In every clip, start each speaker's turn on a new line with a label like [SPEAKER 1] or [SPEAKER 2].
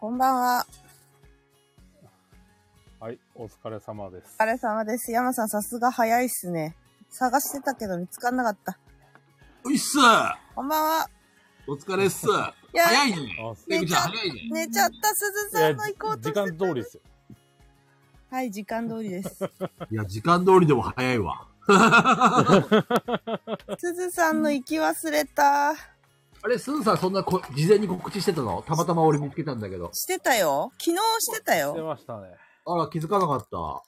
[SPEAKER 1] こんばんは。
[SPEAKER 2] はい、お疲れ様です。
[SPEAKER 1] お疲れ様です。山さん、さすが早いっすね。探してたけど見つかんなかった。
[SPEAKER 3] ういっす
[SPEAKER 1] こんばんは。
[SPEAKER 3] お疲れっす
[SPEAKER 1] や
[SPEAKER 3] 早いね。
[SPEAKER 2] あ、す
[SPEAKER 3] め
[SPEAKER 1] ね
[SPEAKER 3] ぐちゃん早いね。
[SPEAKER 1] 寝ちゃった、鈴さんの行こうとし
[SPEAKER 2] 時
[SPEAKER 1] て
[SPEAKER 2] 間通りですよ。
[SPEAKER 1] た。はい、時間通りです。
[SPEAKER 3] いや、時間通りでも早いわ。
[SPEAKER 1] 鈴さんの行き忘れた。
[SPEAKER 3] あれ、すずさんそんなこ事前に告知してたのたまたま俺見つけたんだけど。
[SPEAKER 1] してたよ。昨日してた
[SPEAKER 2] して
[SPEAKER 1] よ。
[SPEAKER 2] ましたね。
[SPEAKER 3] あら、気づかなかった。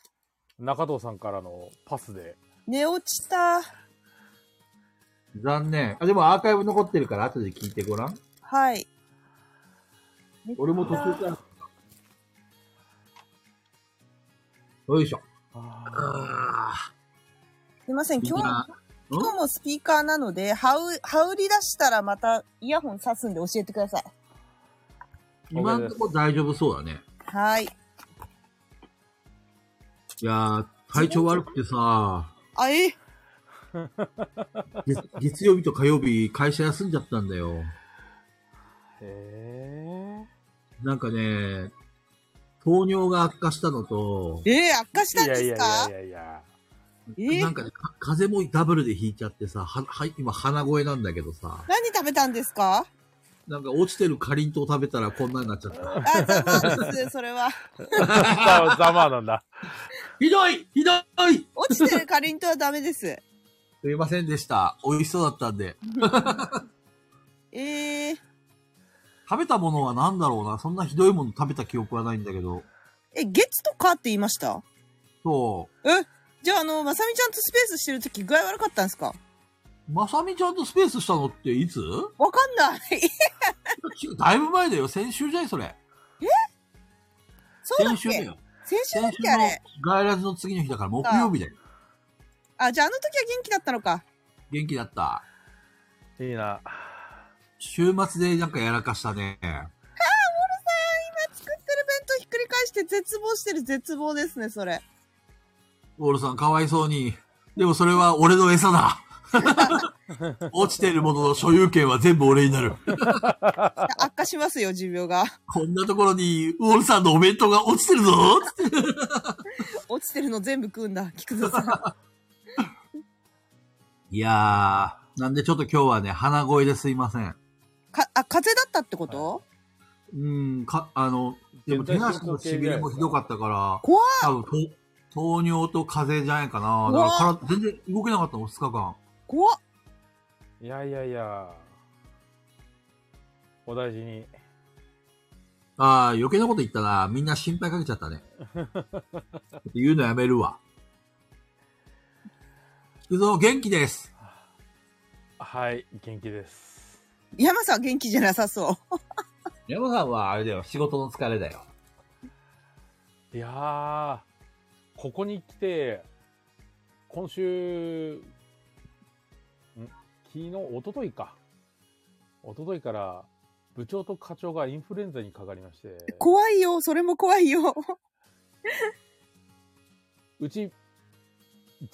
[SPEAKER 2] 中藤さんからのパスで。
[SPEAKER 1] 寝落ちた。
[SPEAKER 3] 残念。あ、でもアーカイブ残ってるから後で聞いてごらん。
[SPEAKER 1] はい。
[SPEAKER 3] 俺も途中から。よいしょ。あ
[SPEAKER 1] すいません、
[SPEAKER 3] ー
[SPEAKER 1] 今日、
[SPEAKER 3] うん
[SPEAKER 1] 今日もスピーカーなので、はう、はうり出したらまたイヤホン刺すんで教えてください。
[SPEAKER 3] 今んとこ大丈夫そうだね。
[SPEAKER 1] はい。
[SPEAKER 3] いやー、体調悪くてさ、
[SPEAKER 1] あ、え
[SPEAKER 3] 月月曜日と火曜日会社休んじゃったんだよ。
[SPEAKER 2] へえ。
[SPEAKER 3] なんかね、糖尿が悪化したのと、
[SPEAKER 1] えー悪化したん
[SPEAKER 2] い
[SPEAKER 1] です
[SPEAKER 2] やいやい
[SPEAKER 1] か
[SPEAKER 2] やいやいや。
[SPEAKER 1] え
[SPEAKER 3] な
[SPEAKER 1] ー
[SPEAKER 3] んかね、か風邪もダブルで引いちゃってさ、は、はい、今鼻声なんだけどさ、
[SPEAKER 1] 何食べたんですか
[SPEAKER 3] なんか落ちてるかりんとう食べたらこんなになっちゃった。
[SPEAKER 1] あ、ざまです、それは。
[SPEAKER 2] ざざまあなんだ。
[SPEAKER 3] ひどいひどい
[SPEAKER 1] 落ちてるかりんとうはダメです。
[SPEAKER 3] すいませんでした。美味しそうだったんで。
[SPEAKER 1] えー、
[SPEAKER 3] 食べたものは何だろうな。そんなひどいもの食べた記憶はないんだけど。
[SPEAKER 1] え、月とかって言いました
[SPEAKER 3] そ
[SPEAKER 1] じゃあ、あの、まさみちゃんとスペースしてるとき具合悪かったんですか
[SPEAKER 3] う。まさみちゃんとスペースしたのっていつ
[SPEAKER 1] わかんない。
[SPEAKER 3] だいぶ前だよ。先週じゃいそれ。
[SPEAKER 1] そうだっ
[SPEAKER 3] 先
[SPEAKER 1] け
[SPEAKER 3] 週だよ。
[SPEAKER 1] 先週だっ
[SPEAKER 3] 先週
[SPEAKER 1] けあ
[SPEAKER 3] の
[SPEAKER 1] れ。
[SPEAKER 3] ガイラズの次の日だから木曜日だよ。
[SPEAKER 1] あ、じゃああの時は元気だったのか。
[SPEAKER 3] 元気だった。
[SPEAKER 2] いいな。
[SPEAKER 3] 週末でなんかやらかしたね。
[SPEAKER 1] 作ってる弁当ひっくり返して絶望してる絶望ですね、それ。
[SPEAKER 3] オールさんかわいそうに。でもそれは俺の餌 だ。落ちてるものの所有権は全部俺になる。
[SPEAKER 1] 悪化しますよ、持病が。
[SPEAKER 3] こんなところに、ウォルさんのお弁当が落ちてるぞつって
[SPEAKER 1] 落ちてるの全部食うんだ、菊 蔵さん。
[SPEAKER 3] いやー、なんでちょっと今日はね、鼻声ですいません。
[SPEAKER 1] か、あ、風邪だったってこと、
[SPEAKER 3] うん、か、あの、でも手足のしびれもひどかったから、
[SPEAKER 1] 怖っ
[SPEAKER 3] 多分と、糖尿と風邪じゃないかな。
[SPEAKER 1] う
[SPEAKER 3] だ
[SPEAKER 1] わ
[SPEAKER 3] からから全然動けなかったの、2日間。
[SPEAKER 1] 怖っ
[SPEAKER 2] いやいやいや。お大事に。
[SPEAKER 3] ああ、余計なこと言ったな。みんな心配かけちゃったね。言うのやめるわ。菊蔵、元気です。
[SPEAKER 2] はい、元気です。
[SPEAKER 1] 山さんは元気じゃなさそ
[SPEAKER 3] 山さんはあれだよ、仕事の疲れだよ。
[SPEAKER 2] いやー、ここに来て、今週、ん昨日、一昨日か。一昨日から、部長と課長がインフルエンザにかかりまして
[SPEAKER 1] う。、怖いよ、それも怖いよ。
[SPEAKER 2] うち、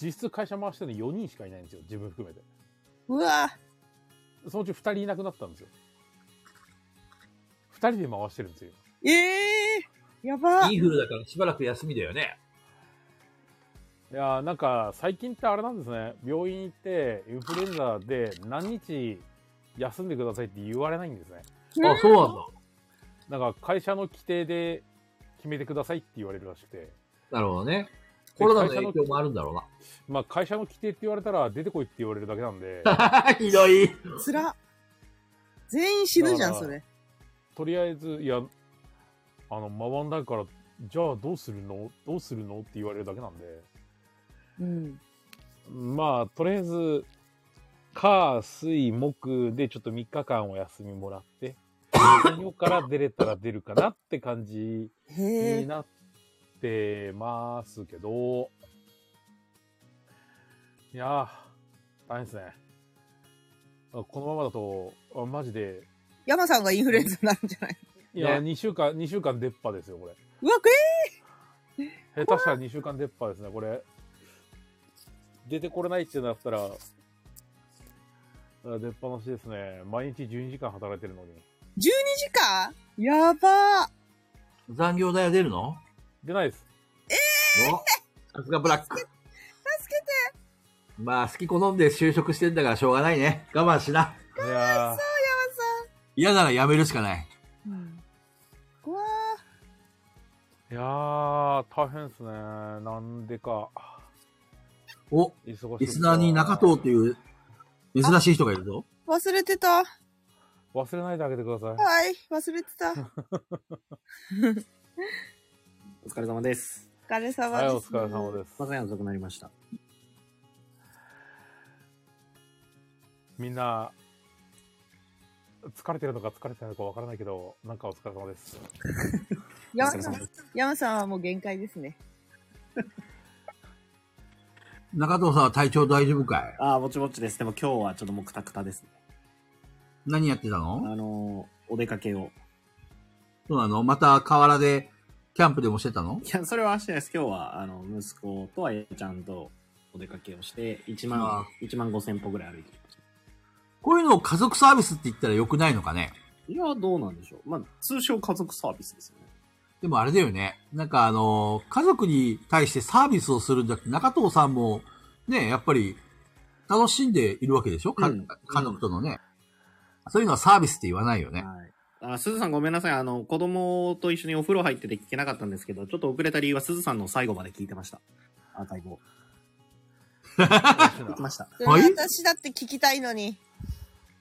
[SPEAKER 2] 実質会社回してるの4人しかいないんですよ、自分含めて。
[SPEAKER 1] うわ
[SPEAKER 2] そのうち2人いなくなったんですよ。2人で回してるんですよ。
[SPEAKER 1] ええー、やば。
[SPEAKER 3] インフルだからしばらく休みだよね。
[SPEAKER 2] いやーなんか最近ってあれなんですね病院行ってインフルエンザで何日休んでくださいって言われないんですね
[SPEAKER 3] あ、そうなんだ。
[SPEAKER 2] なんか会社の規定で決めてくださいって言われるらしくて
[SPEAKER 3] なるほどね。コロナの影響もあるんだろ
[SPEAKER 2] まあ会社の規定って言われたら出てこいって言われるだけなんで
[SPEAKER 3] うな。 ひどい。
[SPEAKER 1] つら。全員死ぬじゃん、
[SPEAKER 2] だか
[SPEAKER 1] そ
[SPEAKER 2] ら
[SPEAKER 1] れ。
[SPEAKER 2] とりあえずいやあの回んないからじゃあどうするのどうするのって言われるだけなんで
[SPEAKER 1] うん。
[SPEAKER 2] まあとりあえず火水木でちょっと3日間お休みもらって今から出れたら出るかなって感じ
[SPEAKER 1] へ
[SPEAKER 2] に
[SPEAKER 1] え。
[SPEAKER 2] なってますけど、いやー、大変ですね。あこのままだと、あマジで、
[SPEAKER 1] 山さんがインフルエンザになるんじゃない
[SPEAKER 2] いや、
[SPEAKER 3] ね
[SPEAKER 2] 2週間、2週間出っ歯ですよ、これ。
[SPEAKER 1] うわ、くれ
[SPEAKER 2] 下手したら2週間出っ歯ですね、これ。出てこれないってなったら、あ出っ放しですね。毎日12時間働いてるのに。
[SPEAKER 1] !12 時間やばー
[SPEAKER 3] 残業代は出るの
[SPEAKER 2] 出ないです。
[SPEAKER 3] おさすがブラック。
[SPEAKER 1] 助けて
[SPEAKER 3] まあ、好き好んで就職してんだからしょうがないね。我慢しな。
[SPEAKER 2] いやー
[SPEAKER 3] 嫌なら辞めるしかない。
[SPEAKER 1] うんうわ
[SPEAKER 2] いやー、大変ですね。なんでか。
[SPEAKER 3] お、
[SPEAKER 2] 忙しい。
[SPEAKER 3] リスナーに中藤っていう、珍しい人がいるぞ。
[SPEAKER 1] ー忘れてた。は
[SPEAKER 2] 忘れないであげてください。
[SPEAKER 1] い、忘れてた。お
[SPEAKER 4] お疲れ様です。
[SPEAKER 1] 疲れ様
[SPEAKER 2] は
[SPEAKER 1] で
[SPEAKER 2] い、
[SPEAKER 1] す。
[SPEAKER 2] お疲れ様です
[SPEAKER 4] すい。ません、遅くなりました。
[SPEAKER 2] みんな、疲れてるのか疲れてないのかわからないけど、なんかお疲れ様です。
[SPEAKER 4] お
[SPEAKER 1] 山
[SPEAKER 4] 疲れ
[SPEAKER 1] さ
[SPEAKER 4] 様
[SPEAKER 1] ん
[SPEAKER 4] で、す。
[SPEAKER 1] 山さんはもう限界ですね。
[SPEAKER 3] 中藤さんは体調大丈夫かい
[SPEAKER 4] ああ、もちもちです。でも今日はちょっともうくたくたですね。
[SPEAKER 3] 何やってたの
[SPEAKER 4] あのー、お出かけを。
[SPEAKER 3] そうなのまた河原で、キャンプでもしてたの
[SPEAKER 4] いや、それは明日です。今日は、あの、息子とあやちゃんとお出かけをして、1
[SPEAKER 3] あ
[SPEAKER 4] 万、1万5千歩ぐらい歩いてきまし
[SPEAKER 3] こういうのを家族サービスって言ったら良くないのかね
[SPEAKER 4] た。いや、どうなんでしょう。まあ、通称家族サービスですよね。
[SPEAKER 3] でもあれだよね。なんかあの、家族に対してサービスをするんじゃなくて、中藤さんも、ね、やっぱり、楽しんでいるわけでしょ、か
[SPEAKER 4] うん
[SPEAKER 3] 家族とのね。そういうのはサービスって言わないよね。
[SPEAKER 4] はい。あ、すずさんごめんなさい。あの、子供と一緒にお風呂入ってて聞けなかったんですけど、ちょっと遅れた理由はすずさんの最後まで聞いてました。アーカイブを。聞きました。
[SPEAKER 1] それ
[SPEAKER 3] はい
[SPEAKER 1] 私だって聞きたいのに。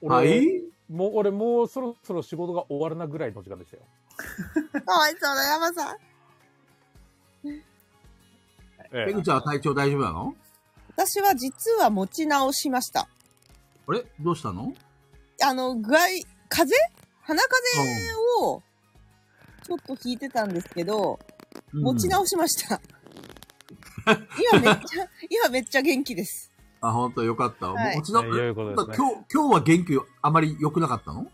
[SPEAKER 2] 俺
[SPEAKER 3] はい
[SPEAKER 2] もう、俺もうそろそろ仕事が終わるなぐらいの時間でしたよ。
[SPEAKER 1] かわいそうだ、山さん。
[SPEAKER 2] え
[SPEAKER 3] ペグ
[SPEAKER 2] え
[SPEAKER 3] ちゃんは体調大丈夫なの
[SPEAKER 1] 私は実は持ち直しました。
[SPEAKER 3] あれどうしたの
[SPEAKER 1] あの、具合、風邪鼻風邪を、ちょっと引いてたんですけど、
[SPEAKER 3] うん
[SPEAKER 1] 持ち直しました。今めっち ゃ、今めっちゃ元気です。
[SPEAKER 3] あ、本当よかった。
[SPEAKER 1] はい
[SPEAKER 3] 持ち
[SPEAKER 2] ええ
[SPEAKER 3] 直し、
[SPEAKER 2] 良いことですね。
[SPEAKER 3] 今日、今日は元気あまり良くなかったの
[SPEAKER 1] い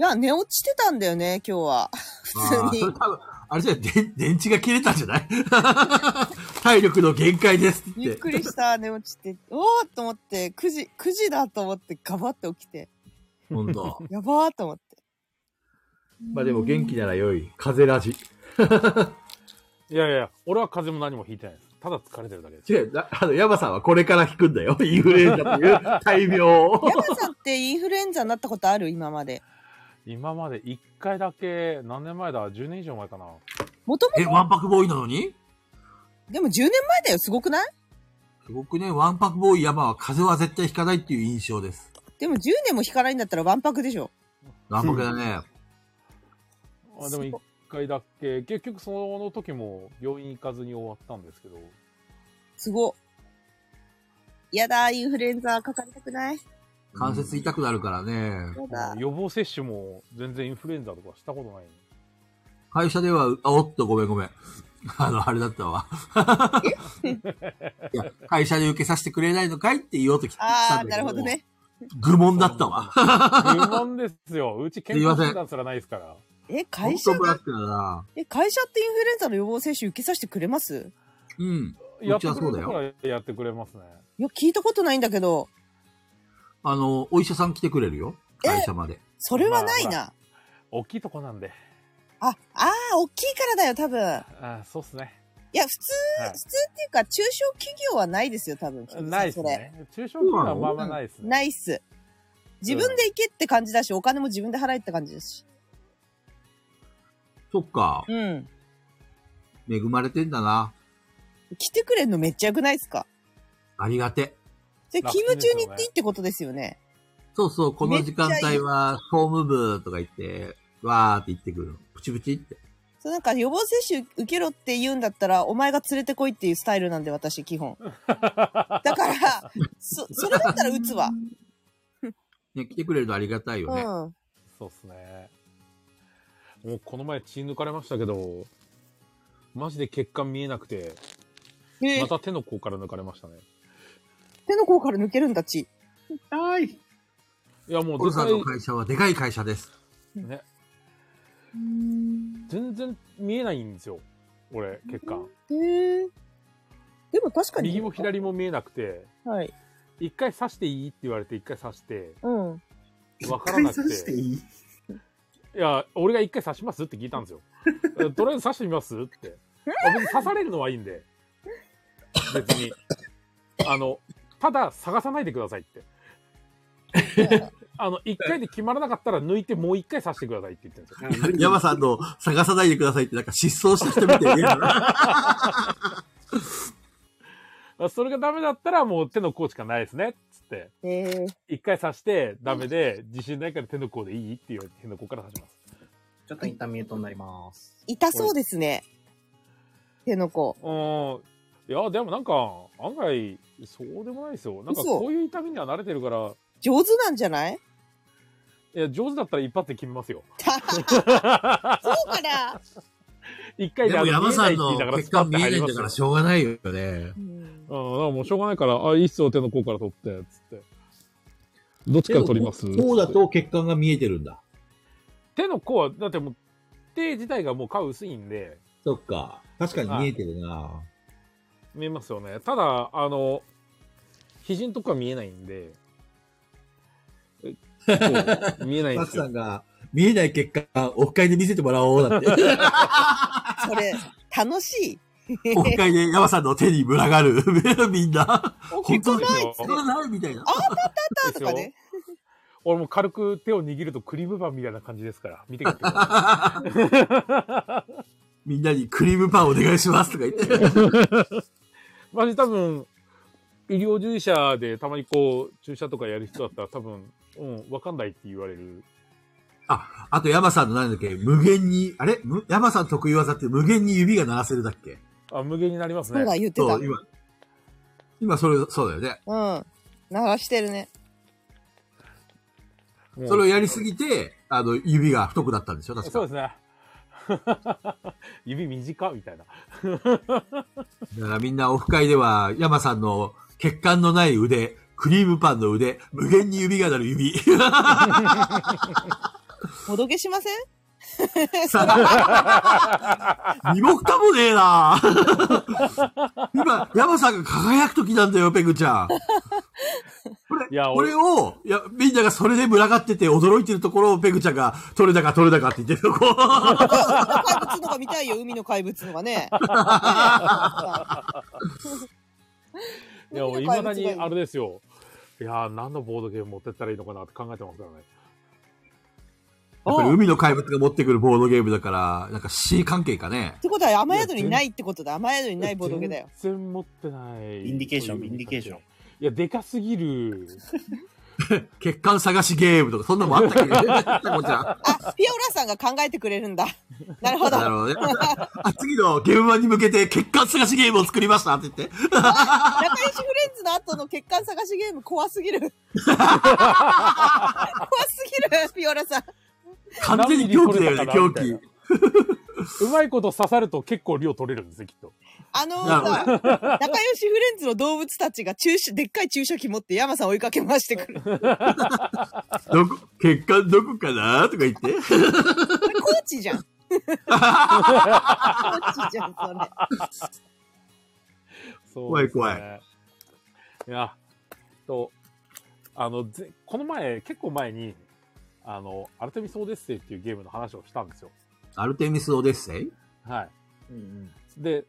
[SPEAKER 1] や、寝落ちてたんだよね、今日は。
[SPEAKER 3] あ
[SPEAKER 1] 普
[SPEAKER 3] あ
[SPEAKER 1] 通
[SPEAKER 3] それ
[SPEAKER 1] に。
[SPEAKER 3] 多分、あれじゃ、電、電池が切れたんじゃない 体力の限界ですって
[SPEAKER 1] ゆ
[SPEAKER 3] 言
[SPEAKER 1] っ
[SPEAKER 3] って。
[SPEAKER 1] くりした、寝落ちて。おーっと思って、9時、9時だと思って、ガバって起きて。
[SPEAKER 3] 本当。
[SPEAKER 1] やばーと思って。
[SPEAKER 3] まあでも元気なら良い。風ラジ。
[SPEAKER 2] いやいや、俺は風邪も何もひいてないです。ただ疲れてるだけです。
[SPEAKER 3] 違う、なあの、ヤマさんはこれから引くんだよ。 インフルエンザという大病を。
[SPEAKER 1] 山さんってインフルエンザになったことある今まで。
[SPEAKER 2] 今まで一回だけ、何年前だ ?10 年以上前かな。
[SPEAKER 1] もとも
[SPEAKER 3] え、ワンパクボーイなのに
[SPEAKER 1] でも10年前だよ、すごくない
[SPEAKER 3] すごくね、ワンパクボーイヤマは風邪は絶対引かないっていう印象です。
[SPEAKER 1] でも10年も引かないんだったらワンパクでしょ。
[SPEAKER 3] ワンパクだね。
[SPEAKER 2] あでも一回だけ、結局その時も病院行かずに終わったんですけど。
[SPEAKER 1] すご。やだ、インフルエンザかかりたくない。
[SPEAKER 3] 関節痛くなるからね。
[SPEAKER 1] やだ。
[SPEAKER 2] 予防接種も全然インフルエンザとかしたことない。
[SPEAKER 3] 会社では、あ、おっと、ごめんごめん。 あの、あれだっ たわ。いや、会社で受けさせてくれないのかいって言おうとき
[SPEAKER 1] ああ、なるほど。ね。
[SPEAKER 3] 愚問だったわ。
[SPEAKER 2] 不問です よ。うち健康診断すらないですから。
[SPEAKER 1] え、
[SPEAKER 3] 本
[SPEAKER 1] 会社
[SPEAKER 3] 当ブラ
[SPEAKER 1] が、
[SPEAKER 3] ックだな。
[SPEAKER 1] え、会社ってインフルエンザの予防接種受けさせてくれます
[SPEAKER 3] うん。
[SPEAKER 2] や
[SPEAKER 3] う
[SPEAKER 2] っ
[SPEAKER 3] ち
[SPEAKER 2] て
[SPEAKER 3] は
[SPEAKER 2] く
[SPEAKER 3] そう
[SPEAKER 2] れると
[SPEAKER 3] だよ
[SPEAKER 2] ころはやってくれますね。
[SPEAKER 1] いや、聞いたことないんだけど、
[SPEAKER 3] あの、お医者さん来てくれるよ。会社まで。
[SPEAKER 1] それはないな。
[SPEAKER 2] 大きいとこなんで。
[SPEAKER 1] あ、ああー、大きいからだよ、多分。
[SPEAKER 2] あーそうっすね。
[SPEAKER 1] いや、普通、
[SPEAKER 2] はい
[SPEAKER 1] 普通っていうか、中小企業はないですよ、多分。
[SPEAKER 2] ないです
[SPEAKER 1] それ。
[SPEAKER 2] ね。中小企業はまあまあないですね。
[SPEAKER 1] ないっす。自分で行けって感じだし、お金も自分で払えって感じですし。
[SPEAKER 3] そっか。
[SPEAKER 1] うん。
[SPEAKER 3] 恵まれてんだな。
[SPEAKER 1] 来てくれんのめっちゃよくないですか
[SPEAKER 3] ありがて。
[SPEAKER 1] で、
[SPEAKER 2] 楽
[SPEAKER 1] 勤務中に行っていいってことですよね。
[SPEAKER 3] そうそう、この時間帯は、総務部とか言って、わーって言ってくるの。プチプチって。
[SPEAKER 1] そう、なんか予防接種受けろって言うんだったら、お前が連れてこいっていうスタイルなんで、私、基本。だから、そ、それだったら打つわ。
[SPEAKER 3] ね、来てくれるとありがたいよ
[SPEAKER 1] う
[SPEAKER 3] ね。
[SPEAKER 1] ん。
[SPEAKER 2] そうっすね。もうこの前血抜かれましたけど、マジで血管見えなくて、
[SPEAKER 1] へえ
[SPEAKER 2] ま、た手の甲から抜かれましたね。
[SPEAKER 1] 手の甲から抜けるんだ、血。
[SPEAKER 4] 痛い。
[SPEAKER 2] いやも
[SPEAKER 3] コ
[SPEAKER 2] う
[SPEAKER 3] ル
[SPEAKER 2] 絶
[SPEAKER 3] さん
[SPEAKER 2] 対
[SPEAKER 3] の、会社はでかい会社です。
[SPEAKER 2] ね、全然見えないんですよ。俺、血管。
[SPEAKER 1] へえ。でも確かに。
[SPEAKER 2] 右も左も見えなくて、
[SPEAKER 1] はい。
[SPEAKER 2] 一回刺していいって言われて、一回刺して、
[SPEAKER 1] うん。
[SPEAKER 2] わからなく
[SPEAKER 4] 一回刺して
[SPEAKER 2] て、
[SPEAKER 4] いい
[SPEAKER 2] いや、俺が一回刺しますって聞いたんですよ。とりあえず刺してみますって。あ別に刺されるのはいいんで。別に。あの、ただ探さないでくださいって。あの、一回で決まらなかったら抜いてもう一回刺してくださいって言ってるんですよ。
[SPEAKER 3] 山さんの探さないでくださいってなんか失踪した人みたい な。
[SPEAKER 2] あそれがダメだったらもう手の甲しかないですね。っつって。
[SPEAKER 1] えー、
[SPEAKER 2] 一回刺してダメで、自信ないから手の甲でいいって言われて手の甲から刺します。
[SPEAKER 4] ちょっと一旦ミュートになります。
[SPEAKER 1] 痛そうですね。手の甲。
[SPEAKER 2] うーん。いや、でもなんか、案外、そうでもないですよ。なんか
[SPEAKER 1] 嘘
[SPEAKER 2] こういう痛みには慣れてるから、
[SPEAKER 1] 上手なんじゃない
[SPEAKER 2] いや、上手だったら一発で決めますよ。
[SPEAKER 1] そうかな、
[SPEAKER 2] 一回であの見えないって言いながらスパッて入りますよ
[SPEAKER 3] ょうがないよね。
[SPEAKER 1] うん
[SPEAKER 2] うん、だからもうしょうがないから、あ、いいっすよ、手の甲から取って、つって。どっちから取ります
[SPEAKER 3] こうだ
[SPEAKER 2] つって
[SPEAKER 3] と血管が見えてるんだ。
[SPEAKER 2] 手の甲は、だってもう、手自体がもう皮薄いんで、
[SPEAKER 3] そっか。確かに見えてるな。
[SPEAKER 2] 見えますよね。ただ、あの、肘のとこは見えないんで、えそう見えないん
[SPEAKER 3] パ
[SPEAKER 2] で
[SPEAKER 3] ク
[SPEAKER 2] す
[SPEAKER 3] さ
[SPEAKER 2] よ
[SPEAKER 3] ん。が、見えない血管、オフ会で見せてもらおう、なん て。
[SPEAKER 1] それ、楽しい。
[SPEAKER 3] オフ会で山さんの手に群がる。 みんな。本当に
[SPEAKER 2] そうですよ
[SPEAKER 3] そんなないみたいな。
[SPEAKER 1] とかね。
[SPEAKER 2] 俺も軽く手を握るとクリームパンみたいな感じですから、見てください。
[SPEAKER 3] みんなにクリームパンお願いしますとか言って。
[SPEAKER 2] マジ多分、医療従事者でたまにこう、注射とかやる人だったら多分、うん、わかんないって言われる。
[SPEAKER 3] あ、あと山さんの何だっけ無限に、あれむ山さん得意技って無限に指が鳴らせるだっけ
[SPEAKER 2] あ、無限になります
[SPEAKER 1] そうだ、
[SPEAKER 2] ね。
[SPEAKER 1] 言ってた。
[SPEAKER 3] そうう、今。今それ、そうだよね。
[SPEAKER 1] ん。流してるね。
[SPEAKER 2] もう
[SPEAKER 3] それをやりすぎて、あの、指が太くなったんでしょ確
[SPEAKER 2] そうです
[SPEAKER 3] か。
[SPEAKER 2] ね。 指短みたいな。
[SPEAKER 3] だからみんなオフ会では、山さんの血管のない腕、クリームパンの腕、無限に指が鳴る指。
[SPEAKER 1] おどけしません
[SPEAKER 3] 身も蓋もねえな今、山さんが輝く時なんだよ、ペグちゃん。これ、
[SPEAKER 2] いや
[SPEAKER 3] これを、いや、みんながそれで群がってて驚いてるところをペグちゃんが、取れたか取れたかって言ってる。こ
[SPEAKER 1] 怪
[SPEAKER 3] う
[SPEAKER 1] 物のが見たいよ、海の怪物のが ね。
[SPEAKER 2] いや、もう
[SPEAKER 1] 海の怪物がいい
[SPEAKER 2] 未だにあれですよ。いやー、何のボードゲーム持ってったらいいのかなって考えてますからね。
[SPEAKER 3] やっぱり海の怪物が持ってくるボードゲームだから、なんか C 関係かね
[SPEAKER 1] っ。てことは、雨宿りにないってことだ。雨宿りにないボードゲだよ。
[SPEAKER 2] 全然持ってない。
[SPEAKER 4] インディケーション、インディケーション。。
[SPEAKER 2] いや、でかすぎる。
[SPEAKER 3] 血管探しゲームとか、そんなのもあったっけ ど、ペグちゃん。
[SPEAKER 1] あ、ピオラさんが考えてくれるんだ。なるほど。
[SPEAKER 3] なるほどね。あ、次のゲームマンに向けて血管探しゲームを作りましたって言って。
[SPEAKER 1] 仲良しフレンズの後の血管探しゲーム怖すぎる。怖すぎる、ピオラさん。
[SPEAKER 3] 完全に狂気だよね、
[SPEAKER 2] 何ミ
[SPEAKER 3] 狂
[SPEAKER 2] リ取
[SPEAKER 3] 気
[SPEAKER 2] れた。うまいこと刺さると結構量取れるんですね、きっと。
[SPEAKER 1] あのさ、仲良しフレンズの動物たちが注射、でっかい注射器持って山さん追いかけ回してくる。これ
[SPEAKER 3] どこ、血管どこかなとか言って。
[SPEAKER 1] コーチじゃん。コーチじゃん、それ。
[SPEAKER 2] そうですね
[SPEAKER 3] 怖い怖
[SPEAKER 2] いや、と、あの、ぜこの前、結構前に、あの、アルテミス・オデッセイっていうゲームの話をしたんですよ。
[SPEAKER 3] アルテミスオデッセイ
[SPEAKER 2] はい。で、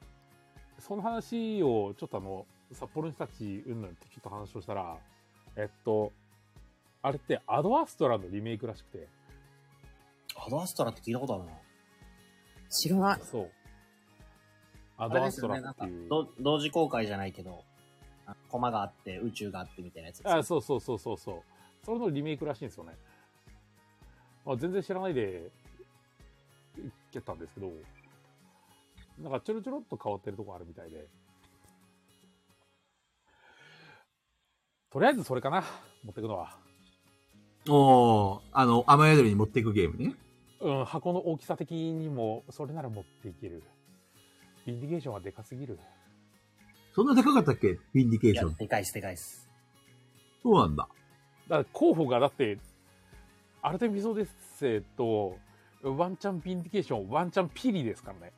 [SPEAKER 2] その話を、ちょっとあの、札幌の人たち、うんぬんってちょっと話をしたら、えっと、あれってアドアストラのリメイクらしくて、
[SPEAKER 4] ハドアストラって聞いたことあるな。
[SPEAKER 1] 知らない。
[SPEAKER 2] そう。
[SPEAKER 4] ア
[SPEAKER 2] アドアストラっていう。
[SPEAKER 4] 同時公開じゃないけど、あコマがあって、宇宙があってみたいなやつです。
[SPEAKER 2] あ、そうそうそうそうそう。それのリメイクらしいんですよね。あ全然知らないで、いけたんですけど、なんかちょろちょろっと変わってるとこあるみたいで。とりあえずそれかな、持ってくのは。
[SPEAKER 3] おー、あの、雨宿りに持っていくゲームね。
[SPEAKER 2] うん、箱の大きさ的にも、それなら持っていける。インディケーションはでかすぎる。
[SPEAKER 3] そんなでかかったっけインディケー
[SPEAKER 4] い
[SPEAKER 3] シ
[SPEAKER 4] や
[SPEAKER 3] ョン。
[SPEAKER 4] でかいっす、でかいっす。
[SPEAKER 3] そうなんだ。
[SPEAKER 2] だから候補がだって、アルテミソデッセイと、ワンチャンインディケーション、ワンチャンピリですからね。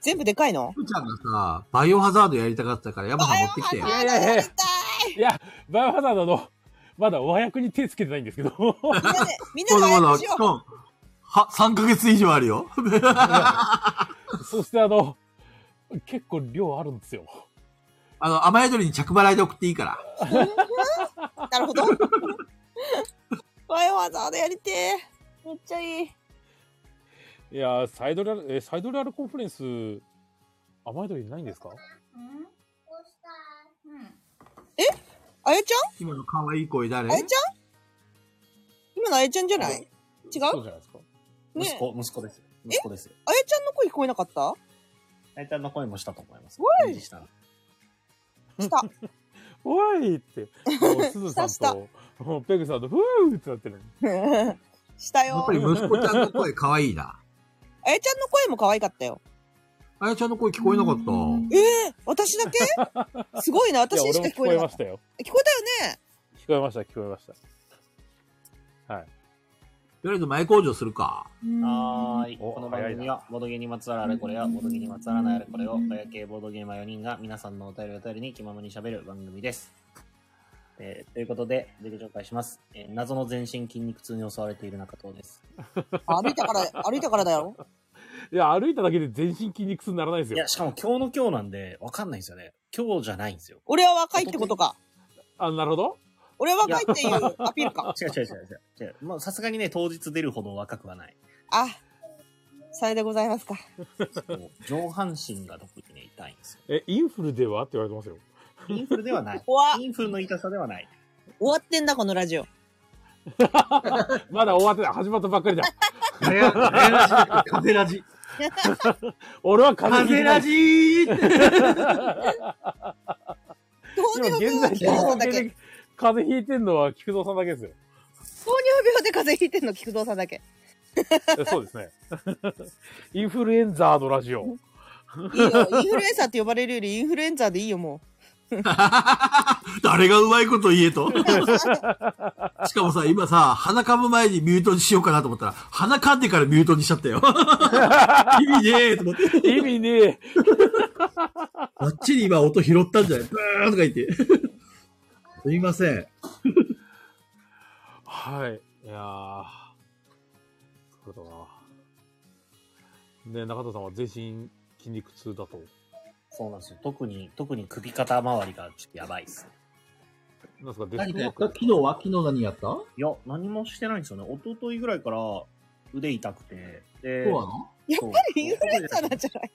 [SPEAKER 1] 全部でかいの
[SPEAKER 3] ふーちゃんがさ、バイオハザードやりたかったから山さん持ってきてよ。
[SPEAKER 2] いやいやいやいや、バイオハザ ードの、まだ和訳に手つけてないんですけど。
[SPEAKER 1] みんなで、みんなで
[SPEAKER 3] 今度
[SPEAKER 1] 早
[SPEAKER 3] 今
[SPEAKER 1] く
[SPEAKER 3] 度、
[SPEAKER 1] し
[SPEAKER 3] 今
[SPEAKER 1] よう。
[SPEAKER 3] 度は、3ヶ月以上あるよ。
[SPEAKER 2] そしてあの、結構量あるんですよ。
[SPEAKER 3] あの、雨宿りに着払いで送っていいから。
[SPEAKER 1] なるほど。ワイワザードやりてー。めっちゃいい。
[SPEAKER 2] いやー、サイドラル、えサイドラルコンフレンス、甘えどりないんですか
[SPEAKER 5] うんこうしたい。うん。
[SPEAKER 1] あやち
[SPEAKER 3] 今の可愛い声
[SPEAKER 1] ゃ
[SPEAKER 3] 誰
[SPEAKER 1] んあやちゃん今のあやちゃんじゃない違う
[SPEAKER 2] そうじゃないですか。
[SPEAKER 1] ね
[SPEAKER 4] 息
[SPEAKER 1] え、
[SPEAKER 4] 子、息子ですよ。息子ですよ。
[SPEAKER 1] あやちゃんの声聞こえなかった
[SPEAKER 4] 大体の声もしたと思います。
[SPEAKER 1] おい
[SPEAKER 4] 返事したら
[SPEAKER 1] した。
[SPEAKER 2] おいって、もうすずさん
[SPEAKER 1] した
[SPEAKER 2] と、もうペグさんと、ふーってなってる。
[SPEAKER 1] した
[SPEAKER 3] やっ
[SPEAKER 1] よ
[SPEAKER 3] ぱ。り息子ちゃんの声可愛いな。
[SPEAKER 1] あやちゃんの声も可愛かったよ。
[SPEAKER 3] あやちゃんの声聞こえなかった。
[SPEAKER 1] ええ私だけすごいな、私
[SPEAKER 2] いや
[SPEAKER 1] にし
[SPEAKER 2] 俺
[SPEAKER 1] か聞
[SPEAKER 2] も聞
[SPEAKER 1] こ
[SPEAKER 2] こ
[SPEAKER 1] え
[SPEAKER 2] え
[SPEAKER 1] なか
[SPEAKER 2] ま
[SPEAKER 1] った
[SPEAKER 2] し。たよ。
[SPEAKER 1] 聞こえたよね
[SPEAKER 2] 聞こえました、聞こえました。はい。
[SPEAKER 3] とりあえず前工場するか。
[SPEAKER 4] はーい。
[SPEAKER 2] お
[SPEAKER 4] この番組は、ボードゲーにまつわるあれこれや、ボードゲーにまつわらないあれこれを、ガヤ系ボードゲーマー4人が皆さんのお便りを頼りに気ままに喋る番組です。えーということで、自己紹介します。えー謎の全身筋肉痛に襲われている中藤です。
[SPEAKER 1] 歩いたから、歩いたからだよ。
[SPEAKER 2] いや、歩いただけで全身筋肉痛にならないです
[SPEAKER 4] い
[SPEAKER 2] よ
[SPEAKER 4] や、。しかも今日の今日なんで、わかんないんですよね。今日じゃないんですよ。
[SPEAKER 1] 俺は若いってことか。
[SPEAKER 2] あ、なるほど。
[SPEAKER 1] 俺は若いっていうアピールか。
[SPEAKER 4] 違う違う違う違う。違うまあ、さすがにね、当日出るほど若くはない。
[SPEAKER 1] あ、されでございますか。
[SPEAKER 4] こう上半身が特にね、痛いんですよ。
[SPEAKER 2] え、インフルではって言われてますよ。
[SPEAKER 4] インフルではない。
[SPEAKER 1] 怖わ
[SPEAKER 4] インフルの痛さではない。
[SPEAKER 1] 終わってんだ、このラジオ。
[SPEAKER 2] まだ終わってない。始まったばっかりじゃん。
[SPEAKER 3] ガヤラジだってカフェラジ。
[SPEAKER 2] 俺は風
[SPEAKER 3] カフ
[SPEAKER 2] 邪ひ
[SPEAKER 3] ェ
[SPEAKER 2] いてな
[SPEAKER 3] ラ
[SPEAKER 2] い。
[SPEAKER 3] ジーって。
[SPEAKER 1] 糖
[SPEAKER 2] 今
[SPEAKER 1] 尿病
[SPEAKER 2] 現
[SPEAKER 1] は菊蔵さん
[SPEAKER 2] 在地
[SPEAKER 1] だけ。糖
[SPEAKER 2] で風邪ひいてんのは菊蔵さんだけですよ。
[SPEAKER 1] 尿病で風邪ひいてんの、菊蔵さんだけ。
[SPEAKER 2] えそうですね。 インフルエンザーのラジオ。
[SPEAKER 1] いいよ、インフルエンサーって呼ばれるよりインフルエンザーでいいよ、も
[SPEAKER 3] 誰がうまいこと言えと。しかもさ、今さ、鼻かむ前にミュートにしようかなと思ったら、鼻かんでからミュートにしちゃったよ。意味ねえと思って。
[SPEAKER 2] 意味ねえ。
[SPEAKER 3] あっちに今音拾ったんじゃないブーンとか言って。 すみません。
[SPEAKER 2] はい。いやー。そうだな。ね中田さんは全身筋肉痛だと。
[SPEAKER 4] そうなんですよ。特に、特に首肩周りがちょっとやばいですね。
[SPEAKER 2] なんですか、デスク
[SPEAKER 3] 何
[SPEAKER 2] ワ
[SPEAKER 3] かや
[SPEAKER 2] ー
[SPEAKER 3] っ
[SPEAKER 2] ク
[SPEAKER 3] た
[SPEAKER 2] です
[SPEAKER 3] 昨日は昨日何やったそ
[SPEAKER 4] いや、何もしてないんですよね。一昨日ぐらいから腕痛くて。で、
[SPEAKER 3] うなの
[SPEAKER 1] う。やっぱりインフルエンザーなんじゃない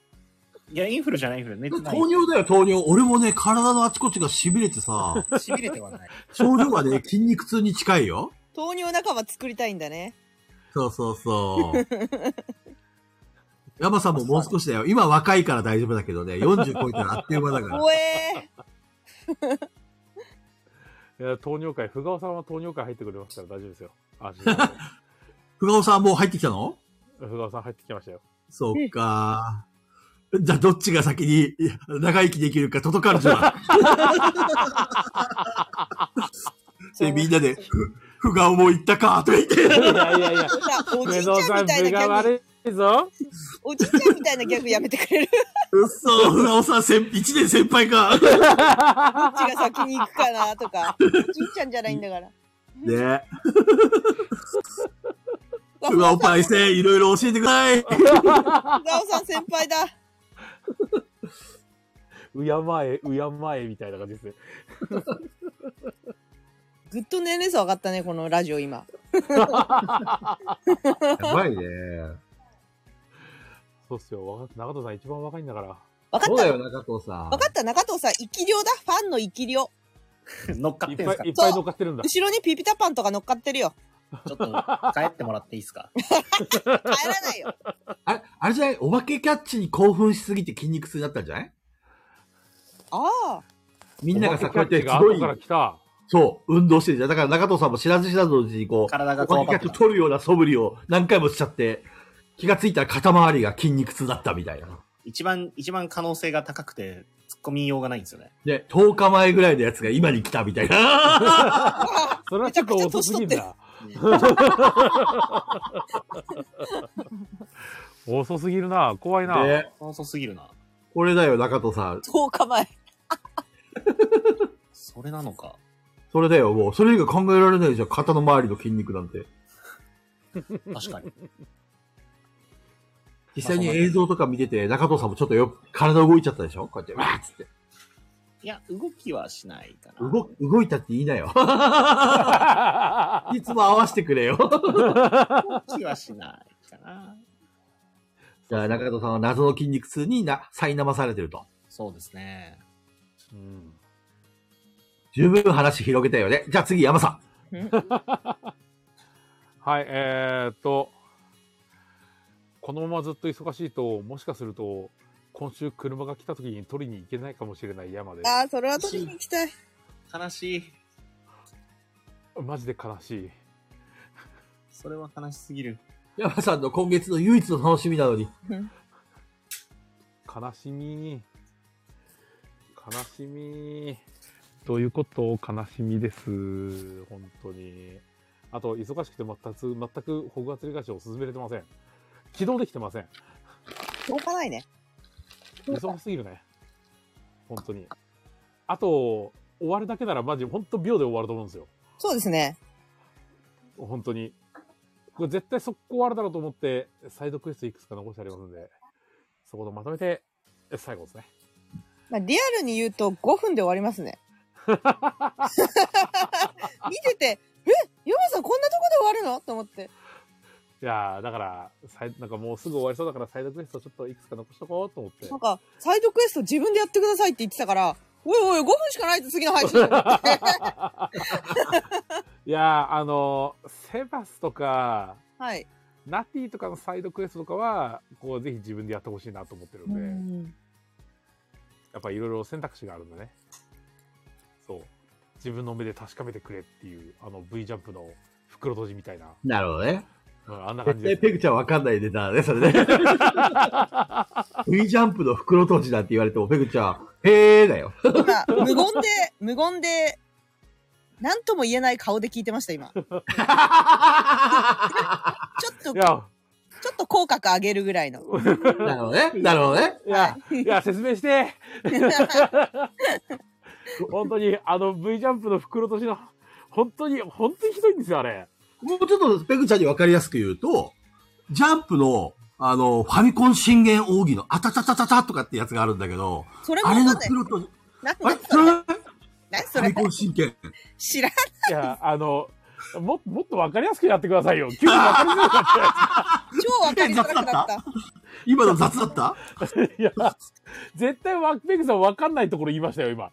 [SPEAKER 4] いや、インフルじゃない、インフル。熱ない。
[SPEAKER 3] 糖尿だよ、糖尿。俺もね、体のあちこちが痺れてさ、
[SPEAKER 4] 痺れてはない。
[SPEAKER 3] 症状が ね、筋肉痛に近いよ。
[SPEAKER 1] 糖尿仲間作りたいんだね。
[SPEAKER 3] そうそう そう。山さんももう少しだよ。今若いから大丈夫だけどね、40超えたらあっという間だか ら。
[SPEAKER 1] 怖え
[SPEAKER 2] いや、糖尿会、ふがおさんは糖尿会入ってくれましたから大丈夫ですよ。安心して
[SPEAKER 3] ふがおさんはもう入ってきたの
[SPEAKER 2] ふがおさん入ってきましたよ。
[SPEAKER 3] そっか。じゃあ、どっちが先にいや長生きできるか、トトカルチ は。で、みんなで、ふ、ふがおも言ったか、とか言って。
[SPEAKER 2] いやいやい
[SPEAKER 1] ー。な
[SPEAKER 2] や、
[SPEAKER 1] んかおじ
[SPEAKER 2] 梅
[SPEAKER 1] いちゃ
[SPEAKER 2] 沢
[SPEAKER 1] ん
[SPEAKER 2] さん、
[SPEAKER 1] みたいなギ
[SPEAKER 2] 分 が
[SPEAKER 1] ャグ、
[SPEAKER 2] 悪いぞ。
[SPEAKER 1] おじいちゃんみたいなギャグ やめてくれる
[SPEAKER 3] うっそ、ふがおさん、先、一年先輩 か。
[SPEAKER 1] どっちが先に行くかなと か。おじいちゃんじゃないんだから。
[SPEAKER 3] ねふがおパイセン、いろいろ教えてください。
[SPEAKER 1] ふがおさん先輩だ。
[SPEAKER 2] うやまえ、うやまえみたいな感じですね。
[SPEAKER 1] ぐっと年齢層上がったね、このラジオ今。
[SPEAKER 3] やばいね。
[SPEAKER 2] そうっすよ。わか中田さん一番若いんだから。
[SPEAKER 1] 分かった
[SPEAKER 3] よ、中藤さ
[SPEAKER 1] 分かった中藤さん、生き量だ。ファンの生き量。
[SPEAKER 4] 乗っかっ
[SPEAKER 2] いってぱ
[SPEAKER 4] んす
[SPEAKER 2] い
[SPEAKER 4] か
[SPEAKER 2] いっぱい乗っかってるんだ。
[SPEAKER 1] 後ろにピピタパンとか乗っかってるよ。
[SPEAKER 4] ちょっと帰ってもらっていいですか
[SPEAKER 1] 帰ら ないよ。
[SPEAKER 3] あれ、あれじゃないお化けキャッチに興奮しすぎて筋肉痛だったんじゃない
[SPEAKER 1] ああ。
[SPEAKER 3] みんながさ、
[SPEAKER 2] お
[SPEAKER 3] こうや
[SPEAKER 2] 化
[SPEAKER 3] っ
[SPEAKER 2] け
[SPEAKER 3] て
[SPEAKER 2] キ
[SPEAKER 3] す
[SPEAKER 2] ャッチが
[SPEAKER 3] ご
[SPEAKER 2] 後から
[SPEAKER 3] い、
[SPEAKER 2] 来た。
[SPEAKER 3] そう、運動してるじゃん。だから中藤さんも知らず知らずのうちにこう、
[SPEAKER 4] 体が
[SPEAKER 3] お
[SPEAKER 4] こ
[SPEAKER 3] 化
[SPEAKER 4] わ
[SPEAKER 3] けキ
[SPEAKER 4] ばっ
[SPEAKER 3] ャッ
[SPEAKER 4] て
[SPEAKER 3] チ
[SPEAKER 4] た
[SPEAKER 3] 取るような素振りを何回もしちゃって、気がついたら肩周りが筋肉痛だったみたいな。
[SPEAKER 4] 一番、一番可能性が高くて、突っ込みようがないんですよね。
[SPEAKER 3] で、10日前ぐらいのやつが今に来たみた いな。
[SPEAKER 2] それはちょっと遅すぎん
[SPEAKER 1] めちゃ
[SPEAKER 2] だ。遅すぎるな。怖いな。
[SPEAKER 3] で、
[SPEAKER 4] 遅すぎるな。
[SPEAKER 3] これだよ、中藤さん。
[SPEAKER 1] 10日前。
[SPEAKER 4] それなのか。
[SPEAKER 3] それだよ、もう。それ以外考えられないじゃん、肩の周りの筋肉なんて。
[SPEAKER 4] 確かに。
[SPEAKER 3] 実際に映像とか見てて、中藤さんもちょっとよく体動いちゃったでしょこうやって、わーっつって。
[SPEAKER 4] いや、動きはしないかな。
[SPEAKER 3] 動、動いたって言いなよ。 いつも合わせてくれよ。
[SPEAKER 4] 動きはしないかな。
[SPEAKER 3] じゃあ中藤さんは謎の筋肉痛にな、苛まされてると。
[SPEAKER 4] そうですね。
[SPEAKER 2] うん。
[SPEAKER 3] 十分話広げたよね。じゃあ次、山さん。
[SPEAKER 2] はい、えー、っと、このままずっと忙しいと、もしかすると、今週車が来た時に取りに行けないかもしれない山で、
[SPEAKER 1] ああ、それは取りに行きたい。
[SPEAKER 4] 悲しい。
[SPEAKER 2] マジで悲しい。
[SPEAKER 4] それは悲しすぎる。
[SPEAKER 3] 山さんの今月の唯一の楽しみなのに。
[SPEAKER 2] 悲しみ。悲しみ。どういうことを悲しみです。本当に。あと、忙しくて全く、全く、ホグワーツ理科書を進めれてません。起動できてません。
[SPEAKER 1] しょうがないね。
[SPEAKER 2] 忙しすぎるね。本当に。あと、終わるだけならマジ、本当秒で終わると思うんですよ。
[SPEAKER 1] そうですね。
[SPEAKER 2] 本当に。これ絶対速攻あるだろうと思って、サイドクエストいくつか残してありますんで、そことまとめて、最後ですね。
[SPEAKER 1] まあ、リアルに言うと5分で終わります ね。見てて、えヨマさんこんなとこで終わるのと思って。
[SPEAKER 2] いやー、だから、サイなんかもうすぐ終わりそうだから、サイドクエストちょっといくつか残しとこうと思って
[SPEAKER 1] なん。か、サイドクエスト自分でやってくださいって言ってたから、おいおい、5分しかないと次の配信だ と思って。
[SPEAKER 2] いやー、あのーセバスとか、
[SPEAKER 1] はい。
[SPEAKER 2] ナティとかのサイドクエストとかは、こう、ぜひ自分でやってほしいなと思ってるんで、やっぱいろいろ選択肢があるんだね。そう。自分の目で確かめてくれっていう、あの V ジャンプの袋閉じみたいな、
[SPEAKER 3] なるほどね。
[SPEAKER 2] うんあんな感
[SPEAKER 3] 絶
[SPEAKER 2] じですね、
[SPEAKER 3] 対ペグちゃんわかんないネタだね、それね。V ジャンプの袋閉じなんて言われても、ペグちゃん、へーだ よ。
[SPEAKER 1] 今、無言で、無言で、なんとも言えない顔で聞いてました、今。ちょっと、
[SPEAKER 2] い
[SPEAKER 1] ちょ
[SPEAKER 2] や、
[SPEAKER 1] っと口角上げるぐらいの。
[SPEAKER 3] なるほどね。なるほどね。
[SPEAKER 2] いや、いや、説明して。本当に、あの V ジャンプの袋閉じの、本当に、本当にひどいんですよ、あれ。
[SPEAKER 3] もうちょっとペグちゃんにわかりやすく言うと、ジャンプの、あの、ファミコン信玄奥義の、あたたたたたとかってやつがあるんだけど、
[SPEAKER 1] それも
[SPEAKER 3] あれ
[SPEAKER 1] 分か
[SPEAKER 3] の
[SPEAKER 1] んない。
[SPEAKER 3] 袋閉じ、
[SPEAKER 1] な
[SPEAKER 3] あ
[SPEAKER 1] な
[SPEAKER 3] れ知らない
[SPEAKER 1] 何
[SPEAKER 3] フ
[SPEAKER 1] そ
[SPEAKER 3] ァ
[SPEAKER 1] れ
[SPEAKER 3] ミコン信玄。
[SPEAKER 1] 知らん。
[SPEAKER 2] いや、あの、ももっとわかりやすくやってくださいよ。急にわかりづらくなっちゃ
[SPEAKER 1] 超わかりづらくなった。
[SPEAKER 3] 今の雑だった
[SPEAKER 2] う。いや、絶対ワックペグさんわかんないところ言いましたよ、今。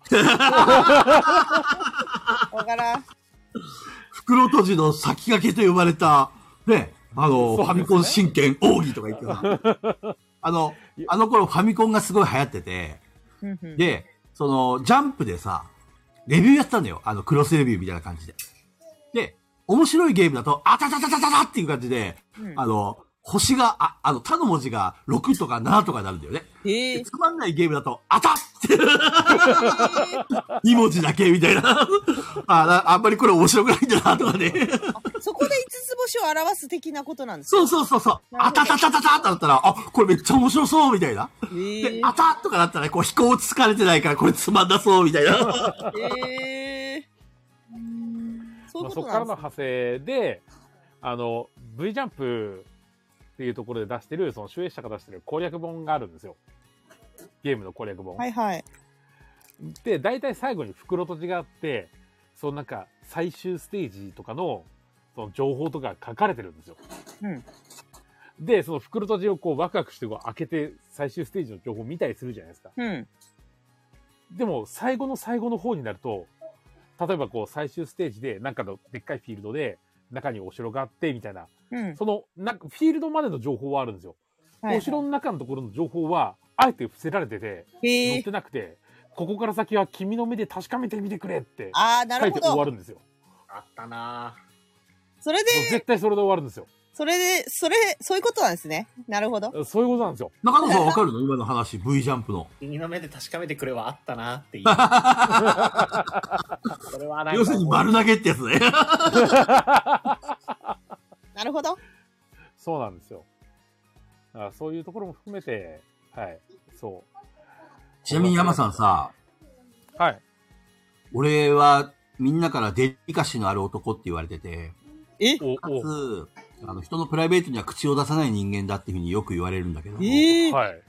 [SPEAKER 1] わからん。
[SPEAKER 3] 袋閉じの先駆けと呼ばれた、ね、あの、
[SPEAKER 2] そうですね
[SPEAKER 3] ファミコン真剣奥義とか言ってた。 あの、あの頃ファミコンがすごい流行ってて、
[SPEAKER 1] うんうん
[SPEAKER 3] で、その、ジャンプでさ、レビューやってたのよ。あの、クロスレビューみたいな感じで。で、面白いゲームだと、あたたたたたたっていう感じで、
[SPEAKER 1] うん
[SPEAKER 3] あの、星が、あ、あの、他の文字が6とか7とかになるんだよね。
[SPEAKER 1] へえ
[SPEAKER 3] でつまんないゲームだと、あたって、2文字だけみたいな。 あな、あんまりこれ面白くないんだな、とかね。
[SPEAKER 1] そこで5つ星を表す的なことなんですか
[SPEAKER 3] そうそうそうそう。あたたたたたってなったら、あ、これめっちゃ面白そうみたいな。
[SPEAKER 1] へ
[SPEAKER 3] で
[SPEAKER 1] え、
[SPEAKER 3] あたとかなったら、こう飛行つかれてないから、これつまんなそうみた いな。
[SPEAKER 1] へえそういう
[SPEAKER 2] まあ、
[SPEAKER 1] こ
[SPEAKER 2] そ
[SPEAKER 1] と
[SPEAKER 2] こか
[SPEAKER 1] な
[SPEAKER 2] ら
[SPEAKER 1] んで
[SPEAKER 2] の
[SPEAKER 1] す
[SPEAKER 2] 派生で、あの、V ジャンプっていうところで出してる、その、主演者が出してる攻略本があるんですよ。ゲームの攻略本。
[SPEAKER 1] はいはい。
[SPEAKER 2] で、大体最後に袋閉じがあって、そのなんか、最終ステージとかの、その情報とか書かれてるんですよ。
[SPEAKER 1] うん
[SPEAKER 2] で、その袋閉じをこうワクワクしてこう開けて、最終ステージの情報を見たりするじゃないですか。
[SPEAKER 1] うん。
[SPEAKER 2] でも、最後の最後の方になると、例えばこう最終ステージで、なんかのでっかいフィールドで、中にお城があって、みたいな。
[SPEAKER 1] うん。
[SPEAKER 2] その、なんかフィールドまでの情報はあるんですよ。
[SPEAKER 1] はい
[SPEAKER 2] お城の中のところの情報は、あえて伏せられてて、
[SPEAKER 1] へ
[SPEAKER 2] 載っ
[SPEAKER 1] え。
[SPEAKER 2] てなくて、ここから先は君の目で確かめてみてくれって
[SPEAKER 1] ああ、な
[SPEAKER 2] 書
[SPEAKER 1] る
[SPEAKER 2] いて
[SPEAKER 1] ほ
[SPEAKER 2] 終わ
[SPEAKER 1] ど。
[SPEAKER 2] るんですよ。
[SPEAKER 4] あったなぁ。
[SPEAKER 1] それ
[SPEAKER 2] もう
[SPEAKER 1] で、
[SPEAKER 2] 絶対それで終わるんですよ。
[SPEAKER 1] それで、それ、そういうことなんですね。なるほど。
[SPEAKER 2] そういうことなんですよ。
[SPEAKER 3] 中野さんわかるの今の話、V ジャンプの。
[SPEAKER 4] 君の目で確かめてくれはあったなって言う。それはなんか
[SPEAKER 3] 要するに丸投げってやつね。
[SPEAKER 1] なるほど。
[SPEAKER 2] そうなんですよ。だからそういうところも含めて、はい、そ
[SPEAKER 3] ちなみに山さんさ、
[SPEAKER 2] う。はい。
[SPEAKER 3] 俺はみんなからデリカシーのある男って言われてて、
[SPEAKER 1] え
[SPEAKER 2] お、
[SPEAKER 3] か
[SPEAKER 2] お、
[SPEAKER 3] つ、あの、人のプライベートには口を出さない人間だっていうふうによく言われるんだけど、
[SPEAKER 1] ええ
[SPEAKER 2] はい。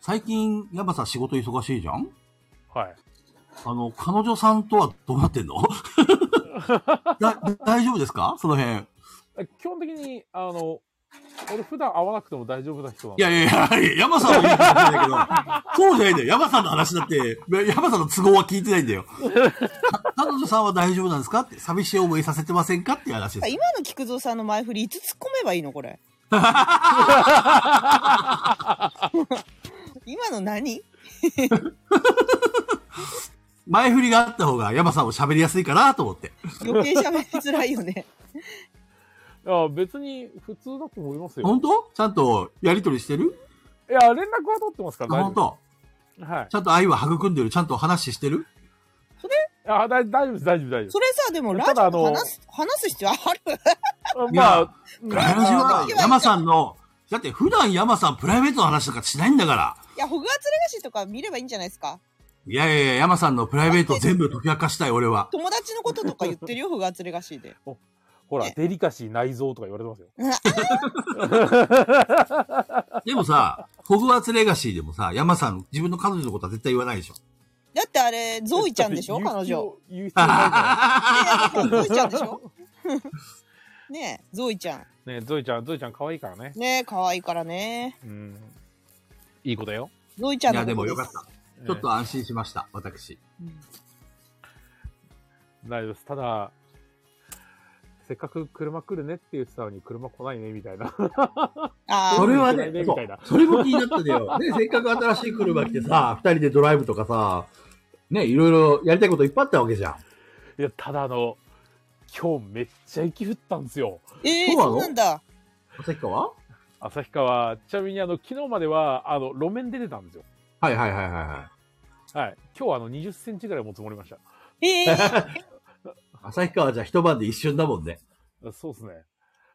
[SPEAKER 3] 最近、山さん仕事忙しいじゃん
[SPEAKER 2] はい。
[SPEAKER 3] あの、彼女さんとはどうなってんの だ 大丈夫ですかその辺。い
[SPEAKER 2] 基本的に、あの、俺普段会わなくても大丈夫な人なんで
[SPEAKER 3] やいやいやいや、山さんは言うことじゃないけど、そうじゃないんだよ。山さんの話だって、山さんの都合は聞いてないんだよ。か彼女さんは大丈夫なんですかって、寂しい思いさせてませんかっていう話です。
[SPEAKER 1] 今の菊蔵さんの前振りいつ突っ込めばいいのこ れ今の何
[SPEAKER 3] 前振りがあった方が山さんも喋りやすいかなと思って。
[SPEAKER 1] 余計喋りづらいよね
[SPEAKER 2] いや、別に普通だと思いますよ。
[SPEAKER 3] 本当ちゃんとやりとりしてる
[SPEAKER 2] いや、連絡は取ってますから、大
[SPEAKER 3] 本
[SPEAKER 2] 丈
[SPEAKER 3] 当
[SPEAKER 2] 夫。はい。
[SPEAKER 3] ちゃんと愛は育んでるちゃんと話してる
[SPEAKER 2] あ、だ大丈夫です、大丈夫、大丈
[SPEAKER 1] それさでもラジ
[SPEAKER 2] ただ
[SPEAKER 1] オ
[SPEAKER 2] あの
[SPEAKER 1] で話す話す必要ある
[SPEAKER 2] 夫。
[SPEAKER 3] い
[SPEAKER 2] ま
[SPEAKER 3] や
[SPEAKER 2] あ、
[SPEAKER 3] ガヤラジは山さんの、だって普段山さんプライベートの話とかしないんだから。
[SPEAKER 1] いやホグワーツレガシーとか見ればいいんじゃないですか
[SPEAKER 3] いやいやいや、山さんのプライベート全部解き明かしたい、俺は。
[SPEAKER 1] 友達のこととか言ってるよホグワーツレガシーで
[SPEAKER 2] ほら、デリカシー内臓とか言われてますよ。
[SPEAKER 3] でもさ、ホグワーツレガシーでもさ、山さん、自分の彼女のことは絶対言わないでしょ。
[SPEAKER 1] だってあれゾウイちゃんでしょ彼女。
[SPEAKER 2] 言う必要ない か
[SPEAKER 1] ねえゾウイちゃんでしょ ねえゾウイちゃん
[SPEAKER 2] ら。ねゾイちゃん、ゾイちゃん可愛いからね。
[SPEAKER 1] ねえ可愛いからね
[SPEAKER 2] うん。いい子だよ。
[SPEAKER 1] ゾイちゃん
[SPEAKER 3] い
[SPEAKER 1] の
[SPEAKER 3] や、でも
[SPEAKER 1] こと
[SPEAKER 3] よか
[SPEAKER 1] す
[SPEAKER 3] った。ちょっと安心しました、私。
[SPEAKER 2] 大丈夫です。ただ、せっかく車来るねって言ってたのに車来ないねみたいな。
[SPEAKER 1] あ
[SPEAKER 3] そ
[SPEAKER 1] あ
[SPEAKER 3] れはね
[SPEAKER 2] みたい、な
[SPEAKER 3] そ
[SPEAKER 2] み
[SPEAKER 3] う
[SPEAKER 2] たいな
[SPEAKER 3] それも気になったんだよ。ね、せっかく新しい車来て さ、二人でドライブとかさ、ね、いろいろやりたいこといっぱいあったわけじゃん。
[SPEAKER 2] いや、ただあの、今日めっちゃ雪降ったんですよ。
[SPEAKER 1] ええ
[SPEAKER 3] そうなの
[SPEAKER 1] そうなんだ
[SPEAKER 3] 旭川
[SPEAKER 2] 旭川、ちなみにあの、昨日までは、あの、路面出てたんですよ。
[SPEAKER 3] はいはいはいはいは
[SPEAKER 2] はい。今日はあの、20センチぐらいも積もりました。
[SPEAKER 1] ええ
[SPEAKER 3] い。旭川じゃ一晩で一瞬だもんね。
[SPEAKER 2] あそうですね。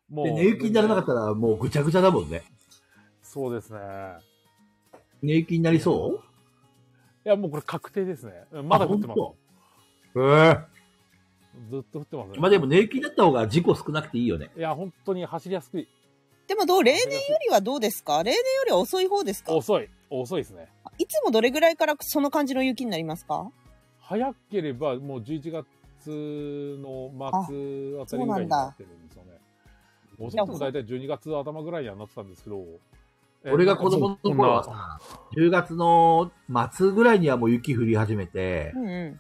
[SPEAKER 2] も
[SPEAKER 3] で、寝行きにならなかっ
[SPEAKER 2] た。
[SPEAKER 3] たらもうぐちゃぐちゃだもんね。
[SPEAKER 2] そうですね。
[SPEAKER 3] 寝行きになりそ
[SPEAKER 2] いや、もうこれ確定ですね。うんまだ降ってます
[SPEAKER 3] あ。うへえ。
[SPEAKER 2] ずっと降ってますね。
[SPEAKER 3] まあでも寝行きだった方が事故少なくていいよね。
[SPEAKER 2] いや、本当に走りやすく、
[SPEAKER 1] でもどう例年よりはどうですか例年よりは遅い方ですか
[SPEAKER 2] 遅い。遅いですね。
[SPEAKER 1] いつもどれぐらいからその感じの雪になりますか
[SPEAKER 2] 早ければ、もう11月の末あたりぐらいになってるんですよね。遅くとも大体12月頭ぐらいにはなってたんですけど。えー
[SPEAKER 3] 俺が子供の
[SPEAKER 2] こん
[SPEAKER 3] 頃
[SPEAKER 2] な
[SPEAKER 3] はさ、10月の末ぐらいにはもう雪降り始めて
[SPEAKER 1] う、んう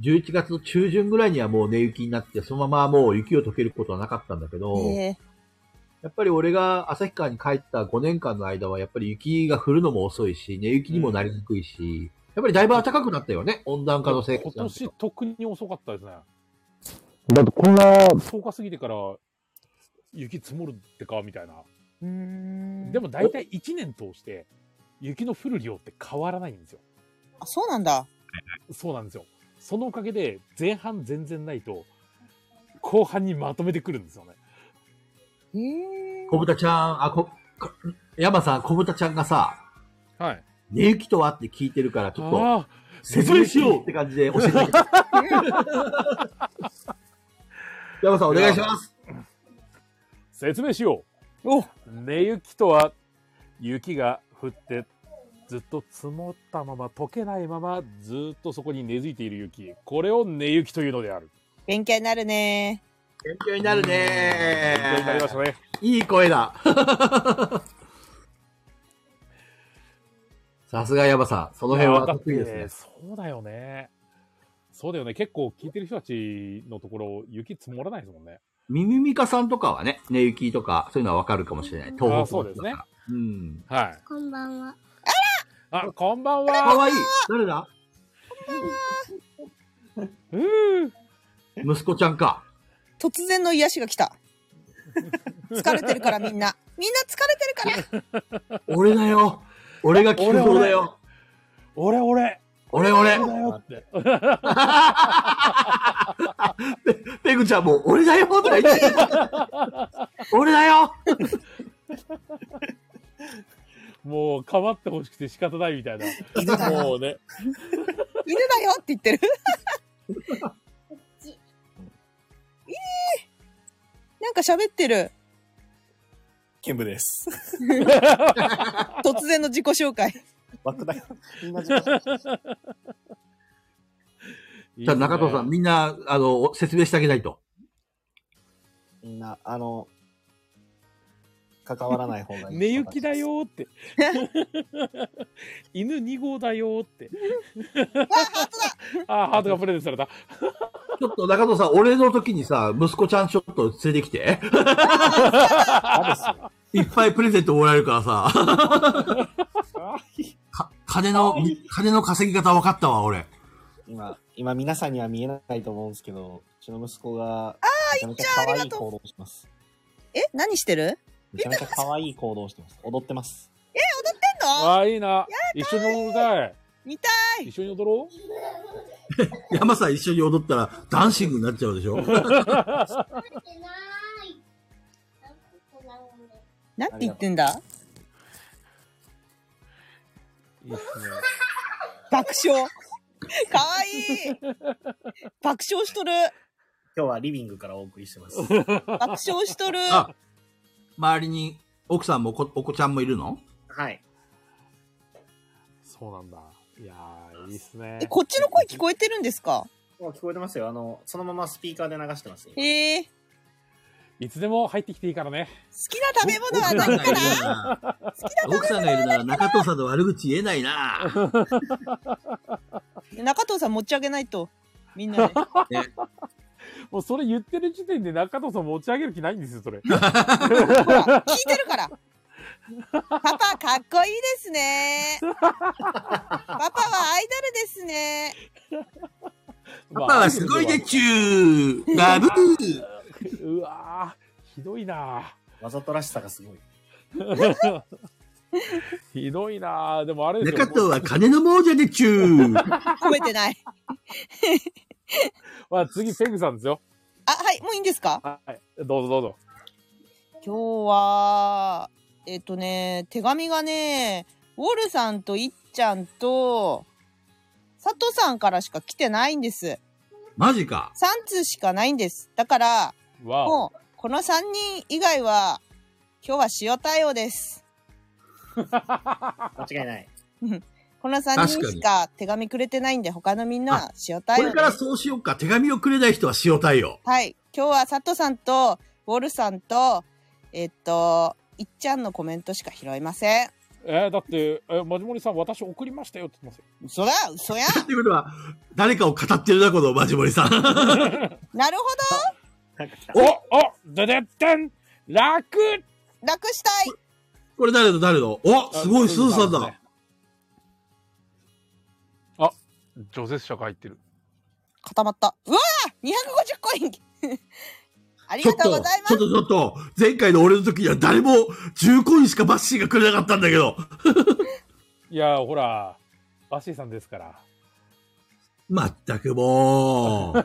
[SPEAKER 3] 11月の中旬ぐらいにはもう寝雪になって、そのままもう雪を溶けることはなかったんだけど
[SPEAKER 1] ん。、ええ
[SPEAKER 3] やっぱり俺が旭川に帰った5年間の間は、やっぱり雪が降るのも遅いし、寝雪にもなりにくいし、やっぱりだいぶ暖かくなったよね、温暖化のせい
[SPEAKER 2] 今年特に遅かったですね。
[SPEAKER 6] だってこんな、
[SPEAKER 2] 10日過ぎてから雪積もるってかみたいな。
[SPEAKER 1] うーん。
[SPEAKER 2] でも大体1年通して雪の降る量って変わらないんですよ。
[SPEAKER 1] あ、そうなんだ。
[SPEAKER 2] そうなんですよ。そのおかげで前半全然ないと後半にまとめてくるんですよね。
[SPEAKER 1] ええ
[SPEAKER 3] 小豚ちゃん、あ、こ、こ山さん、小豚ちゃんがさ、
[SPEAKER 2] はい。
[SPEAKER 3] 寝雪とはって聞いてるから、ちょっと、
[SPEAKER 2] ああ、
[SPEAKER 3] 説明しようって感じで教えてくれた。山さん、お願いします。
[SPEAKER 2] 説明しよ
[SPEAKER 1] お
[SPEAKER 2] う。寝雪とは雪が降ってずっと積もったまま溶けないままずっとそこに根付いている雪。これを寝雪というのである。
[SPEAKER 1] 勉強になるね。
[SPEAKER 3] 勉強になる
[SPEAKER 2] 勉強になりましたね。
[SPEAKER 3] いい 声だ。さすが山さん、その辺は得意で
[SPEAKER 2] い
[SPEAKER 3] す
[SPEAKER 2] や
[SPEAKER 3] ね
[SPEAKER 2] だっ。てそうだよね。そうだよね。結構聞いてる人たちのところ、雪積もらないですもんね。
[SPEAKER 3] ミミミカさんとかはね、寝行きとか、そういうのはわかるかもしれない。東北の
[SPEAKER 2] あそうですね
[SPEAKER 3] 人だから。うん。
[SPEAKER 2] はい。
[SPEAKER 5] こんばんは。
[SPEAKER 2] あ、こんばん
[SPEAKER 3] か
[SPEAKER 2] は。
[SPEAKER 3] わいい誰だ
[SPEAKER 2] うー
[SPEAKER 3] 息子ちゃんか。
[SPEAKER 1] 突然の癒しが来た。疲れてるからみんな。みんな疲れてるから。
[SPEAKER 3] 俺だよ。俺が聞くそうだよ。
[SPEAKER 2] 俺、俺。
[SPEAKER 3] 俺俺。
[SPEAKER 2] だよって。
[SPEAKER 3] ペグちゃんも、俺だよとか言って。 俺だよ
[SPEAKER 2] もう、かまってほしくて仕方ないみたいな。もうね。
[SPEAKER 1] 犬だよって言ってる。ええなんか喋ってる。
[SPEAKER 4] 剣舞です。
[SPEAKER 1] 突然の自己紹介。
[SPEAKER 4] バックだよ。みんな自己紹介
[SPEAKER 2] いい
[SPEAKER 3] じゃあ中藤さん、みんな、あの、説明してあげないと。
[SPEAKER 4] みんな、あの、関わらない方がいい。
[SPEAKER 2] 寝行きだ。よ ーって。犬2号だよーって。あー、ハートがプレゼントされた。
[SPEAKER 3] ちょっと中藤さん、俺の時にさ、息子ちゃんちょっと連れてきて。いっぱいプレゼントもらえるからさ、か金の、金の稼ぎ方分かったわ、俺。
[SPEAKER 4] 今、今皆さんには見えないと思うんですけど、うちの息子が、めちゃめちゃ可愛い行動をします。
[SPEAKER 1] え何してる
[SPEAKER 4] めちゃめちゃ可愛い行動をしてます。踊ってます。
[SPEAKER 1] てんの
[SPEAKER 2] ああ、いいな。一緒に踊りたい。
[SPEAKER 1] 見たい
[SPEAKER 2] 一緒に踊ろう。
[SPEAKER 3] 山さん一緒に踊ったらダンシングになっちゃうでしょ
[SPEAKER 5] 食べてない。食べてないんで
[SPEAKER 1] なんて言ってんだ
[SPEAKER 2] いいですね。
[SPEAKER 1] 爆笑。かわいい爆笑しとる。
[SPEAKER 4] 今日はリビングからお送りしてます。
[SPEAKER 1] 爆笑しとる。
[SPEAKER 3] あ、周りに奥さんもお子お子ちゃんもいるの
[SPEAKER 4] はい。
[SPEAKER 2] そうなんだ。いやー、いいっすね
[SPEAKER 1] え、。こっちの声聞こえてるんですか
[SPEAKER 4] もう聞こえてますよ。あの、そのままスピーカーで流してます。
[SPEAKER 1] へえ好
[SPEAKER 2] いつでも入ってきていいからね。
[SPEAKER 1] きな食べ物は
[SPEAKER 3] 奥さん
[SPEAKER 1] 何
[SPEAKER 3] が
[SPEAKER 1] か
[SPEAKER 3] い
[SPEAKER 1] な
[SPEAKER 3] るなら奥さんがいるなら中藤さんの悪口言えないな。
[SPEAKER 1] 中藤さん持ち上げないと。みんなで。
[SPEAKER 2] もうそれ言ってる時点で中藤さん持ち上げる気ないんですよ、 それ。
[SPEAKER 1] ほら、聞いてるから。パパ、かっこいいですね。パパはアイドルですね。
[SPEAKER 3] パパはすごいでちゅー。ラブー。
[SPEAKER 2] うわー、ひどいな
[SPEAKER 4] わざとらしさがすごい。
[SPEAKER 2] ーひどいなーでもあれです
[SPEAKER 3] 中
[SPEAKER 2] よ。
[SPEAKER 3] 藤は金の亡者でちゅー。
[SPEAKER 1] 褒めてない。
[SPEAKER 2] まあ、次、ペグさんですよ。
[SPEAKER 1] あ、はい、もういいんですか
[SPEAKER 2] はい。どうぞどうぞ。
[SPEAKER 1] 今日は、えっとね、手紙がね、ウォルさんといっちゃんと、佐藤さんからしか来てないんです。
[SPEAKER 3] マジか。
[SPEAKER 1] 3通しかないんです。だから、
[SPEAKER 2] わお。
[SPEAKER 1] もう、この3人以外は、今日は塩対応です。
[SPEAKER 4] 間違いない。
[SPEAKER 1] この3人しか手紙くれてないんで、他のみんなは塩対
[SPEAKER 3] こ
[SPEAKER 1] 応
[SPEAKER 3] れ
[SPEAKER 1] で
[SPEAKER 3] から
[SPEAKER 1] す。
[SPEAKER 3] そうしようか。手紙をくれない人は塩対応。
[SPEAKER 1] はい。今日は佐藤さんと、ウォルさんと、えっと、いっちゃんのコメントしか拾いません。
[SPEAKER 2] えー、だって、えマジモリさん、私送りましたよって言って
[SPEAKER 1] 嘘だ嘘 や
[SPEAKER 3] っていうことは、誰かを語ってるな、このマジモリさん。
[SPEAKER 1] なるほ
[SPEAKER 4] なんか来た
[SPEAKER 2] ますよ。おおででってん楽
[SPEAKER 1] ど楽したい
[SPEAKER 3] これ誰の誰のおすごい、スーさん
[SPEAKER 2] です
[SPEAKER 3] だ
[SPEAKER 2] ね。あ、除雪車が入ってる。
[SPEAKER 1] 固まった。うわー !250 コイン あり
[SPEAKER 3] ちょ
[SPEAKER 1] がとう
[SPEAKER 3] っと、ちょ
[SPEAKER 1] ご
[SPEAKER 3] っ
[SPEAKER 1] ざいます
[SPEAKER 3] と、ちょっと、前回の俺の時には誰も10コインしかバッシーがくれなかったんだけど。
[SPEAKER 2] いやー、ほら、バッシーさんですから。
[SPEAKER 3] まったく もう。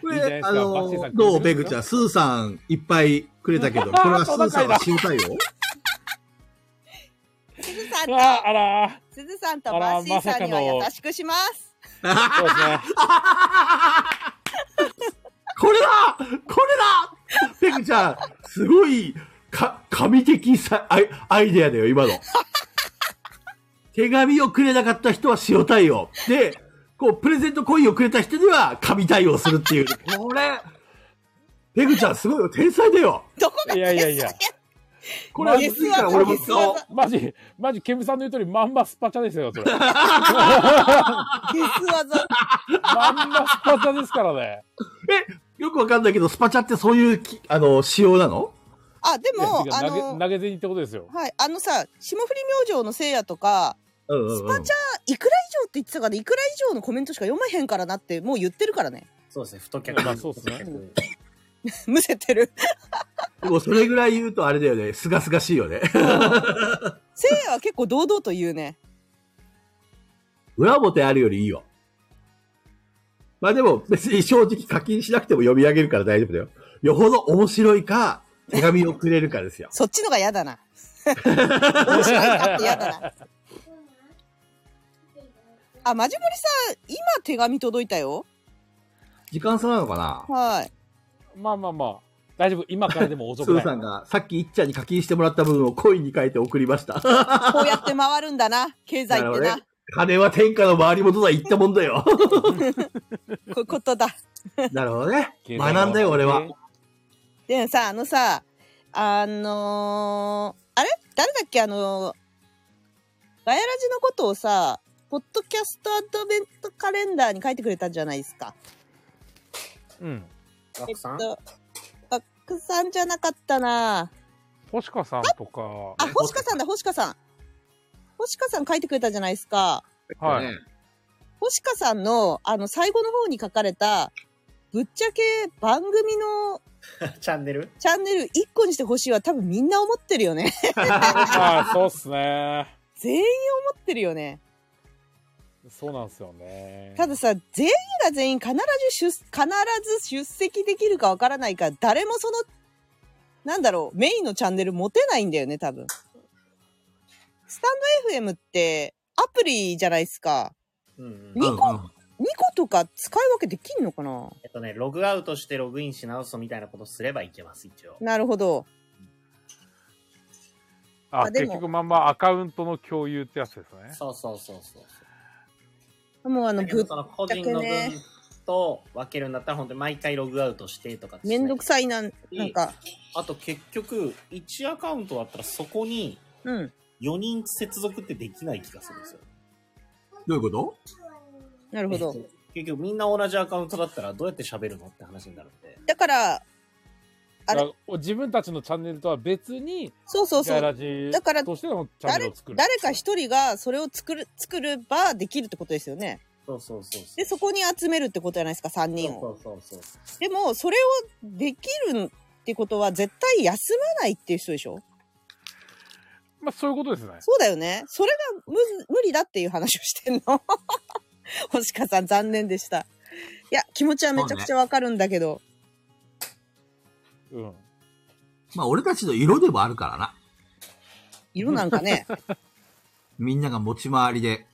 [SPEAKER 3] こ
[SPEAKER 2] いいじゃないです
[SPEAKER 3] れ、
[SPEAKER 2] かバ
[SPEAKER 3] あ
[SPEAKER 2] ッシーさ
[SPEAKER 3] の
[SPEAKER 2] ん、
[SPEAKER 3] どうペグちゃん、スーさんいっぱいくれ たけど、これはスーさんは塩対応
[SPEAKER 1] すずさん
[SPEAKER 2] あー、
[SPEAKER 1] と、
[SPEAKER 2] あら
[SPEAKER 1] すずさんと
[SPEAKER 2] あら
[SPEAKER 1] バッシーさんには
[SPEAKER 2] まさかの
[SPEAKER 1] 優しくします。
[SPEAKER 2] ー。そうですね。
[SPEAKER 3] これだこれだペグちゃん、すごい、か、神的さアイアイデアだよ、今 の。手紙をくれなかった人は塩対応。で、こう、プレゼントコインをくれた人には神対応するっていう。これ、ペグちゃん、すごいよ、天才だよ。
[SPEAKER 1] どこが
[SPEAKER 2] いやいやい
[SPEAKER 1] 手
[SPEAKER 2] や
[SPEAKER 1] 先
[SPEAKER 3] これは、
[SPEAKER 1] ゲ
[SPEAKER 3] い
[SPEAKER 1] ス
[SPEAKER 3] いから俺も使おう
[SPEAKER 1] 技。
[SPEAKER 2] マジ、マジ、ケムさんの言う通り、まんまスパチャですよ、それ。
[SPEAKER 1] ゲス技。
[SPEAKER 2] まんまスパチャですからね。
[SPEAKER 3] え、よくわかんないけど、スパチャってそういうき、あの、仕様なの
[SPEAKER 1] あ、でも
[SPEAKER 2] て、
[SPEAKER 1] あ
[SPEAKER 2] か投げ
[SPEAKER 1] の、
[SPEAKER 2] 投げ銭ってことですよ。
[SPEAKER 1] はい、あのさ、霜降り明星のせいやとか、
[SPEAKER 3] うんうん、うん。
[SPEAKER 1] スパチいくら以上って言ってたから、いくら以上のコメントしか読まへんからなって、もう言ってるからね。
[SPEAKER 4] そうですね、太客
[SPEAKER 2] まあそうですね
[SPEAKER 1] むせてる。
[SPEAKER 3] でもそれぐらい言うとあれだよね、すがすがしいよね。
[SPEAKER 1] せいやは結構堂々と言うね。
[SPEAKER 3] 裏表あるよりいいよ。まあでも別に正直課金しなくても読み上げるから大丈夫だよ。よほど面白いか、手紙をくれるかですよ。
[SPEAKER 1] そっちのが嫌だな。面白いかって嫌だな。あ、まじもりさん、今手紙届いたよ。
[SPEAKER 3] 時間差なのかな
[SPEAKER 1] はい。
[SPEAKER 2] まあまあまあ。大丈夫。今からでも遅
[SPEAKER 3] す
[SPEAKER 2] くな
[SPEAKER 3] ー
[SPEAKER 2] い。
[SPEAKER 3] さんが、さっきいっちゃんに課金してもらった分を恋に書いて送りま した。
[SPEAKER 1] こうやって回るんだな、経済って
[SPEAKER 3] な
[SPEAKER 1] な
[SPEAKER 3] る。金は天下の回り元だ、言ったもんだよ。
[SPEAKER 1] こういう ことだ。
[SPEAKER 3] なるほど ね。
[SPEAKER 2] 経済は
[SPEAKER 3] 学んだよ、俺は。。
[SPEAKER 1] でもさ、あのさ、あのーあれ誰だっけあのーガヤラジのことをさ、ポッドキャストアドベントカレンダーに書いてくれたじゃないですか。
[SPEAKER 2] うん。
[SPEAKER 4] ガクさん、
[SPEAKER 1] と、バックさんじゃなかったな
[SPEAKER 2] 星香さんとか、
[SPEAKER 1] あ、星香さんだ、星香さん。星香さん書いてくれたじゃないですか。
[SPEAKER 2] はい。
[SPEAKER 3] ね
[SPEAKER 1] 星香さんの、あの、最後の方に書かれた、ぶっちゃけ番組の
[SPEAKER 4] チャンネル
[SPEAKER 1] チャンネル1個にしてほしいは多分みんな思ってるよね。
[SPEAKER 2] はい、そうっすね。
[SPEAKER 1] 全員思ってるよね。
[SPEAKER 2] そうなんですよね。
[SPEAKER 1] たださ、全員が全員必ず出、必ず出席できるかわからないから、誰もその、なんだろう、メインのチャンネル持てないんだよね、多分。スタンド FM ってアプリじゃないですか。
[SPEAKER 4] うんうん
[SPEAKER 1] に
[SPEAKER 3] うんうん
[SPEAKER 1] 2個とか使い分けできんのかな
[SPEAKER 4] えっとね、ログアウトしてログインし直すみたいなことすればいけます、一応。
[SPEAKER 1] なるほど。
[SPEAKER 2] あ、
[SPEAKER 1] あで
[SPEAKER 2] 結
[SPEAKER 1] も
[SPEAKER 2] 局まんまアカウントの共有ってやつですね。
[SPEAKER 4] そうそうそうそう。
[SPEAKER 1] もうあの、
[SPEAKER 4] だけ
[SPEAKER 1] ぶ
[SPEAKER 4] ど
[SPEAKER 1] っ
[SPEAKER 4] その個人の分と分けるんだったら、本当に毎回ログアウトしてとか。
[SPEAKER 1] めんどく
[SPEAKER 4] い。
[SPEAKER 1] さいな、なんか、
[SPEAKER 4] あと結局、1アカウントだったらそこに
[SPEAKER 1] うん。
[SPEAKER 4] 4人接続ってできない気がするんですよ。
[SPEAKER 3] どういうこと
[SPEAKER 1] なるほど。
[SPEAKER 4] 結局みんな同じアカウントだったらどうやって喋るのって話になるんで。
[SPEAKER 1] だから、あれ
[SPEAKER 2] だから自分たちのチャンネルとは別に、
[SPEAKER 1] そうそうそ
[SPEAKER 2] ガヤ
[SPEAKER 1] う。
[SPEAKER 2] ラジ
[SPEAKER 1] だから
[SPEAKER 2] としてのチャンネル
[SPEAKER 1] 誰
[SPEAKER 2] を作る。
[SPEAKER 1] 誰か一人がそれを作る、作ればできるってことですよね。
[SPEAKER 4] そうそうそうそう。
[SPEAKER 1] で、そこに集めるってことじゃないですか、3人を。
[SPEAKER 4] そうそうそうそう。
[SPEAKER 1] でも、それをできるってことは絶対休まないっていう人でしょ
[SPEAKER 2] まあそういうことですね。
[SPEAKER 1] そうだよね。それが無無理だっていう話をしてんの。 星香さん、残念でした。いや、気持ちはめちゃくちゃわかるんだけど。
[SPEAKER 2] うん。
[SPEAKER 3] まあ、俺たちの色でもあるからな。
[SPEAKER 1] 色なんかね。
[SPEAKER 3] みんなが持ち回りで、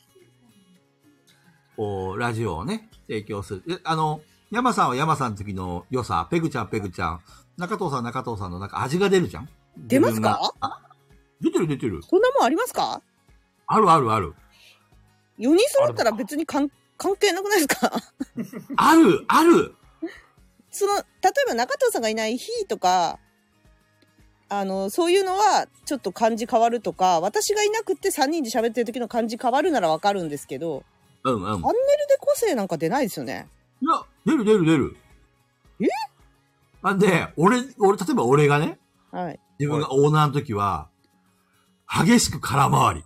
[SPEAKER 3] こう、ラジオをね、提供する。え、あの、山さんは山さんの時の良さ、ペグちゃんはペグちゃん、中藤さんは中藤さんのなんか味が出るじゃん
[SPEAKER 1] 出ますか
[SPEAKER 3] 自分があ出てる出てる。
[SPEAKER 1] こんなもんありますか
[SPEAKER 3] あるあるある。
[SPEAKER 1] 4人揃ったら別に関関係なくないですか
[SPEAKER 3] あるある
[SPEAKER 1] その例えば中藤さんがいない日とかあのそういうのはちょっと感じ変わるとか私がいなくって3人で喋ってる時の感じ変わるならわかるんですけど
[SPEAKER 3] うんうん。い
[SPEAKER 1] チャンネルで個性なんか出ないですよね。
[SPEAKER 3] や、出る出る出る。
[SPEAKER 1] え
[SPEAKER 3] なんで、俺、俺、例えば俺がね、
[SPEAKER 1] はい、
[SPEAKER 3] 自分がオーナーの時は、激しく空回り。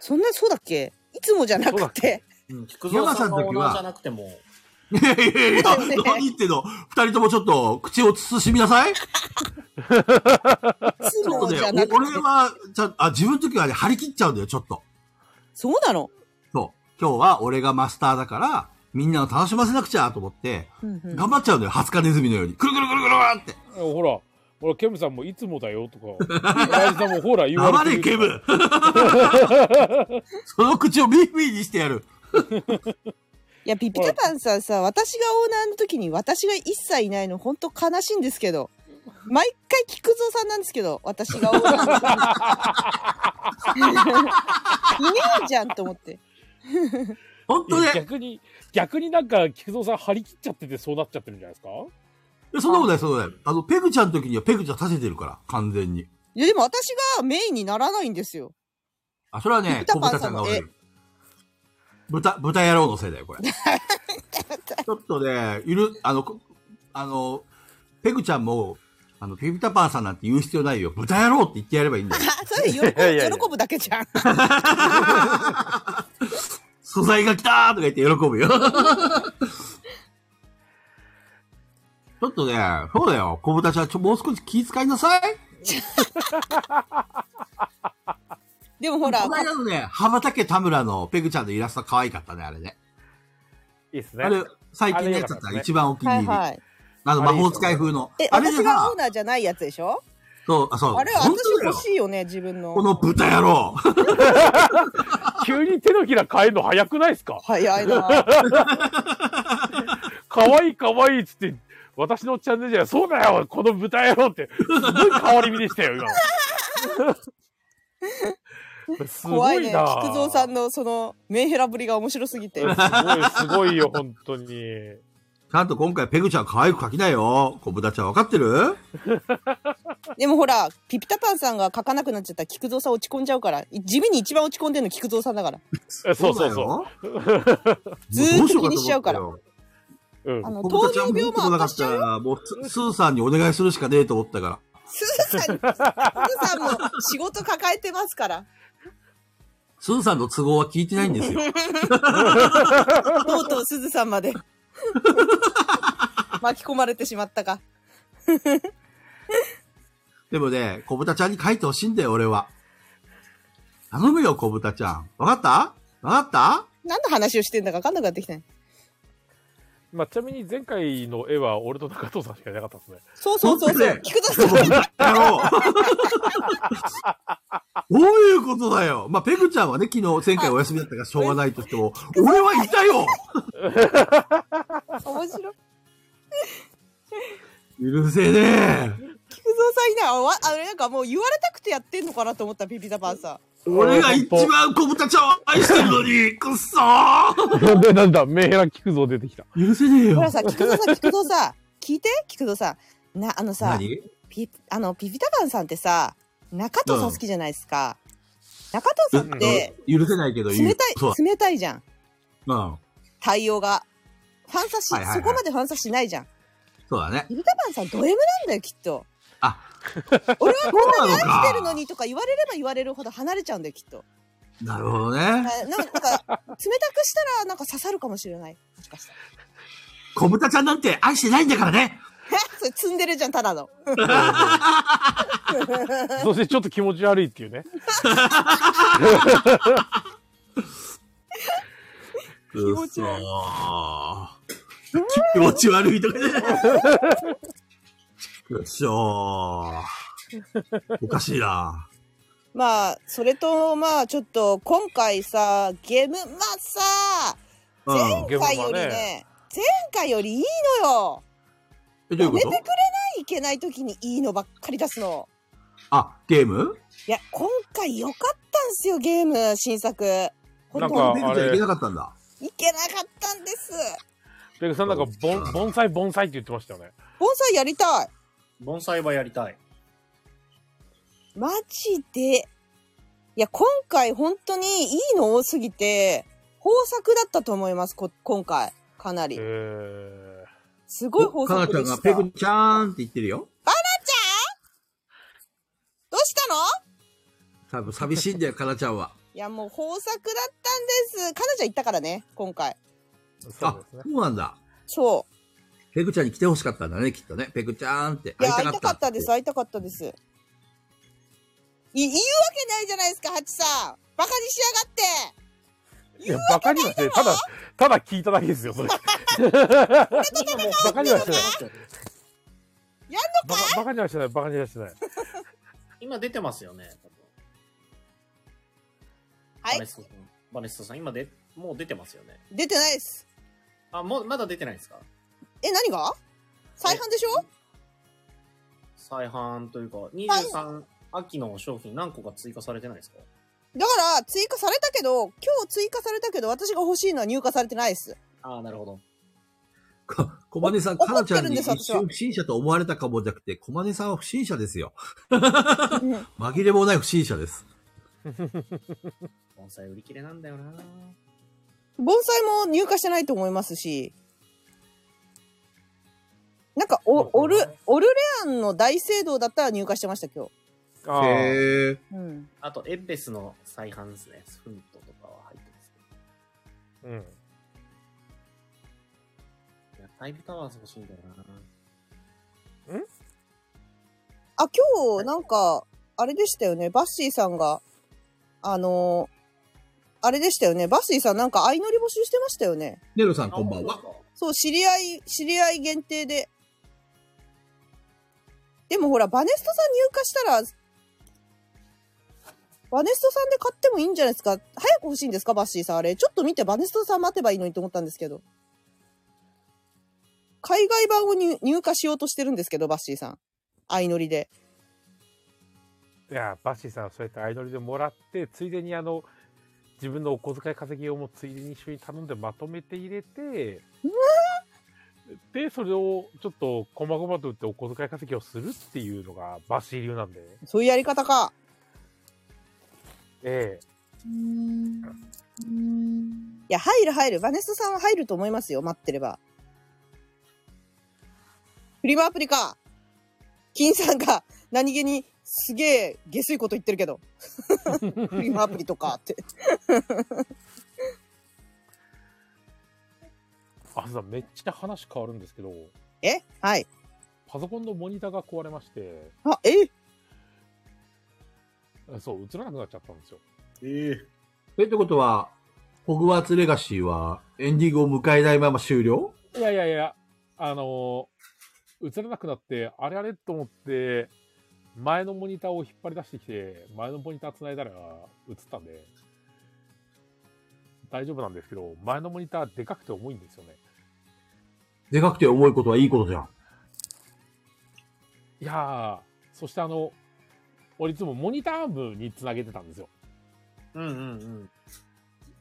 [SPEAKER 1] そんなそうだっけいつもじゃな
[SPEAKER 2] そうだ
[SPEAKER 1] く
[SPEAKER 2] っけ
[SPEAKER 1] て
[SPEAKER 4] うん、菊蔵さんのオーナーじゃなくても、
[SPEAKER 3] いやいやいや、
[SPEAKER 1] そうだよね
[SPEAKER 3] 何言ってんの二人ともちょっと口を慎みなさい。ち
[SPEAKER 1] いつ
[SPEAKER 3] ょっ
[SPEAKER 1] も
[SPEAKER 3] とね
[SPEAKER 1] じゃな、くて
[SPEAKER 3] お俺は、ちゃあ、自分の時はね、張り切っちゃうんだよ、ちょっと。
[SPEAKER 1] そうなの、
[SPEAKER 3] そう。今日は俺がマスターだから、みんなを楽しませなくちゃと思って、
[SPEAKER 1] うんうん
[SPEAKER 3] 頑張っちゃうんだよ、ハツカネズミのように。くるくるくるくるって。
[SPEAKER 2] ほら、ほら、ケムさんもいつもだよとか、大事さんもほら言わ
[SPEAKER 3] 黙
[SPEAKER 2] れて
[SPEAKER 3] れ、
[SPEAKER 2] る
[SPEAKER 3] ケ ブその口をビービーにしてやる。
[SPEAKER 1] いやピピタパンさんさ私がオーナーの時に私が一切いないの本当悲しいんですけど毎回菊蔵さんなんですけど私がオーナーの時にいねえじゃんと思って
[SPEAKER 3] ほん
[SPEAKER 2] いや
[SPEAKER 3] とね。
[SPEAKER 2] 逆に、逆になんか、菊蔵さん張り切っちゃっててそうなっちゃってるんじゃないですか
[SPEAKER 3] いやそんなことない、そんなことない。あの、ペグちゃんの時にはペグちゃん立ててるから、完全に。
[SPEAKER 1] いやでも私がメインにならないんですよ
[SPEAKER 3] あ、それ はね、
[SPEAKER 1] 豚
[SPEAKER 3] 小
[SPEAKER 1] パン
[SPEAKER 3] 豚ち
[SPEAKER 1] さ
[SPEAKER 3] ゃ
[SPEAKER 1] ん
[SPEAKER 3] ん
[SPEAKER 1] の
[SPEAKER 3] が悪い。豚、豚野郎のせいだよ、 これ。ちょっとね、いる、あの、こあの、ペグちゃんも、あの、ピピタパンさんなんて言う必要ないよ。豚野郎って言ってやればい いんだよ。
[SPEAKER 1] あそれ喜ぶ
[SPEAKER 2] いやいやい
[SPEAKER 1] 喜
[SPEAKER 2] や
[SPEAKER 1] ぶだけじゃん
[SPEAKER 3] 素材が来たーとか言って喜ぶよ。 ちょっとね、そうだよ。小豚ちゃん、ちょ、もう少し気遣いなさい。
[SPEAKER 1] でもほ
[SPEAKER 3] こ
[SPEAKER 1] ら
[SPEAKER 3] の間のね、羽ばたけ田村のペグちゃんのイラスト可愛かったね、あれね。
[SPEAKER 2] いいっすね。
[SPEAKER 3] あれ、最近のやつだったら一番お気に
[SPEAKER 1] はい
[SPEAKER 3] 入り。
[SPEAKER 1] はい
[SPEAKER 3] あの、魔法使い風の。
[SPEAKER 1] え
[SPEAKER 3] あれ
[SPEAKER 1] 私
[SPEAKER 3] で
[SPEAKER 1] が
[SPEAKER 3] さ
[SPEAKER 1] オー、ナーじゃないやつでしょ
[SPEAKER 3] そう、あ、そう。
[SPEAKER 1] あれ
[SPEAKER 3] 本
[SPEAKER 1] 私
[SPEAKER 3] 当だよ
[SPEAKER 1] 欲しいよね自分の
[SPEAKER 3] この豚野郎。
[SPEAKER 2] 急に手のひら変えるの早 くないですか
[SPEAKER 1] 早いな
[SPEAKER 2] 可愛い可愛いっつって、私のチャンネルじゃ、そうだよこの豚野郎って、すごい変わり身でしたよ、 今。すご
[SPEAKER 1] 怖い
[SPEAKER 2] い
[SPEAKER 1] ね
[SPEAKER 2] な
[SPEAKER 1] 菊蔵さんのそのメンヘラぶりが面白す ぎて
[SPEAKER 2] すごい、すごいよ、本当に。
[SPEAKER 3] ちゃんと今回ペグちゃん可愛く描きなよ。こぶだちゃんわかってる。
[SPEAKER 1] でもほらピピタパンさんが書かなくなっちゃったら菊蔵さん落ち込んじゃうからい地味に一番落ち込んでるの菊蔵さんだから
[SPEAKER 2] えそうそうそう
[SPEAKER 1] ずーっと気にしちゃうから
[SPEAKER 3] もど
[SPEAKER 2] う。うん
[SPEAKER 1] あ。の
[SPEAKER 3] うしようかと思ったよ。こ
[SPEAKER 1] 糖
[SPEAKER 3] ぶたちゃん
[SPEAKER 1] 尿
[SPEAKER 3] も
[SPEAKER 1] 病
[SPEAKER 3] っと
[SPEAKER 1] も
[SPEAKER 3] もな
[SPEAKER 1] 悪
[SPEAKER 3] か
[SPEAKER 1] 化
[SPEAKER 3] っ
[SPEAKER 1] したちゃうよ
[SPEAKER 3] ら、もうススーさんにお願いするしかねえと思ったから。
[SPEAKER 1] すずさんすずさんも仕事抱えてますから
[SPEAKER 3] スーさんの都合は聞いてないんで すよ。
[SPEAKER 1] とうとうすずさんま で巻き込まれてしまったか
[SPEAKER 3] でもね、こぶたちゃんに書いてほしいんだよ、俺は。頼むよ、こぶたちゃん。わかったわかった
[SPEAKER 1] 何の話をしてんだか分かんなくなってきたね
[SPEAKER 2] まあ、ちなみに前回の絵は俺と中藤さんしかいなかったですね。
[SPEAKER 1] そうそうそう
[SPEAKER 3] 本当
[SPEAKER 1] そ
[SPEAKER 3] だ
[SPEAKER 1] う
[SPEAKER 3] よ
[SPEAKER 1] 菊蔵
[SPEAKER 3] こ
[SPEAKER 1] さん
[SPEAKER 3] ぶた野郎 どういうことだよ。まあ、ペグちゃんはね、昨日、前回お休みだったからしょうがないとしても、俺はいたよ
[SPEAKER 1] 面白い
[SPEAKER 3] 許せね え。
[SPEAKER 1] 菊蔵さんいないあわあれなんかもう言われたくてやってんのかなと思ったピピタパンさん
[SPEAKER 3] 俺が一番こぶたちゃんを愛してるのに、くっそー
[SPEAKER 2] 番。で、なんだ、メンヘラ聞くぞ出てきた。
[SPEAKER 3] 許せねえ
[SPEAKER 1] ほ
[SPEAKER 3] よ
[SPEAKER 1] ら。さ菊蔵さん菊蔵さん聞いて菊蔵さんなあのさ
[SPEAKER 3] 何
[SPEAKER 1] ピあのピピタパンさんってさ中藤さん好きじゃないですか、中藤さんって
[SPEAKER 3] 許せないけど、
[SPEAKER 1] 冷たい
[SPEAKER 3] そう。
[SPEAKER 1] 冷たいじゃん
[SPEAKER 3] うん。
[SPEAKER 1] 対応がファンサし、
[SPEAKER 3] はいはいはい
[SPEAKER 1] そこまでファンサしないじゃん
[SPEAKER 3] そうだね。
[SPEAKER 1] ピピタパンさんド M なんだよきっと
[SPEAKER 3] あ
[SPEAKER 1] 俺はこんなに
[SPEAKER 3] そうなのか
[SPEAKER 1] 愛してるのにとか言われれば言われるほど離れちゃうんだよきっと
[SPEAKER 3] なるほどね。
[SPEAKER 1] ななんかなんか冷たくしたらなんか刺さるかもしれないもしかしたら
[SPEAKER 3] こぶたちゃんなんて愛してないんだからね。
[SPEAKER 1] それ積んでるじゃんただの
[SPEAKER 2] そしてちょっと気持ち悪いっていうね。
[SPEAKER 3] 気持ち悪い。気持ち悪いとかね。くっそー。おかしいな。
[SPEAKER 1] まあそれとまあちょっと今回さゲームマスター
[SPEAKER 3] うん。
[SPEAKER 2] ゲ
[SPEAKER 1] 前
[SPEAKER 2] ーム
[SPEAKER 1] 回
[SPEAKER 2] マね
[SPEAKER 1] よりね前回よりいいのよ
[SPEAKER 3] え、どういう
[SPEAKER 1] やめ
[SPEAKER 3] こ
[SPEAKER 1] てく
[SPEAKER 3] と
[SPEAKER 1] れないいけない時にいいのばっかり出すの
[SPEAKER 3] あ、ゲーム
[SPEAKER 1] いや今回良かったんすよゲーム新作ほ
[SPEAKER 2] なん
[SPEAKER 1] と
[SPEAKER 2] か
[SPEAKER 1] ん
[SPEAKER 3] ペグちゃんいけなかったんだ。
[SPEAKER 1] どいけなかったんです
[SPEAKER 2] ペグさんなんか、ぼん盆栽盆栽って言ってましたよね。
[SPEAKER 1] 盆栽やりたい
[SPEAKER 4] 盆栽はやりたい。
[SPEAKER 1] マジでいや今回本当にいいの多すぎて豊作だったと思いますこ今回かなり
[SPEAKER 2] え
[SPEAKER 1] すごい豊
[SPEAKER 3] か
[SPEAKER 1] 作
[SPEAKER 3] なちゃん
[SPEAKER 1] で
[SPEAKER 3] が
[SPEAKER 1] し
[SPEAKER 3] ペ
[SPEAKER 1] た
[SPEAKER 3] グちゃーんって言ってるよ。
[SPEAKER 1] どうしたの
[SPEAKER 3] 多分寂しいんだ よ、かなちゃんは。
[SPEAKER 1] いやもう豊作だったんです。かなちゃん行ったからね、今回。
[SPEAKER 2] ー、そ
[SPEAKER 3] あ
[SPEAKER 2] うです、ね。
[SPEAKER 3] そうなんだ。
[SPEAKER 1] そ
[SPEAKER 3] ペグちゃんに来てほしかったんだね、きっとね。ペグちゃーんって。
[SPEAKER 1] う。いや、
[SPEAKER 3] 会
[SPEAKER 1] 会
[SPEAKER 3] い
[SPEAKER 1] い
[SPEAKER 3] たかった
[SPEAKER 1] たかったです、会いたかったです。い、言うわけないじゃないですか、ハチさん。バカにし
[SPEAKER 2] いや、バカにはしてない、ただ、ただ聞いただけですよ、それ。バカにはしてない。
[SPEAKER 1] や
[SPEAKER 2] んのかバカにはしてない、バカにはしてない。
[SPEAKER 4] 今出てますよね。
[SPEAKER 1] やがって
[SPEAKER 4] バ
[SPEAKER 1] は
[SPEAKER 4] ネストさん。バネストさん、今で、もう出てますよね。
[SPEAKER 1] い、出てないです。
[SPEAKER 4] あ、もう、まだ出てないですか
[SPEAKER 1] え、何が再販でしょ
[SPEAKER 4] 再販というか、23秋の商品何個か追加されてないですか
[SPEAKER 1] だから、追加されたけど、今日追加されたけど、私が欲しいのは入荷されてない です。
[SPEAKER 4] ああ、なるほど。
[SPEAKER 3] か、小金さん、かなちゃんに一
[SPEAKER 1] 怒ってるんです私は
[SPEAKER 3] 瞬不審者と思われたかもじゃなくて、小金さんは不審者ですよ。
[SPEAKER 1] うん
[SPEAKER 3] 紛れもない不審者です。
[SPEAKER 4] 盆栽売り切れなんだよな
[SPEAKER 1] 盆栽も入荷してないと思いますし、なんかお、オル、オルレアンの大聖堂だったら入荷してました、今日。
[SPEAKER 2] あー
[SPEAKER 3] へえ。
[SPEAKER 1] うん。
[SPEAKER 4] あと、エンペスの再販ですね。スフントとかは入ってますけ
[SPEAKER 2] うん。
[SPEAKER 4] ど。いや、タイムタワーズ欲しいんだよな
[SPEAKER 1] あ、今日、なんか、あれでしたよね。バッシーさんが、あのーあれでしたよね。バッシーさんなんか相乗り募集してましたよね。
[SPEAKER 3] ネロさん、こんばんは。。
[SPEAKER 1] そう、知り合い、知り合い限定で。でもほら、バネストさん入荷したら、バネストさんで買ってもいいんじゃないですか早く欲しいんですかバッシーさん。あれ。ちょっと見て、バネストさん待てばいいのにと思ったんですけど。海外版を入入荷しようとしてるんですけど、バッシーさん。相乗りで。
[SPEAKER 2] いや、バッシーさんはそうやってアイドルでもらって、ついでにあの、自分のお小遣い稼ぎをもついでに一緒に頼んでまとめて入れて、で、それをちょっと、こまごまと売ってお小遣い稼ぎをするっていうのが、バッシー流なんで。
[SPEAKER 1] そういうやり方か。
[SPEAKER 2] ええ
[SPEAKER 5] うんうん
[SPEAKER 1] いや、入る入る。バネストさんは入ると思いますよ。待ってれば。フリマアプリか。金さんが何気にすげえ下水こと言ってるけど。フリマアプリとかって。
[SPEAKER 2] あずさん、めっちゃ話変わるんですけど、
[SPEAKER 1] えはい。
[SPEAKER 2] パソコンのモニターが壊れまして、
[SPEAKER 1] あ、え
[SPEAKER 2] そう、映らなくなっちゃったんですよ。
[SPEAKER 4] ええ
[SPEAKER 3] え、ってことは、ホグワーツレガシーはエンディングを迎えないまま終了
[SPEAKER 2] いやいやいや、あのー映らなくなって、あれあれと思って、前のモニターを引っ張り出してきて、前のモニター繋いだら映ったんで、大丈夫なんですけど、前のモニターでかくて重いんですよね。
[SPEAKER 3] でかくて重いことはいいことじゃん。
[SPEAKER 2] いやー、そしてあの、俺いつもモニターアームに繋げてたんですよ。
[SPEAKER 4] うんうんうん。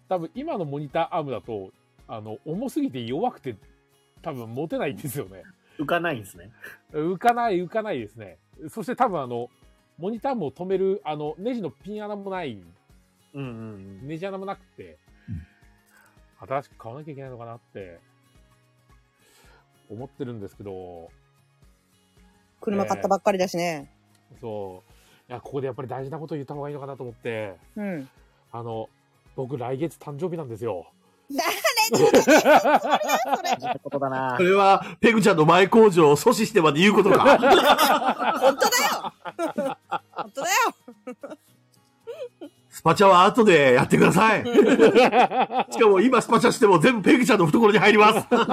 [SPEAKER 2] 多分今のモニターアームだと、あの、重すぎて弱くて、多分持てないんですよね。
[SPEAKER 4] 浮かないんですね。
[SPEAKER 2] 浮かない、浮かないですね。そして多分あの、モニターも止める、あの、ネジのピン穴もない、
[SPEAKER 4] うんうん
[SPEAKER 2] ネジ穴もなくて
[SPEAKER 3] うん、
[SPEAKER 2] 新しく買わなきゃいけないのかなって、思ってるんですけど、
[SPEAKER 1] 車買ったばっかりだしね。
[SPEAKER 2] そう、いや、ここでやっぱり大事なことを言った方がいいのかなと思って、
[SPEAKER 1] うん。
[SPEAKER 2] あの、僕来月誕生日なんですよ。
[SPEAKER 4] うん。 そういうことだな
[SPEAKER 3] そ。れは、ペグちゃんの前工場を阻止してまで言うことか。
[SPEAKER 1] 本当だよ本当だよ
[SPEAKER 3] スパチャは後でやってください。しかも今スパチャしても全部ペグちゃんの懐に入ります。
[SPEAKER 1] 山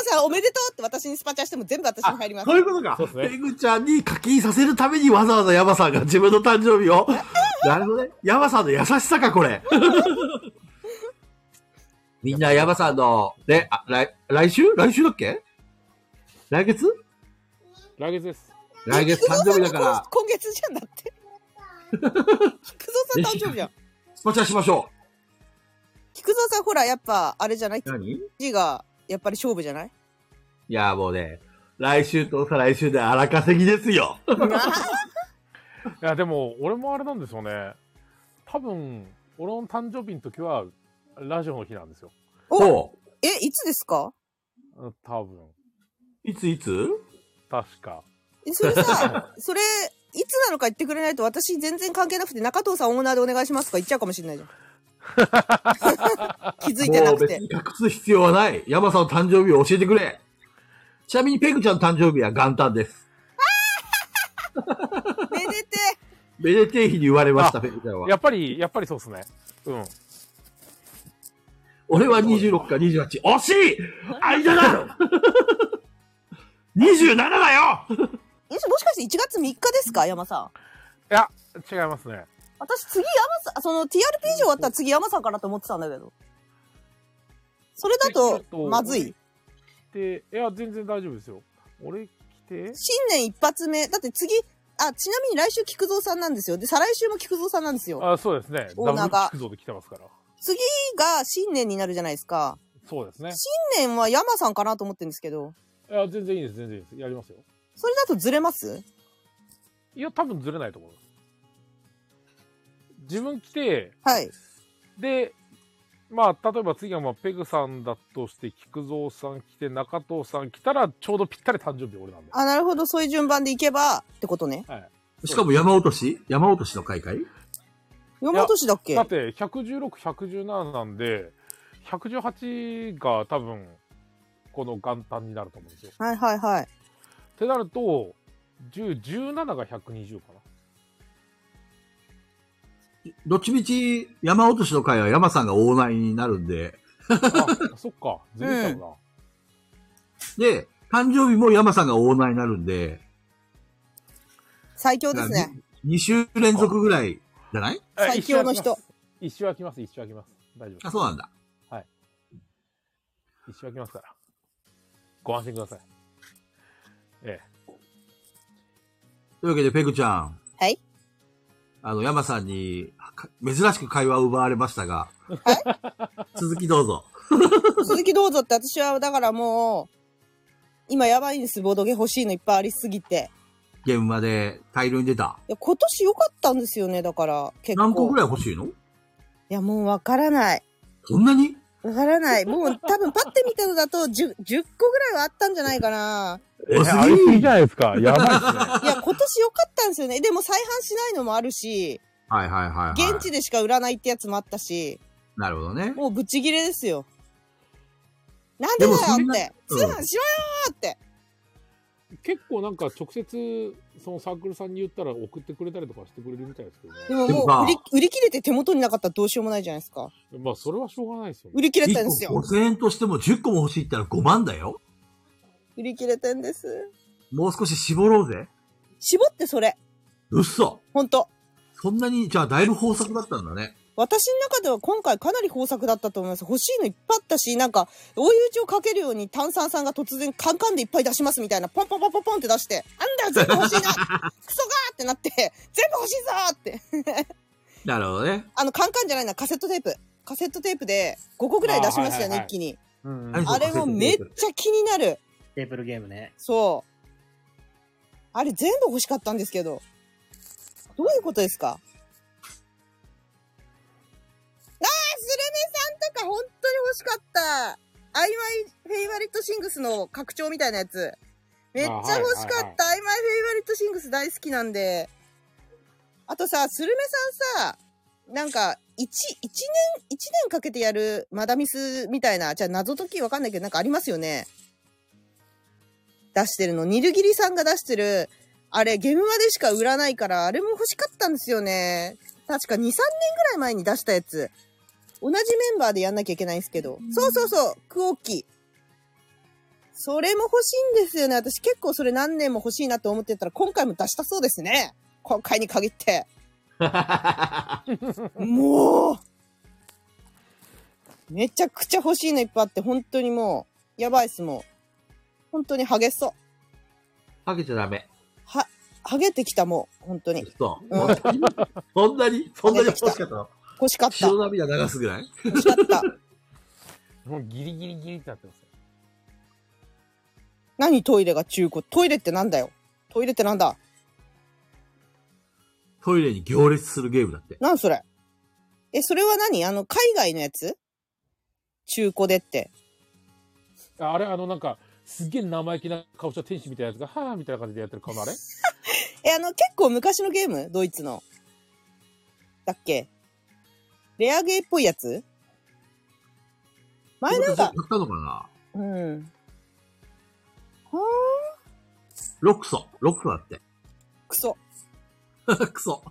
[SPEAKER 1] さんおめでとうって私にスパチャしても全部私に入ります
[SPEAKER 3] そう。いうことか。
[SPEAKER 2] そうですね
[SPEAKER 3] ペグちゃんに課金させるためにわざわざヤマさんが自分の誕生 日を。なるほどね。ヤマさんの優しさか、これ。みんなヤマさんの、ね、あ来、来週来週だっけ来月
[SPEAKER 2] 来月です。
[SPEAKER 3] 来月誕生
[SPEAKER 1] 菊蔵
[SPEAKER 3] 日だか
[SPEAKER 1] さんの
[SPEAKER 3] ら
[SPEAKER 1] 今、今月じゃんだって。菊蔵さん誕生日じゃん。
[SPEAKER 3] スパチャしましょ。
[SPEAKER 1] 菊蔵さんほらやっぱあれじゃないう
[SPEAKER 3] 何い
[SPEAKER 1] 字がやっぱり勝負じゃない
[SPEAKER 3] や、もうね、来週と再来週で荒稼ぎですよ。
[SPEAKER 2] いや、でも、俺もあれなんですよね。多分、俺の誕生日の時は、ラジオの日なんですよ。
[SPEAKER 1] お
[SPEAKER 3] おう
[SPEAKER 1] え、いつですか
[SPEAKER 2] うん多分、
[SPEAKER 3] いついつ
[SPEAKER 2] 確か。
[SPEAKER 1] えそれ さ、それ、いつなのか言ってくれないと私全然関係なくて、中藤さんオーナーでお願いしますとか言っちゃうかもしれない じゃん。気づいてな
[SPEAKER 3] もう
[SPEAKER 1] く
[SPEAKER 3] 別
[SPEAKER 1] て。
[SPEAKER 3] に隠す必要はない。ヤマさんの誕生日を教えてくれ。ちなみにペグちゃんの誕生日は元旦です。
[SPEAKER 1] めでて
[SPEAKER 3] めでてえ日に言われました、
[SPEAKER 2] あ
[SPEAKER 3] ペグちゃんは
[SPEAKER 2] や。っぱり、やっぱりそうですね。うん。
[SPEAKER 3] 俺は26か28。惜しい間だ !27 だよ
[SPEAKER 1] えもしかして1月3日ですか山さん。
[SPEAKER 2] いや、違いますね。
[SPEAKER 1] 私次山さん、その TRP 上終わったら次山さんかなと思ってたんだけど。それだ
[SPEAKER 2] えちょっ
[SPEAKER 1] と、
[SPEAKER 2] と
[SPEAKER 1] まずい。
[SPEAKER 2] で、いや、全然大丈夫ですよ。俺来て、
[SPEAKER 1] 新年一発目。だって次、あ、ちなみに来週菊蔵さんなんですよ。で、再来週も菊蔵さんなんですよ。
[SPEAKER 2] あそうですね。
[SPEAKER 1] オーナーが
[SPEAKER 2] ダブルキクゾーで来てますから。
[SPEAKER 1] 次が新年になるじゃないですか。
[SPEAKER 2] そうですね。
[SPEAKER 1] 新年は山さんかなと思ってるんですけど、
[SPEAKER 2] いや、全然いいです、全然いいです。やりますよ。
[SPEAKER 1] それだとずれます
[SPEAKER 2] いや、多分ずれないと思います。自分来て、
[SPEAKER 1] はい。
[SPEAKER 2] で、まあ、例えば次はまあ、ペグさんだとして、菊蔵さん来て、中藤さん来たら、ちょうどぴったり誕生日俺なんで。
[SPEAKER 1] あ、なるほど。そういう順番でいけばってことね。
[SPEAKER 3] しかも山落とし山落としの開会
[SPEAKER 1] 山本市だっけ
[SPEAKER 2] だって、116、117なんで、118が多分、この元旦になると思うんですよ。
[SPEAKER 1] はいはいはい。
[SPEAKER 2] ってなると、10、17が120か
[SPEAKER 3] どっちみち山落としの会は山さんが大内になるんで、
[SPEAKER 2] な。あ、そっか。ずれちゃうな。
[SPEAKER 3] で、誕生日も山さんが大内になるんで、
[SPEAKER 1] 最強ですね。
[SPEAKER 3] 2週連続ぐらいじゃない
[SPEAKER 2] え
[SPEAKER 1] 最強の人。
[SPEAKER 2] 一周は来ます、一周は来ます。大丈夫です。
[SPEAKER 3] あ、そうなんだ。
[SPEAKER 2] 一周は来ますから。ご安心ください。え
[SPEAKER 3] というわけで、ペグちゃん。
[SPEAKER 1] はい。
[SPEAKER 3] あの、山さんに、か珍しく会話を奪われましたが。 続きどうぞ。
[SPEAKER 1] 続きどうぞって私はだからもう今やばいんですボードゲ欲しいのいっぱいありすぎて
[SPEAKER 3] 現場で大量に出た。
[SPEAKER 1] いや今年良かったんですよねだから結構
[SPEAKER 3] 何個ぐ
[SPEAKER 1] い
[SPEAKER 3] らい欲しいの
[SPEAKER 1] やもうわからない
[SPEAKER 3] そんなに
[SPEAKER 1] わからないもう多分パッて見たのだと 10, 10個ぐらいはあったんじゃないかな
[SPEAKER 2] え。
[SPEAKER 3] 多すぎ
[SPEAKER 2] ありすぎじゃないですか。やば
[SPEAKER 1] い
[SPEAKER 2] いっすね。
[SPEAKER 1] や今年良かったんですよねでも再販しないのもあるし
[SPEAKER 3] はいはいはい、はい。
[SPEAKER 1] 現地でしか売らないってやつもあったし
[SPEAKER 3] なるほどね。
[SPEAKER 1] もうブチギレですよなんでだよ
[SPEAKER 3] でもそん
[SPEAKER 1] っ
[SPEAKER 3] な
[SPEAKER 1] て通
[SPEAKER 3] うん
[SPEAKER 1] 販しろよーって
[SPEAKER 2] 結構なんか直接、そのサークルさんに言ったら送ってくれたりとかしてくれるみたいですけど
[SPEAKER 1] で
[SPEAKER 2] ね。
[SPEAKER 1] も
[SPEAKER 3] で
[SPEAKER 1] も
[SPEAKER 3] も
[SPEAKER 1] う
[SPEAKER 3] まあ
[SPEAKER 1] 売り売り切れて手元になかったらどうしようもないじゃないですか
[SPEAKER 2] まあ、それはしょうがないですよ
[SPEAKER 1] 売
[SPEAKER 2] ね。
[SPEAKER 1] り切れてんです
[SPEAKER 3] 1個
[SPEAKER 1] よ
[SPEAKER 3] 5000円としても10個も欲しいって言ったら5万だよ。
[SPEAKER 1] 売り切れてんです
[SPEAKER 3] もう少し絞ろうぜ。
[SPEAKER 1] 絞ってそれ
[SPEAKER 3] うっそ。
[SPEAKER 1] ほんと
[SPEAKER 3] そんなに、じゃあだいぶ豊作だったんだね。
[SPEAKER 1] 私の中では今回かなり豊作だったと思います欲しいのいっぱいあったしなんか追い打ちをかけるように炭酸さんが突然カンカンでいっぱい出しますみたいなポンポンポンポンポンって出して「なんだよ全部欲しい なクソが!」ってなって「全部欲しいぞ!」って
[SPEAKER 3] なるほどね。
[SPEAKER 1] あのカンカンじゃないなカセットテープカセットテープで5個ぐらい出しましたよね、
[SPEAKER 2] あーはいはいは
[SPEAKER 1] 一
[SPEAKER 2] い
[SPEAKER 1] 気に
[SPEAKER 2] うん
[SPEAKER 3] あ
[SPEAKER 1] あれもめっちゃ気になる
[SPEAKER 4] ステープルゲームね。
[SPEAKER 1] そうあれ全部欲しかったんですけどどういうことですかあースルメさんとか本当に欲しかったアイマイフェイバリットシングスの拡張みたいなやつめっちゃ欲しかったアイマイフェイバリットシングス大好きなんであとさスルメさんさなんか1、一年、一年かけてやるマダミスみたいな、じゃあ謎解きわかんないけど、なんかありますよね。出してるの。ニルギリさんが出してる、あれ、ゲームまでしか売らないから、あれも欲しかったんですよね。確か2、3年ぐらい前に出したやつ。同じメンバーでやんなきゃいけないんですけど。そうそうそう、クオッキー。それも欲しいんですよね。私結構それ何年も欲しいなと思ってたら、今回も出したそうですね。今回に限 って。もうめちゃくちゃ欲しいのいっぱいあって、本当にもう、やばいっす、もう。本当にハゲそう。
[SPEAKER 3] かけちゃダメ。
[SPEAKER 1] は、ハゲてきたもう、本当に。
[SPEAKER 3] そうう。そんなに、そんなに欲しかったの
[SPEAKER 1] 欲しかった。
[SPEAKER 3] 塩涙流すぐらい
[SPEAKER 1] 欲しかった。
[SPEAKER 2] もうギリギリギリってなってますよ。
[SPEAKER 1] 何トイレが中古トイレってなんだよトイレってなんだ
[SPEAKER 3] トイレに行列するゲームだって。
[SPEAKER 1] なんそれえ、それは何あの、海外のやつ中古でって。
[SPEAKER 2] ああれ、あの、なんか、すげえ生意気な顔した天使みたいなやつが、はぁみたいな感じでやってる顔 のあれ
[SPEAKER 1] え、あの、結構昔のゲームドイツの。だっけレアゲーっぽいやつ前なんか
[SPEAKER 3] 買、ったのかな
[SPEAKER 1] うん。はあ、
[SPEAKER 3] ロクソ。ロクソだって。
[SPEAKER 1] クソ。
[SPEAKER 3] クソ。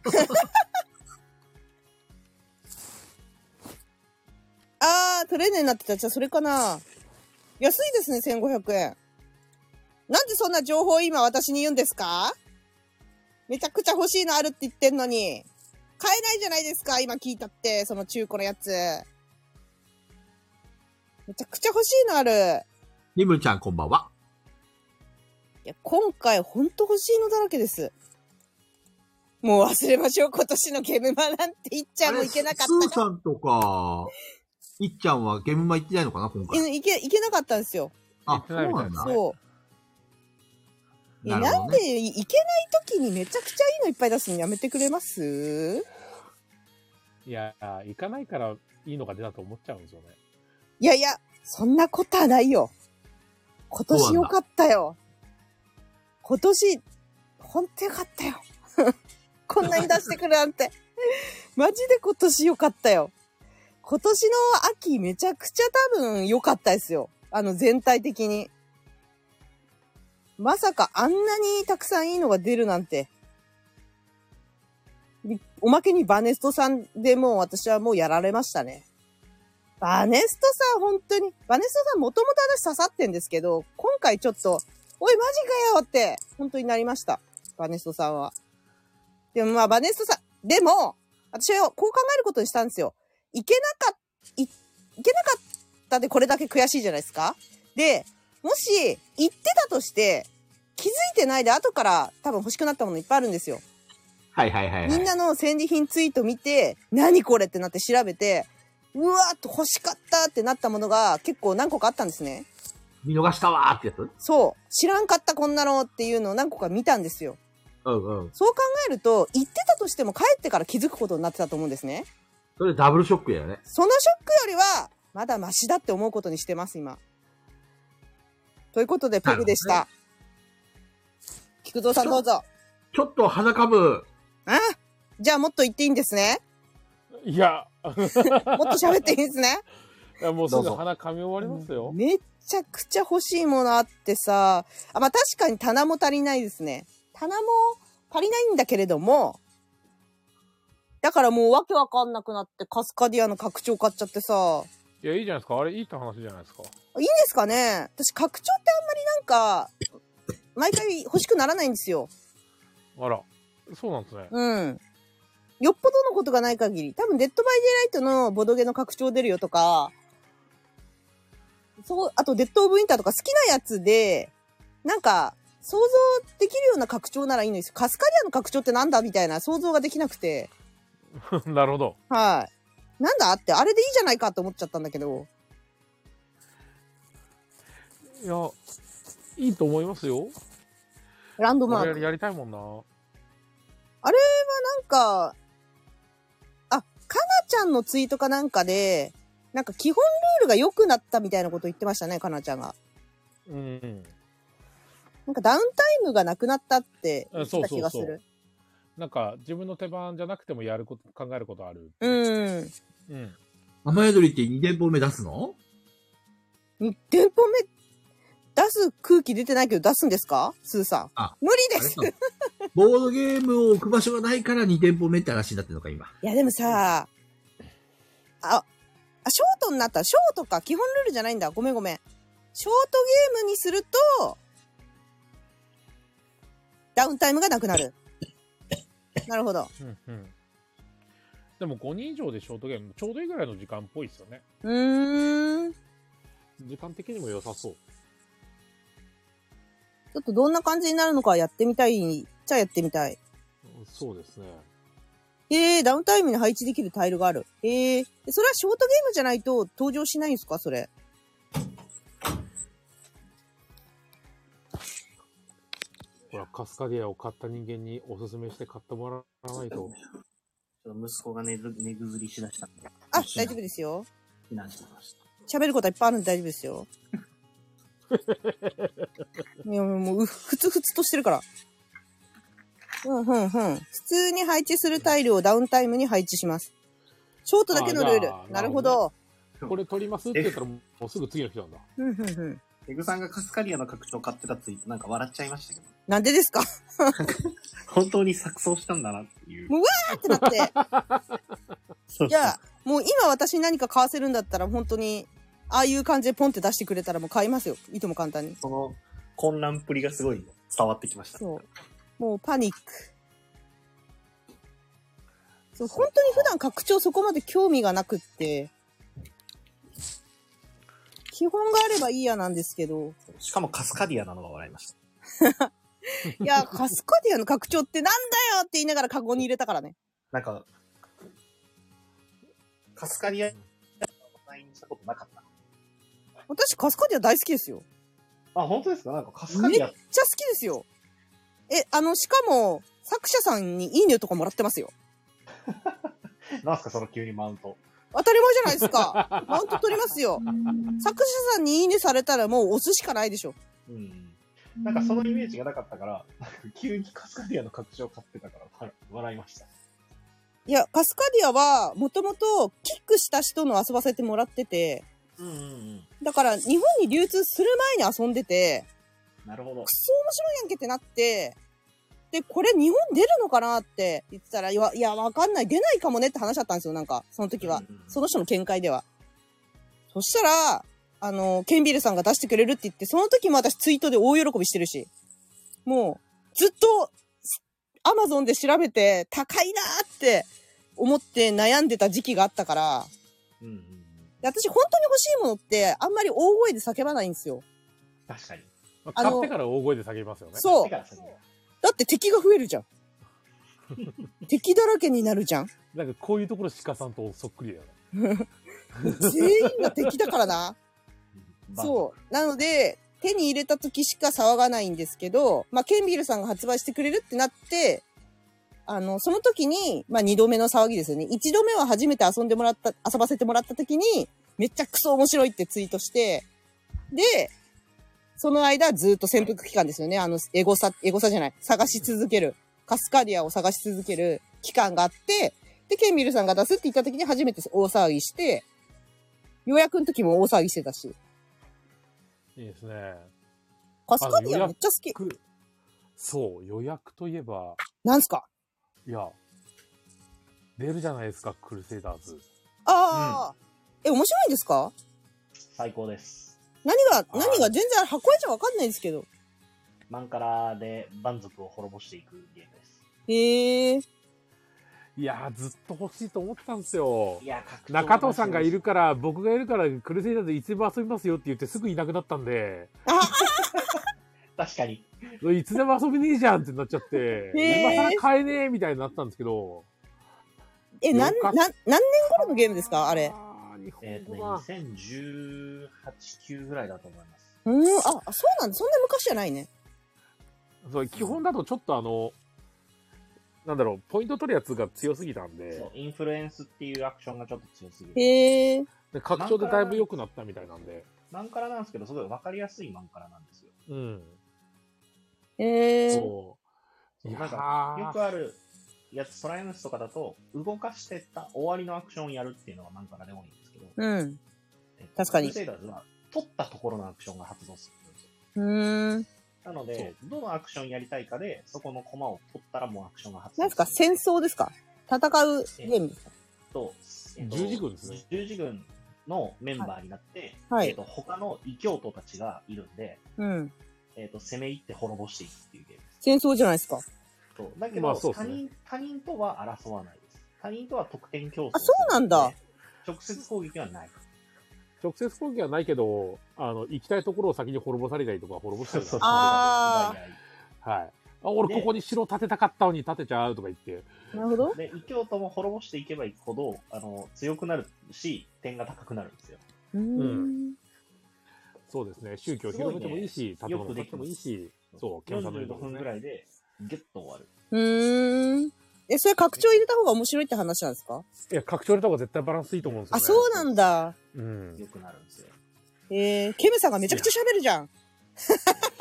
[SPEAKER 1] あー、トレーネになってた。じゃあそれかな。安いですね、1500円。なんでそんな情報を今私に言うんですかめちゃくちゃ欲しいのあるって言ってんのに。買えないじゃないですか、今聞いたって、その中古のやつ。めちゃくちゃ欲しいのある。
[SPEAKER 3] リムちゃんこんばんは。
[SPEAKER 1] いや、今回ほんと欲しいのだらけです。もう忘れましょう、今年のゲームマなんていっちゃんもいけなか
[SPEAKER 3] あれ
[SPEAKER 1] った
[SPEAKER 3] スー
[SPEAKER 1] か
[SPEAKER 3] さんとか、いっちゃんはゲームマ行ってないのかな今
[SPEAKER 1] ら。
[SPEAKER 3] 回。
[SPEAKER 1] いいけ、いけなかったんですよ。
[SPEAKER 3] あ、そうなんだ。
[SPEAKER 1] そう。え、
[SPEAKER 3] なる
[SPEAKER 1] な
[SPEAKER 3] ほ
[SPEAKER 1] ん
[SPEAKER 3] どね
[SPEAKER 1] でいけない時にめちゃくちゃいいのいっぱい出すのやめてくれます
[SPEAKER 2] いや、行かないからいいのが出たと思っちゃうんですよね。
[SPEAKER 1] いやいや、そんなことはないよ。今年よかったよ。今年、ほんとよかったよ。 こんなに出してくるなんて。マジで今年よかったよ。今年の秋めちゃくちゃ多分良かったですよ。あの全体的に。まさかあんなにたくさんいいのが出るなんて。びおまけにバネストさんでもう私はもうやられましたね。バネストさん、本当に。バネストさん、もともと私刺さってんですけど、今回ちょっと、おい、マジかよって、本当になりました。バネストさんは。でもまあ、バネストさん、でも、私はこう考えることにしたんですよ。いけなかっ、い、いけなかったでこれだけ悔しいじゃないですか。で、もし、言ってたとして、気づいてないで後から多分欲しくなったものいっぱいあるんですよ。
[SPEAKER 7] はいはいはい、はい。
[SPEAKER 1] みんなの戦利品ツイート見て、何これってなって調べて、うわーっと欲しかったってなったものが結構何個かあったんですね。
[SPEAKER 7] 見逃したわーってやつ
[SPEAKER 1] そう。知らんかったこんなのっていうのを何個か見たんですよ。
[SPEAKER 7] うんうん。
[SPEAKER 1] そう考えると、言ってたとしても帰ってから気づくことになってたと思うんですね。
[SPEAKER 7] それダブルショックやよね。
[SPEAKER 1] そのショックよりは、まだマシだって思うことにしてます、今。ということで、ペグでし
[SPEAKER 7] な
[SPEAKER 1] た。菊蔵さんどうぞ。
[SPEAKER 7] ちょっと鼻かぶ、
[SPEAKER 1] あじゃあもっと言っていいんですね。
[SPEAKER 2] いや、
[SPEAKER 1] もっと喋っていいんですね。
[SPEAKER 2] いやもうす
[SPEAKER 7] どう
[SPEAKER 2] ぐ
[SPEAKER 7] ぞ
[SPEAKER 2] 鼻噛み終わりますよ。
[SPEAKER 1] めちゃくちゃ欲しいものあってさ、あまあ確かに棚も足りないですね。棚も足りないんだけれども、だからもうわけわかんなくなってカスカディアの拡張買っちゃってさ、
[SPEAKER 2] いや、いいじゃないですか。あれ、いいって話じゃないですか。
[SPEAKER 1] いいんですかね私拡張ってあんまりなんか、毎回欲しくならないんですよ。
[SPEAKER 2] あら、そうなんです ね。
[SPEAKER 1] うん。よっぽどのことがない限り、多分デッドバイデイライトのボドゲの拡張出るよとか、そう、あとデッドオブウィンターとか好きなやつで、なんか、想像できるような拡張ならいいのですよカスカリアの拡張ってなんだみたいな想像ができなくて。
[SPEAKER 2] なるほど。
[SPEAKER 1] はい。なんだって、あれでいいじゃないかと思っちゃったんだけど。
[SPEAKER 2] いや、いいと思いますよ。
[SPEAKER 1] ランドマ
[SPEAKER 2] 俺
[SPEAKER 1] ー
[SPEAKER 2] や
[SPEAKER 1] ク。
[SPEAKER 2] りやりたいもんな。
[SPEAKER 1] なんか、あ、かなちゃんのツイートかなんかで、なんか基本ルールが良くなったみたいなこと言ってましたね、かなちゃんが。
[SPEAKER 2] うん。
[SPEAKER 1] なんかダウンタイムがなくなったって言ってた気がする。
[SPEAKER 2] なんか、自分の手番じゃなくてもやること、考えることある。
[SPEAKER 1] うん。
[SPEAKER 2] うん。
[SPEAKER 3] 雨宿りって2店舗目出すの
[SPEAKER 1] 電報目、出す空気出てないけど出すんですかスーさん
[SPEAKER 3] あ。
[SPEAKER 1] 無理です
[SPEAKER 3] あ。 れかボードゲームを置く場所がないから2店舗目って話になってるのか、今。
[SPEAKER 1] いやでもさ、あ、あ、ショートになった。ショートか。基本ルールじゃないんだ。ごめんごめん。ショートゲームにすると、ダウンタイムがなくなる。なるほど。
[SPEAKER 2] うん。うん。でも、5人以上でショートゲーム、ちょうどいいぐらいの時間っぽいですよね。
[SPEAKER 1] うーん。ち
[SPEAKER 2] 時間的にも良さそう。
[SPEAKER 1] ょっとどんな感じになるのかやってみたい。じゃあやってみたい。
[SPEAKER 2] そうですね。
[SPEAKER 1] ええダウンタイムに配置できるタイルがある。ええそれはショートゲームじゃないと登場しないんですかそれ。
[SPEAKER 2] ほら、カスカディアを買った人間におすすめして買ってもらわ ないと。
[SPEAKER 4] ちょっと息子が寝ず寝ぐずりしだしたんで。
[SPEAKER 1] あ、大丈夫ですよ。
[SPEAKER 4] 避難してきました。
[SPEAKER 1] 喋ることはいっぱいあるんで大丈夫です よ。いや、もう、うふつふつとしてるから。うん、うん、うん。普通に配置するタイルをダウンタイムに配置します。ショートだけのルール。
[SPEAKER 2] あー
[SPEAKER 1] な
[SPEAKER 2] な
[SPEAKER 1] る
[SPEAKER 2] る
[SPEAKER 1] ほ
[SPEAKER 2] ほ
[SPEAKER 1] ど
[SPEAKER 2] ど。これ取りますって言ったら、もうすぐ次の人なんだ。
[SPEAKER 1] うん、うん、うん。
[SPEAKER 4] ペグさんがカスカリアの拡張買ってたツイートなんか笑っちゃいましたけど。
[SPEAKER 1] なんでですか
[SPEAKER 4] 本当に錯綜したんだなっていう。
[SPEAKER 1] もうってなって。
[SPEAKER 4] そう
[SPEAKER 1] いや、もう今私に何か買わせるんだったら本当に、ああいう感じでポンって出してくれたらもう買いますよ。いとも簡単に。
[SPEAKER 4] その混乱っぷりがすごい伝わってきました。
[SPEAKER 1] そう。もうパニック。そう、本当に普段拡張そこまで興味がなくって、基本があればいいやなんですけど、
[SPEAKER 4] しかもカスカディアなのが笑いました。
[SPEAKER 1] いや、カスカディアの拡張ってなんだよって言いながらカゴに入れたからね。
[SPEAKER 4] なんか、カスカディア、話題にしたことなかった。
[SPEAKER 1] 私カスカディア大好きですよ。
[SPEAKER 4] あ、本当ですかなんかカス
[SPEAKER 1] カディ
[SPEAKER 4] ア。
[SPEAKER 1] めっちゃ好きですよ。え、あの、しかも、作者さんにいいねとかもらってますよ。
[SPEAKER 4] なんすかその急にマウント。
[SPEAKER 1] 当たり前じゃないですか。マウント取りますよ。作者さんにいいねされたらもう押すしかないでしょ。
[SPEAKER 4] うん。なんかそのイメージがなかったから、なんか急にカスカディアの拡張を買ってたから笑笑いました。
[SPEAKER 1] いや、カスカディアは、もともと、キックした人の遊ばせてもらってて、
[SPEAKER 4] うんうんうん。
[SPEAKER 1] だから、日本に流通する前に遊んでて、
[SPEAKER 4] なるほど
[SPEAKER 1] く。そ面白いやんけってなって、で、これ日本出るのかなって言ってたら、いや、いやわかんない、出ないかもねって話だったんですよ、なんか、その時は。
[SPEAKER 4] うんうん
[SPEAKER 1] その人の見解では。そしたら、あの、ケンビルさんが出してくれるって言って、その時も私ツイートで大喜びしてるし、もう、ずっと、アマゾンで調べて、高いなーって思って悩んでた時期があったから、
[SPEAKER 4] うんうんうん。
[SPEAKER 1] で私本当に欲しいものって、あんまり大声で叫ばないんですよ。
[SPEAKER 4] 確かに。
[SPEAKER 2] まあ
[SPEAKER 1] あの
[SPEAKER 2] 買ってから大声で叫びますよね。
[SPEAKER 1] そう
[SPEAKER 4] て。かさ
[SPEAKER 1] だって敵が増えるじゃん。敵だらけになるじゃん。
[SPEAKER 2] なんかこういうところ鹿さんとそっくりだよね。
[SPEAKER 1] 全員が敵だからな。
[SPEAKER 4] バン
[SPEAKER 1] そう。なので、手に入れた時しか騒がないんですけど、まあ、ケンビールさんが発売してくれるってなって、あの、その時に、まあ、二度目の騒ぎですよね。一度目は初めて遊んでもらった、遊ばせてもらった時に、めっちゃクソ面白いってツイートして、で、その間ずっと潜伏期間ですよね。あの、エゴサ、エゴサじゃない。探し続ける。カスカディアを探し続ける期間があって、で、ケンビルさんが出すって言った時に初めて大騒ぎして、予約の時も大騒ぎしてたし。
[SPEAKER 2] いいですね。
[SPEAKER 1] カスカディアめっちゃ好き。
[SPEAKER 2] くそう、予約といえば、
[SPEAKER 1] なんすか
[SPEAKER 2] いや、出るじゃないですか、クルセイダーズ。
[SPEAKER 1] ああ、え、面白いんですか
[SPEAKER 4] 最高です。
[SPEAKER 1] 何が、何が全然箱絵じゃわかんないですけど。
[SPEAKER 4] マンカラで蛮族を滅ぼしていくゲームです。
[SPEAKER 1] へえ。
[SPEAKER 2] いやー、ずっと欲しいと思ってたんですよ
[SPEAKER 4] い。や、格闘
[SPEAKER 2] 中藤さんがいるから、僕がいるから、クルセイダーズいつでも遊びますよって言ってすぐいなくなったんで、
[SPEAKER 4] 確かに。
[SPEAKER 2] いつでも遊びねえじゃんってなっち ゃって、
[SPEAKER 1] へー
[SPEAKER 2] 今更買えねえみたいになったんですけど、
[SPEAKER 1] え、なん、
[SPEAKER 2] よ
[SPEAKER 1] な
[SPEAKER 2] かっ
[SPEAKER 1] ん、何年頃のゲームですかあれ。
[SPEAKER 2] あー。日本
[SPEAKER 4] えっ、とね、
[SPEAKER 2] 語は
[SPEAKER 4] 2018、9ぐらいだと思います。
[SPEAKER 1] うーん、あ、そうなんだ。そんな昔じゃないね。
[SPEAKER 2] そう基本だとちょっとあの、なんだろう、ポイント取るやつが強すぎたんで
[SPEAKER 4] そう、、インフルエンスっていうアクションがちょっと強すぎる。
[SPEAKER 1] へえ。
[SPEAKER 2] で拡張でだいぶ良くなったみたいなんで、
[SPEAKER 4] マンカラなんですけど、すごいわかりやすいマンカラなんですよ。
[SPEAKER 2] うん。
[SPEAKER 1] へえ。
[SPEAKER 2] そう。いや
[SPEAKER 4] なん
[SPEAKER 2] ー
[SPEAKER 4] よくあるやつ、トライアムスとかだと、動かしてった終わりのアクションをやるっていうのがマンカラで多いんですけど、
[SPEAKER 1] うん。
[SPEAKER 4] えっと
[SPEAKER 1] 確かに
[SPEAKER 4] クルセイダーズは、取ったところのアクションが発動するんですよ。
[SPEAKER 1] うーん。
[SPEAKER 4] なので、どのアクションやりたいかで、そこのコマを取ったらもうアクションが発動
[SPEAKER 1] なんですか戦争ですか戦うゲームですか
[SPEAKER 4] と、えっと
[SPEAKER 2] 十字軍ですね
[SPEAKER 4] 十字軍のメンバーになって、
[SPEAKER 1] はい
[SPEAKER 4] えっと、他の異教徒たちがいるんで、
[SPEAKER 1] うん。
[SPEAKER 4] えっと、攻め入って滅ぼしていくっていうゲームです。
[SPEAKER 1] 戦争じゃないですか。
[SPEAKER 4] そうだけど、
[SPEAKER 2] まあそうです
[SPEAKER 4] 他
[SPEAKER 2] ね
[SPEAKER 4] 人、他人とは争わないです。他人とは得点競争。
[SPEAKER 1] あそうなんだ。
[SPEAKER 4] 直接攻撃はない。
[SPEAKER 2] 直接攻撃はないけど、あの、行きたいところを先に滅ぼされたりとか、滅ぼしたりとか。
[SPEAKER 1] あ
[SPEAKER 2] はい。あ、俺ここに城建てたかったのに建てちゃうとか言って。
[SPEAKER 1] なるほど。
[SPEAKER 4] で、異教徒も滅ぼしていけばいくほど、あの、強くなるし、点が高くなるんですよ。
[SPEAKER 1] うーん。
[SPEAKER 2] そうですね。宗教を広めてもいいし、
[SPEAKER 4] すごいね
[SPEAKER 2] 建物建ててもいいし、そう、研鑽の
[SPEAKER 4] 45分ぐ
[SPEAKER 2] い。
[SPEAKER 4] らいで、ギュッと終わる。
[SPEAKER 1] うーん。え、それ拡張入れた方が面白いって話なんですか
[SPEAKER 2] いや、拡張入れた方が絶対バランスいいと思うんですよ、
[SPEAKER 1] あ、
[SPEAKER 2] ね。
[SPEAKER 1] そうなんだ。
[SPEAKER 2] うん。
[SPEAKER 4] 良くなるんですよ。
[SPEAKER 1] えー、ケムさんがめちゃくちゃ喋るじゃん。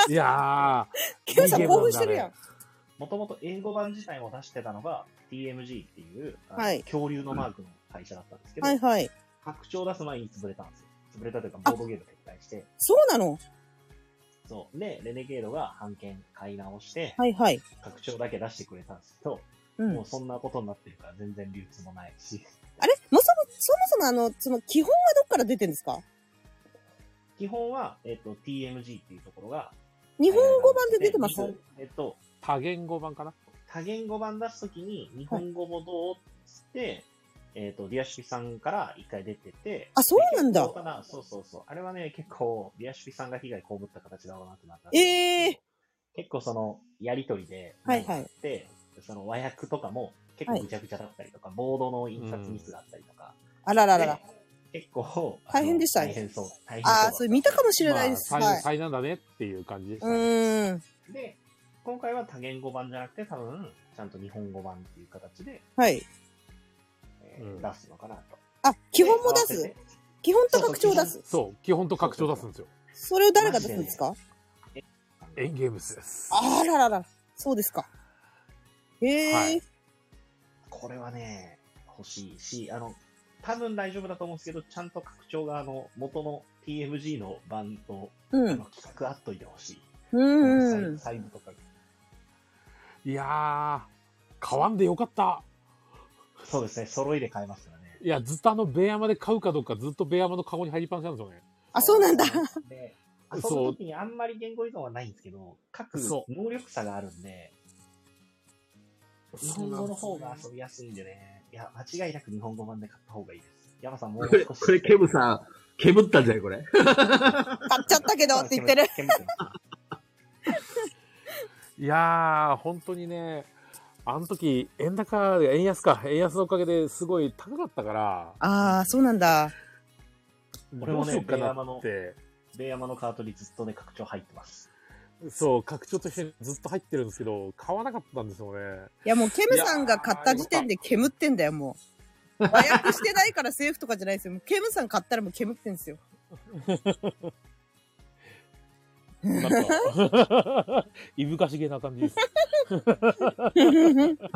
[SPEAKER 2] いや
[SPEAKER 1] ケムさん
[SPEAKER 2] いいゲーム
[SPEAKER 1] 興奮してるやん。
[SPEAKER 4] もともと英語版自体を出してたのが TMG っていう、あの
[SPEAKER 1] はい
[SPEAKER 4] 恐竜のマークの会社だったんですけど、
[SPEAKER 1] はいはい。
[SPEAKER 4] 拡張出す前に潰れたんですよ。潰れたというか、ボードゲーム撤退して、
[SPEAKER 1] そうなの
[SPEAKER 4] そう。で、レネゲードが版権買い直して、
[SPEAKER 1] はいはい。
[SPEAKER 4] 拡張だけ出してくれたんですけど、
[SPEAKER 1] うん。あれ
[SPEAKER 4] もうそんなことになってるから全然流通もないし、
[SPEAKER 1] もそも、そもそもあの、その基本はどっから出てんですか
[SPEAKER 4] 基本は、えっと、TMG っていうところが、
[SPEAKER 1] 日本語版で出てます
[SPEAKER 4] えー日本えっと、
[SPEAKER 2] ー、多言語版かな
[SPEAKER 4] 多言語版出すときに、日本語もどうっつって、えっと、リアシュピさんから一回出てて、
[SPEAKER 1] あ、そうなんだ
[SPEAKER 4] 結。構かなそうそうそう。あれはね、結構、リアシュピさんが被害被った形がなくなった。
[SPEAKER 1] ええ
[SPEAKER 4] 結構その、やりとりで、
[SPEAKER 1] はいはい
[SPEAKER 4] で、その和訳とかも結構ぐちゃぐちゃだったりとか、ボードの印刷ミスがあったりとか、
[SPEAKER 1] あらららら
[SPEAKER 4] で。結構、あの
[SPEAKER 1] 大変でしたね
[SPEAKER 4] 大変そう。大変
[SPEAKER 1] あー、それ見たかもしれないで
[SPEAKER 2] まあ、
[SPEAKER 1] す。はい
[SPEAKER 2] 災。災難だねっていう感じでし
[SPEAKER 1] う
[SPEAKER 2] たね、
[SPEAKER 1] ーん。
[SPEAKER 4] で、今回は多言語版じゃなくて、多分、ちゃんと日本語版っていう形で、
[SPEAKER 1] はい。
[SPEAKER 4] えー
[SPEAKER 2] うん
[SPEAKER 4] 出すのかなと。
[SPEAKER 1] あ、基本も出
[SPEAKER 4] で合わせ
[SPEAKER 1] す
[SPEAKER 4] て
[SPEAKER 1] 基本と拡張出す。
[SPEAKER 2] そう、基本と拡張出すんですよ。
[SPEAKER 1] それを誰が出すんですか
[SPEAKER 2] エンゲームスです。
[SPEAKER 1] あらららら。そうですか。
[SPEAKER 2] は
[SPEAKER 1] ええ
[SPEAKER 2] い
[SPEAKER 4] これはね、欲しいし、あの、多分大丈夫だと思うんですけど、ちゃんと拡張が、あの、元の TMG の版と、
[SPEAKER 1] う
[SPEAKER 4] あ
[SPEAKER 1] ん
[SPEAKER 4] の、。企画あっといてほしい。
[SPEAKER 1] うんうん。
[SPEAKER 4] サイサイズとか。
[SPEAKER 2] いやー、買わんでよかった。
[SPEAKER 4] そうですね、揃いで買えますからね。
[SPEAKER 2] いや、ずっとあの、ベアマで買うかどうか、ずっとベアマのカゴに入りっぱなしなんですよね。
[SPEAKER 1] あ、そうなんだ。
[SPEAKER 4] で、
[SPEAKER 2] そう
[SPEAKER 4] その時にあんまり言語依存はないんですけど、各
[SPEAKER 2] そう
[SPEAKER 4] 能力差があるんで、日本語の方が遊びやすいんでね。いや、間違いなく日本語版で買った方がいいです。山さんもう
[SPEAKER 7] これ、
[SPEAKER 4] 少し。
[SPEAKER 7] これケムさん、ケムったんじゃないこれ。
[SPEAKER 1] 買っちゃったけどって言ってる。
[SPEAKER 4] 煙ってる
[SPEAKER 2] いやー、本当にね、あの時、円高、円安か、円安のおかげですごい高かったから、
[SPEAKER 1] ああ、そうなんだ。
[SPEAKER 4] 俺
[SPEAKER 2] ど
[SPEAKER 4] も
[SPEAKER 2] う
[SPEAKER 4] ね
[SPEAKER 2] しようかなって、
[SPEAKER 4] ベイヤマのカートにずっとね、拡張入ってます。
[SPEAKER 2] そう、拡張としてずっと入ってるんですけど、買わなかったんですよね。
[SPEAKER 1] いやもうケムさんが買った時点で煙ってんだよ、もう。和訳してないからセーフとかじゃないですよ。もうケムさん買ったらもう煙ってんですよ。
[SPEAKER 2] なんか、 いぶかしげな感じです。
[SPEAKER 3] さ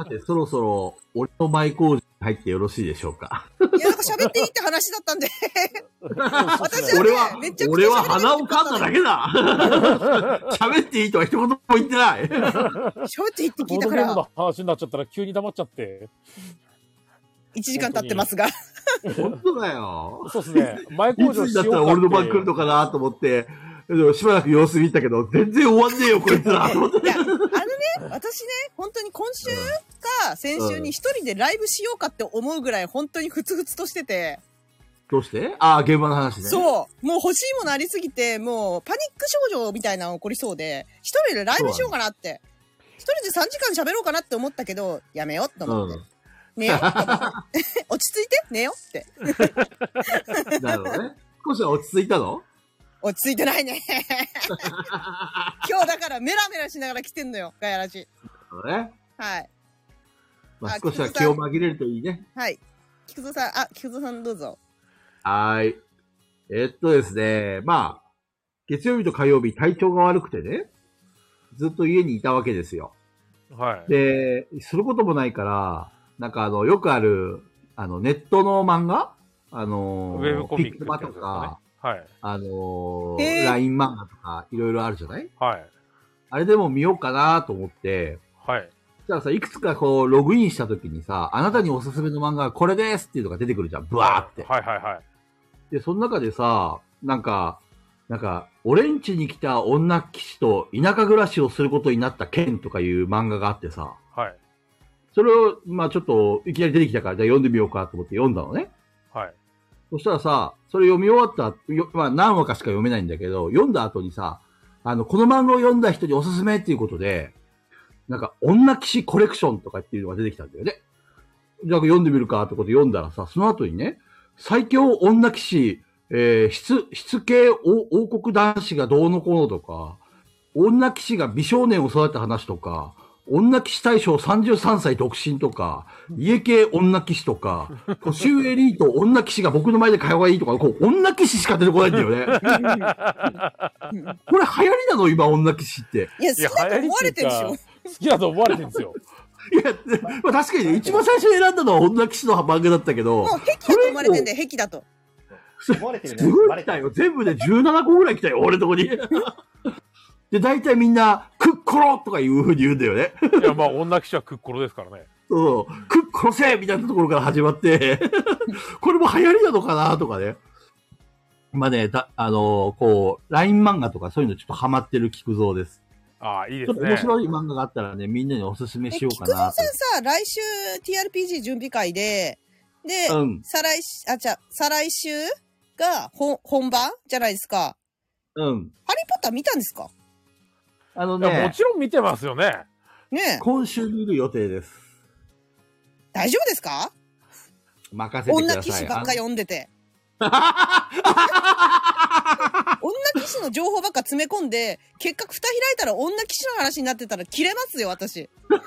[SPEAKER 3] て、そろそろ、俺の前工事に入ってよろしいでしょうか。
[SPEAKER 1] いや、なんか喋っていいって話だ ったんで。私
[SPEAKER 3] 俺は
[SPEAKER 1] は、ね、めっちゃくちゃ喋りたい
[SPEAKER 3] 俺は鼻を噛んだだけだ 喋っていいとは一言も言ってない。
[SPEAKER 1] 喋っていいって聞
[SPEAKER 2] ボ
[SPEAKER 1] い
[SPEAKER 2] ー
[SPEAKER 1] たか
[SPEAKER 2] ドゲーム
[SPEAKER 1] ら、
[SPEAKER 2] の話になっちゃったら急に黙っちゃって。
[SPEAKER 1] 1時間経ってますが。
[SPEAKER 3] 本当だよ。
[SPEAKER 2] そうですね。前
[SPEAKER 3] い
[SPEAKER 2] 工
[SPEAKER 3] つ
[SPEAKER 2] 場
[SPEAKER 3] に
[SPEAKER 2] し
[SPEAKER 3] な
[SPEAKER 2] よう
[SPEAKER 3] ったら
[SPEAKER 2] か
[SPEAKER 3] 俺の番来るの
[SPEAKER 2] っ
[SPEAKER 3] かなと思って、でもしばらく様子見たけど、全然終わんねえよ、こいつ ら。
[SPEAKER 1] いや、あのね、私ね、本当に今週か先週に一人でライブしようかって思うぐらい本当にふつふつとしてて、
[SPEAKER 3] どうしてああ、現場の話ね。う。
[SPEAKER 1] そう、もう欲しいものありすぎて、もうパニック症状みたいなの起こりそうで、一人でライブしようかなって、一人で3時間喋ろうかなって思ったけど、やめようと思って。
[SPEAKER 3] うん
[SPEAKER 1] 寝ようと思って。 落ち着いて寝ようって。
[SPEAKER 3] なるほどね。少しは落ち着いたの
[SPEAKER 1] 落ち着いて ないね。今日だからメラメラしながら来てんのよ、ガヤラジ。
[SPEAKER 3] そうね。
[SPEAKER 1] はい。
[SPEAKER 3] まあ
[SPEAKER 1] あ、
[SPEAKER 3] 少しは気を紛れるといいね。
[SPEAKER 1] はい。菊蔵さん、あ、菊蔵さんどうぞ。
[SPEAKER 3] はーい。えっとですね、まあ、月曜日と火曜日体調が悪くてね、ずっと家にいたわけですよ。
[SPEAKER 2] て。はい。
[SPEAKER 3] で、することもないから、なんかあの、よくある、あの、ネットの漫画あ
[SPEAKER 2] ウ
[SPEAKER 3] の
[SPEAKER 2] ェブコミックって
[SPEAKER 3] マ
[SPEAKER 2] やつ
[SPEAKER 3] と
[SPEAKER 2] です
[SPEAKER 3] か
[SPEAKER 2] か、ね。はい。
[SPEAKER 3] あの
[SPEAKER 1] へー
[SPEAKER 3] ライン漫画とか、いろいろあるじゃない
[SPEAKER 2] はい。
[SPEAKER 3] あれでも見ようかなと思って、
[SPEAKER 2] はい。
[SPEAKER 3] そしたらさ、いくつかこう、ログインした時にさ、あなたにおすすめの漫画はこれですっていうのが出てくるじゃん。ブワーって。
[SPEAKER 2] はいはいはい。
[SPEAKER 3] で、その中でさ、なんか、なんか、俺ん家に来た女騎士と田舎暮らしをすることになった剣とかいう漫画があってさ、
[SPEAKER 2] はい。
[SPEAKER 3] それを、まあちょっと、いきなり出てきたから、じゃあ読んでみようかと思って読んだのね。
[SPEAKER 2] はい。
[SPEAKER 3] そしたらさ、それ読み終わった、よまあ何話かしか読めないんだけど、読んだ後にさ、あの、この漫画を読んだ人におすすめっていうことで、なんか、女騎士コレクションとかっていうのが出てきたんだよね。じゃあ読んでみるかってことで読んだらさ、その後にね、最強女騎士、えー、質、質系王王国男子がどうのこうのとか、女騎士が美少年を育てた話とか、女騎士大賞33歳独身とか、家系女騎士とか、年上エリート女騎士が僕の前で会話がいいとか、こう、女騎士しか出てこないんだよね。これ流行りなの今、女騎士って。
[SPEAKER 1] いや、好きだと思われてるでしょ。
[SPEAKER 2] 好きだと思われてるんですよ。
[SPEAKER 3] いや、まあ、確かにね、一番最初に選んだのは女騎士の漫画だったけど、
[SPEAKER 1] もう壁だと思われてんだよ、壁だと。
[SPEAKER 4] 思われてるね。
[SPEAKER 3] すご
[SPEAKER 4] バ
[SPEAKER 3] い
[SPEAKER 4] レ
[SPEAKER 3] 来
[SPEAKER 4] て
[SPEAKER 3] た
[SPEAKER 4] る
[SPEAKER 3] よ。全部で17個ぐらい来たよ、俺のとこに。で、大体みんな、クッコロとかいう風に言うんだよね。
[SPEAKER 2] いや、まあ、女騎士はクッコロですからね。
[SPEAKER 3] そう、クッコロせみたいなところから始まって、 これも流行りなのかなとかね。まあね、だあのーこう、LINE 漫画とかそういうのちょっとハマってる菊蔵です。
[SPEAKER 2] ああ、いいで
[SPEAKER 3] ちょ
[SPEAKER 2] す
[SPEAKER 3] っ
[SPEAKER 2] ね。
[SPEAKER 3] と面白い漫画があったらね、みんなにおすすめ
[SPEAKER 1] え、
[SPEAKER 3] し
[SPEAKER 1] 菊
[SPEAKER 3] ようか
[SPEAKER 1] 蔵さ
[SPEAKER 3] なん
[SPEAKER 1] さ、来週 TRPG 準備会で、で、
[SPEAKER 3] と。うん、
[SPEAKER 1] 再来し、あ、じゃあ再来週が本本番じゃないですか。
[SPEAKER 3] うん。
[SPEAKER 1] ハリーポッター見たんですか
[SPEAKER 3] あの
[SPEAKER 2] いやも
[SPEAKER 3] ね、
[SPEAKER 2] ちろん見てますよね。
[SPEAKER 1] ねえ、
[SPEAKER 3] 今週見る予定です。
[SPEAKER 1] 大丈夫ですか
[SPEAKER 3] 任せてくだ
[SPEAKER 1] 女
[SPEAKER 3] さい。
[SPEAKER 1] 騎士ばっか読んで て。女騎士の情報ばっか詰め込んで、結果蓋開いたら女騎士の話になってたら切れますよ、 私。ぶっち切れ、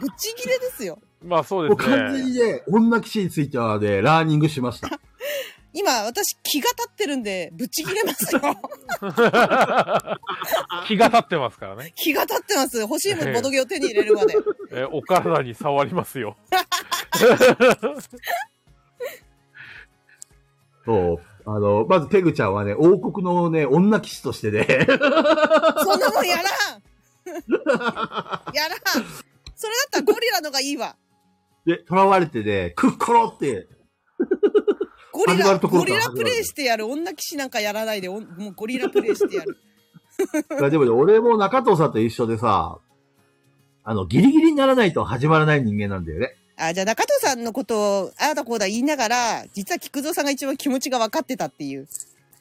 [SPEAKER 1] ぶっち切れですよ。
[SPEAKER 2] まあ、そう
[SPEAKER 3] もう
[SPEAKER 2] です
[SPEAKER 3] 完全
[SPEAKER 2] ね。
[SPEAKER 3] にね、女騎士についてはね、ラーニングしました。
[SPEAKER 1] 今、私気が立ってるんで、ぶっち切れます よ。
[SPEAKER 2] 気が立ってますからね。
[SPEAKER 1] 気が立ってます。欲しいものボドゲを手に入れるまで。
[SPEAKER 2] えお体に触ります よ。
[SPEAKER 3] そう。あの、まずペグちゃんはね、王国のね、女騎士としてね、
[SPEAKER 1] そんなもんやらんやらんそれだったらゴリラのがいいわ。
[SPEAKER 3] で、囚われてね、クッコロって、
[SPEAKER 1] ゴリ
[SPEAKER 3] 始ま
[SPEAKER 1] ラ、
[SPEAKER 3] るところ
[SPEAKER 1] ゴ
[SPEAKER 3] から
[SPEAKER 1] リ
[SPEAKER 3] 始
[SPEAKER 1] ラ
[SPEAKER 3] ま
[SPEAKER 1] プ
[SPEAKER 3] る
[SPEAKER 1] レイしてやる。女騎士なんかやらないで、おんもうゴリラプレイしてやる。
[SPEAKER 3] いやでもね、俺も中藤さんと一緒でさ、あの、ギリギリにならないと始まらない人間なんだよね。
[SPEAKER 1] あ、じゃあ中藤さんのことを、ああだこうだ言いながら、実は菊蔵さんが一番気持ちが分かってたっていう。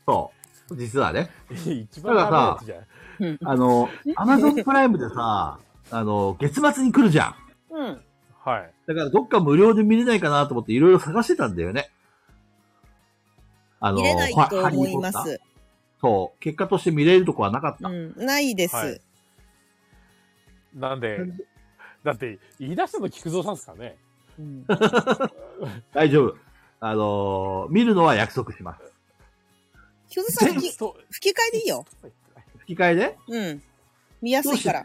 [SPEAKER 3] そう。実はね。
[SPEAKER 2] 一番ダメなやつじゃん。
[SPEAKER 3] あの、アマゾンプライムでさ、あの、月末に来るじゃん。
[SPEAKER 1] うん。
[SPEAKER 2] はい。
[SPEAKER 3] だからどっか無料で見れないかなと思っていろいろ探してたんだよね。あ
[SPEAKER 1] 見れない
[SPEAKER 3] ハ
[SPEAKER 1] と
[SPEAKER 3] ハリー
[SPEAKER 1] 思いま
[SPEAKER 3] ポッター
[SPEAKER 1] す。
[SPEAKER 3] そう。結果として見れるとこはなかっ
[SPEAKER 1] う
[SPEAKER 3] た。
[SPEAKER 1] ん。ないです。
[SPEAKER 2] はいなんで、だって、言い出したの菊蔵さんですからね。
[SPEAKER 1] うん、
[SPEAKER 3] 大丈夫。あのー見るのは約束します。
[SPEAKER 1] ひょずさん吹き、
[SPEAKER 2] スト
[SPEAKER 1] 吹き替えでいいよ。
[SPEAKER 3] 吹き替えで
[SPEAKER 1] うん。見やすいから。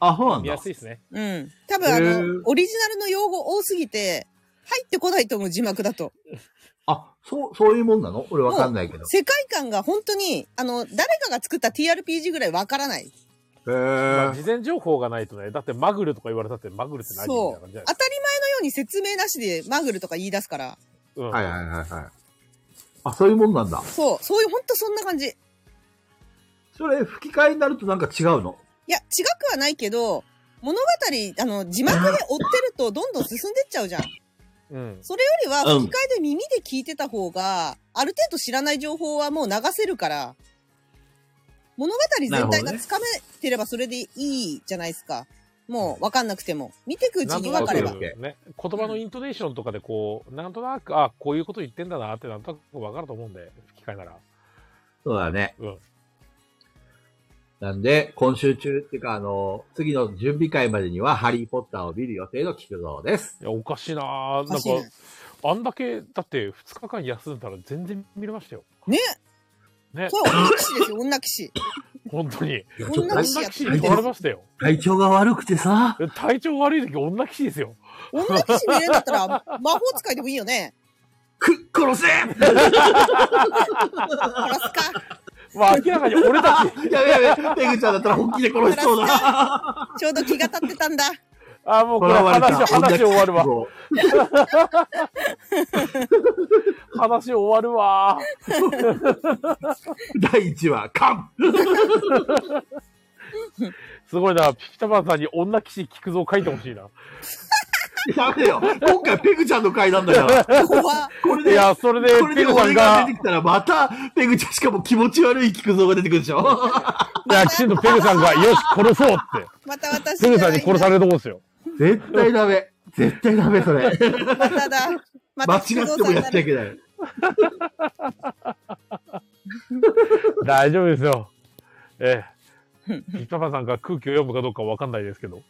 [SPEAKER 3] あ、そうなん
[SPEAKER 2] 見
[SPEAKER 3] だ
[SPEAKER 2] や。すいですね。
[SPEAKER 1] うん。多分あ
[SPEAKER 3] へ
[SPEAKER 1] の
[SPEAKER 3] ー、
[SPEAKER 1] オリジナルの用語多すぎて、入ってこないと思う、字幕だと。
[SPEAKER 3] あ、そう、そういうもんなの俺わかんないけど。
[SPEAKER 1] 世界観が本当に、あの、誰かが作った TRPG ぐらいわからない。
[SPEAKER 3] へ
[SPEAKER 2] まあ事
[SPEAKER 3] ー
[SPEAKER 2] 前情報がないとね、だってマグルとか言われたってマグルって何みた
[SPEAKER 1] そ
[SPEAKER 2] いな
[SPEAKER 1] う。当たり
[SPEAKER 2] 感じじ
[SPEAKER 1] 前
[SPEAKER 2] ゃないですか
[SPEAKER 1] のように説明なしでマグルとか言い出すから。
[SPEAKER 2] うん
[SPEAKER 3] はいはいはいはい。あ、そういうもんなんだ。
[SPEAKER 1] そう。そういう、ほんとそんな感じ。い
[SPEAKER 3] それ、吹き替えになるとなんか違うの
[SPEAKER 1] や、違くはないけど、物語、あの、字幕で追ってるとどんどん進んでっちゃうじゃん。
[SPEAKER 2] うん。
[SPEAKER 1] それよりは、
[SPEAKER 3] うん
[SPEAKER 1] 吹き替えで耳で聞いてた方が、ある程度知らない情報はもう流せるから、物語全
[SPEAKER 3] なる
[SPEAKER 1] 体
[SPEAKER 3] ほ
[SPEAKER 1] が
[SPEAKER 3] どね
[SPEAKER 1] つかめてればそれでいいじゃないですか。もう分かんなくても。見てくうち
[SPEAKER 2] なん
[SPEAKER 1] に
[SPEAKER 2] と
[SPEAKER 1] 分
[SPEAKER 2] な
[SPEAKER 1] か
[SPEAKER 2] く
[SPEAKER 1] れば。
[SPEAKER 2] ね、言葉のイントネーションとかでこう、なんとなく、あ、こういうこと言ってんだなってなんとなくわかると思うんで、吹き替えなら。
[SPEAKER 3] そうだね。
[SPEAKER 2] うん。
[SPEAKER 3] なんで、今週中っていうか、あの、次の準備会までには、ハリーポッターを見る予定の菊蔵です。
[SPEAKER 2] いや、おかしいなぁ。
[SPEAKER 1] かしい
[SPEAKER 2] なんか、あんだけ、だって2日間休んだら全然見れましたよ。
[SPEAKER 1] ね
[SPEAKER 2] ね
[SPEAKER 1] そ、れは女騎士ですよ、女騎士。
[SPEAKER 2] 本当に。
[SPEAKER 3] いや
[SPEAKER 1] こんな
[SPEAKER 3] 体
[SPEAKER 1] 騎士
[SPEAKER 2] 女
[SPEAKER 1] やっ
[SPEAKER 2] 騎士に変われましたよ。
[SPEAKER 3] 体調が悪くてさ。
[SPEAKER 2] 体調悪い時女騎士ですよ。
[SPEAKER 1] 女騎士見れるんだったら、魔法使いでもいいよね。
[SPEAKER 3] く、殺せ
[SPEAKER 1] 殺すか。
[SPEAKER 2] まあ明らかに俺た ち、
[SPEAKER 3] やべやべ、ペグちゃんだったら本気で殺しそうだ。
[SPEAKER 1] ちょうど気が立ってたんだ。
[SPEAKER 2] あ、 もうこれ
[SPEAKER 3] 囚われ
[SPEAKER 2] 話、
[SPEAKER 3] た
[SPEAKER 2] 話終わるわ。。話終わるわ。
[SPEAKER 3] 第1話、カン
[SPEAKER 2] すごいな。ピピタパンさんに女騎士菊蔵書いてほし いな。
[SPEAKER 3] やめよ。今回ペグちゃんの回なんだから。
[SPEAKER 1] 怖
[SPEAKER 3] これ
[SPEAKER 2] い
[SPEAKER 3] で、
[SPEAKER 2] や、それで
[SPEAKER 3] これ、
[SPEAKER 2] ペ
[SPEAKER 3] で
[SPEAKER 2] グさん
[SPEAKER 3] 俺が
[SPEAKER 2] が
[SPEAKER 3] 出て、きたらまた、ペグちゃんしかも気持ち悪い菊蔵が出てくるでしょ
[SPEAKER 2] いや、きちんとペグさんが、よし、殺そうって。
[SPEAKER 1] また私じ
[SPEAKER 2] ペ
[SPEAKER 1] ゃ
[SPEAKER 2] グ
[SPEAKER 1] な
[SPEAKER 2] さ
[SPEAKER 1] い
[SPEAKER 2] んに殺されるとこですよ。
[SPEAKER 3] 絶対ダメ。絶対ダメ、それ。
[SPEAKER 1] まただ。また
[SPEAKER 3] 間違って
[SPEAKER 1] 菊蔵さ
[SPEAKER 3] も
[SPEAKER 1] んに
[SPEAKER 3] や
[SPEAKER 1] な
[SPEAKER 3] っちゃい
[SPEAKER 1] る。
[SPEAKER 3] けない。
[SPEAKER 2] 大丈夫ですよ。ええ。ピッパパさんが空気を読むかどうかわかんないですけど。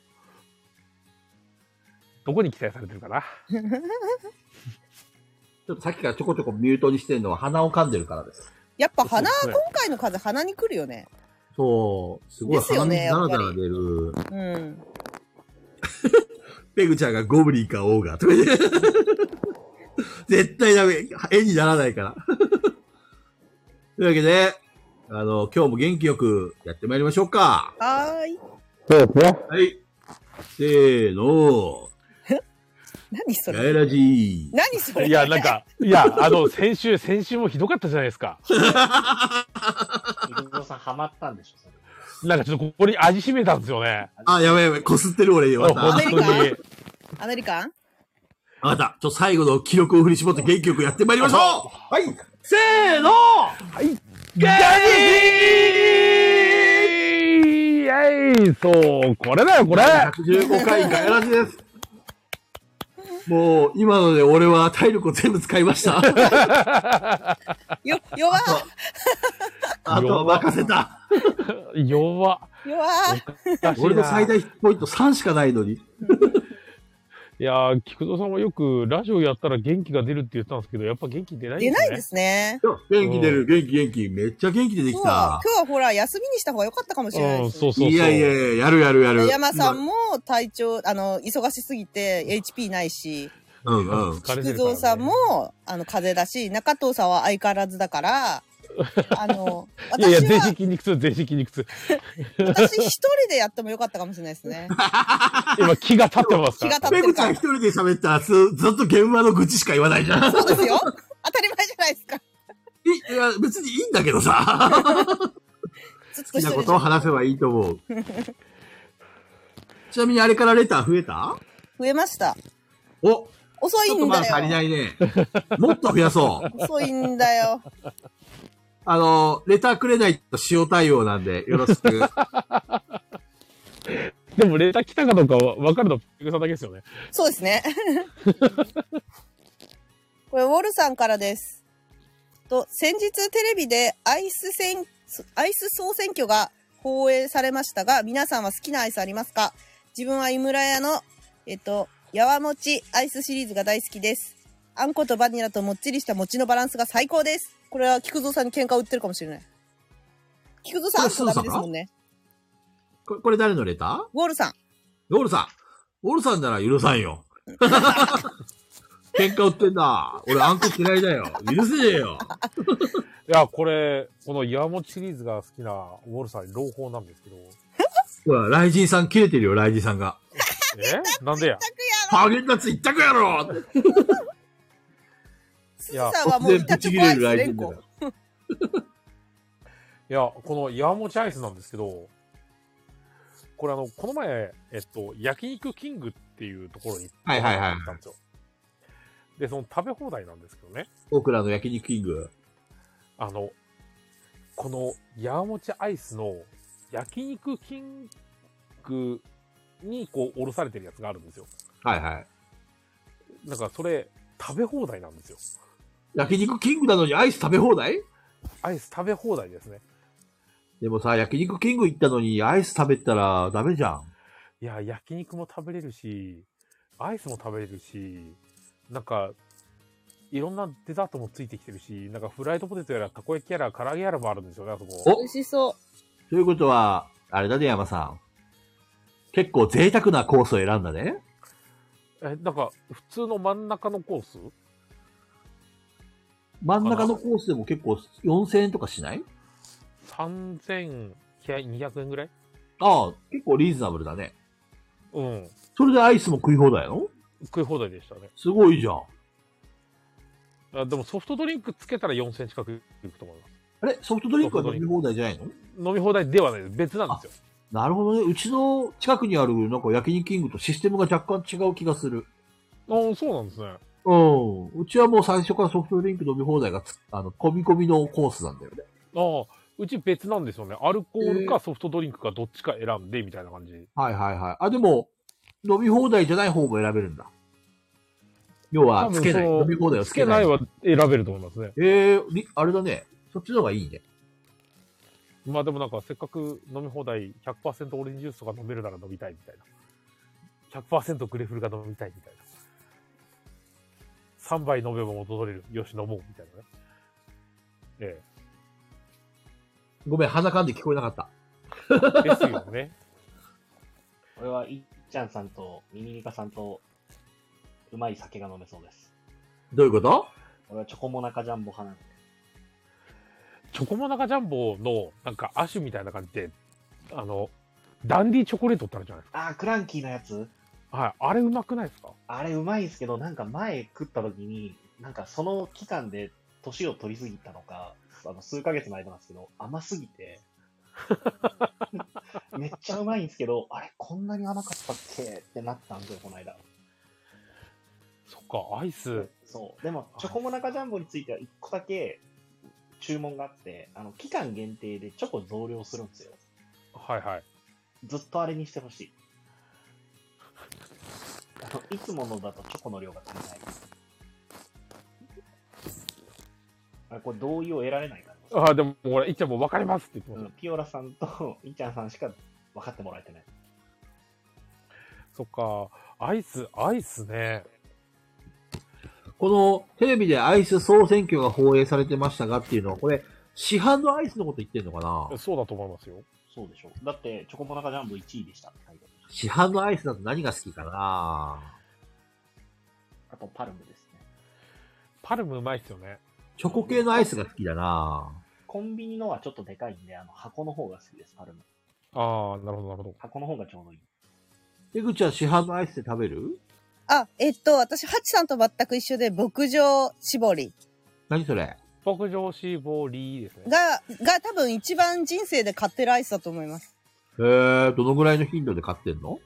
[SPEAKER 2] どこに期待されてるかな
[SPEAKER 3] ちょっとさっきからちょこちょこミュートにしてるのは鼻を噛んでるからです。
[SPEAKER 1] やっぱ鼻、
[SPEAKER 2] そう
[SPEAKER 1] 今
[SPEAKER 2] ですね
[SPEAKER 1] 回の風鼻に来るよね。
[SPEAKER 3] そう。すごい
[SPEAKER 1] ですよ
[SPEAKER 3] 鼻
[SPEAKER 1] ね
[SPEAKER 3] 水ダラダラ出る。
[SPEAKER 1] うん。
[SPEAKER 3] ペグちゃんがゴブリンかオーガーとか言って。絶対ダメ。絵にならないから。 というわけで、あの、今日も元気よくやってまいりましょうか。
[SPEAKER 1] はーい。
[SPEAKER 8] そうですね。
[SPEAKER 3] はい。せーの、
[SPEAKER 1] 何そ
[SPEAKER 3] ガ
[SPEAKER 1] れ
[SPEAKER 3] エラジー。
[SPEAKER 1] 何それ
[SPEAKER 2] いや、なん か、いや、あの、先週、先週もひどかったじゃないですか。
[SPEAKER 4] 菊蔵さんハマったんでしょ、それ。
[SPEAKER 2] なんかちょっとここに味しめたんですよね。
[SPEAKER 3] あ、やばいやばい、こすってる俺、また。
[SPEAKER 2] 本
[SPEAKER 1] メリカ
[SPEAKER 2] 当に。
[SPEAKER 1] アメリカン
[SPEAKER 3] また、ちょっと最後の記録を振り絞って元気よくやってまいりましょうはいせーの
[SPEAKER 2] ガニーイェイそう、これだよ、これ
[SPEAKER 3] !115 回ガエラジですもう、今ので俺は体力を全部使いま した。
[SPEAKER 1] よ、弱
[SPEAKER 3] あとは任せた。
[SPEAKER 2] 弱っ。
[SPEAKER 1] 弱
[SPEAKER 2] おかしいな
[SPEAKER 3] 俺の最大ヒットポイント3しかないのに。
[SPEAKER 2] いやー、菊蔵さんはよくラジオやったら元気が出るって言ってたんですけど、やっぱ元気出ないん
[SPEAKER 1] 出
[SPEAKER 2] です
[SPEAKER 1] な
[SPEAKER 2] ね。
[SPEAKER 1] いですね。
[SPEAKER 3] 元気出る、元気元気。めっちゃ元気出て
[SPEAKER 1] 今
[SPEAKER 3] き
[SPEAKER 1] 日は
[SPEAKER 3] た、。
[SPEAKER 1] 今日はほら、休みにした方が良かったかもしれない
[SPEAKER 2] うん、
[SPEAKER 1] です。
[SPEAKER 2] そうそうそう。
[SPEAKER 3] いやいやいや、やるやるやる。
[SPEAKER 1] 山さんも体調、あの、忙しすぎて HP ないし、
[SPEAKER 3] うんうん。
[SPEAKER 2] 疲れて
[SPEAKER 1] 菊
[SPEAKER 2] るからね
[SPEAKER 1] 蔵さんも、あの、風邪だし、中藤さんは相変わらずだ から、あの、
[SPEAKER 2] いやいや、
[SPEAKER 1] 私
[SPEAKER 2] 全身
[SPEAKER 1] は、
[SPEAKER 2] 筋肉痛、全身筋肉痛。
[SPEAKER 1] 私一人でやっても良かったかもしれないですね。
[SPEAKER 2] 今、気が立ってますか
[SPEAKER 1] 気
[SPEAKER 2] ら
[SPEAKER 1] が。立って
[SPEAKER 3] ペ
[SPEAKER 1] る
[SPEAKER 3] グち
[SPEAKER 1] か
[SPEAKER 3] ゃん
[SPEAKER 1] ら
[SPEAKER 3] 一。人で喋ったらずずっと現場の愚痴しか言わないじゃん。
[SPEAKER 1] そうですよ。当たり前じゃないですか。
[SPEAKER 3] いいや、別にいいんだけどさ。
[SPEAKER 1] ずっと
[SPEAKER 3] 好き
[SPEAKER 1] 一
[SPEAKER 3] な
[SPEAKER 1] 人
[SPEAKER 3] こ
[SPEAKER 1] で
[SPEAKER 3] とを話せばいいと思う。ちなみにあれからレター増えた
[SPEAKER 1] 増えました。
[SPEAKER 3] お
[SPEAKER 1] 遅
[SPEAKER 3] ち
[SPEAKER 1] い
[SPEAKER 3] ょっと
[SPEAKER 1] ん
[SPEAKER 3] まだ
[SPEAKER 1] だ
[SPEAKER 3] 足り
[SPEAKER 1] よ。
[SPEAKER 3] ないね。もっと増やそう。
[SPEAKER 1] 遅いんだよ。
[SPEAKER 3] あの、レターくれないと塩対応なんで、よろしく。
[SPEAKER 2] でも、レター来たかどうかわわかるの、ピッグさんだけですよね。
[SPEAKER 1] そうですね。 これ、ウォルさんからです。と、先日テレビでアイス選、アイス総選挙が放映されましたが、皆さんは好きなアイスありますか自分は井村屋の、えっと、やわもちアイスシリーズが大好きです。あんことバニラともっちりした餅のバランスが最高です。これは菊蔵さんに喧嘩を売ってるかもしれない。菊蔵さん、あんこダメですもんね。
[SPEAKER 3] これ、これ誰のレタ
[SPEAKER 1] ウォルさん。
[SPEAKER 3] ーウォルさん。ウォルさんなら許さんよ。 喧嘩売ってんだ。俺、あんこ嫌いだよ。許せねえよ。
[SPEAKER 2] いや、これ、このヤモシリーズが好きなウォルさん、朗報なんですけど。
[SPEAKER 3] ほら、ライジンさん切れてるよ、ライジンさんが。
[SPEAKER 2] えなんでや
[SPEAKER 3] ハーゲンダッツ一択やろって
[SPEAKER 1] すずさんはもう、いたチョコアイス連呼。
[SPEAKER 2] いや、このヤモチアイスなんですけど、これあの、この前、えっと、焼肉キングっていうところに
[SPEAKER 3] はいはいはい
[SPEAKER 2] 行ったんですよ。で、その食べ放題なんですけどね、
[SPEAKER 3] 僕らの焼肉キング。
[SPEAKER 2] あの、このヤモチアイスの焼肉キングにこう、おろされてるやつがあるんですよ。
[SPEAKER 3] はいはい。
[SPEAKER 2] なんかそれ、食べ放題なんですよ。
[SPEAKER 3] 焼肉キングなのにアイス食べ放題
[SPEAKER 2] アイス食べ放題ですね。
[SPEAKER 3] でもさ、焼肉キング行ったのにアイス食べたらダメじゃん。
[SPEAKER 2] いや、焼肉も食べれるし、アイスも食べれるし、なんか、いろんなデザートもついてきてるし、なんかフライドポテトやらたこ焼きやら唐揚げやらもあるんですよね、あそこ。
[SPEAKER 1] 美味しそう。
[SPEAKER 3] ということは、あれだね、山さん。結構贅沢なコースを選んだね。
[SPEAKER 2] え、なんか、普通の真ん中のコース
[SPEAKER 3] 真ん中のコースでも結構4000円とかしない
[SPEAKER 2] ?3200 円ぐらい
[SPEAKER 3] ああ、結構リーズナブルだね。
[SPEAKER 2] うん。
[SPEAKER 3] それでアイスも食い放題なの
[SPEAKER 2] 食い放題でしたね。
[SPEAKER 3] すごいじゃん。
[SPEAKER 2] あでもソフトドリンクつけたら4000近くいくと思いま
[SPEAKER 3] あれソフトドリンクは飲み放題じゃないの
[SPEAKER 2] す。飲み放題ではないです。別なんですよ。
[SPEAKER 3] なるほどね。うちの近くにある、なんか焼肉キングとシステムが若干違う気がする。
[SPEAKER 2] ああ、そうなんですね。
[SPEAKER 3] うん。うちはもう最初からソフトドリンク飲み放題がつ、あの、込み込みのコースなんだよね。
[SPEAKER 2] ああ、うち別なんですよね。アルコールかソフトドリンクかどっちか選んでみたいな感じ。
[SPEAKER 3] はいはいはい。あ、でも、飲み放題じゃない方も選べるんだ。要は、つけない。
[SPEAKER 2] 多分そう
[SPEAKER 3] 飲み放題を
[SPEAKER 2] つ
[SPEAKER 3] つ
[SPEAKER 2] け
[SPEAKER 3] け
[SPEAKER 2] な
[SPEAKER 3] ないい。
[SPEAKER 2] は選べると思いますね。
[SPEAKER 3] ええーり、あれだね。そっちの方がいいね。
[SPEAKER 2] まあでもなんかせっかく飲み放題100%オレンジジュースとか飲めるなら飲みたいみたいな。100%グレフルが飲みたいみたいな。3杯飲めば戻れる。よし、飲もう。みたいなね。え
[SPEAKER 3] ごめん、鼻かんで聞こえなかった。
[SPEAKER 2] え。ですよね。
[SPEAKER 4] これは、いっちゃんさんと、ミニリカさんと、うまい酒が飲めそうです。
[SPEAKER 3] どういうこと
[SPEAKER 4] 俺はチョコモナカジャンボ派なので。
[SPEAKER 2] チョコモナカジャンボのなんか亜種みたいな感じで、あの、ダンディチョコレートってあるじゃないです
[SPEAKER 4] あー、クランキーのやつ
[SPEAKER 2] か。はい。あれうまくないですか
[SPEAKER 4] あれうまいんすけど、なんか前食った時に、なんかその期間で年を取りすぎたのか、あの数ヶ月の間なんですけど、甘すぎて、 めっちゃうまいんですけど、あれこんなに甘かったっけってなったんですよ、この間。
[SPEAKER 2] そっか、アイス。
[SPEAKER 4] そう。でも、チョコモナカジャンボについては1個だけ注文があって、あの、期間限定でチョコ増量するんですよ。
[SPEAKER 2] はいはい。
[SPEAKER 4] ずっとあれにしてほしい。あの、いつものだとチョコの量が足りない。あれ、これ同意を得られないから、
[SPEAKER 2] ああ、でも俺、いっちゃんもう分かりますって言ってま
[SPEAKER 4] う
[SPEAKER 2] した。
[SPEAKER 4] ん、ピオラさんとインちゃんさんしか分かってもらえてない。
[SPEAKER 2] そっか、アイス、アイスね。
[SPEAKER 3] この、テレビでアイス総選挙が放映されてましたがっていうのは、これ、市販のアイスのこと言ってんのかな
[SPEAKER 2] そうだと思いますよ。
[SPEAKER 4] そうでしょう。だって、チョコモナカジャンボ1位でした。はい、
[SPEAKER 3] 市販のアイスだと何が好きかな
[SPEAKER 4] あと、パルムですね。
[SPEAKER 2] パルムうまいっすよね。
[SPEAKER 3] チョコ系のアイスが好きだな
[SPEAKER 4] コンビニのはちょっとでかいんで、あの、箱の方が好きです、パルム。
[SPEAKER 2] ああ、なるほど、なるほど。
[SPEAKER 4] 箱の方がちょうどいい。
[SPEAKER 3] 出口は市販のアイスで食べる
[SPEAKER 1] あ、えっと、私、ハチさんと全く一緒で、牧場絞り
[SPEAKER 3] 何それ
[SPEAKER 2] 牧場シーボーリーですね。
[SPEAKER 1] が、が多分一番人生で買ってるアイスだと思います。
[SPEAKER 3] えー、どのぐらいの頻度で買ってんの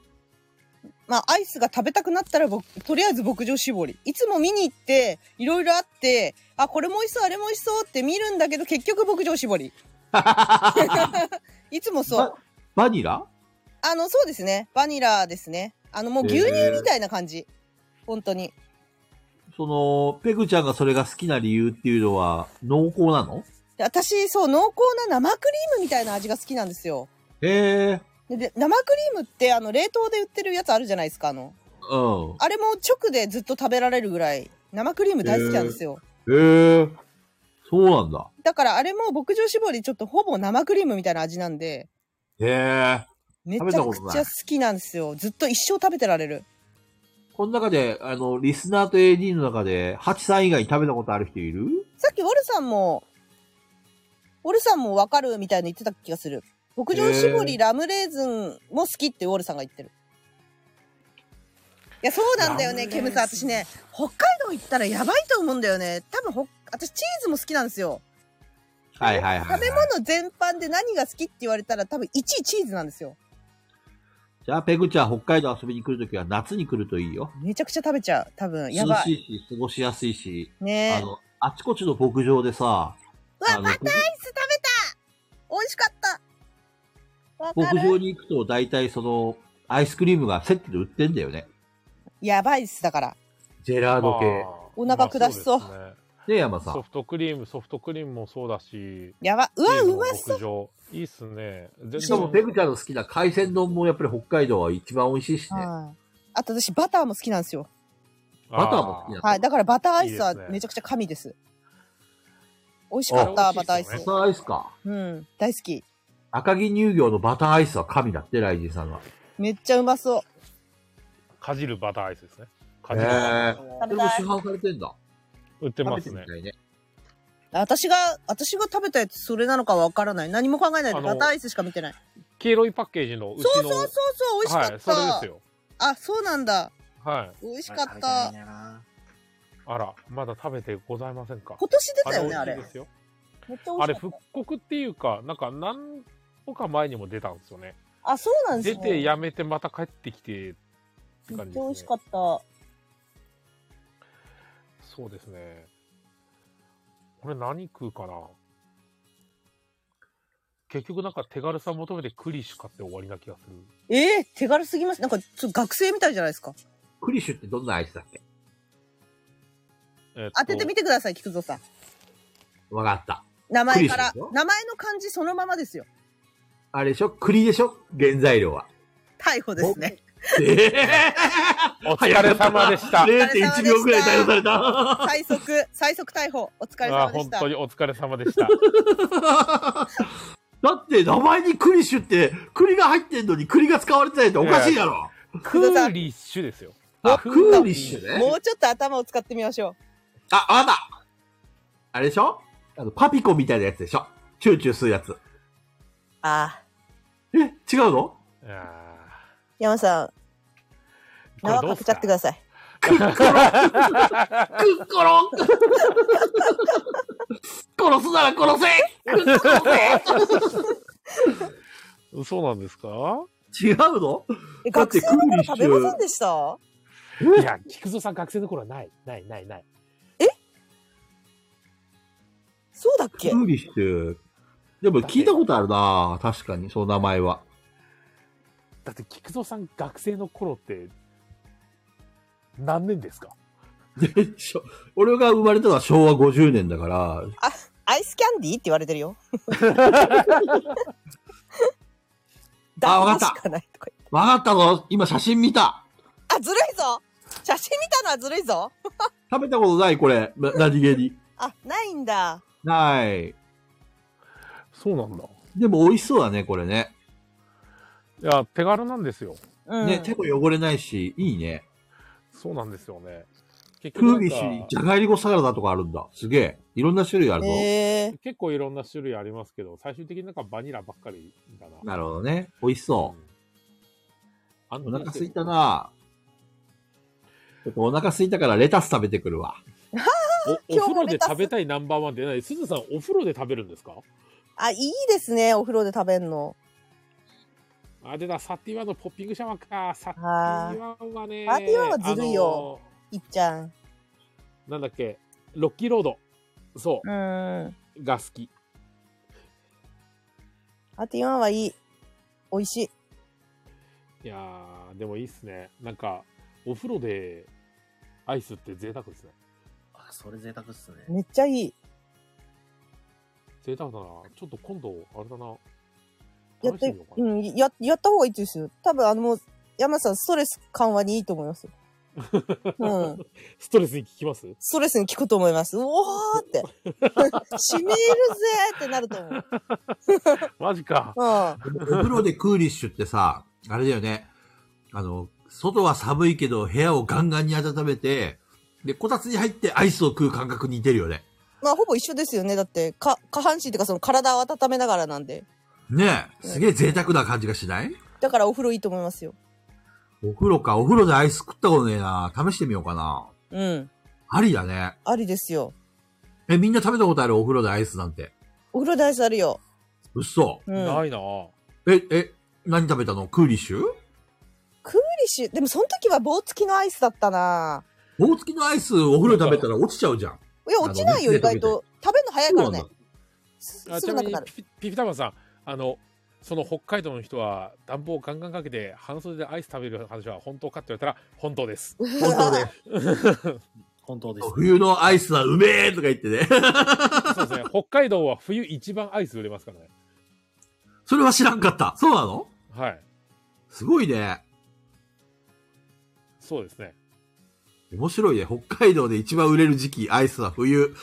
[SPEAKER 1] まあ、アイスが食べたくなったら僕、とりあえず牧場絞り。いつも見に行って、いろいろあって、あ、これも美味しそう、あれも美味しそうって見るんだけど、結局牧場絞り。いつもそう。
[SPEAKER 3] バニラ
[SPEAKER 1] あの、そうですね。バニラですね。あの、もう牛乳みたいな感じ。本当に。
[SPEAKER 3] その、ペグちゃんがそれが好きな理由っていうのは、濃厚なの
[SPEAKER 1] で私、そう、濃厚な生クリームみたいな味が好きなんですよ。
[SPEAKER 3] へえ。
[SPEAKER 1] でで生クリームって、あの、冷凍で売ってるやつあるじゃないですか、あの。
[SPEAKER 3] う
[SPEAKER 1] あれも直でずっと食べられるぐらい、生クリーム大好きなんですよ。
[SPEAKER 3] ん。へえ。そうなんだ。
[SPEAKER 1] だからあれも牧場絞りちょっとほぼ生クリームみたいな味なんで、
[SPEAKER 3] へえ。
[SPEAKER 1] めち
[SPEAKER 3] べ
[SPEAKER 1] ゃ
[SPEAKER 3] たことな
[SPEAKER 1] く
[SPEAKER 3] い
[SPEAKER 1] ちゃ好きなんですよ。ずっと一生食べてられる。
[SPEAKER 3] この中で、あの、リスナーと AD の中で、ハチさん以外に食べたことある人いる
[SPEAKER 1] さっきウォルさんも、ウォルさんもわかるみたいな言ってた気がする。牧場絞りラムレーズンも好きってウォルさんが言ってる。いや、そうなんだよね、ケムさん。私ね、北海道行ったらやばいと思うんだよね。多分ほ、私チーズも好きなんですよ。
[SPEAKER 3] はいはいはい、
[SPEAKER 1] 食べ物全般で何が好きって言われたら多分1位チーズなんですよ。
[SPEAKER 3] じゃあ、ペグちゃん、北海道遊びに来るときは夏に来るといいよ。
[SPEAKER 1] めちゃくちゃ食べちゃう。多分、や
[SPEAKER 3] 涼
[SPEAKER 1] ば
[SPEAKER 3] し
[SPEAKER 1] い。
[SPEAKER 3] いし、過ごしやすいし、あ
[SPEAKER 1] ねえ。
[SPEAKER 3] の、あちこちの牧場で
[SPEAKER 1] う
[SPEAKER 3] さ、
[SPEAKER 1] わ、
[SPEAKER 3] あの
[SPEAKER 1] バターアイス食べた美味しかったわか
[SPEAKER 3] 牧場
[SPEAKER 1] る
[SPEAKER 3] に行くと、大体その、アイスクリームがセットで売ってんだよね。
[SPEAKER 1] やばいっす、だから。
[SPEAKER 3] ジェラード系
[SPEAKER 2] ま。あ
[SPEAKER 1] お腹下しそう
[SPEAKER 2] まあですね
[SPEAKER 3] ね、山さ
[SPEAKER 2] ソ
[SPEAKER 3] ん。
[SPEAKER 2] フトクリーム、ソフトクリームもそうだし。
[SPEAKER 1] やば。うわ、
[SPEAKER 2] チーズ
[SPEAKER 1] う
[SPEAKER 2] も
[SPEAKER 1] まそう
[SPEAKER 2] 牧場いいっすね。全
[SPEAKER 3] しかも、ペグちゃんの好きな海鮮丼もやっぱり北海道は一番美味しいしね。
[SPEAKER 1] はい。あと私、バターも好きなんですよ。
[SPEAKER 3] バターも好きな
[SPEAKER 2] あ
[SPEAKER 3] の。
[SPEAKER 1] はい。だからバターアイスはい
[SPEAKER 2] いですね
[SPEAKER 1] めちゃくちゃ神です。美味しかった、
[SPEAKER 2] あ
[SPEAKER 1] バターアイ
[SPEAKER 2] 美
[SPEAKER 1] ス
[SPEAKER 2] 味しいで。す
[SPEAKER 3] バターアイスか。
[SPEAKER 1] うん。大好き。
[SPEAKER 3] 赤城乳業のバターアイスは神だって、ライジンさんが。
[SPEAKER 1] めっちゃうまそう。
[SPEAKER 2] ーかじるバターアイスですね。かじるバターアイ
[SPEAKER 3] へえ。そ
[SPEAKER 1] 食
[SPEAKER 3] れ
[SPEAKER 1] べ
[SPEAKER 3] も
[SPEAKER 1] た
[SPEAKER 3] 市
[SPEAKER 1] い。
[SPEAKER 3] 販されてんだ。
[SPEAKER 2] ス売って
[SPEAKER 3] 食
[SPEAKER 2] ま
[SPEAKER 3] べて
[SPEAKER 2] す
[SPEAKER 3] み
[SPEAKER 2] ね。
[SPEAKER 3] たいね。
[SPEAKER 1] 私が、私が食べたやつそれなのかわからない。何も考えないで
[SPEAKER 2] あの
[SPEAKER 1] バターアイスしか見てない。
[SPEAKER 2] 黄色いパッケージのうちの。
[SPEAKER 1] そうそうそうそう、美味しか
[SPEAKER 2] はい、
[SPEAKER 1] っ
[SPEAKER 2] そ
[SPEAKER 1] た。
[SPEAKER 2] れですよ。
[SPEAKER 1] あ、そうなんだ。
[SPEAKER 2] はい。
[SPEAKER 1] 美味し
[SPEAKER 4] し
[SPEAKER 1] かった。
[SPEAKER 2] あら、まだ食べてございませんか。
[SPEAKER 1] 今年出たよね、あ
[SPEAKER 2] 美
[SPEAKER 1] れ。め
[SPEAKER 2] 味しいですよ。
[SPEAKER 1] っちゃ美味しかった。
[SPEAKER 2] あれ、復刻っていうか、なんか、何個か前にも出たんですよね。
[SPEAKER 1] あ、そうなんで
[SPEAKER 2] 出
[SPEAKER 1] すね。
[SPEAKER 2] て、やめて、また帰ってきて、って
[SPEAKER 1] めっ
[SPEAKER 2] 感じ
[SPEAKER 1] ちゃ美
[SPEAKER 2] で
[SPEAKER 1] 味
[SPEAKER 2] す
[SPEAKER 1] し
[SPEAKER 2] ね
[SPEAKER 1] か。った。
[SPEAKER 2] そうですね。これ何食うかな結局なんか手軽さ求めてクリッシュ買って終わりな気がする。
[SPEAKER 1] えー、手軽すぎます。なんか、ちょっと学生みたいじゃないですか。
[SPEAKER 3] クリッシュってどんなアイスだっけ
[SPEAKER 2] えっと
[SPEAKER 1] 当ててみてください、菊蔵さん。
[SPEAKER 3] わかった。
[SPEAKER 1] 名前か
[SPEAKER 3] クリッシュ
[SPEAKER 1] ら
[SPEAKER 3] でしょ。
[SPEAKER 1] 名前の漢字そのままですよ。
[SPEAKER 3] あれでしょ栗でしょ原材料は。
[SPEAKER 1] 逮捕ですね。
[SPEAKER 3] ええ
[SPEAKER 2] お疲れ様で した。
[SPEAKER 3] 0.1秒くらい逮捕さ れ た。
[SPEAKER 1] 最速、最速逮捕。お疲れ様
[SPEAKER 2] あー
[SPEAKER 1] で
[SPEAKER 2] 本
[SPEAKER 1] した
[SPEAKER 2] 当。にお疲れ様で した。
[SPEAKER 3] だって名前にクリッシュって、栗が入ってんのに栗が使われてないっておかしいだろ。
[SPEAKER 2] クーリッシュですよ。
[SPEAKER 3] あ、クーリッシュね。
[SPEAKER 1] もうちょっと頭を使ってみましょ
[SPEAKER 3] あ、わかった。あれでしょあの、パピコみたいなやつでしょチューチューするやつ。
[SPEAKER 1] う。ああ。
[SPEAKER 3] え、違うの
[SPEAKER 2] あ
[SPEAKER 1] 山さん、
[SPEAKER 2] ーこれ
[SPEAKER 1] 縄
[SPEAKER 2] どう
[SPEAKER 1] か
[SPEAKER 2] す
[SPEAKER 1] けちゃ
[SPEAKER 2] か
[SPEAKER 1] ってください。
[SPEAKER 3] クッコロン 殺すなら殺せクッコロン
[SPEAKER 2] そうなんですか
[SPEAKER 3] 違うの
[SPEAKER 1] え、
[SPEAKER 3] だっ
[SPEAKER 1] 学
[SPEAKER 3] て
[SPEAKER 1] 生の頃食
[SPEAKER 3] クーリッシュ
[SPEAKER 1] べませんでした
[SPEAKER 2] いや、菊蔵さん学生の頃はない。ないないない。
[SPEAKER 1] そうだっ
[SPEAKER 3] ク
[SPEAKER 1] け
[SPEAKER 3] ーリッシュ。でも聞いたことあるな確かに、その名前は。
[SPEAKER 2] だって菊蔵さん学生の頃って、何年ですか
[SPEAKER 3] でしょ俺が生まれたのは昭和50年だから、
[SPEAKER 1] アイスキャンディーって言われてるよ。
[SPEAKER 3] あわかった
[SPEAKER 1] 騙しかないとか言
[SPEAKER 3] わかったぞ今写真見た
[SPEAKER 1] ってあ、ずるいぞ写真見たのはずるいぞ
[SPEAKER 3] 食べたことないこれ。な何気に。
[SPEAKER 1] あ、ないんだ。
[SPEAKER 3] ない。
[SPEAKER 2] そうなんだ。
[SPEAKER 3] でも美味しそうだね、これね。
[SPEAKER 2] いや、手軽なんですよ。
[SPEAKER 1] うん。
[SPEAKER 3] ね、手も汚れないし、いいね。
[SPEAKER 2] そうなんですよね。結
[SPEAKER 3] クーリッシュ
[SPEAKER 2] なん
[SPEAKER 3] に
[SPEAKER 2] か
[SPEAKER 3] じゃがいこサラダとかあるんだ。すげえ。いろんな種類あるぞ。
[SPEAKER 1] えー、
[SPEAKER 2] 結構いろんな種類ありますけど、最終的になんかバニラばっかりだな。
[SPEAKER 3] なるほどね。美味しそ
[SPEAKER 2] うんあ
[SPEAKER 3] う。お
[SPEAKER 2] の
[SPEAKER 3] 腹すいた。なちょっとお腹すいたからレタス食べてくるわ。
[SPEAKER 2] おお風呂で食べたいナンバーワンって何すずさん、お風呂で食べるんですか
[SPEAKER 1] あ、いいですね、お風呂で食べんの。
[SPEAKER 2] あ、出た、サティワンのポッピングシャワーか。サティ
[SPEAKER 1] あー
[SPEAKER 2] ワンはね。
[SPEAKER 1] サティワンはずるいよいっちゃん。
[SPEAKER 2] あのー。なんだっけ、ロッキーロード。そう
[SPEAKER 1] ーん。
[SPEAKER 2] う、が好き。
[SPEAKER 1] あと今はいい。美味しい。
[SPEAKER 2] いやー、でもいいっすね。なんか、お風呂でアイスって贅沢ですね。
[SPEAKER 4] あ、それ贅沢っすね。
[SPEAKER 1] めっちゃいい。
[SPEAKER 2] 贅沢だな。ちょっと今度、あれだな。
[SPEAKER 1] やっ
[SPEAKER 2] 試しててみようか
[SPEAKER 1] う
[SPEAKER 2] な。
[SPEAKER 1] ん、や、やった方がいいですよ。多分、あの、もう山さん、ストレス緩和にいいと思いますよ。うん。
[SPEAKER 2] ストレスに効きます
[SPEAKER 1] ストレスに効くと思います。うおーって。 染みるぜーってなると思う。
[SPEAKER 2] マジか。
[SPEAKER 1] う
[SPEAKER 3] お風呂でクーリッシュってさ、あれだよね。あの、外は寒いけど部屋をガンガンに温めて、で、こたつに入ってアイスを食う感覚に似てるよね。
[SPEAKER 1] ん。まあ、ほぼ一緒ですよね。だって、か、下半身っていうか、その体を温めながらなんで。
[SPEAKER 3] ねえ、すげえ贅沢な感じがしない
[SPEAKER 1] だからお風呂いいと思いますよ。
[SPEAKER 3] お風呂か、お風呂でアイス食ったことねえな。試してみようかな。
[SPEAKER 1] うん。
[SPEAKER 3] ありだね。
[SPEAKER 1] ありですよ。
[SPEAKER 3] え、みんな食べたことあるお風呂でアイスなんて。
[SPEAKER 1] お風呂大好きあるよ。
[SPEAKER 3] 嘘。
[SPEAKER 1] うん。クーリッ
[SPEAKER 2] ないなぁ。
[SPEAKER 3] え、え、何食べたのクーリッシュ
[SPEAKER 1] シュ。でも、その時は棒付きのアイスだったな
[SPEAKER 3] 棒付きのアイスお風呂で食べたら落ちちゃうじゃん。
[SPEAKER 1] いや、落ちないよ、
[SPEAKER 3] あの
[SPEAKER 1] 意外と。食べるの早いからね
[SPEAKER 3] そう。
[SPEAKER 1] す
[SPEAKER 2] あ
[SPEAKER 1] す
[SPEAKER 2] ち
[SPEAKER 1] ぐな
[SPEAKER 2] なみ
[SPEAKER 1] く
[SPEAKER 2] に
[SPEAKER 1] なる。
[SPEAKER 2] ピピピタマンさんあのその北海道の人は暖房ガンガンかけて半袖でアイス食べる話は本当かって言われたら本当です。
[SPEAKER 3] 本当ね。
[SPEAKER 4] 本当です、
[SPEAKER 3] 冬のアイスはうめえとか言ってね。
[SPEAKER 2] そうですね。北海道は冬一番アイス売れますからね。
[SPEAKER 3] それは知らんかった。そうなの
[SPEAKER 2] はい。
[SPEAKER 3] すごいね。
[SPEAKER 2] そうですね。
[SPEAKER 3] 面白いね。北海道で一番売れる時期、アイスは冬。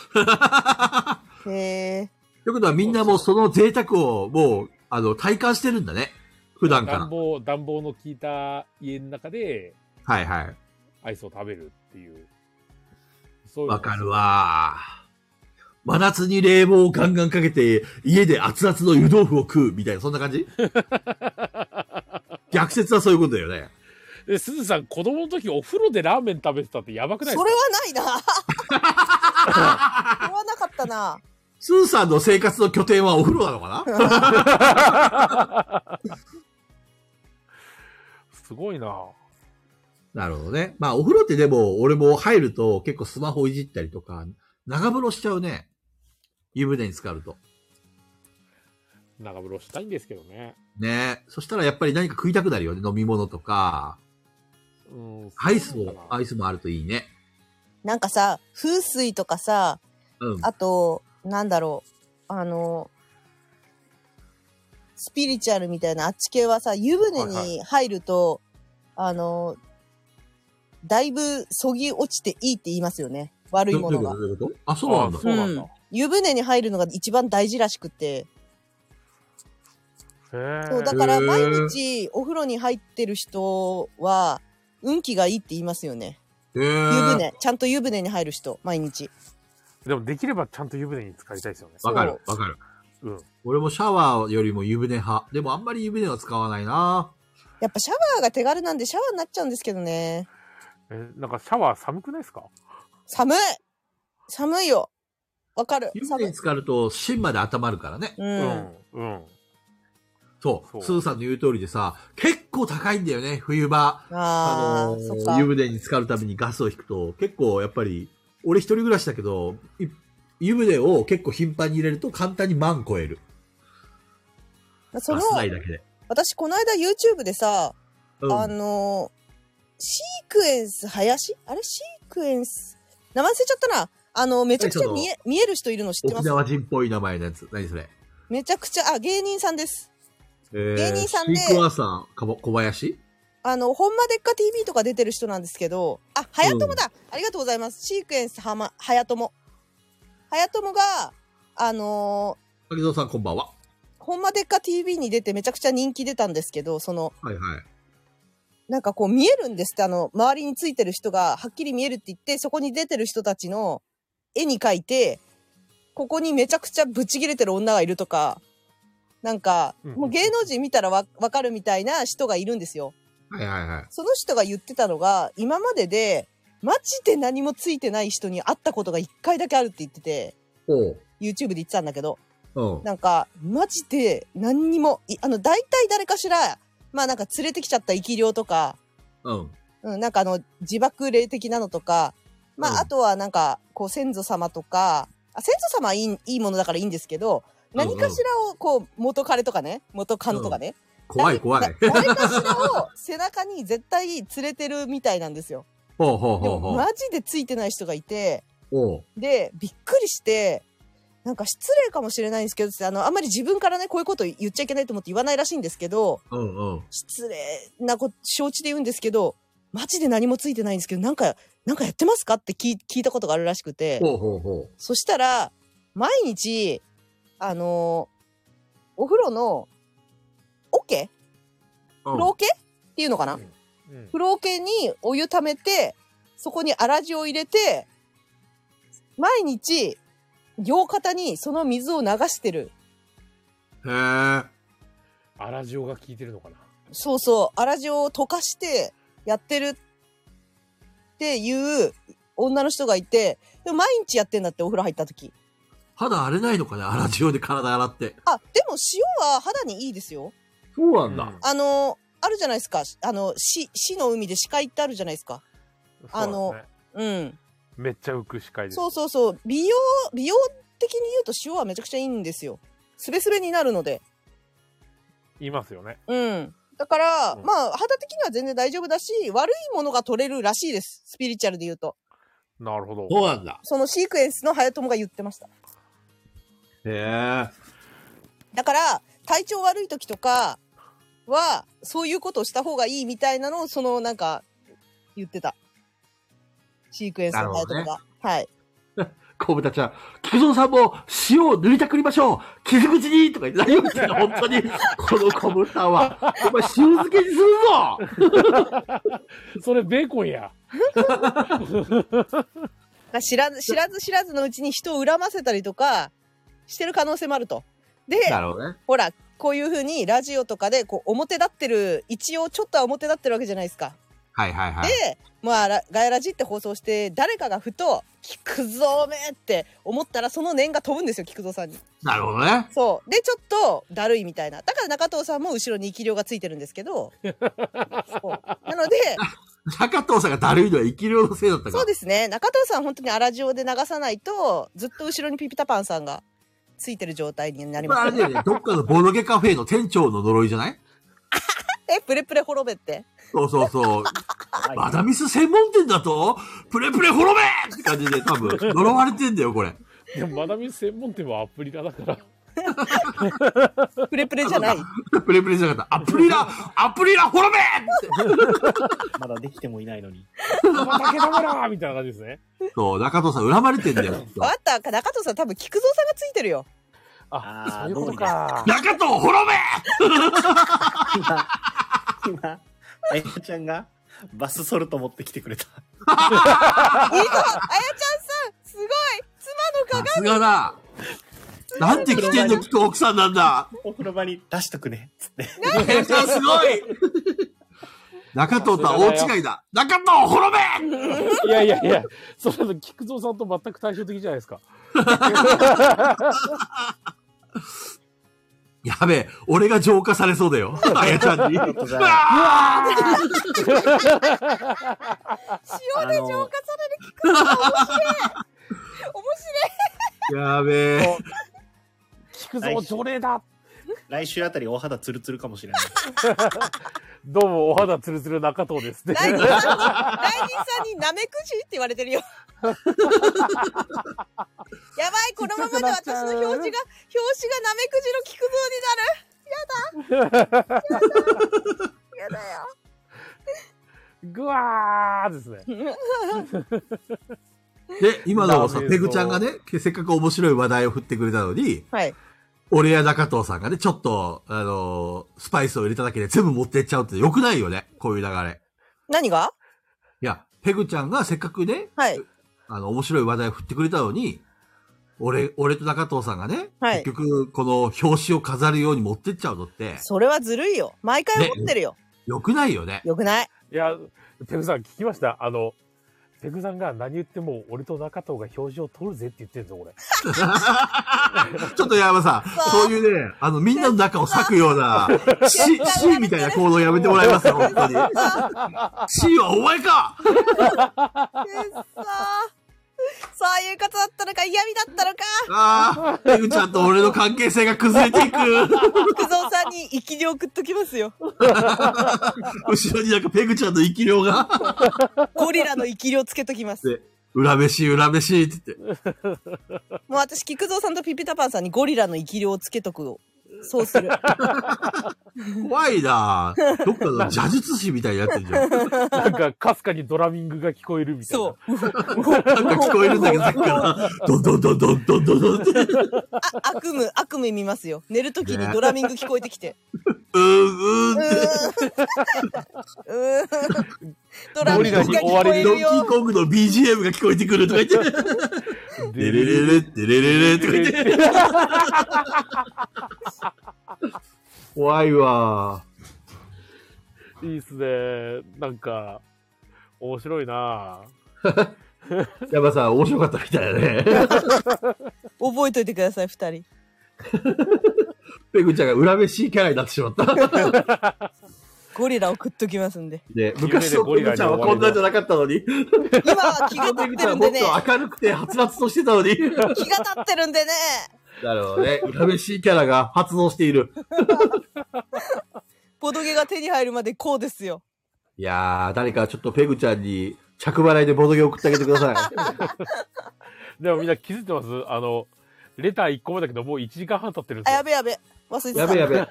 [SPEAKER 1] へえ。
[SPEAKER 3] ということはみんなもうその贅沢をもう、あの、体感してるんだね。普段から
[SPEAKER 2] 暖。房暖房の効いた家の中で
[SPEAKER 3] はいはい。
[SPEAKER 2] アイスを食べるっていう。そういうの
[SPEAKER 3] わかる。わ真夏に冷房をガンガンかけて、家で熱々の湯豆腐を食うみたいな、そんな感 じ逆説はそういうことだよね。
[SPEAKER 2] で、すずさん子供の時お風呂でラーメン食べてたってやばく
[SPEAKER 1] そ
[SPEAKER 2] な
[SPEAKER 1] れ
[SPEAKER 2] いで
[SPEAKER 1] は
[SPEAKER 2] す
[SPEAKER 1] ない
[SPEAKER 2] か。
[SPEAKER 1] な。それはなかったな。
[SPEAKER 3] スーさんの生活の拠点はお風呂なのかな
[SPEAKER 2] すごいな。
[SPEAKER 3] なるほどね。まあお風呂ってでも、俺も入ると結構スマホいじったりとか、長風呂しちゃうね。湯船に浸かると。
[SPEAKER 2] 長風呂したいんですけどね。
[SPEAKER 3] ねそしたらやっぱり何か食いたくなるよね。飲み物とか。
[SPEAKER 2] うん。
[SPEAKER 3] アイス
[SPEAKER 2] そうなの、
[SPEAKER 3] も
[SPEAKER 2] か
[SPEAKER 3] ア
[SPEAKER 2] な
[SPEAKER 3] イスもあるといいね。
[SPEAKER 1] なんかさ、風水とかさ、
[SPEAKER 3] うん。
[SPEAKER 1] あと、なんだろう、あの、スピリチュアルみたいなあっち系はさ、湯船に入ると、あの、だいぶそぎ落ちていいって言いますよね。悪い
[SPEAKER 3] ど
[SPEAKER 1] も
[SPEAKER 3] どうい
[SPEAKER 1] の
[SPEAKER 3] うこと
[SPEAKER 1] が。
[SPEAKER 3] どういうことあ、そうなんだ
[SPEAKER 2] あ。そうなんだ。
[SPEAKER 1] うん湯船に入るのが一番大事らしくて。
[SPEAKER 2] へえ。
[SPEAKER 1] そう、だから毎日お風呂に入ってる人は、運気がいいって言いますよね。
[SPEAKER 3] へ
[SPEAKER 1] 湯
[SPEAKER 3] ー。
[SPEAKER 1] 船。ちゃんと湯船に入る人、毎日。
[SPEAKER 2] でもできればちゃんと湯船に浸かりたいですよね。
[SPEAKER 3] わかる、わかる。
[SPEAKER 2] うん。
[SPEAKER 3] 俺もシャワーよりも湯船派。でもあんまり湯船は使わないな
[SPEAKER 1] やっぱシャワーが手軽なんでシャワーになっちゃうんですけどね。
[SPEAKER 2] え、なんかシャワー寒くないですか
[SPEAKER 1] 寒い寒いよ。わかる。
[SPEAKER 3] 湯
[SPEAKER 1] 寒
[SPEAKER 3] 船
[SPEAKER 1] い
[SPEAKER 3] に。浸かると芯まで温まるからね。
[SPEAKER 1] う。。
[SPEAKER 2] うんうん。
[SPEAKER 3] そう。
[SPEAKER 2] そう
[SPEAKER 3] スーさんの言う通りでさ、結構高いんだよね、冬場。
[SPEAKER 1] ああ、
[SPEAKER 3] のー
[SPEAKER 1] そっか
[SPEAKER 3] 湯。船に浸かるためにガスを引くと、結構やっぱり、俺一人暮らしだけど、い湯船を結構頻繁に入れると簡単に万超える。
[SPEAKER 1] そ
[SPEAKER 3] ガ
[SPEAKER 1] の、
[SPEAKER 3] ス代だけで。
[SPEAKER 1] 私この間 YouTube でさ、
[SPEAKER 3] うん。
[SPEAKER 1] あのーシークエンス林あれシークエンス名前忘れちゃったな。あの、めちゃくちゃ見え、見える人いるの知ってま
[SPEAKER 3] 沖
[SPEAKER 1] す
[SPEAKER 3] 縄人っぽい名前のやつ。何それ。
[SPEAKER 1] めちゃくちゃ、あ、芸人さんです。
[SPEAKER 3] えー
[SPEAKER 1] 芸人さんで
[SPEAKER 3] シークワーサー、かぼ小林
[SPEAKER 1] あの、ほんまでっか TV とか出てる人なんですけど、あ、はやともだ、ありがとうございます。シークエンスはま、はやとも。はやともが、あの
[SPEAKER 3] 竹蔵さんこんばんは。
[SPEAKER 1] ー、ほんまでっか TV に出てめちゃくちゃ人気出たんですけど、その、
[SPEAKER 3] はいはい。
[SPEAKER 1] なんかこう見えるんですって、あの、周りについてる人がはっきり見えるって言って、そこに出てる人たちの絵に描いて、ここにめちゃくちゃブチ切れてる女がいるとか、なんか、
[SPEAKER 2] うんうん
[SPEAKER 1] もう芸能人見たらわ、わかるみたいな人がいるんですよ。
[SPEAKER 3] はいはいはい。
[SPEAKER 1] その人が言ってたのが、今までで、マジで何もついてない人に会ったことが一回だけあるって言ってて、
[SPEAKER 3] おう。
[SPEAKER 1] YouTube で言ってたんだけど、
[SPEAKER 3] うん。
[SPEAKER 1] なんか、マジで何にも、いあの、大体誰かしら、まあなんか連れてきちゃった生き量とか、
[SPEAKER 3] うん。
[SPEAKER 1] うん、なんかあの、自爆霊的なのとか、まあ、
[SPEAKER 3] うん
[SPEAKER 1] あとはなんか、こう、先祖様とか、あ先祖様はいい、いいものだからいいんですけど、何かしらをこう、元彼とかね、元カノとかね。
[SPEAKER 3] 怖い怖い。
[SPEAKER 1] 何何かしらを背中に絶対連れてるみたいなんですよ。
[SPEAKER 3] ほうほう
[SPEAKER 1] で
[SPEAKER 3] ほう
[SPEAKER 1] も、
[SPEAKER 3] ほう
[SPEAKER 1] マジでついてない人がいて、
[SPEAKER 3] おう。
[SPEAKER 1] で、びっくりして、なんか失礼かもしれないんですけど、あの、あんまり自分からね、こういうこと言っちゃいけないと思って言わないらしいんですけど、
[SPEAKER 3] うんうん。
[SPEAKER 1] 失礼なこと承知で言うんですけどマジで何もついてないんですけどなんかなんかやってますかって聞い聞いたことがあるらしくて
[SPEAKER 3] ほうほうほ
[SPEAKER 1] そしたら毎日あのーお風呂のオケ
[SPEAKER 3] う。
[SPEAKER 1] 風
[SPEAKER 3] うん
[SPEAKER 1] 呂オケっていうのかな
[SPEAKER 2] うん
[SPEAKER 1] 風呂オケにお湯溜めてそこに粗塩を入れて毎日両肩にその水を流してる
[SPEAKER 3] へえ。
[SPEAKER 2] アラジオが効いてるのかな
[SPEAKER 1] そうそう、粗塩を溶かしてやってるっていう女の人がいて、でも毎日やってんだってお風呂入った時。
[SPEAKER 3] 肌荒れないのかね粗塩で体洗って。
[SPEAKER 1] あ、でも塩は肌にいいですよ。
[SPEAKER 3] そうな
[SPEAKER 2] うんそうなんだ。
[SPEAKER 1] あの、あるじゃないですか。あの、死、死の海で視界ってあるじゃないですか。あのうん。
[SPEAKER 2] めっちゃ浮く視界です。
[SPEAKER 1] そうそうそう。美容、美容的に言うと塩はめちゃくちゃいいんですよ。スベスベになるので。
[SPEAKER 2] いますよね。
[SPEAKER 1] うん。だから、
[SPEAKER 2] うん
[SPEAKER 1] まあ、肌的には全然大丈夫だし、悪いものが取れるらしいです。スピリチュアルで言うと。
[SPEAKER 2] なるほど。
[SPEAKER 3] そうなんだ。
[SPEAKER 1] そのシークエンスの早友が言ってました。
[SPEAKER 3] へ
[SPEAKER 1] だから、体調悪い時とかは、そういうことをした方がいいみたいなのを、その、なんか、言ってた。シークエンスの早友
[SPEAKER 3] なる
[SPEAKER 1] が。はい。
[SPEAKER 3] え。こぶたちゃん、菊蔵さんも塩を塗りたくりましょう傷口にとか言って何を言ってんの本当に。このこぶたは。お前塩漬けにするぞ
[SPEAKER 2] それベーコンや。
[SPEAKER 1] だから知らず、知らず知らずのうちに人を恨ませたりとか、してる可能性もあると。で、
[SPEAKER 3] なるほどね。
[SPEAKER 1] ほら、こういうふうにラジオとかで、こう、表立ってる、一応ちょっとは表立ってるわけじゃないですか。
[SPEAKER 3] はいはいはい。
[SPEAKER 1] で、まあ、らガヤラジって放送して、誰かがふと、菊蔵めって思ったら、その念が飛ぶんですよ、菊蔵さんに。
[SPEAKER 3] なるほどね。
[SPEAKER 1] そう。で、ちょっと、だるいみたいな。だから中藤さんも後ろに生き量がついてるんですけど。そうなので、
[SPEAKER 3] 中藤さんがだるいのは生き量のせいだったから。
[SPEAKER 1] そうですね。中藤さん本当に粗塩で流さないと、ずっと後ろにピピタパンさんがついてる状態になり
[SPEAKER 3] これあ
[SPEAKER 1] ま
[SPEAKER 3] れ
[SPEAKER 1] す。
[SPEAKER 3] だよね。どっかのボロゲカフェの店長の呪いじゃない
[SPEAKER 1] え、プレプレ滅べって。
[SPEAKER 3] そうそうそう。
[SPEAKER 4] はい
[SPEAKER 3] マダミス専門店だと、プレプレ滅べって感じで多分、呪われてんだよ、これ。
[SPEAKER 2] でもマダミス専門店はアプリラだから。
[SPEAKER 1] プレプレじゃない。
[SPEAKER 3] プレプレじゃなかった。アプリラ、アプリラ滅べって
[SPEAKER 4] まだできてもいないのに。
[SPEAKER 2] 畑だからみたいな感じですね。
[SPEAKER 3] そう、中藤さん恨まれて んだよ。
[SPEAKER 1] わかった。中藤さん多分菊蔵さんがついてるよ。
[SPEAKER 2] あ、そ
[SPEAKER 4] あー
[SPEAKER 2] ういうことか。
[SPEAKER 3] 中藤滅べ
[SPEAKER 4] 今、今、あやちゃんがバスソルト持ってきてくれた。
[SPEAKER 1] いいぞあやちゃんさんすごい妻の
[SPEAKER 3] さすがだ。なんて起点の利く奥さんなんだ。
[SPEAKER 4] お風呂場に出しとくね。つって。
[SPEAKER 3] めっちゃすごい。中藤とは大違いだ。中藤滅
[SPEAKER 2] い
[SPEAKER 3] べ
[SPEAKER 2] やいやいや、それと菊蔵さんと全く対照的じゃないですか。
[SPEAKER 3] やべえ、俺が浄化されそうだよ。あやちゃんに。
[SPEAKER 4] とじゃあ
[SPEAKER 3] うわー
[SPEAKER 1] が塩で浄化される菊蔵面白い面白い
[SPEAKER 3] やべえ。
[SPEAKER 2] 菊蔵除霊だ。
[SPEAKER 4] 来週あたりお肌ツルツルかもしれない。
[SPEAKER 2] どうもお肌ツルツル中藤ですね。
[SPEAKER 1] ライ ジンさんに、ライジンさんになめくじって言われてるよ。やばい、このままで私の表示が、表紙がなめくじの菊蔵になる。やだ。やだ。やだよ。
[SPEAKER 2] ぐわーですね。
[SPEAKER 3] で、今のもさ
[SPEAKER 2] ダ、メ
[SPEAKER 3] ペグちゃんがね、せっかく面白い話題を振ってくれたのに、
[SPEAKER 1] はい。
[SPEAKER 3] 俺や中藤さんがね、ちょっと、あのースパイスを入れただけで全部持ってっちゃうって良くないよね。こういう流れ。
[SPEAKER 1] 何が
[SPEAKER 3] いや、ペグちゃんがせっかくね、
[SPEAKER 1] はい。
[SPEAKER 3] あの、面白い話題を振ってくれたのに、俺、俺と中藤さんがね、
[SPEAKER 1] はい
[SPEAKER 3] 結局、この表紙を飾るように持ってっちゃうのって、
[SPEAKER 1] それはずるいよ。毎回思ってるよ。
[SPEAKER 3] 良くないよね。
[SPEAKER 1] よくない
[SPEAKER 2] いや、ペグさん聞きましたあの、ペグさんが何言っても俺と中藤が表情を取るぜって言ってんぞ、これ。
[SPEAKER 3] ちょっと山田さん、そういうね、あの、みんなの中を裂くよう な、死、死みたいな行動やめてもらいますよ、本 当に。死はお前か
[SPEAKER 1] そういうことだったのか嫌味だったのか
[SPEAKER 3] ああ、ペグちゃんと俺の関係性が崩れていく。
[SPEAKER 1] 福蔵さんに生きり送っときますよ
[SPEAKER 3] 後ろになんかペグちゃんの生き量が、
[SPEAKER 1] ゴリラの生きりをつけときます
[SPEAKER 3] で裏飯、裏飯って言って。
[SPEAKER 1] もう私菊蔵さんとピピタパンさんにゴリラの生きりをつけとくをそうする
[SPEAKER 3] 怖いなぁどっかの邪術師みたいになってるじゃん。なんか
[SPEAKER 2] なんか、かすかにドラミングが聞こえるみたいな。
[SPEAKER 1] そう
[SPEAKER 3] 聞こえるんだけど、さっきから、ドンドンドンドンドンドンドンって、う
[SPEAKER 1] あ悪夢悪夢見ますよ寝るときにドラミング聞こえてきて
[SPEAKER 3] ーん、うーん って、
[SPEAKER 1] うーんドラ
[SPEAKER 2] ゴ
[SPEAKER 1] ミ
[SPEAKER 2] リ
[SPEAKER 1] ングが
[SPEAKER 2] ラ
[SPEAKER 1] 聞こ
[SPEAKER 2] に追われ
[SPEAKER 1] え
[SPEAKER 2] る
[SPEAKER 3] ドン
[SPEAKER 1] る
[SPEAKER 3] キ
[SPEAKER 1] よ
[SPEAKER 3] ーコングの BGM が聞こえてくるとか言って、
[SPEAKER 2] う。
[SPEAKER 3] デレレレ、デレレレとか言って、
[SPEAKER 7] 怖いわ。
[SPEAKER 2] いいっすね。なんか、面白いな
[SPEAKER 7] 山田さん、面白かったみたいだね。
[SPEAKER 1] 覚えといてください二人
[SPEAKER 7] ペグちゃんが裏飯キャラになってしまった。
[SPEAKER 1] ゴリラ送っときますんで
[SPEAKER 7] で、昔のペグちゃんはこんなんじゃなかったのに、
[SPEAKER 1] 今は気が
[SPEAKER 7] ペ
[SPEAKER 1] 立
[SPEAKER 7] グ
[SPEAKER 1] っ
[SPEAKER 7] ち
[SPEAKER 1] て
[SPEAKER 7] ゃ
[SPEAKER 1] る
[SPEAKER 7] ん
[SPEAKER 1] ん
[SPEAKER 7] もっ
[SPEAKER 1] でね
[SPEAKER 7] と明るくて、はつらつとしてたのに。
[SPEAKER 1] 気が立ってるんでね
[SPEAKER 7] なるほどね。裏飯キャラが発動している。
[SPEAKER 1] ボドゲが手に入るまでこうですよ
[SPEAKER 7] いやー、誰かちょっとペグちゃんに着払いでボドゲ送ってあげてください。
[SPEAKER 2] でもみんな気づいてますあの、レター1個目だけど、もう1時間半経ってるんで
[SPEAKER 1] あ
[SPEAKER 2] す
[SPEAKER 1] や
[SPEAKER 2] よ。
[SPEAKER 1] べ やべ忘れてた
[SPEAKER 7] やべや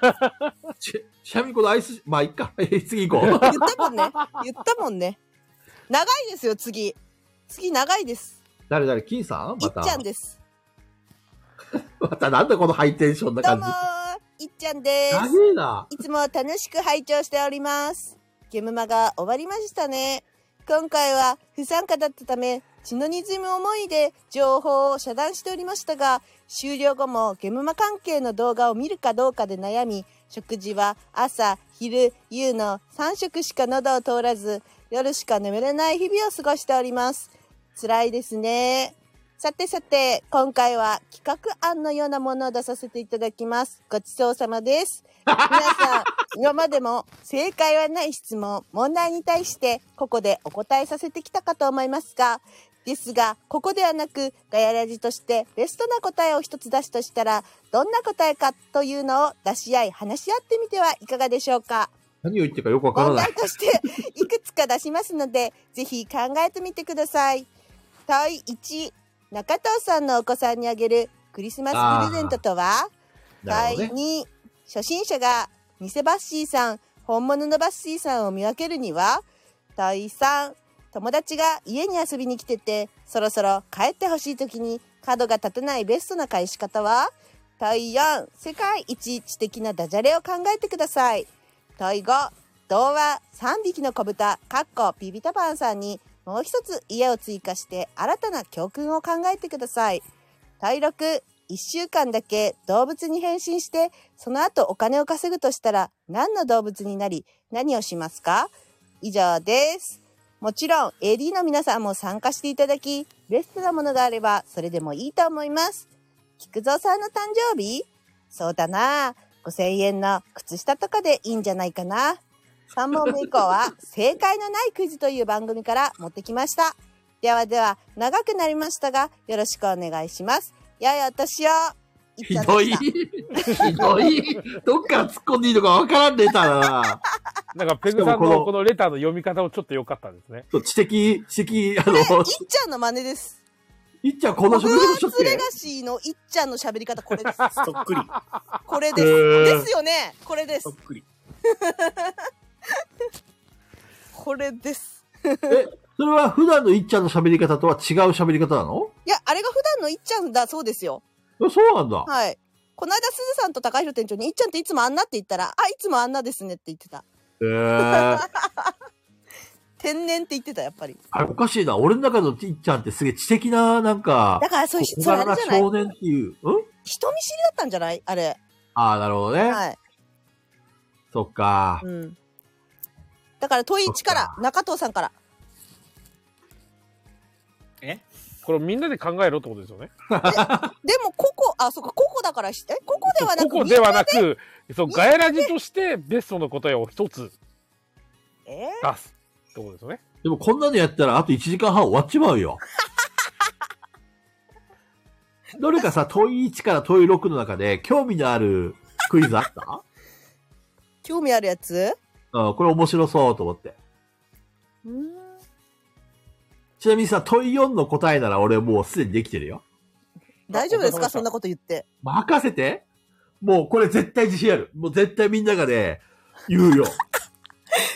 [SPEAKER 7] べ。ち、ちなみにこのアイス、まあ、いっか。次行こう。
[SPEAKER 1] 言ったもんね言ったもんね長いですよ次次長いです
[SPEAKER 7] 誰誰金さん
[SPEAKER 1] い
[SPEAKER 7] ま。
[SPEAKER 1] ったちゃんです
[SPEAKER 7] またなんだこのハイテンションな
[SPEAKER 1] どう
[SPEAKER 7] 感
[SPEAKER 1] も
[SPEAKER 7] じ。
[SPEAKER 1] ーいっちゃんです
[SPEAKER 7] 長えな。
[SPEAKER 1] いつも楽しく拝聴しております。ゲムマが終わりましたね。今回は不参加だったため、血の滲む思いで情報を遮断しておりましたが、終了後もゲムマ関係の動画を見るかどうかで悩み、食事は朝、昼、夕の3食しか喉を通らず、夜しか眠れない日々を過ごしております。辛いですね。さてさて、今回は企画案のようなものを出させていただきます。ごちそうさまです。皆さん、今までも正解はない質問、問題に対して、ここでお答えさせてきたかと思いますが、ですが、ここではなく、ガヤラジとしてベストな答えを一つ出すとしたら、どんな答えかというのを出し合い、話し合ってみてはいかがでしょうか。
[SPEAKER 7] 何を言ってるかよくわから
[SPEAKER 1] 問
[SPEAKER 7] ない。
[SPEAKER 1] 題としていくつか出しますので、ぜひ考えてみてください。問1、中藤さんのお子さんにあげるクリスマスプレゼントとは
[SPEAKER 7] なる
[SPEAKER 1] 第
[SPEAKER 7] ほどね。
[SPEAKER 1] 2、初心者が偽バッシーさん、本物のバッシーさんを見分けるには第3、友達が家に遊びに来てて、そろそろ帰ってほしい時に角が立たないベストな返し方は第4、世界一知的なダジャレを考えてください。第5、童話3匹の子豚、かっこビビタパンさんにもう一つ家を追加して新たな教訓を考えてください。第6、1週間だけ動物に変身して、その後お金を稼ぐとしたら何の動物になり、何をしますか以上です。もちろん AD の皆さんも参加していただき、ベストなものがあればそれでもいいと思います。菊蔵さんの誕生日そうだな。5000円の靴下とかでいいんじゃないかな。3問目以降は正解のないクイズという番組から持ってきました。ではでは、長くなりましたが、よろしくお願いします。やいお年を。
[SPEAKER 3] ひどい。ひどい。どっから突っ込んでいいのかわからんレターだな。
[SPEAKER 2] なんか、ペグさん
[SPEAKER 7] しかもこ
[SPEAKER 2] の
[SPEAKER 7] の
[SPEAKER 2] このレターの読み方もちょっと良かったですね。
[SPEAKER 7] ちょっと知的、知的、あ
[SPEAKER 1] い
[SPEAKER 7] の
[SPEAKER 1] っ、ちゃんの真似です。
[SPEAKER 7] いっちゃんこの
[SPEAKER 1] ホ
[SPEAKER 7] 職
[SPEAKER 1] グワ
[SPEAKER 7] 業し
[SPEAKER 1] ー
[SPEAKER 7] とっ
[SPEAKER 1] ツレ
[SPEAKER 7] て
[SPEAKER 1] ガ。シーのいっちゃんの喋り方これです。
[SPEAKER 4] そっくり。
[SPEAKER 1] これです。
[SPEAKER 7] へー
[SPEAKER 1] ですよね。これで
[SPEAKER 4] そっ
[SPEAKER 1] す。
[SPEAKER 4] くり。
[SPEAKER 1] これです。
[SPEAKER 7] それは普段のいっちゃんの喋り方とは違う喋り方なの
[SPEAKER 1] いや、あれが普段のいっちゃんだそうですよ。
[SPEAKER 7] あそうなんだ。
[SPEAKER 1] はい。この間、すずさんと高弘店長に、いっちゃんっていつもあんなって言ったら、あ、いつもあんなですねって言ってた。
[SPEAKER 7] えー、
[SPEAKER 1] 天然って言ってた、やっぱり。
[SPEAKER 7] あれおかしいな。俺の中のいっちゃんってすげえ知的な、なんか
[SPEAKER 1] だ、から、そういう、
[SPEAKER 7] 小
[SPEAKER 1] それあ
[SPEAKER 7] 柄な
[SPEAKER 1] れじゃない
[SPEAKER 7] 少年っていう。うん
[SPEAKER 1] 人見知りだったんじゃないあれ。
[SPEAKER 7] ああ、なるほどね。
[SPEAKER 1] はい。
[SPEAKER 7] そっか。
[SPEAKER 1] うん。だから、問い1から、中藤さんから。
[SPEAKER 2] これみんなで考えろってことですよね。
[SPEAKER 1] でも、ここ、あ、そうか、ここだからし、え、ここではな
[SPEAKER 2] こ
[SPEAKER 1] く、
[SPEAKER 2] こではなく、そう、ガエラジとしてベストの答えを一つ
[SPEAKER 1] みんなで、え
[SPEAKER 2] 出すってことですよね。
[SPEAKER 3] でもこんなのやったらあと1時間半終わっちまうよ。 どれかさ、問い1から問い6の中で興味のあるクイズあった
[SPEAKER 1] 興味あるやつ
[SPEAKER 3] うん、これ面白そうと思って。
[SPEAKER 1] うーん。
[SPEAKER 3] ちなみにさ、問い4の答えなら俺もうすでにできてるよ。
[SPEAKER 1] 大丈夫です
[SPEAKER 2] わかりま
[SPEAKER 1] か
[SPEAKER 2] した
[SPEAKER 1] そんなこと言って。
[SPEAKER 3] 任せてもうこれ絶対自信ある。もう絶対みんながね、言うよ。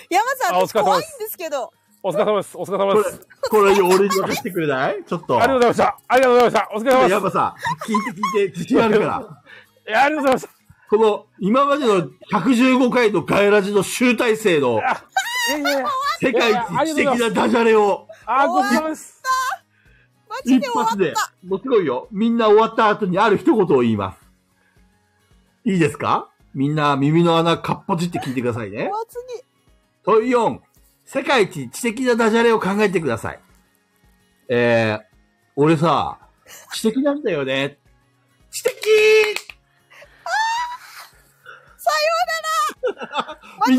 [SPEAKER 1] 山さん、
[SPEAKER 2] あお
[SPEAKER 1] 私
[SPEAKER 2] 疲れ様
[SPEAKER 1] 怖いん
[SPEAKER 2] で
[SPEAKER 1] ですけど。
[SPEAKER 2] お疲れ様 です。お疲れ
[SPEAKER 3] こ
[SPEAKER 2] 様
[SPEAKER 3] れ
[SPEAKER 2] です。、
[SPEAKER 3] これ俺に任せてくれないちょっと。
[SPEAKER 2] ありがとうございました。ありがとうございました。お疲れ様で
[SPEAKER 3] やっぱさ、聞いて聞いて自信あるから。
[SPEAKER 2] す。いやありがとうござい
[SPEAKER 3] この、今までの115回のガエラジの集大成の
[SPEAKER 2] ました。いやいやいや
[SPEAKER 3] 世界一的なダジャレを
[SPEAKER 2] あー、ごちそうさまです。
[SPEAKER 1] マジ
[SPEAKER 3] 一
[SPEAKER 1] で終わ
[SPEAKER 3] 発で
[SPEAKER 1] った。、
[SPEAKER 3] もちろんよ、みんな終わった後にある一言を言います。いいですかみんな耳の穴かっぽじって聞いてくださいね
[SPEAKER 1] 終。わずに。
[SPEAKER 3] 問い4、世界一知的なダジャレを考えてください。えー、俺さ、知的なんだよね。知的
[SPEAKER 1] さ
[SPEAKER 3] みん
[SPEAKER 1] ようなら
[SPEAKER 3] なほら、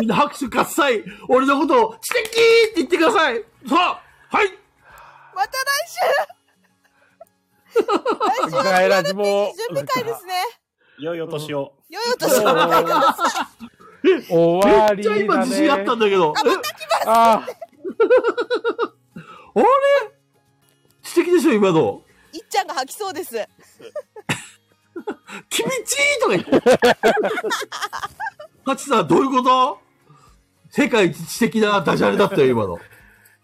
[SPEAKER 3] みんな拍手喝采俺のことを知的って言ってくださいさあはい
[SPEAKER 1] また来週来週
[SPEAKER 2] ガエラジも
[SPEAKER 1] 準備会ですね。
[SPEAKER 4] 良いお年を。
[SPEAKER 1] よいお年を。
[SPEAKER 2] 終わ
[SPEAKER 3] めっ
[SPEAKER 2] り
[SPEAKER 3] ち
[SPEAKER 2] だ
[SPEAKER 3] ゃ
[SPEAKER 2] ね。
[SPEAKER 3] 今自信あったんだけど。え
[SPEAKER 2] あ
[SPEAKER 3] あれ知的でしょ今の。
[SPEAKER 1] いっちゃんが吐きそうです。
[SPEAKER 3] 君ちーとか言って。 ハチさん、どういうこと世界一知的なダジャレだったよ、今の。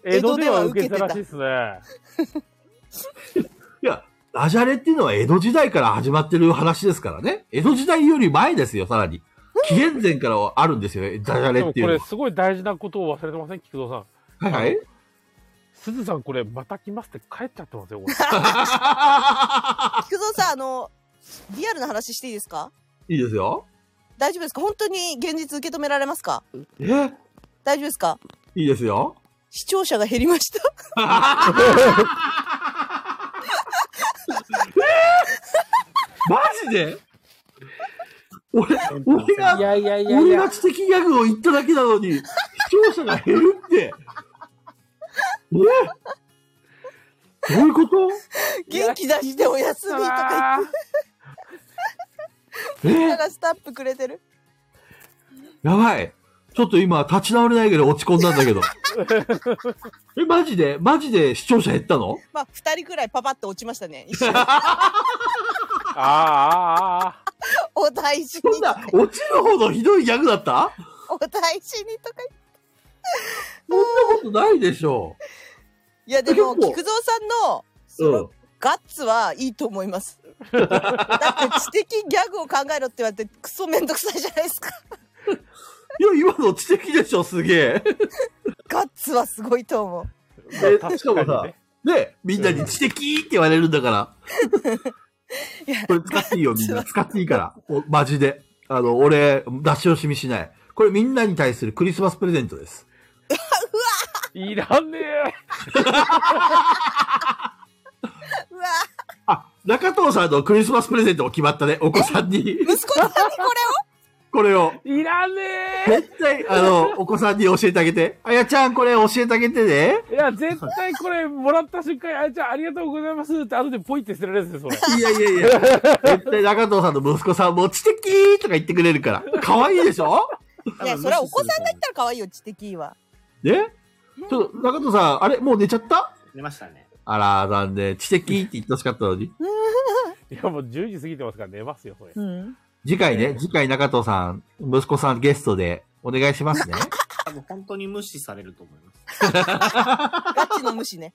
[SPEAKER 2] 江戸では
[SPEAKER 1] 江戸では受
[SPEAKER 2] 受
[SPEAKER 1] けて
[SPEAKER 2] けて
[SPEAKER 1] た
[SPEAKER 2] たらしいですね。
[SPEAKER 3] いや、ダジャレっていうのは江戸時代から始まってる話ですからね。江戸時代より前ですよ、さらに。紀元前からはあるんですよ、ダジャ
[SPEAKER 2] で
[SPEAKER 3] レ
[SPEAKER 2] も
[SPEAKER 3] っ
[SPEAKER 2] こ
[SPEAKER 3] ていうの
[SPEAKER 2] れ
[SPEAKER 3] は。
[SPEAKER 2] すごい大事なことを忘れてません、菊蔵さん。
[SPEAKER 3] はいはい。
[SPEAKER 2] すずさんこれまた来ますって帰っちゃってますよ、これ。
[SPEAKER 1] 菊蔵さん、あの、リアルな話していいですか
[SPEAKER 3] いいですよ。
[SPEAKER 1] 大丈夫ですか本当に現実受け止められますか
[SPEAKER 3] え
[SPEAKER 1] 大丈夫ですか
[SPEAKER 3] いいですよ。
[SPEAKER 1] 視聴者が減りました。
[SPEAKER 3] マジで俺、俺が、
[SPEAKER 2] いやいやいやい
[SPEAKER 3] 俺
[SPEAKER 2] や
[SPEAKER 3] が。知的ギャグを言っただけなのに、視聴者が減るって。ねどういうこと
[SPEAKER 1] 元気出してお休みとか言って
[SPEAKER 3] え
[SPEAKER 1] たらスタッフくれてる。
[SPEAKER 3] やばい。ちょっと今、立ち直れないぐらい落ち込んだんだ けど。え、マジでマジで視聴者減ったの
[SPEAKER 1] まあ、二人くらいパパッと落ちましたね。一緒に
[SPEAKER 2] ああ、ああ、あ
[SPEAKER 1] お大事に
[SPEAKER 3] そん
[SPEAKER 1] と
[SPEAKER 3] な
[SPEAKER 1] か、
[SPEAKER 3] 落ちるほどひどいギャグだった
[SPEAKER 1] お大事にとか言って。
[SPEAKER 3] そんなことないでしょ
[SPEAKER 1] いや、でも、
[SPEAKER 3] でも
[SPEAKER 1] 菊蔵さんの、
[SPEAKER 3] う。
[SPEAKER 1] その
[SPEAKER 3] うん。
[SPEAKER 1] ガッツはいいと思います。だって知的ギャグを考えろって言われてクソめんどくさいじゃないですか。
[SPEAKER 3] いや、今の知的でしょ、すげえ。
[SPEAKER 1] ガッツはすごいと思う。
[SPEAKER 2] あ。
[SPEAKER 3] え
[SPEAKER 2] まあ
[SPEAKER 3] しかもさ
[SPEAKER 2] 確かにね
[SPEAKER 3] ね、みんなに知的って言われるんだから。
[SPEAKER 1] いや
[SPEAKER 3] これ使っていいよ、みんな。使っていいから。おマジで。あの、俺、出し惜しみしない。これみんなに対するクリスマスプレゼントです。
[SPEAKER 2] いらねえ。
[SPEAKER 1] うわ
[SPEAKER 3] あ、中藤さんのクリスマスプレゼントも決まったね。お子さんに、
[SPEAKER 1] 息子さんにこ
[SPEAKER 3] これを。
[SPEAKER 2] いらね
[SPEAKER 3] 絶対、あの、お子さんに教えてあげて。あやちゃん、これ教えてあげてね。
[SPEAKER 2] え。いや、絶対これもらった瞬間に、あいちゃんありがとうございますって後でポイって捨てられるんですよ、それ。
[SPEAKER 3] いやいやいや。絶対中藤さんの息子さんも知的とか言ってくれるから。可愛いでしょ
[SPEAKER 1] れをいや、それはお子さんが言ったら可愛いよ、知的は。
[SPEAKER 3] ねちょっと、中藤さん、あれもう寝ちゃった
[SPEAKER 4] 出ましたね。
[SPEAKER 3] あら、なんで、知的って言ってほしかったのに。
[SPEAKER 2] いや、もう10時過ぎてますから寝ますよ、それ。
[SPEAKER 1] うん。
[SPEAKER 3] 次回ね、次回中藤さん、息子さんゲストでお願いします ね。
[SPEAKER 4] 多分本当に無視されると思います。
[SPEAKER 1] ガチの虫ね。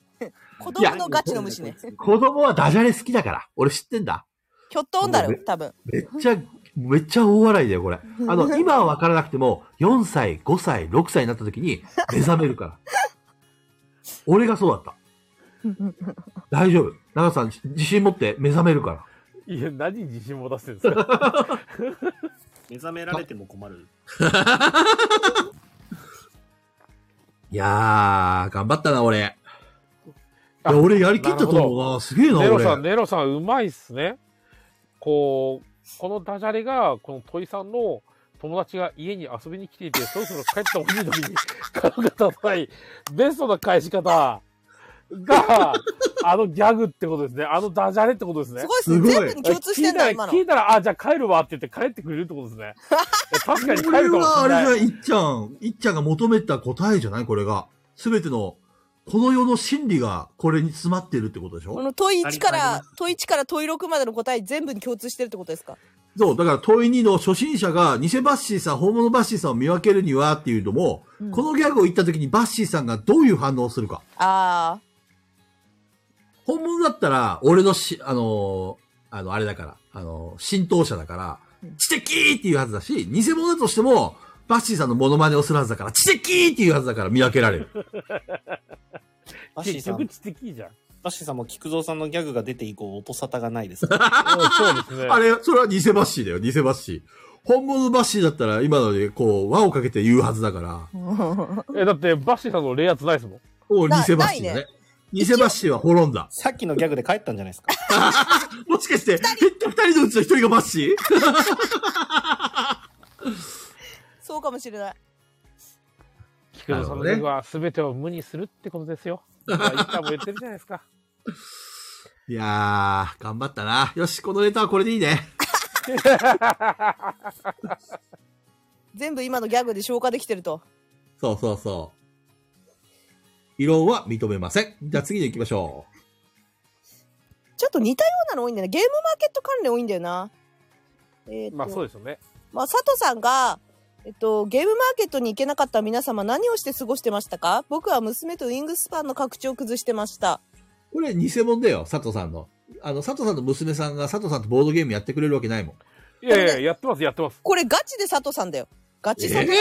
[SPEAKER 1] 子供のガチの虫ね。
[SPEAKER 3] 子供はダジャレ好きだから。俺知ってんだ。
[SPEAKER 1] ひょっとんだろ、多分。
[SPEAKER 3] めっちゃ、めっちゃ大笑いだよ、これ。あの、今は分からなくても、4歳、5歳、6歳になった時に目覚めるから。俺がそうだった。大丈夫。中藤さん、自信持って目覚めるから。
[SPEAKER 2] いや、何に自信持たせてるんですか。
[SPEAKER 4] 目覚められても困る。
[SPEAKER 3] いやー、頑張ったな、俺。
[SPEAKER 2] あ
[SPEAKER 3] や俺やりきったと思うな。すげえな、
[SPEAKER 2] ネロさん、
[SPEAKER 3] 俺。
[SPEAKER 2] ネロさん、うまいっすね。こう、このダジャレが、この鳥さんの友達が家に遊びに来ていて、そろそろ帰ってほしいのに、軽が立たない、ベストな返し方が、あのギャグってことですね。あのダジャレってことですね
[SPEAKER 1] す。ごいっすね。
[SPEAKER 3] す
[SPEAKER 1] 全
[SPEAKER 3] ごい
[SPEAKER 1] 部に共通してんだ、
[SPEAKER 2] 聞いた
[SPEAKER 1] 今
[SPEAKER 2] ら、
[SPEAKER 1] の
[SPEAKER 2] 聞。いたら、あ、じゃあ帰るわって言って帰ってくれるってことです ね。いや確かに帰
[SPEAKER 3] これ
[SPEAKER 2] るかも
[SPEAKER 3] は
[SPEAKER 2] し
[SPEAKER 3] あ
[SPEAKER 2] れない。
[SPEAKER 3] れじゃん、いっちゃん、いっちゃんが求めた答えじゃないこれが。すべての、この世の真理がこれに詰まってるってことでし
[SPEAKER 1] こ
[SPEAKER 3] ょ
[SPEAKER 1] の問い1か
[SPEAKER 4] あり
[SPEAKER 1] ら、問い1から問い6までの答え全部に共通してるってことですか
[SPEAKER 3] そう、だから問い2の初心者が偽バッシーさん、本物バッシーさんを見分けるにはっていうのも、
[SPEAKER 1] うん
[SPEAKER 3] このギャグを言った時にバッシーさんがどういう反応をするか。
[SPEAKER 1] あ
[SPEAKER 3] 本物だったら、俺のし、あのーあの、あれだから、あのー浸透者だから
[SPEAKER 1] うん、
[SPEAKER 3] 知的っていうはずだし、偽物だとしても、バッシーさんのモノマネをするはずだから、知的っていうはずだから見分けられる。
[SPEAKER 4] バッシー
[SPEAKER 2] 結
[SPEAKER 4] さん、
[SPEAKER 2] 局
[SPEAKER 4] バ
[SPEAKER 2] 知的じゃん。
[SPEAKER 4] ッシーさんも菊蔵さんのギャグが出て以降、音沙汰がないです。
[SPEAKER 2] う んそうですね。
[SPEAKER 3] あれ、それは偽バッシーだよ、偽バッシー。本物バッシーだったら、今ので、こう、輪をかけて言うはずだから、
[SPEAKER 1] あ。
[SPEAKER 2] え、だって、バッシーさんのレアツないですもん。
[SPEAKER 3] もう偽
[SPEAKER 1] な
[SPEAKER 3] バッシーだね
[SPEAKER 1] ないね
[SPEAKER 3] 偽バッシーは滅んだ。
[SPEAKER 4] さっきのギャグで帰ったんじゃないですか。
[SPEAKER 3] もしかして、減った二人のうちの一人がバッシー
[SPEAKER 1] そうかもしれない。
[SPEAKER 2] 菊蔵さんの
[SPEAKER 3] なるほどね
[SPEAKER 2] 僕は全てを無にするってことですよ。まあ、いったも言ってるじ ゃないですか。
[SPEAKER 3] いやー、頑張ったな。よし、このネタはこれでいいね。
[SPEAKER 1] 全部今のギャグで消化できてると。
[SPEAKER 3] そうそうそう。異論は認めません。じゃあ次に行きましょう。
[SPEAKER 1] ちょっと似たようなの多いんだよね。ゲームマーケット関連多いんだよな。えーと
[SPEAKER 2] まあそうですよね。
[SPEAKER 1] まあ、佐藤さんが、えっと、ゲームマーケットに行けなかった皆様何をして過ごしてましたか僕は娘とウィングスパンの拡張を崩してました。
[SPEAKER 3] これ偽物だよ、佐藤さんの。あの、佐藤さんの娘さんが佐藤さんとボードゲームやってくれるわけないもん。
[SPEAKER 2] いやいや、やってます、やってます。
[SPEAKER 1] これガチで佐藤さんだよ。ガチ佐
[SPEAKER 3] え
[SPEAKER 1] 藤、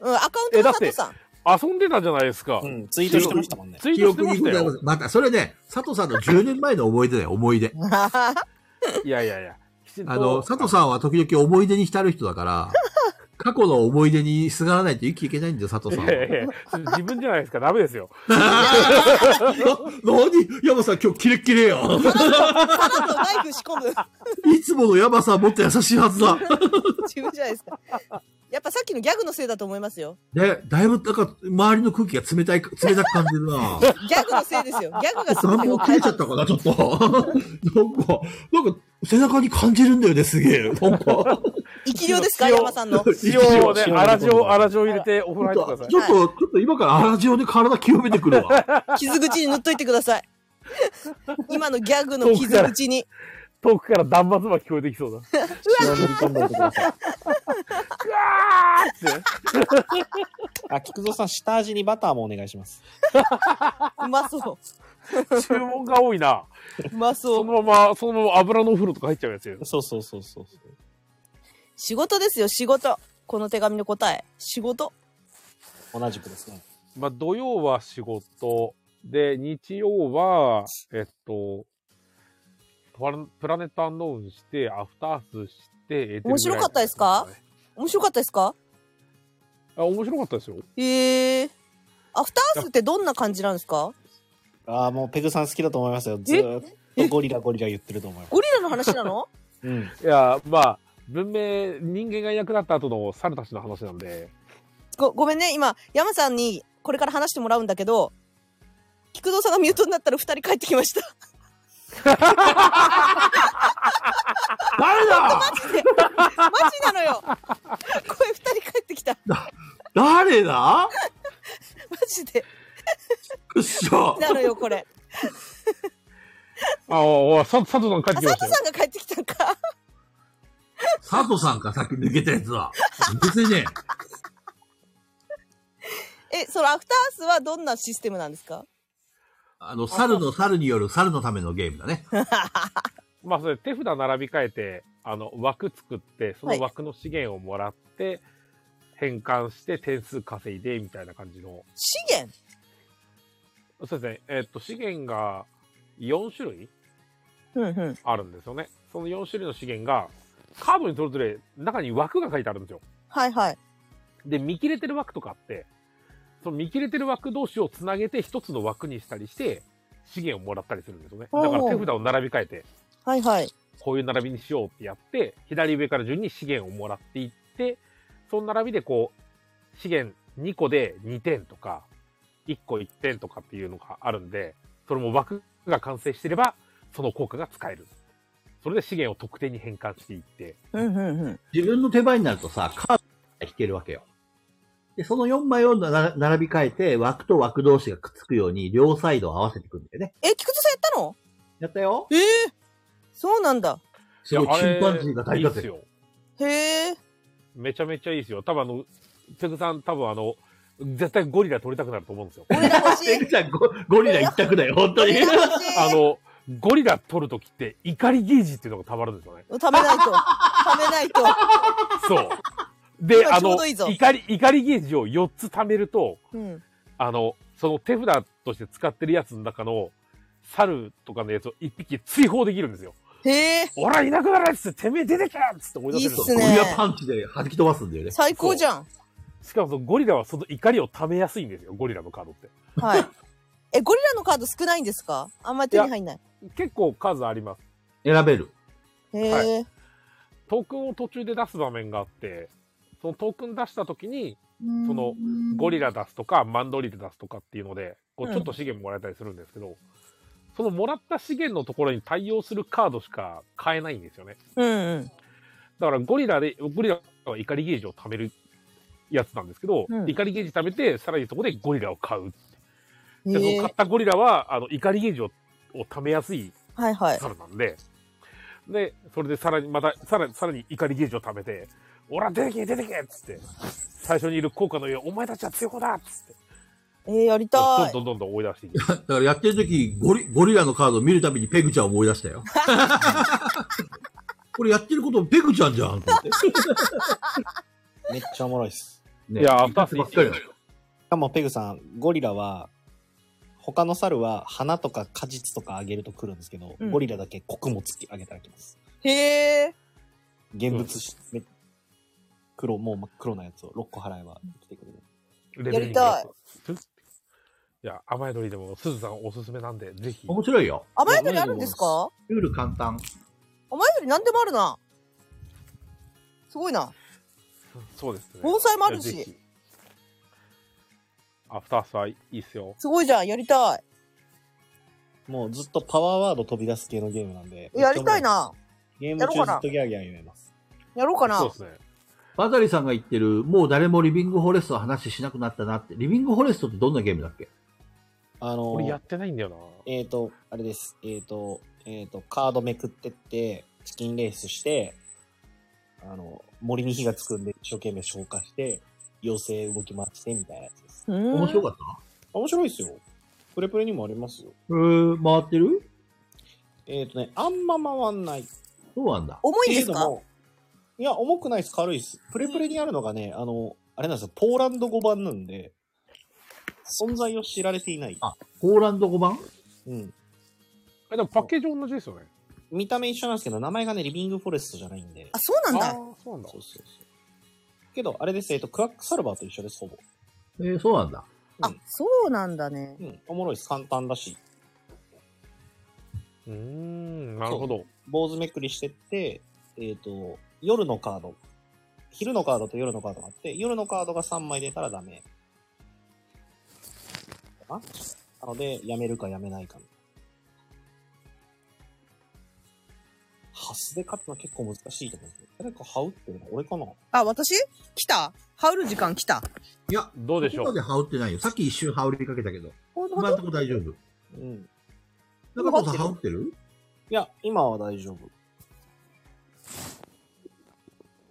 [SPEAKER 1] うん、アカウント
[SPEAKER 2] えだ
[SPEAKER 1] の
[SPEAKER 2] って
[SPEAKER 1] 佐藤さん。
[SPEAKER 2] 遊んでたじゃないですか
[SPEAKER 4] う。ん、ツイートしてましたもん ね。
[SPEAKER 2] ツイー
[SPEAKER 3] 記
[SPEAKER 2] トして
[SPEAKER 3] 憶
[SPEAKER 2] ま
[SPEAKER 3] に
[SPEAKER 2] し
[SPEAKER 3] ご
[SPEAKER 2] た
[SPEAKER 3] ざいま
[SPEAKER 2] よ。
[SPEAKER 3] す。また、それね、佐藤さんの10年前の思い出だよ、思 い 出。
[SPEAKER 2] いやいやいや。きちんと
[SPEAKER 3] あの、佐藤さんは時々思い出に浸る人 だから、過去の思い出にすがらないと生きていけないんだよ、佐藤さん
[SPEAKER 2] い
[SPEAKER 3] は。
[SPEAKER 2] やいやいや自分じゃないですか、ダメですよ。
[SPEAKER 3] な、なに山さん今日キレッキレよ。
[SPEAKER 1] ただとナイフ仕込む。
[SPEAKER 3] いつもの山さんもっと優しいは ずだ。
[SPEAKER 1] 自分じゃないですか。やっぱさっきのギャグのせいだと思いますよ。
[SPEAKER 3] ね、だいぶ、なんか、周りの空気が冷たい、冷たく感じるな。
[SPEAKER 1] ギャグのせいですよ。ギャグがす
[SPEAKER 3] 暖
[SPEAKER 1] ご
[SPEAKER 3] 房切れちゃったかな、ちょっと。なんか、なんか、背中に感じるんだよね、すげえ。なんか。
[SPEAKER 1] 生き量ですか、
[SPEAKER 2] 一応
[SPEAKER 1] 山さんの。
[SPEAKER 2] 塩をね、
[SPEAKER 4] 塩を
[SPEAKER 2] 粗塩を、粗塩を入れてお風呂入ってください
[SPEAKER 3] ち。ょっと、ちょっと今から粗塩で体清めてくるわ。
[SPEAKER 1] 傷口に塗っといてください。今のギャグの傷口に。
[SPEAKER 2] 遠くから断末魔聞こえてきそうだ。
[SPEAKER 4] 塩塗り込んでおいてください。あ、菊蔵さん、下味にバターもお願いします。
[SPEAKER 1] うまそう。
[SPEAKER 2] 注文が多いな。
[SPEAKER 1] うま
[SPEAKER 2] そ
[SPEAKER 1] そう。
[SPEAKER 2] のまま、そのまま油のお風呂とか入っちゃうやつよ。
[SPEAKER 4] そうそうそうそうそう。
[SPEAKER 1] 仕事ですよ、仕事。この手紙の答え。仕事。
[SPEAKER 4] 同じくですね。
[SPEAKER 2] まあ、土曜は仕事。で、日曜は、えっと、パラプラネットアンノーンして、アフターアースして、
[SPEAKER 1] 面白かったですか
[SPEAKER 2] エーテルぐらいですね
[SPEAKER 1] 面白かったですか
[SPEAKER 2] あ、面白かったですよ。
[SPEAKER 1] へえ。アフターアースってどんな感じなんですか
[SPEAKER 4] ああ、もうペグさん好きだと思いますよ。ずーっとゴリラゴリラ言ってると思います。
[SPEAKER 1] ゴリラの話な の
[SPEAKER 4] うん。
[SPEAKER 2] いや、まあ、文明、人間がいなくなった後の猿たちの話なんで、
[SPEAKER 1] ごごめんね、今、山さんにこれから話してもらうんだけど、菊蔵さんがミュートになったら二人帰ってきま した。
[SPEAKER 3] 誰だ
[SPEAKER 1] マジでマジなのよ声二人帰ってきたマ
[SPEAKER 3] 誰だ
[SPEAKER 1] ジで
[SPEAKER 3] くっしょ。
[SPEAKER 1] なのよこれ
[SPEAKER 2] ああ、佐藤さん帰って
[SPEAKER 1] あ
[SPEAKER 2] きま
[SPEAKER 1] 佐藤
[SPEAKER 2] したよ。
[SPEAKER 1] さんが帰ってきたんか
[SPEAKER 3] 佐藤さんか、さっき抜けたやつは。抜けてね
[SPEAKER 1] えそのアフターアースはどんなシステムなんですか
[SPEAKER 3] あの、猿の猿による猿のためのゲームだね。
[SPEAKER 2] まあ、それ手札並び替えて、あの、枠作って、そ
[SPEAKER 1] は
[SPEAKER 2] の
[SPEAKER 1] い
[SPEAKER 2] 枠の資源をもらって、変換して点数稼いで、みたいな感じの。
[SPEAKER 1] 資源
[SPEAKER 2] そうですね。えっと、資源が4種類
[SPEAKER 1] うんうん
[SPEAKER 2] あるんですよね。その4種類の資源が、カードにそれぞれ中に枠が書いてあるんですよ。
[SPEAKER 1] はいはい
[SPEAKER 2] で、見切れてる枠とかあって、その見切れてる枠同士をつなげて一つの枠にしたりして、資源をもらったりするんですよね。
[SPEAKER 1] ほう
[SPEAKER 2] だから手札を並び替えて、
[SPEAKER 1] はいはい。
[SPEAKER 2] こういう並びにしようってやって、左上から順に資源をもらっていって、その並びでこう、資源2個で2点とか、1個1点とかっていうのがあるんで、それも枠が完成してれば、その効果が使える。それで資源を得点に変換していって、
[SPEAKER 1] うんうんうん。
[SPEAKER 3] 自分の手番になるとさ、カードが引けるわけよ。で、その4枚をなら並び替えて、枠と枠同士がくっつくように、両サイドを合わせていくんだよね。
[SPEAKER 1] え、菊池さんやったの
[SPEAKER 3] やったよ。
[SPEAKER 1] ええそうなんだ。
[SPEAKER 3] すごい、
[SPEAKER 2] いやあ
[SPEAKER 3] チ
[SPEAKER 2] れ
[SPEAKER 3] ンパンジーが大
[SPEAKER 2] いいっ
[SPEAKER 3] 活
[SPEAKER 2] す
[SPEAKER 3] 躍。
[SPEAKER 2] よ。
[SPEAKER 1] へえ。
[SPEAKER 2] めちゃめちゃいいですよ。多分あの、ペグさん多分あの、絶対ゴリラ取りたくなると思うんですよ。
[SPEAKER 1] 俺ら 欲し
[SPEAKER 3] ペ
[SPEAKER 1] い。
[SPEAKER 3] グちゃんゴ、ゴリラ一択だよ、本当
[SPEAKER 1] 俺
[SPEAKER 3] に。
[SPEAKER 1] ら欲しい。
[SPEAKER 2] あの、ゴリラ取るときって怒りゲージっていうのがたまるんですよね。
[SPEAKER 1] 食べないと。食べないと。
[SPEAKER 2] そう。で、
[SPEAKER 1] 今
[SPEAKER 2] あ
[SPEAKER 1] ちょう
[SPEAKER 2] の、
[SPEAKER 1] どいいぞ
[SPEAKER 2] 怒り、怒りゲージを4つ貯めると、
[SPEAKER 1] うん。
[SPEAKER 2] あの、その手札として使ってるやつの中の、猿とかのやつを1匹追放できるんですよ。
[SPEAKER 1] へえ。
[SPEAKER 2] おら、いなくなれっつって、てめえ出てけっつって追い
[SPEAKER 1] いい
[SPEAKER 2] 出せるん
[SPEAKER 1] っ
[SPEAKER 2] ですすよ
[SPEAKER 1] ね
[SPEAKER 3] ゴリラパンチで弾き飛ばすんだよね。
[SPEAKER 1] 最高じゃん。
[SPEAKER 2] しかもそのゴリラはその怒りを貯めやすいんですよ、ゴリラのカードって。
[SPEAKER 1] はい。え、ゴリラのカード少ないんですかあんまり手に入んない。
[SPEAKER 2] 結構数あります。
[SPEAKER 3] 選べる。
[SPEAKER 1] へえ、
[SPEAKER 2] はトークンを途中で出す場面があって、そのトークン出した時に、そのゴリラ出すとかマンドリル出すとかっていうので、こ
[SPEAKER 1] うん
[SPEAKER 2] うちょっと資源もらえたりするんですけど、そのもらった資源のところに対応するカードしか買えないんですよね。
[SPEAKER 1] うん
[SPEAKER 2] だからゴリラで、ゴリラは怒りゲージを貯めるやつなんですけど、
[SPEAKER 1] うん
[SPEAKER 2] 怒りゲージ貯めて、さらにそこでゴリラを買う。
[SPEAKER 1] うん。
[SPEAKER 2] で、そ
[SPEAKER 1] へ
[SPEAKER 2] の
[SPEAKER 1] え
[SPEAKER 2] 買ったゴリラは、あの、怒りゲージをを貯めやすい
[SPEAKER 1] はいはい。
[SPEAKER 2] 猿なんで、で、それでさらにまた、さらに、さらに怒りゲージを貯めて、おら、出てけ、出てけっつって、最初にいる効果の家、お前たちは強い子だっつって、
[SPEAKER 1] えー、やりた
[SPEAKER 2] どん
[SPEAKER 1] い。
[SPEAKER 2] どんどんどん追い出していく。
[SPEAKER 3] だからやってる時、ゴリ、ゴリラのカードを見るたびにペグちゃんを思い出 したよ。これやってることペグちゃんじゃんって言って。
[SPEAKER 4] めっちゃおもろいっす。
[SPEAKER 3] ね
[SPEAKER 2] いやアフタースイ
[SPEAKER 3] ば
[SPEAKER 2] ッ
[SPEAKER 3] っ
[SPEAKER 2] チ
[SPEAKER 3] かりだよ。
[SPEAKER 4] しかもペグさん、ゴリラは、他の猿は花とか果実とかあげると来るんですけど、
[SPEAKER 1] うん
[SPEAKER 4] ゴリラだけ穀物あげたら来ます。
[SPEAKER 1] へえ。
[SPEAKER 4] 現物し、め黒、もう真っ黒なやつを6個払えば来てくれる。
[SPEAKER 2] レ
[SPEAKER 1] やりたい
[SPEAKER 2] ベルに。いや、甘え鳥でも、すずさんおすすめなんで、ぜひ。
[SPEAKER 3] 面白いよ。
[SPEAKER 1] 甘えよりあるんですか
[SPEAKER 3] ルール簡単。
[SPEAKER 1] 甘えより何でもあるな。すごいな。
[SPEAKER 2] そうですね。
[SPEAKER 1] 盆栽もあるし
[SPEAKER 2] ぜひ。アフタースはいいっすよ。
[SPEAKER 1] すごいじゃん。やりたい。
[SPEAKER 4] もうずっとパワーワード飛び出す系のゲームなんで。
[SPEAKER 1] やりたいな。
[SPEAKER 4] めっちゃおもろいです。ゲーム中ずっとギャーギャー言えます。
[SPEAKER 1] やろうか
[SPEAKER 2] そう
[SPEAKER 1] な
[SPEAKER 2] で。すね。
[SPEAKER 3] バザリさんが言ってる、もう誰もリビングフォレストの話しなくなったなって。リビングフォレストってどんなゲームだっけ
[SPEAKER 4] あの
[SPEAKER 2] 俺や
[SPEAKER 4] ー
[SPEAKER 2] っ、てないんだよな。
[SPEAKER 4] えっ、と、あれです。えっ、と、えっ、と、カードめくってって、チキンレースして、あの、森に火がつくんで一生懸命消化して、妖精動き回してみたいなやつです。
[SPEAKER 3] 面
[SPEAKER 1] 面
[SPEAKER 3] 白かった
[SPEAKER 4] 面白いですよ。プレプレにもありますよ。
[SPEAKER 3] えー、回ってる
[SPEAKER 4] えっ、とね、あんま回んない。
[SPEAKER 3] そうなんだ。
[SPEAKER 1] 重いんで
[SPEAKER 4] けれ
[SPEAKER 1] す
[SPEAKER 4] ど
[SPEAKER 1] か
[SPEAKER 4] もいや、重くないです。軽いです。プレプレにあるのがね、あの、あれなんですよ。ポーランド語版なんで、存在を知られていない。
[SPEAKER 3] あポーランド語版
[SPEAKER 4] うん。
[SPEAKER 2] え、でもパッケージ同じですよね。
[SPEAKER 4] 見た目一緒なんですけど、名前がね、リビングフォレストじゃないんで
[SPEAKER 1] あ、。そう
[SPEAKER 2] あ
[SPEAKER 1] なん
[SPEAKER 2] あ
[SPEAKER 1] だ。
[SPEAKER 2] ー、そうなんだ
[SPEAKER 4] そ。うそうそう。けど、あれです。えっと、クワックサルバーと一緒です、ほぼ。
[SPEAKER 3] えー、そうなんだ。
[SPEAKER 1] あ、そうなんだね
[SPEAKER 4] う。ん。おもろいです。簡単だし。
[SPEAKER 2] うーん、なるほど。
[SPEAKER 4] 坊主めくりしてって、えっ、と、夜のカード。昼のカードと夜のカードがあって、夜のカードが3枚出たらダメ。かななので、やめるかやめないか。ハスで勝つのは結構難しいと思うんですよ。誰かハウってるの俺かな
[SPEAKER 1] あ、私来た羽織る時間来た。
[SPEAKER 3] いや、
[SPEAKER 2] どうでしょ
[SPEAKER 3] ここま
[SPEAKER 2] う
[SPEAKER 3] で羽織ってないよ。さっき一瞬羽織りかけたけど。
[SPEAKER 1] ほんと
[SPEAKER 3] 今んとこ大丈夫。
[SPEAKER 4] うん。
[SPEAKER 3] 中藤さん羽織ってる
[SPEAKER 4] いや、今は大丈夫。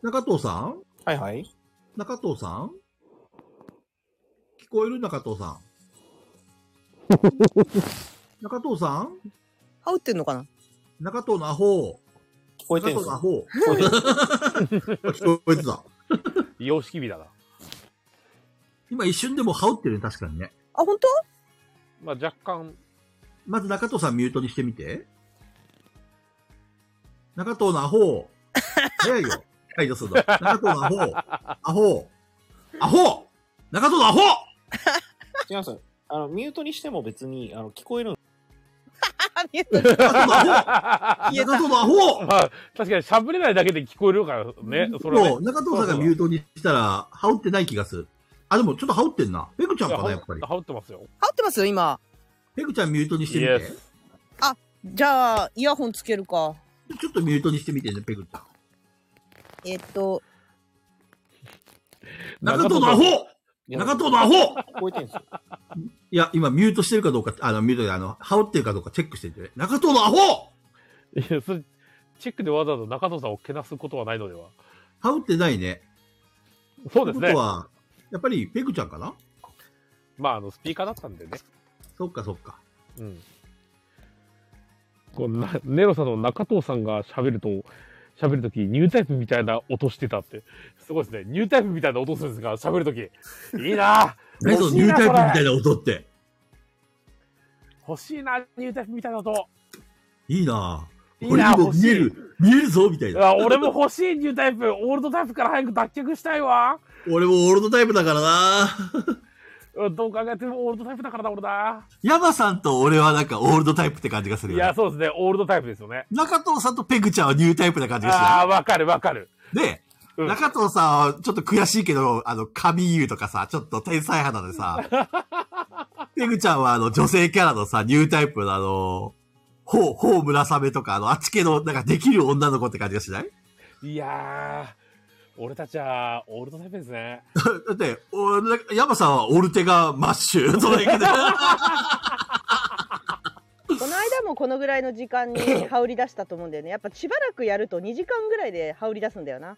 [SPEAKER 3] 中藤さん
[SPEAKER 4] はいはい。
[SPEAKER 3] 中藤さん聞こえる中藤さん。中藤さん
[SPEAKER 1] 羽織ってんのかな
[SPEAKER 3] 中藤のアホ。
[SPEAKER 4] 聞こえ
[SPEAKER 3] 中
[SPEAKER 4] てん
[SPEAKER 3] 藤
[SPEAKER 4] す
[SPEAKER 3] のア
[SPEAKER 4] か
[SPEAKER 3] ホ。
[SPEAKER 4] 聞こえてんすか
[SPEAKER 3] 聞こえてた。
[SPEAKER 2] 様式美だな。
[SPEAKER 3] 今一瞬でも羽織ってるね、確かにね。
[SPEAKER 1] あ、本当？
[SPEAKER 2] まあ、若干、
[SPEAKER 3] まず中藤さんミュートにしてみて。中藤のアホ。早いよ。解除するの。中藤のアホ。アホ。アホ中藤のアホ
[SPEAKER 4] 違います。あの、ミュートにしても別に、あの、聞こえるん
[SPEAKER 1] りがとう。消え
[SPEAKER 3] 中
[SPEAKER 1] た。
[SPEAKER 3] 藤のアホ
[SPEAKER 2] まあ、確かに喋れないだけで聞こえるからね、それはね
[SPEAKER 3] そう、中藤さんがミュートにしたら、羽織ってない気がする。あ、でもちょっと羽織ってんな。ペグちゃんかな、やっぱり。
[SPEAKER 2] 羽織ってますよ。
[SPEAKER 1] 羽織ってますよ、今。
[SPEAKER 3] ペグちゃんミュートにしてみ
[SPEAKER 2] Yes
[SPEAKER 3] て。
[SPEAKER 1] じゃあ、イヤホンつけるか。
[SPEAKER 3] ちょっとミュートにしてみてね、ペグちゃん。
[SPEAKER 1] えっと、
[SPEAKER 3] 中藤のアホ
[SPEAKER 4] や
[SPEAKER 3] 中藤のアホ
[SPEAKER 4] 聞こえてんすよ。
[SPEAKER 3] いや、今ミュートしてるかどうか、あの、ミュートで、あの、羽織ってるかどうかチェックしてて、ね。中藤のアホ
[SPEAKER 2] いや、それ、チェックでわざわざ中藤さんをけなすことはないのでは。
[SPEAKER 3] 羽織ってないね。
[SPEAKER 2] そうです
[SPEAKER 3] って
[SPEAKER 2] ね
[SPEAKER 3] こと。は、やっぱりペグちゃんかな
[SPEAKER 2] まあ、あの、スピーカーだったんでね。
[SPEAKER 3] そっかそっか。
[SPEAKER 2] うん。こうなネロさんの中藤さんが喋ると、喋るとき、ニュータイプみたいな音してたって。すごいですね。ニュータイプみたいな音するんですが、喋るとき。いいな ぁ
[SPEAKER 3] 何そ
[SPEAKER 2] 欲
[SPEAKER 3] の
[SPEAKER 2] し
[SPEAKER 3] ニ
[SPEAKER 2] い
[SPEAKER 3] ュ
[SPEAKER 2] な
[SPEAKER 3] ータイプ
[SPEAKER 2] こ
[SPEAKER 3] みた
[SPEAKER 2] れ
[SPEAKER 3] いな音って。
[SPEAKER 2] 欲しいな、ニュータイプみたいな音。
[SPEAKER 3] いいなぁ。
[SPEAKER 2] いい
[SPEAKER 3] これ
[SPEAKER 2] な
[SPEAKER 3] に
[SPEAKER 2] ぁ
[SPEAKER 3] も
[SPEAKER 2] 欲し
[SPEAKER 3] 見え
[SPEAKER 2] い。
[SPEAKER 3] る、見えるぞみたいな。
[SPEAKER 2] あ俺も欲しいニュータイプ。オールドタイプから早く脱却したいわ。
[SPEAKER 3] 俺もオールドタイプだからなぁ。
[SPEAKER 2] うんどう考えてもオールドタイプだからだ、俺だ。
[SPEAKER 3] ヤマさんと俺はなんかオールドタイプって感じがする
[SPEAKER 2] い
[SPEAKER 3] よ、ね
[SPEAKER 2] や、。そうですね。オールドタイプですよね。
[SPEAKER 3] 中藤さんとペグちゃんはニュータイプな感じがし
[SPEAKER 2] あ
[SPEAKER 3] な
[SPEAKER 2] あ、わかるわかる。
[SPEAKER 3] いで、
[SPEAKER 2] うん
[SPEAKER 3] 中藤さんはちょっと悔しいけど、あの、神優とかさ、ちょっと天才派なので さ、ペグちゃんはあの、女性キャラのさ、ニュータイプのあの、ほう、ほう村雨とか、あの、あっち系の、なんかできる女の子って感じがしない
[SPEAKER 2] いやー、俺たちはオールドタイプですね。
[SPEAKER 3] だって、おヤマさんはオルテガマッシュ、それだけ で。
[SPEAKER 9] この間もこのぐらいの時間に羽織り出したと思うんだよねやっぱしばらくやると2時間ぐらいで羽織り出すんだよな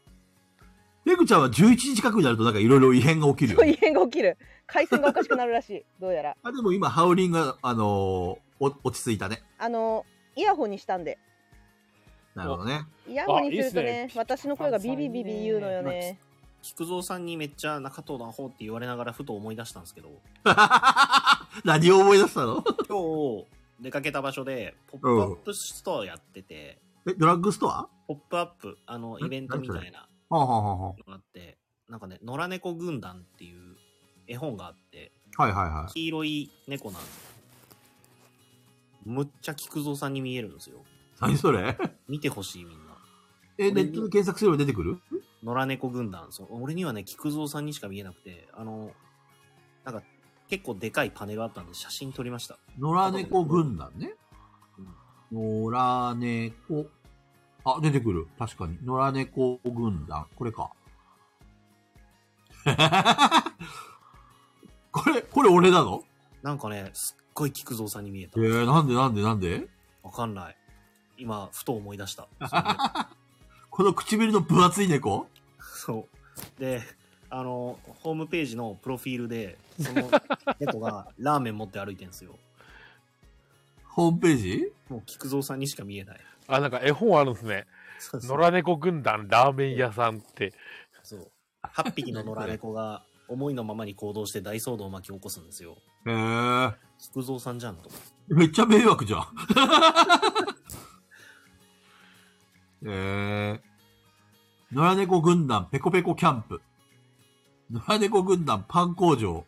[SPEAKER 3] ペグちゃんは11時近くになるとなんかいろいろ異変が起きるよ
[SPEAKER 9] そう
[SPEAKER 3] ね、
[SPEAKER 9] いう変が起きる回線がおかしくなるらしいどうやら
[SPEAKER 3] あ、でも今、ハウリングが、あのーお落ち着いたね。
[SPEAKER 9] あのイヤホンにしたんで
[SPEAKER 3] なるほどね。
[SPEAKER 9] イヤホンにするとね
[SPEAKER 2] あいいっすね
[SPEAKER 9] 私の声がビビビビ言うのよね
[SPEAKER 4] 菊蔵さんにめっちゃ中藤のアホって言われながらふと思い出したんです けど、
[SPEAKER 3] 何を思い出したの
[SPEAKER 4] 今日出かけた場所で、ポップアップストアやってて、
[SPEAKER 3] え、ドラッグストア
[SPEAKER 4] ポップアップ、あの、イベントみたいな
[SPEAKER 3] はあ、はあはあは
[SPEAKER 4] のがあって、なんかね、野良猫軍団っていう絵本があって、
[SPEAKER 3] あ、はいはいはい。
[SPEAKER 4] 黄色い猫なんですよ。むっちゃ菊蔵さんに見えるんですよ。
[SPEAKER 3] 何それ
[SPEAKER 4] 見てほしいみんな。
[SPEAKER 3] え、ネットで検索すれば出てくる
[SPEAKER 4] 野良猫軍団。そう俺にはね、菊蔵さんにしか見えなくて、あの、なんか結構でかいパネルあったんで写真撮りました。
[SPEAKER 3] 野良猫軍団ね。野良猫。あ、出てくる。確かに。野良猫軍団。これか。 これ、これ俺なの
[SPEAKER 4] なんかね、すっごい菊蔵さんに見えた
[SPEAKER 3] え。ー、なんでなんでなんで
[SPEAKER 4] わかんない。今、ふと思い 出した。
[SPEAKER 3] この唇の分厚い猫
[SPEAKER 4] そう。で、あの、ホームページのプロフィールで、その猫がラーメン持って歩いてんすよ。
[SPEAKER 3] ホームページ
[SPEAKER 4] もう菊蔵さんにしか見えない。
[SPEAKER 2] あ、なんか絵本あるんですね。
[SPEAKER 4] そうそ
[SPEAKER 2] 野
[SPEAKER 4] う
[SPEAKER 2] 良猫軍団ラーメン屋さんって。
[SPEAKER 4] そう。8匹の野良猫が思いのままに行動して大騒動を巻き起こすんですよ。
[SPEAKER 3] へー。
[SPEAKER 4] 菊蔵さんじゃんと思って。
[SPEAKER 3] めっちゃ迷惑 じゃん。えー、野良猫軍団ペコペコキャンプ。野良猫軍団パン工場。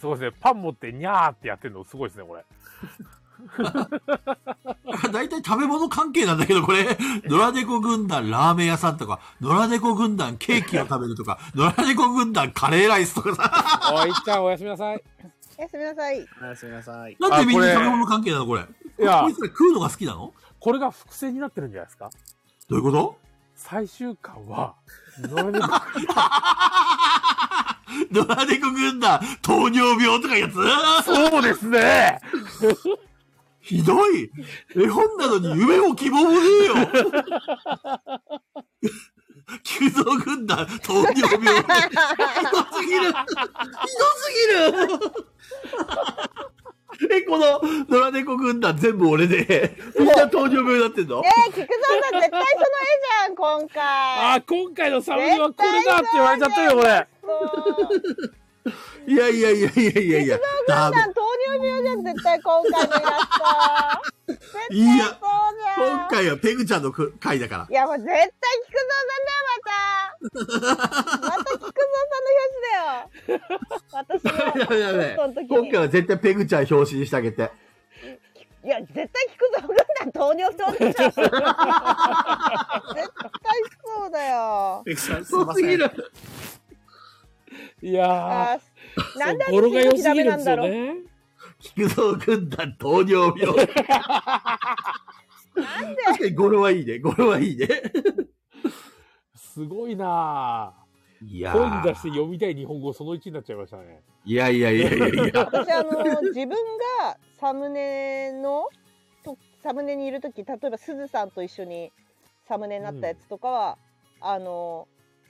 [SPEAKER 2] すごいですね。パン持ってニャーってやってるのすごいですね、これ。
[SPEAKER 3] だいたい食べ物関係なんだけど、これ。野良猫軍団ラーメン屋さんとか、野良猫軍団ケーキを食べる とか、野良猫軍団カレーライスとかさ。
[SPEAKER 2] おいっちゃんおやすみなさい。
[SPEAKER 9] おやすみなさい
[SPEAKER 4] おやすみなさい。
[SPEAKER 3] なんでみんな
[SPEAKER 2] あこ
[SPEAKER 3] 食
[SPEAKER 2] れ
[SPEAKER 3] べ物関係なのこれ。
[SPEAKER 2] いや
[SPEAKER 3] こい、つら食うのが好きなの
[SPEAKER 2] これが伏線になってるんじゃないですか
[SPEAKER 3] どういうこと
[SPEAKER 2] 最終巻は、野良猫
[SPEAKER 3] 野良猫軍団糖尿病とかやつ
[SPEAKER 2] そうですね
[SPEAKER 3] ひどい絵本なのに夢も希望もねえ よ急増軍団、糖尿病。ひどすぎるひどすぎるえ、この野良猫軍団全部俺で、みんな糖尿病になってんの
[SPEAKER 9] ねえ菊蔵さん絶対その絵じゃん今回
[SPEAKER 2] あー、今回のサムネはこれだって言われちゃってるよ、これ。
[SPEAKER 9] そう
[SPEAKER 3] いやいやいやいやいやいや。ダメ
[SPEAKER 9] さ。ん糖尿病じゃん絶対今回のやつ絶対
[SPEAKER 3] いや、
[SPEAKER 9] そうじゃん
[SPEAKER 3] 今回はペグちゃんの回だ から
[SPEAKER 9] い。やもう絶対菊蔵さんだよまたまた菊蔵さんの表紙だよ私
[SPEAKER 3] やべや
[SPEAKER 9] の
[SPEAKER 3] べ
[SPEAKER 9] その時
[SPEAKER 3] 今
[SPEAKER 9] に
[SPEAKER 3] 回は絶対ペグちゃん表紙にしてあげて。
[SPEAKER 1] いや、絶対菊蔵軍団糖尿病でし ょ。絶対そうだよ。
[SPEAKER 4] ペグさん、すい
[SPEAKER 3] そ
[SPEAKER 4] ま
[SPEAKER 3] う
[SPEAKER 4] せ
[SPEAKER 3] す
[SPEAKER 4] ん。
[SPEAKER 3] ぎる。
[SPEAKER 2] いや
[SPEAKER 1] あー、なんで
[SPEAKER 2] ー、
[SPEAKER 1] あ
[SPEAKER 2] 語呂
[SPEAKER 1] の
[SPEAKER 2] が
[SPEAKER 1] 時
[SPEAKER 2] 良
[SPEAKER 1] 々
[SPEAKER 2] す
[SPEAKER 1] ダ
[SPEAKER 2] ぎ
[SPEAKER 1] メ
[SPEAKER 2] る
[SPEAKER 1] なん
[SPEAKER 2] んです
[SPEAKER 1] だ
[SPEAKER 2] よ
[SPEAKER 1] ろう。
[SPEAKER 2] ね。
[SPEAKER 3] 菊蔵軍団糖尿病。
[SPEAKER 1] なんで
[SPEAKER 3] 確かに語呂はいいね。語呂はいいね。
[SPEAKER 2] すごいなぁ。
[SPEAKER 3] いや
[SPEAKER 2] 声に出し
[SPEAKER 3] ー
[SPEAKER 2] て読みたい日本語その1になっちゃいましたね。
[SPEAKER 3] いやいやいやいやいや。
[SPEAKER 1] 私あの自分がサムネのとサムネにいる時例えばすずさんと一緒にサムネになったやつとかは、あの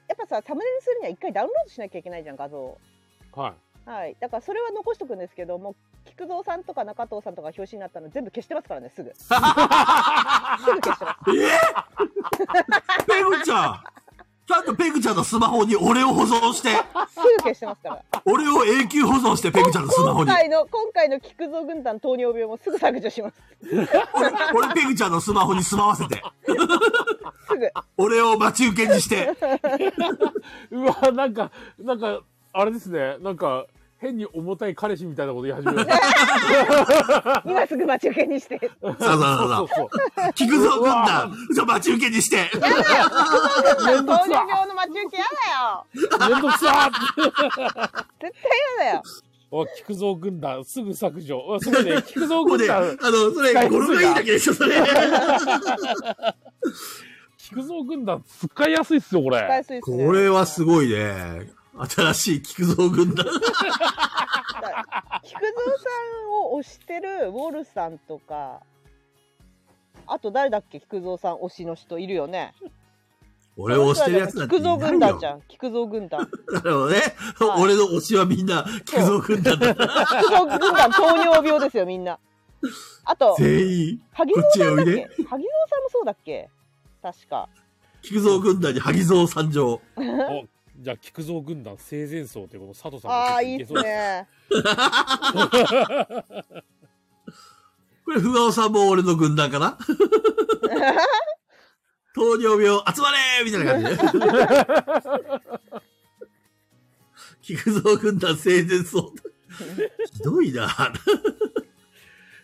[SPEAKER 1] やっぱさサムネにするには一回ダウンロードしなきゃいけないじゃん画像を
[SPEAKER 2] は
[SPEAKER 1] はいだからそれは残しとくんですけどもう菊蔵さんとか中藤さんとか表紙になったの全部消してますからねすぐ すぐ消してま
[SPEAKER 3] ペグちゃんちゃんとペグちゃんのスマホに俺を保存して、
[SPEAKER 1] すすぐ消してますから
[SPEAKER 3] 俺を永久保存して、ペグちゃんのスマホ
[SPEAKER 1] 今
[SPEAKER 3] に。
[SPEAKER 1] 回の今回の菊蔵軍団糖尿病もすぐ削除します
[SPEAKER 3] 俺、俺ペグちゃんのスマホに住まわせて。
[SPEAKER 1] すぐ
[SPEAKER 3] 俺を待ち受けにして。
[SPEAKER 2] い。うわ、なんか、なんか、あれですね。なんか、変に重たい彼氏みたいなこと言い 始めました。
[SPEAKER 1] 今すぐ待ち受けにして
[SPEAKER 3] さあさあさ
[SPEAKER 2] そうそう
[SPEAKER 3] あさあ。菊蔵軍団、そう待ち受けにして。
[SPEAKER 1] 糖尿病の待ち受けやだよ
[SPEAKER 2] そう。めんどくさーって。
[SPEAKER 1] 絶対嫌だよ。
[SPEAKER 2] お、菊蔵軍団、すぐ削除。おすごい ね。菊蔵
[SPEAKER 3] もう
[SPEAKER 2] 軍
[SPEAKER 3] ね、あ
[SPEAKER 2] 団、
[SPEAKER 3] の、それ、語呂がいいだけでしょ、それ。
[SPEAKER 2] 菊蔵軍団使いやすいっすよ、こ
[SPEAKER 1] 使い
[SPEAKER 2] れ。
[SPEAKER 1] すぎですね
[SPEAKER 3] これはすごいね。新しい菊蔵軍団。
[SPEAKER 1] 菊蔵さんを推してるウォルさんとか。あと誰だっけ、菊蔵さん推しの人いるよね。
[SPEAKER 3] 俺を推してるやつなんてい
[SPEAKER 1] 菊
[SPEAKER 3] な
[SPEAKER 1] 蔵
[SPEAKER 3] いよ。
[SPEAKER 1] 軍団じゃん、菊蔵軍団。
[SPEAKER 3] なるほどね。
[SPEAKER 1] はい
[SPEAKER 3] 俺の推しはみんな、菊蔵軍団だ。
[SPEAKER 1] 菊蔵軍団糖尿病ですよ、みんな。あと、
[SPEAKER 3] 全員、
[SPEAKER 1] 萩蔵さんだっけ、
[SPEAKER 3] こっちへおいで
[SPEAKER 1] 萩蔵さんもそうだっけ。確か。
[SPEAKER 3] 菊蔵軍団に萩蔵参上。
[SPEAKER 2] お、じゃあ、菊蔵軍団生前層ってこの佐藤さんも
[SPEAKER 1] ああ、いい
[SPEAKER 2] 結
[SPEAKER 1] っす
[SPEAKER 2] 構けそうで
[SPEAKER 1] ね。
[SPEAKER 3] これ、ふがおさんも俺の軍団 かな糖尿病、集まれーみたいな感じで。 菊蔵軍団生前層。ひどいな。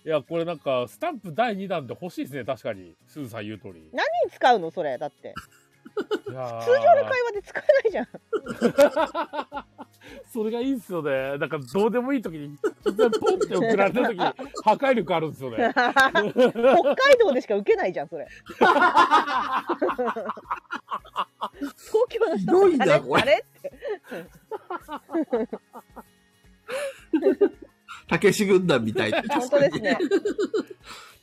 [SPEAKER 2] いや、これなんか、スタンプ第2弾で欲しいですね、確かに。すずさん言う通り。
[SPEAKER 1] 何に使うの、それ、だって。
[SPEAKER 2] いやー
[SPEAKER 1] 通常の会話で使えないじゃん。
[SPEAKER 2] それがいいんですよね。なんかどうでもいい時に、突然ポンって送られた時に破壊力あるんですよ ね。
[SPEAKER 1] 北海道でしか受けないじゃん、それ。東京の
[SPEAKER 3] ひ
[SPEAKER 1] 人
[SPEAKER 3] どい
[SPEAKER 1] あ
[SPEAKER 3] な、
[SPEAKER 1] れ
[SPEAKER 3] こ
[SPEAKER 1] あ
[SPEAKER 3] れ。
[SPEAKER 1] れ
[SPEAKER 3] たけし軍団みたいな。
[SPEAKER 1] 本当ですね。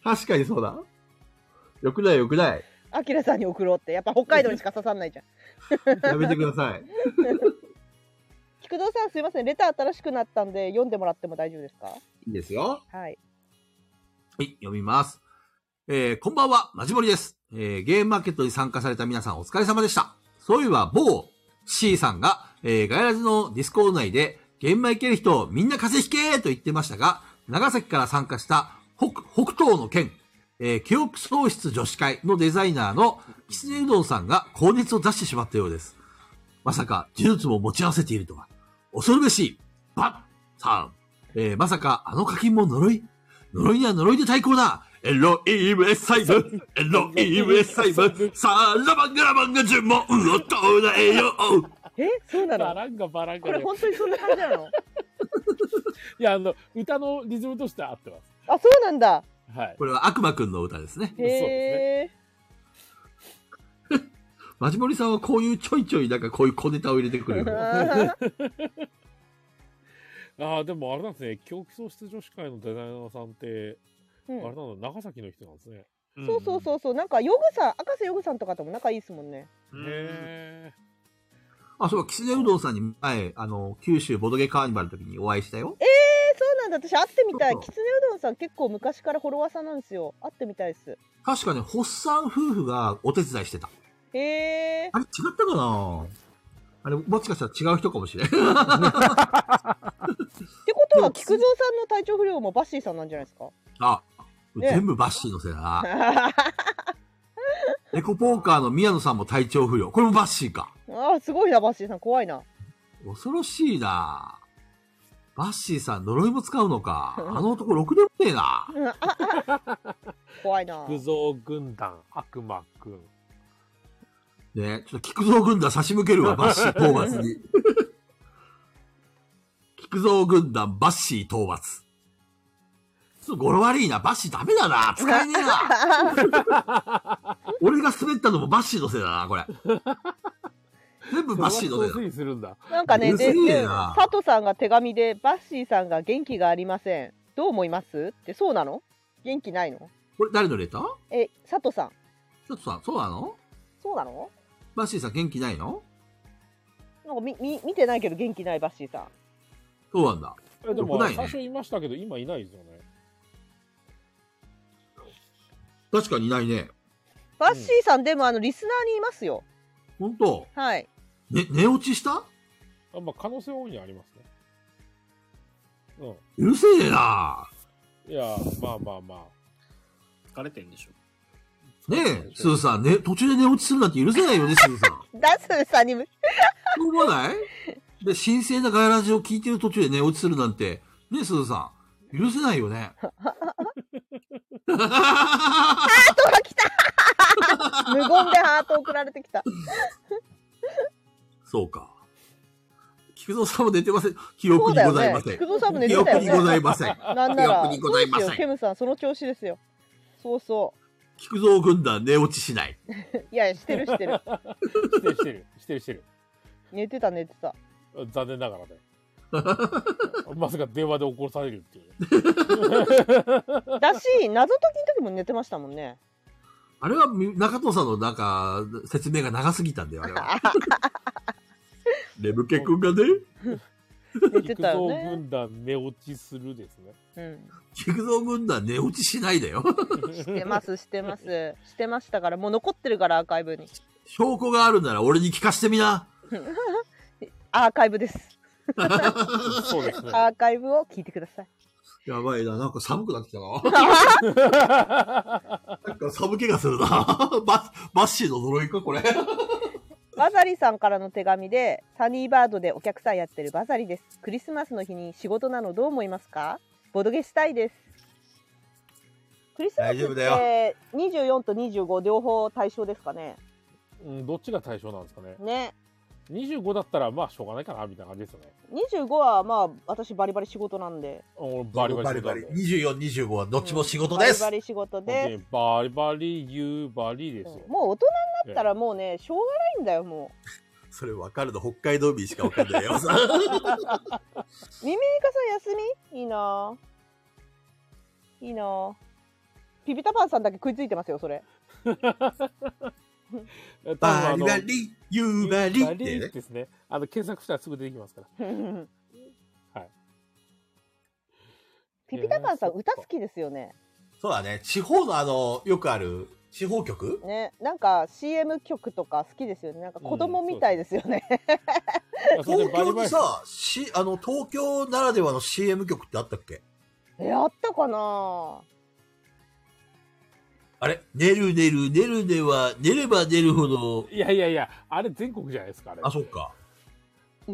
[SPEAKER 3] 確かにそうだ。よくないよくない。
[SPEAKER 1] アキラさんに送ろうって、やっぱ北海道にしか刺さんないじゃん。
[SPEAKER 3] やめてください。
[SPEAKER 1] 菊蔵さん、すいません、レター新しくなったんで、読んでもらっても大丈夫ですか。
[SPEAKER 3] いいですよ。
[SPEAKER 1] はい。
[SPEAKER 3] はい、読みます。えー、こんばんは、まじもりです。えー、ゲームマーケットに参加された皆さんお疲れ様でした。そういえば、某 C さんが、えー、ガイラジのディスコード内で、現場行ける人、みんな風邪ひけーと言ってましたが、長崎から参加した北、北東の県、えー、記憶喪失女子会のデザイナーの、きつねうどんさんが高熱を出してしまったようです。まさか、呪術も持ち合わせているとは。恐るべし、バッ、さん。えー、まさか、あの課金も呪い呪いには呪いで対抗だエロイムエサイブエロイムエサイブさらばグラマンが呪文を唱えよう
[SPEAKER 1] え、そうな
[SPEAKER 2] バ
[SPEAKER 1] の。
[SPEAKER 2] ランガバラン
[SPEAKER 1] こ
[SPEAKER 2] ガ
[SPEAKER 1] れ
[SPEAKER 2] で。
[SPEAKER 1] 本当にそんな感じな の。
[SPEAKER 2] いや、あの、歌のリズムとしては合ってま
[SPEAKER 1] あ、そうなんだ。
[SPEAKER 2] す。 はい。
[SPEAKER 3] これは悪魔くんの歌ですね。
[SPEAKER 1] へえ。
[SPEAKER 3] マジモリさんはこういうちょいちょいなんかこういう小ネタを入れてくれる。
[SPEAKER 2] ああ、でもあれなんですね。教育喪失女子会のデザイナーさんって、
[SPEAKER 1] う
[SPEAKER 2] あれなんの、長崎の人なんですね。
[SPEAKER 1] そうそうそうそう、なんかヨグさん、赤瀬ヨグさんとかとも仲いいですもんね。
[SPEAKER 2] へえ。
[SPEAKER 3] あ、そう、キスネうどんさんに前、あの、九州ボドゲカーニバルの時にお会いしたよ。
[SPEAKER 1] えー、そうなんだ、私会ってみたい。
[SPEAKER 3] そう
[SPEAKER 1] き
[SPEAKER 3] そ
[SPEAKER 1] つねうどんさん、結構昔からフォロワーさんなんですよ。会ってみたいです。
[SPEAKER 3] 確かね、ホッサン夫婦がお手伝いしてた。
[SPEAKER 1] へえ。
[SPEAKER 3] あれ違ったかなあれ、もしかしたら違う人かもしれん。
[SPEAKER 1] ってこと
[SPEAKER 3] で
[SPEAKER 1] は
[SPEAKER 3] も
[SPEAKER 1] 菊蔵さんの体調不良もバッシーさんなんじゃないです か
[SPEAKER 3] あ、
[SPEAKER 1] ね
[SPEAKER 3] 全部バッシーのせいだな。エコポーカーの宮野さんも体調不良。これもバッシーか。
[SPEAKER 1] ああすごいなバッシーさん怖いな
[SPEAKER 3] 恐ろしいなバッシーさん、呪いも使うのか。あの男、ろくでもねえな。
[SPEAKER 1] うんああ怖いな。
[SPEAKER 2] 福蔵軍団、悪魔くん。
[SPEAKER 3] ねちょっと菊蔵軍団差し向けるわ、バッシー討伐に。菊蔵軍団、バッシー討伐。ちょっと語呂悪いな、バッシーダメだな、使えねえな。俺が滑ったのもバッシーのせいだな、これ。全部バッシーのせいだ。
[SPEAKER 2] するんだ。
[SPEAKER 1] なんかね、
[SPEAKER 3] うる
[SPEAKER 1] で、
[SPEAKER 3] せえ
[SPEAKER 1] で
[SPEAKER 3] な
[SPEAKER 1] 佐藤さんが手紙で、バッシーさんが元気がありません。どう思いますって、そうなの元気ないの
[SPEAKER 3] これ誰のレター
[SPEAKER 1] え、佐藤さん、
[SPEAKER 3] ちょっとさ、そうなの
[SPEAKER 1] そうなの
[SPEAKER 3] バッシーさん元気ないの
[SPEAKER 1] なんかみみ見てないけど元気ないバッシーさん。
[SPEAKER 3] そうなんだ。
[SPEAKER 2] えで
[SPEAKER 3] 良く
[SPEAKER 2] も、
[SPEAKER 3] ないね
[SPEAKER 2] 最初いましたけど、今いないですよね。
[SPEAKER 3] 確かにいないね。
[SPEAKER 1] バッシーさん、でもあの、リスナーにいますよ。
[SPEAKER 3] ほんと。
[SPEAKER 1] はい。
[SPEAKER 3] ね、寝落ちした
[SPEAKER 2] あまあ、可能性大いにありますね。
[SPEAKER 3] うるせえな。
[SPEAKER 2] うん。いや、まあまあま
[SPEAKER 4] 疲れてんでしょ。
[SPEAKER 3] ねえ、すずさん、ね、途中で寝落ちするなんて許せないよね、すずさん。
[SPEAKER 1] ダッスンさんにむ、
[SPEAKER 3] そう思わないで、神聖なガヤラジを聞いてる途中で寝落ちするなんて、ねえ、すずさん。許せない よね。
[SPEAKER 1] 無言でハート送られてきた。
[SPEAKER 3] そうか。菊蔵さんも寝てません。記憶
[SPEAKER 1] そう
[SPEAKER 3] に
[SPEAKER 1] だ
[SPEAKER 3] ご
[SPEAKER 1] よ
[SPEAKER 3] ざいま
[SPEAKER 1] ね
[SPEAKER 3] せ。ん。
[SPEAKER 1] 菊蔵さんも寝
[SPEAKER 3] 記
[SPEAKER 1] て
[SPEAKER 3] 憶
[SPEAKER 1] たよ
[SPEAKER 3] にござ
[SPEAKER 1] ね。
[SPEAKER 3] いません。
[SPEAKER 1] なんなら、
[SPEAKER 3] 記憶にございません
[SPEAKER 1] そうですよケムさん、その調子ですよ。そうそ
[SPEAKER 3] 菊蔵軍団寝落ちしない。
[SPEAKER 1] う。いや、してるしてる。
[SPEAKER 2] あ。してるしてる。 してるしてる。
[SPEAKER 1] 寝てた寝てた。
[SPEAKER 2] 残念ながらね。まさか電話で起こされるっていうね。
[SPEAKER 1] だし、謎解きの時も寝てましたもんね。
[SPEAKER 3] あれはみ中藤さんのなんか説明が長すぎたんだよ、あれ は。眠気くんがね、
[SPEAKER 1] 寝て
[SPEAKER 2] 育
[SPEAKER 1] たよ
[SPEAKER 2] 造
[SPEAKER 1] ね。
[SPEAKER 2] 軍団寝落ちするですね。
[SPEAKER 1] うん。
[SPEAKER 3] 菊蔵軍団寝落ちしないだよ。
[SPEAKER 1] してますしてますしてましたからもう残ってるからアーカイブに
[SPEAKER 3] 証拠があるなら俺に聞かしてみな。
[SPEAKER 1] アーカイブです
[SPEAKER 2] そうですね。
[SPEAKER 1] アーカイブを聞いてください
[SPEAKER 3] やばいな、なんか寒くなってきたな。なんか 寒気がするな。バッバッシーの呪いか、これ。
[SPEAKER 1] バザリさんからの手紙でサニーバードでお客さんやってるバザリですクリスマスの日に仕事なのどう思いますかボドゲしたいですクリスマス
[SPEAKER 3] 大丈
[SPEAKER 1] っ
[SPEAKER 3] 夫だよ
[SPEAKER 1] て24と25両方対象ですかね
[SPEAKER 2] うん、どっちが対象なんですかね。
[SPEAKER 1] ね
[SPEAKER 2] 25だったら、まあ、しょうがないかな、みたいな感じですよね。
[SPEAKER 1] 25はまあ私バリバリ仕事なんで
[SPEAKER 2] 俺バリバリ仕事なんで。
[SPEAKER 3] 24、25はどっちも仕事です
[SPEAKER 1] バ。リバリ仕事
[SPEAKER 2] 本当
[SPEAKER 1] で
[SPEAKER 2] にバリバリ、夕バリですよ。
[SPEAKER 1] もう大人になったらもうねしょうがないんだよもう
[SPEAKER 3] それわかるの、北海道民しかわかんないよ。
[SPEAKER 1] ミ ミリカさん休みいいなぁいいなぁピピタパンさんだけ食いついてますよそれ
[SPEAKER 2] え多分
[SPEAKER 3] バ
[SPEAKER 2] あ
[SPEAKER 3] リ
[SPEAKER 2] の
[SPEAKER 3] バリ、夕バリ
[SPEAKER 2] バ
[SPEAKER 3] って
[SPEAKER 2] リ
[SPEAKER 3] ね。
[SPEAKER 2] ですね。あの、検索したらすぐ出てきますから。
[SPEAKER 1] ピピタパンさん歌好きですよね
[SPEAKER 3] そうだね、地方のあの、よくある地方局
[SPEAKER 1] ねなんか CM 曲とか好きですよねなんか子供みたいですよね、
[SPEAKER 2] あそれで
[SPEAKER 3] 東
[SPEAKER 2] バリバ
[SPEAKER 3] 京に
[SPEAKER 2] リ
[SPEAKER 3] さ、し、あの、東京ならではの CM 曲ってあったっけ
[SPEAKER 1] えあったかなぁ
[SPEAKER 3] あれ寝る寝る寝るでは、寝れば寝るほど。
[SPEAKER 2] いやいやいや、あれ全国じゃないですか、あれ。
[SPEAKER 3] あ、そっか。
[SPEAKER 1] 歌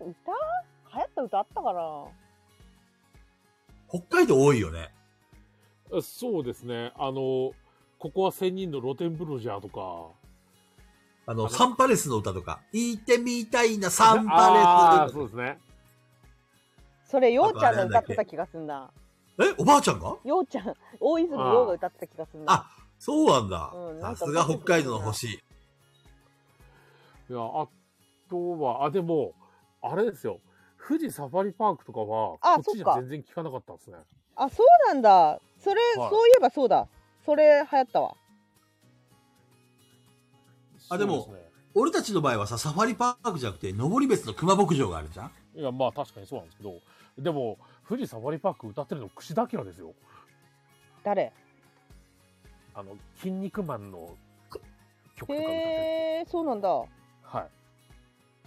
[SPEAKER 1] 歌流行った歌あったかなぁ
[SPEAKER 3] 北海道多いよね。
[SPEAKER 2] そうですね。あの、ここは千人の露天風呂じゃとか。
[SPEAKER 3] あの、
[SPEAKER 2] の
[SPEAKER 3] サンパレスの歌とか。行ってみたいなサン
[SPEAKER 2] あー
[SPEAKER 3] パレス
[SPEAKER 2] そうですね。
[SPEAKER 1] それようちゃんが歌ってた気がすんな
[SPEAKER 3] え、おばあちゃんが
[SPEAKER 1] ようちゃん大泉洋が歌ってた気がすんな
[SPEAKER 3] あ、そうなんだ
[SPEAKER 1] うん。なん
[SPEAKER 3] さ
[SPEAKER 1] か
[SPEAKER 3] すが北海道の星。
[SPEAKER 2] いや、あとは、あ、でも、あれですよ。富士サファリパークとかは、
[SPEAKER 1] あ
[SPEAKER 2] こっちじ
[SPEAKER 1] そっ
[SPEAKER 2] ゃ
[SPEAKER 1] か
[SPEAKER 2] 全然聞かなかったんですね。
[SPEAKER 1] あそうなんだそれ、
[SPEAKER 2] はい
[SPEAKER 1] そういえばそうだそれ流行ったわ
[SPEAKER 3] あでも
[SPEAKER 2] そうすね
[SPEAKER 3] 俺たちの場合はさ、サファリパークじゃなくて、登別の熊牧場があるじゃん
[SPEAKER 2] いや、まあ確かにそうなんですけど、でも、富士サファリパーク歌ってるの櫛田明ですよ。
[SPEAKER 1] 誰
[SPEAKER 2] あの、筋肉マンの曲とか歌ってて。
[SPEAKER 1] へえそうなんだ
[SPEAKER 2] は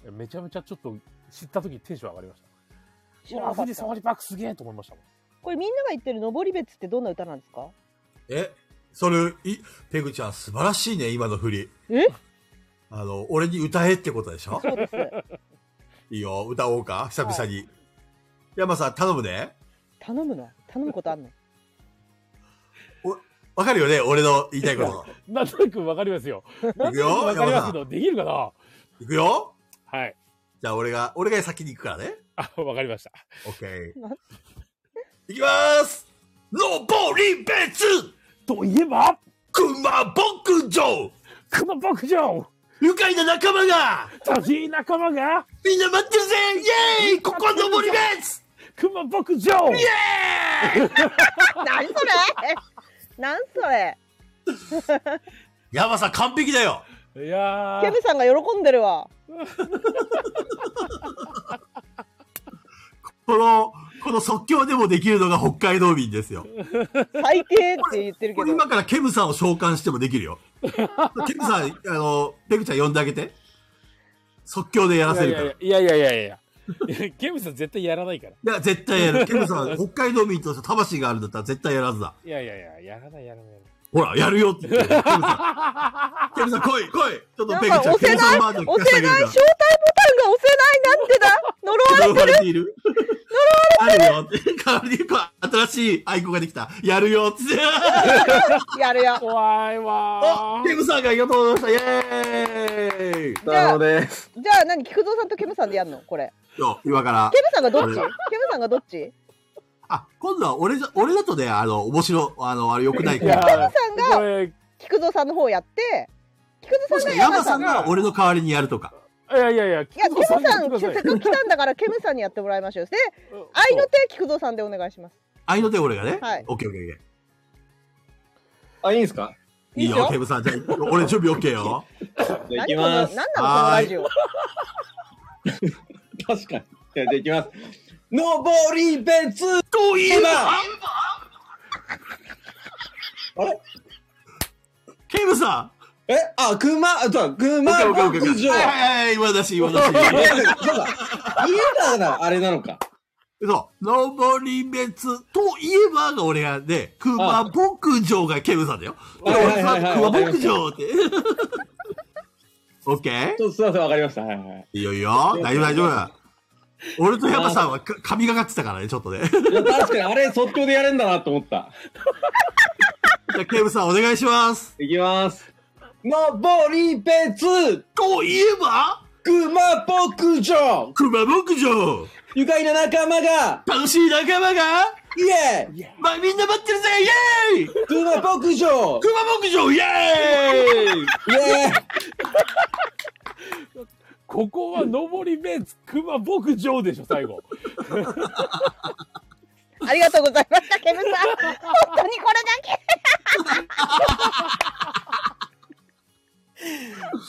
[SPEAKER 2] い。めちゃめちゃちょっと知った時テンション上がりました。
[SPEAKER 1] 知らなか
[SPEAKER 2] 富
[SPEAKER 1] っ
[SPEAKER 2] 士
[SPEAKER 1] た
[SPEAKER 2] サファリパークすげえと思いましたもん。
[SPEAKER 1] これみんなが言ってる「登別」ってどんな歌なんですか
[SPEAKER 3] え、それ、い、ペグちゃん素晴らしいね、今の振り。
[SPEAKER 1] え
[SPEAKER 3] あの、 俺に歌えってことでしょ
[SPEAKER 1] そうです
[SPEAKER 3] いいよ、歌おうか、久々に。山さん、頼むね。
[SPEAKER 1] 頼むの頼むことあんの
[SPEAKER 3] わかるよね俺の言いたいこと。
[SPEAKER 2] なんとなくわかりますよ。なん
[SPEAKER 3] く
[SPEAKER 2] とな
[SPEAKER 3] よ
[SPEAKER 2] くわかりますけど、できるかない
[SPEAKER 3] くよ
[SPEAKER 2] はい。
[SPEAKER 3] じゃあ俺が、俺が先に行くからね。
[SPEAKER 2] あ、わかりました。
[SPEAKER 3] オッケー
[SPEAKER 1] なん。
[SPEAKER 3] いきますロボリベツ
[SPEAKER 2] といえば、
[SPEAKER 3] 熊牧場
[SPEAKER 2] 熊牧場
[SPEAKER 3] 愉快な仲間が
[SPEAKER 2] 楽しい仲間が、
[SPEAKER 3] みんな待ってるぜイェーイここはロボリベツ
[SPEAKER 2] 熊牧場
[SPEAKER 3] イェーイ
[SPEAKER 1] 何それ 何それ
[SPEAKER 3] 山さん完璧だよ
[SPEAKER 2] いや
[SPEAKER 1] ケ
[SPEAKER 2] ー
[SPEAKER 1] ム、さんが喜んでるわ
[SPEAKER 3] この、この即興でもできるのが北海道民ですよ。
[SPEAKER 1] 最低って言ってるけ
[SPEAKER 3] こ
[SPEAKER 1] ど
[SPEAKER 3] れ今からケムさんを召喚してもできるよ。ケムさん、あの、ペグちゃん呼んであげて。即興でやらせるから。いや
[SPEAKER 2] いやいやいやいやいやいやいや。ゲームさん絶対やらないから。
[SPEAKER 3] 絶対やる。ケムさん、北海道民として魂があるんだったら絶対やらずだ。
[SPEAKER 2] いやいやいや、やらないやらない。
[SPEAKER 3] ほら、やるよって言ってる。ケムさん、ケムさん来い、来い。ちょっとペグちゃ
[SPEAKER 1] なん
[SPEAKER 3] ん、
[SPEAKER 1] か押
[SPEAKER 3] ケ
[SPEAKER 1] せ
[SPEAKER 3] ム
[SPEAKER 1] な
[SPEAKER 3] さ
[SPEAKER 1] い
[SPEAKER 3] んバージョン聞か
[SPEAKER 1] 押
[SPEAKER 3] せてあ
[SPEAKER 1] せ
[SPEAKER 3] げ
[SPEAKER 1] ない
[SPEAKER 3] る
[SPEAKER 1] 招
[SPEAKER 3] か
[SPEAKER 1] 待ボタンが押せないなんてだ呪われ
[SPEAKER 3] ら。呪われているあるよって。代わりにこう、新しいアイコンができた。やるよって。
[SPEAKER 1] やるよ
[SPEAKER 2] 怖いわ
[SPEAKER 3] おケ
[SPEAKER 2] ー。
[SPEAKER 3] ムさんがありがとうございました。イェーイ
[SPEAKER 1] じゃあ
[SPEAKER 10] なので、
[SPEAKER 1] じゃあ何菊蔵さんとケムさんでやんのこれ
[SPEAKER 3] そう今から
[SPEAKER 1] ケ。ムさんがどっちケム
[SPEAKER 3] これ
[SPEAKER 1] さんがどっちケム
[SPEAKER 3] あ、今度は俺じゃ、俺だとね、あの、面白、あの、あれ良くない
[SPEAKER 2] い
[SPEAKER 3] から。
[SPEAKER 1] さ
[SPEAKER 2] や
[SPEAKER 1] ん
[SPEAKER 2] ー、
[SPEAKER 1] が
[SPEAKER 2] これ、い
[SPEAKER 1] 菊蔵さんの方やって菊
[SPEAKER 3] も
[SPEAKER 1] 蔵
[SPEAKER 3] し
[SPEAKER 1] さん
[SPEAKER 3] くは
[SPEAKER 1] が
[SPEAKER 3] 山
[SPEAKER 1] 山
[SPEAKER 3] さ
[SPEAKER 1] さ
[SPEAKER 3] ん
[SPEAKER 1] ん
[SPEAKER 3] が俺の代わりにやるとか。
[SPEAKER 2] やいやいや、
[SPEAKER 1] いや、ケム
[SPEAKER 2] 菊蔵
[SPEAKER 1] さん、
[SPEAKER 2] にやって
[SPEAKER 1] せ
[SPEAKER 2] く
[SPEAKER 1] っ
[SPEAKER 2] ださい
[SPEAKER 1] かく来たんだから、ケムさんにやってもらいましょう。で、愛の手、菊蔵さんでお願いします。
[SPEAKER 3] あいの手俺がね。
[SPEAKER 1] はい
[SPEAKER 3] オッケーオッケーオッケ
[SPEAKER 11] あ、いいんですか
[SPEAKER 3] ー。いい
[SPEAKER 1] いい
[SPEAKER 3] よ
[SPEAKER 1] よ、
[SPEAKER 3] ケムさん。じゃあ、俺準備オッケーよ。
[SPEAKER 11] じゃあ行
[SPEAKER 1] 何
[SPEAKER 11] き
[SPEAKER 1] この、
[SPEAKER 11] ま
[SPEAKER 1] 何
[SPEAKER 11] す。
[SPEAKER 1] なの、このラジオ。
[SPEAKER 11] 確かに。じゃあ、じゃあ行きます。のぼりべつといえばあれ
[SPEAKER 3] ケムさ
[SPEAKER 11] えあ、くま、あ、そうだ、く
[SPEAKER 3] んオッ
[SPEAKER 11] ま
[SPEAKER 3] ケーオッケーオッケー
[SPEAKER 11] 牧
[SPEAKER 3] オッケー。
[SPEAKER 11] 場。
[SPEAKER 3] はいは
[SPEAKER 11] い
[SPEAKER 3] いはい、今だし、今だし。
[SPEAKER 11] やいやそうだ。言えたらあれなのか。
[SPEAKER 3] そう。登り別といえばが俺がね、熊牧場がケムさんだよ。
[SPEAKER 11] はいはいはいはい
[SPEAKER 3] 熊牧場って。 オッケー
[SPEAKER 11] ちょっとすいません、わかりました。はいはい。
[SPEAKER 3] いいよいいよ。大丈夫大丈夫。俺と山さんはか神がかってたからね、ちょっとね。
[SPEAKER 11] いや確かに、あれ、即興でやれんだなと思った。
[SPEAKER 3] じゃあ、ケムさんお願いします。
[SPEAKER 11] いきます。のぼりべつ
[SPEAKER 3] といえば、
[SPEAKER 11] くま牧場
[SPEAKER 3] 熊牧場
[SPEAKER 11] 愉快な仲間が
[SPEAKER 3] 楽しい仲間が、
[SPEAKER 11] イエーイ
[SPEAKER 3] まあ、みんな待ってるぜイェーイ
[SPEAKER 11] くま牧場
[SPEAKER 3] 熊牧場イェーイ
[SPEAKER 11] イエーイ
[SPEAKER 2] ここは上り目つくま牧場でしょ最後
[SPEAKER 1] ありがとうございました、ケムさん。本当にこれだ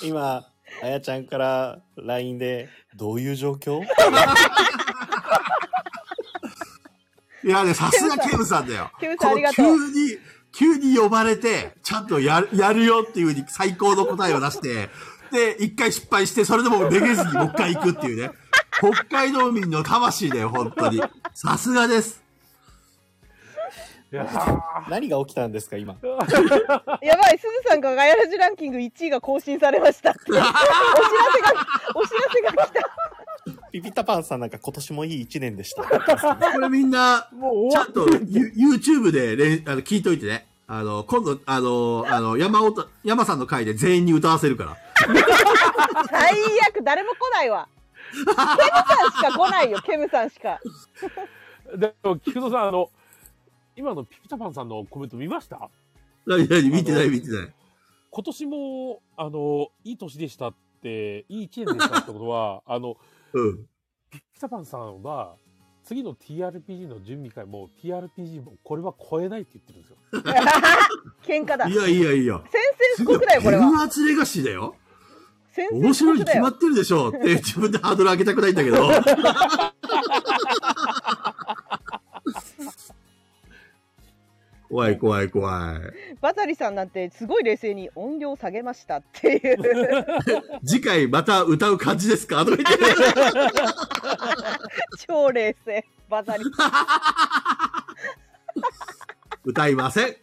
[SPEAKER 4] 今、あやちゃんから LINE で、どういう状況
[SPEAKER 3] いやね、さすがケムさんだよ。
[SPEAKER 1] ケムさんありがとう
[SPEAKER 3] この急に、急に呼ばれて、ちゃんとやる、やるよっていうふうに最高の答えを出して、で、一回失敗して、それでもめげずにもう一回行くっていうね。北海道民の魂だよ、本当に。さすがです。
[SPEAKER 2] いやー
[SPEAKER 4] 何が起きたんですか、今。
[SPEAKER 1] け。やばい、すずさんがガヤラジランキング1位が更新されました って。お知らせが、お知らせが来た。
[SPEAKER 4] ピピタパンさんなんか今年もいい一年でした。
[SPEAKER 3] これみんな、
[SPEAKER 2] もう
[SPEAKER 3] ち
[SPEAKER 2] 終
[SPEAKER 3] ゃ
[SPEAKER 2] わ
[SPEAKER 3] んとユ YouTube でれあの聞いといてね。あの、今度、あの、あの、山尾と、山さんの回で全員に歌わせるから。
[SPEAKER 1] 最悪、誰も来ないわ。ケムさんしか来ないよ、ケムさんしか。
[SPEAKER 2] でも菊蔵さんあの今のピピタパンさんのコメント見ました
[SPEAKER 3] 何何見てない見てない。
[SPEAKER 2] 今年もあのいい年でしたっていい一年でしたってことはあの
[SPEAKER 3] うん。
[SPEAKER 2] ピピタパンさんは次の TRPG の準備会も TRPG もこれは超えないって言ってるんですよ
[SPEAKER 1] 喧嘩だ。
[SPEAKER 3] い
[SPEAKER 1] 宣
[SPEAKER 3] やいやいや。
[SPEAKER 1] 戦布告だよ、これは。
[SPEAKER 3] アチレガシーだよ。
[SPEAKER 1] 宣戦
[SPEAKER 3] 面
[SPEAKER 1] 布
[SPEAKER 3] 白い
[SPEAKER 1] 告
[SPEAKER 3] に
[SPEAKER 1] だ
[SPEAKER 3] 決ま
[SPEAKER 1] よ。
[SPEAKER 3] ってるでしょうって自分でハードル上げたくないんだけど。怖い怖い怖い。
[SPEAKER 1] バザリさんなんて、すごい冷静に音量下げましたっていう。
[SPEAKER 3] 次回また歌う感じですかとか言って。
[SPEAKER 1] 超冷静バザリ
[SPEAKER 3] 歌いません。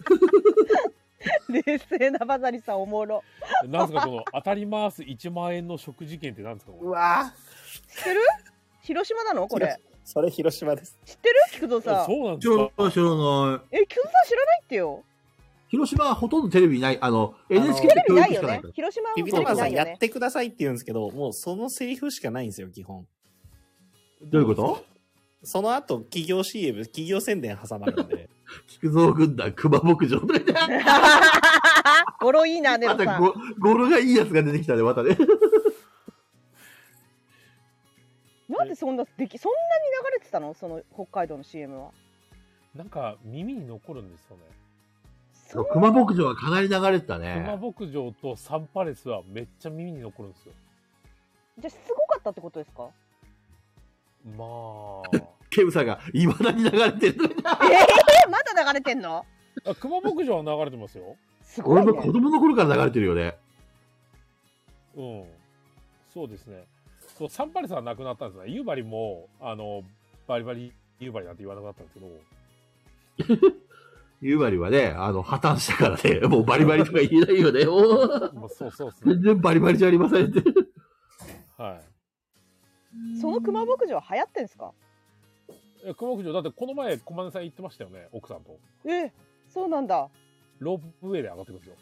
[SPEAKER 1] 冷静なバザリさんおもろ
[SPEAKER 2] なんすか この当たり回す1万円の食事券ってなんですかこれ
[SPEAKER 1] わ知ってる広島なのこれ
[SPEAKER 4] それ広島です。
[SPEAKER 1] 知ってる菊蔵さん
[SPEAKER 2] そうなんで
[SPEAKER 12] 知
[SPEAKER 2] す
[SPEAKER 12] ら
[SPEAKER 2] か
[SPEAKER 12] ない、知らない。
[SPEAKER 1] え菊蔵さん知らないってよ
[SPEAKER 3] 広島はほとんどテレビない、あの、
[SPEAKER 1] テ
[SPEAKER 3] NHK って
[SPEAKER 1] レビな
[SPEAKER 3] 教
[SPEAKER 1] い
[SPEAKER 3] 育し
[SPEAKER 1] よ
[SPEAKER 3] かない
[SPEAKER 1] ね
[SPEAKER 3] から。
[SPEAKER 1] 広島はテ
[SPEAKER 4] ビビ
[SPEAKER 1] レ
[SPEAKER 4] ト
[SPEAKER 1] ビ
[SPEAKER 4] マ
[SPEAKER 1] な
[SPEAKER 4] さ
[SPEAKER 1] い
[SPEAKER 4] ん
[SPEAKER 1] よ
[SPEAKER 4] や
[SPEAKER 1] ね
[SPEAKER 4] ってくださいって言うんですけど、もうそのセリフしかないんですよ、基本。
[SPEAKER 3] どういうこと
[SPEAKER 4] その後、企業 CM、企業宣伝挟まるの で。
[SPEAKER 3] 菊蔵軍団、熊牧場で。
[SPEAKER 1] 語呂いいなで
[SPEAKER 3] ま
[SPEAKER 1] もさ
[SPEAKER 3] たゴ、ゴロがいいやつが出てきたね、またね。
[SPEAKER 1] なんでそんなできそんなに流れてたのその北海道の CM は
[SPEAKER 2] なんか耳に残るんですよね。
[SPEAKER 1] そう
[SPEAKER 3] 熊牧場はかなり流れてた
[SPEAKER 2] 熊
[SPEAKER 3] ね。
[SPEAKER 2] 牧場とサンパレスはめっちゃ耳に残るんですよ。
[SPEAKER 1] じゃあすごかったってことですか
[SPEAKER 2] ま
[SPEAKER 3] ケムさんが、いまだに流れてる。
[SPEAKER 1] えー、まだ流れてんの
[SPEAKER 2] あ。あ 熊牧場は流れてますよ。
[SPEAKER 1] すご
[SPEAKER 3] 俺
[SPEAKER 1] い、
[SPEAKER 3] も
[SPEAKER 1] ね、
[SPEAKER 3] 子供の頃から流れてるよね。
[SPEAKER 2] うん。そうですね。そうサンパレスはなくなったんですね。夕張も、あの、バリバリ夕張なんて言わなくなったんですけど。
[SPEAKER 3] 夕張はね、あの、破綻したからね、 もうバリバリとか言えないよね。 もう
[SPEAKER 2] まあ、そうそうです
[SPEAKER 3] 全
[SPEAKER 2] ね。
[SPEAKER 3] 然バリバリじゃありませんって。
[SPEAKER 2] は
[SPEAKER 1] その熊 牧場は流行ってんすか
[SPEAKER 2] い。え熊牧場、だってこの前、小金さん行ってましたよね。奥さんと。
[SPEAKER 1] えー、そうなんだ
[SPEAKER 2] ロープウェイで上がってくるんですよ。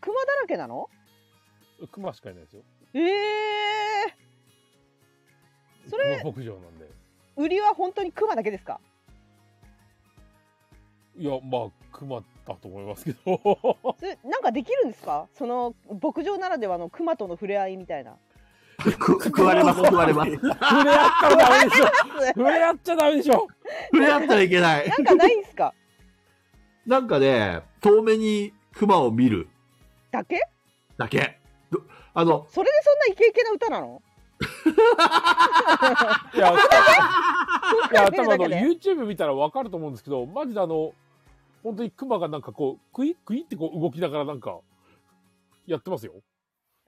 [SPEAKER 1] 熊だらけなの
[SPEAKER 2] 熊しかいないですよ。
[SPEAKER 1] ええそれ
[SPEAKER 2] 熊牧場なんで。
[SPEAKER 1] 売りは本当に熊だけですか
[SPEAKER 2] いや、まあ、熊だと思い ますけど。
[SPEAKER 1] それなんかできるんですかその牧場ならではの熊との触れ合いみた いな
[SPEAKER 3] く食われます、食われ ます。
[SPEAKER 2] 触れ合ったらダメでしょ。触れ合っちゃダメでしょ。
[SPEAKER 3] 触れ合ったらいけない
[SPEAKER 1] な。んかないんすか
[SPEAKER 3] なんかね、遠目に熊を見る
[SPEAKER 1] だけ
[SPEAKER 3] だけ。どあの、
[SPEAKER 1] それでそんなイケイケな歌なの
[SPEAKER 2] いや、いや、多分あ
[SPEAKER 1] 見るだ
[SPEAKER 2] の、
[SPEAKER 1] け
[SPEAKER 2] YouTube 見たらわかると思うんですけど、マジであの、本当にクマがなんかこう、クイックイってこう動きながらなんか、やってますよ。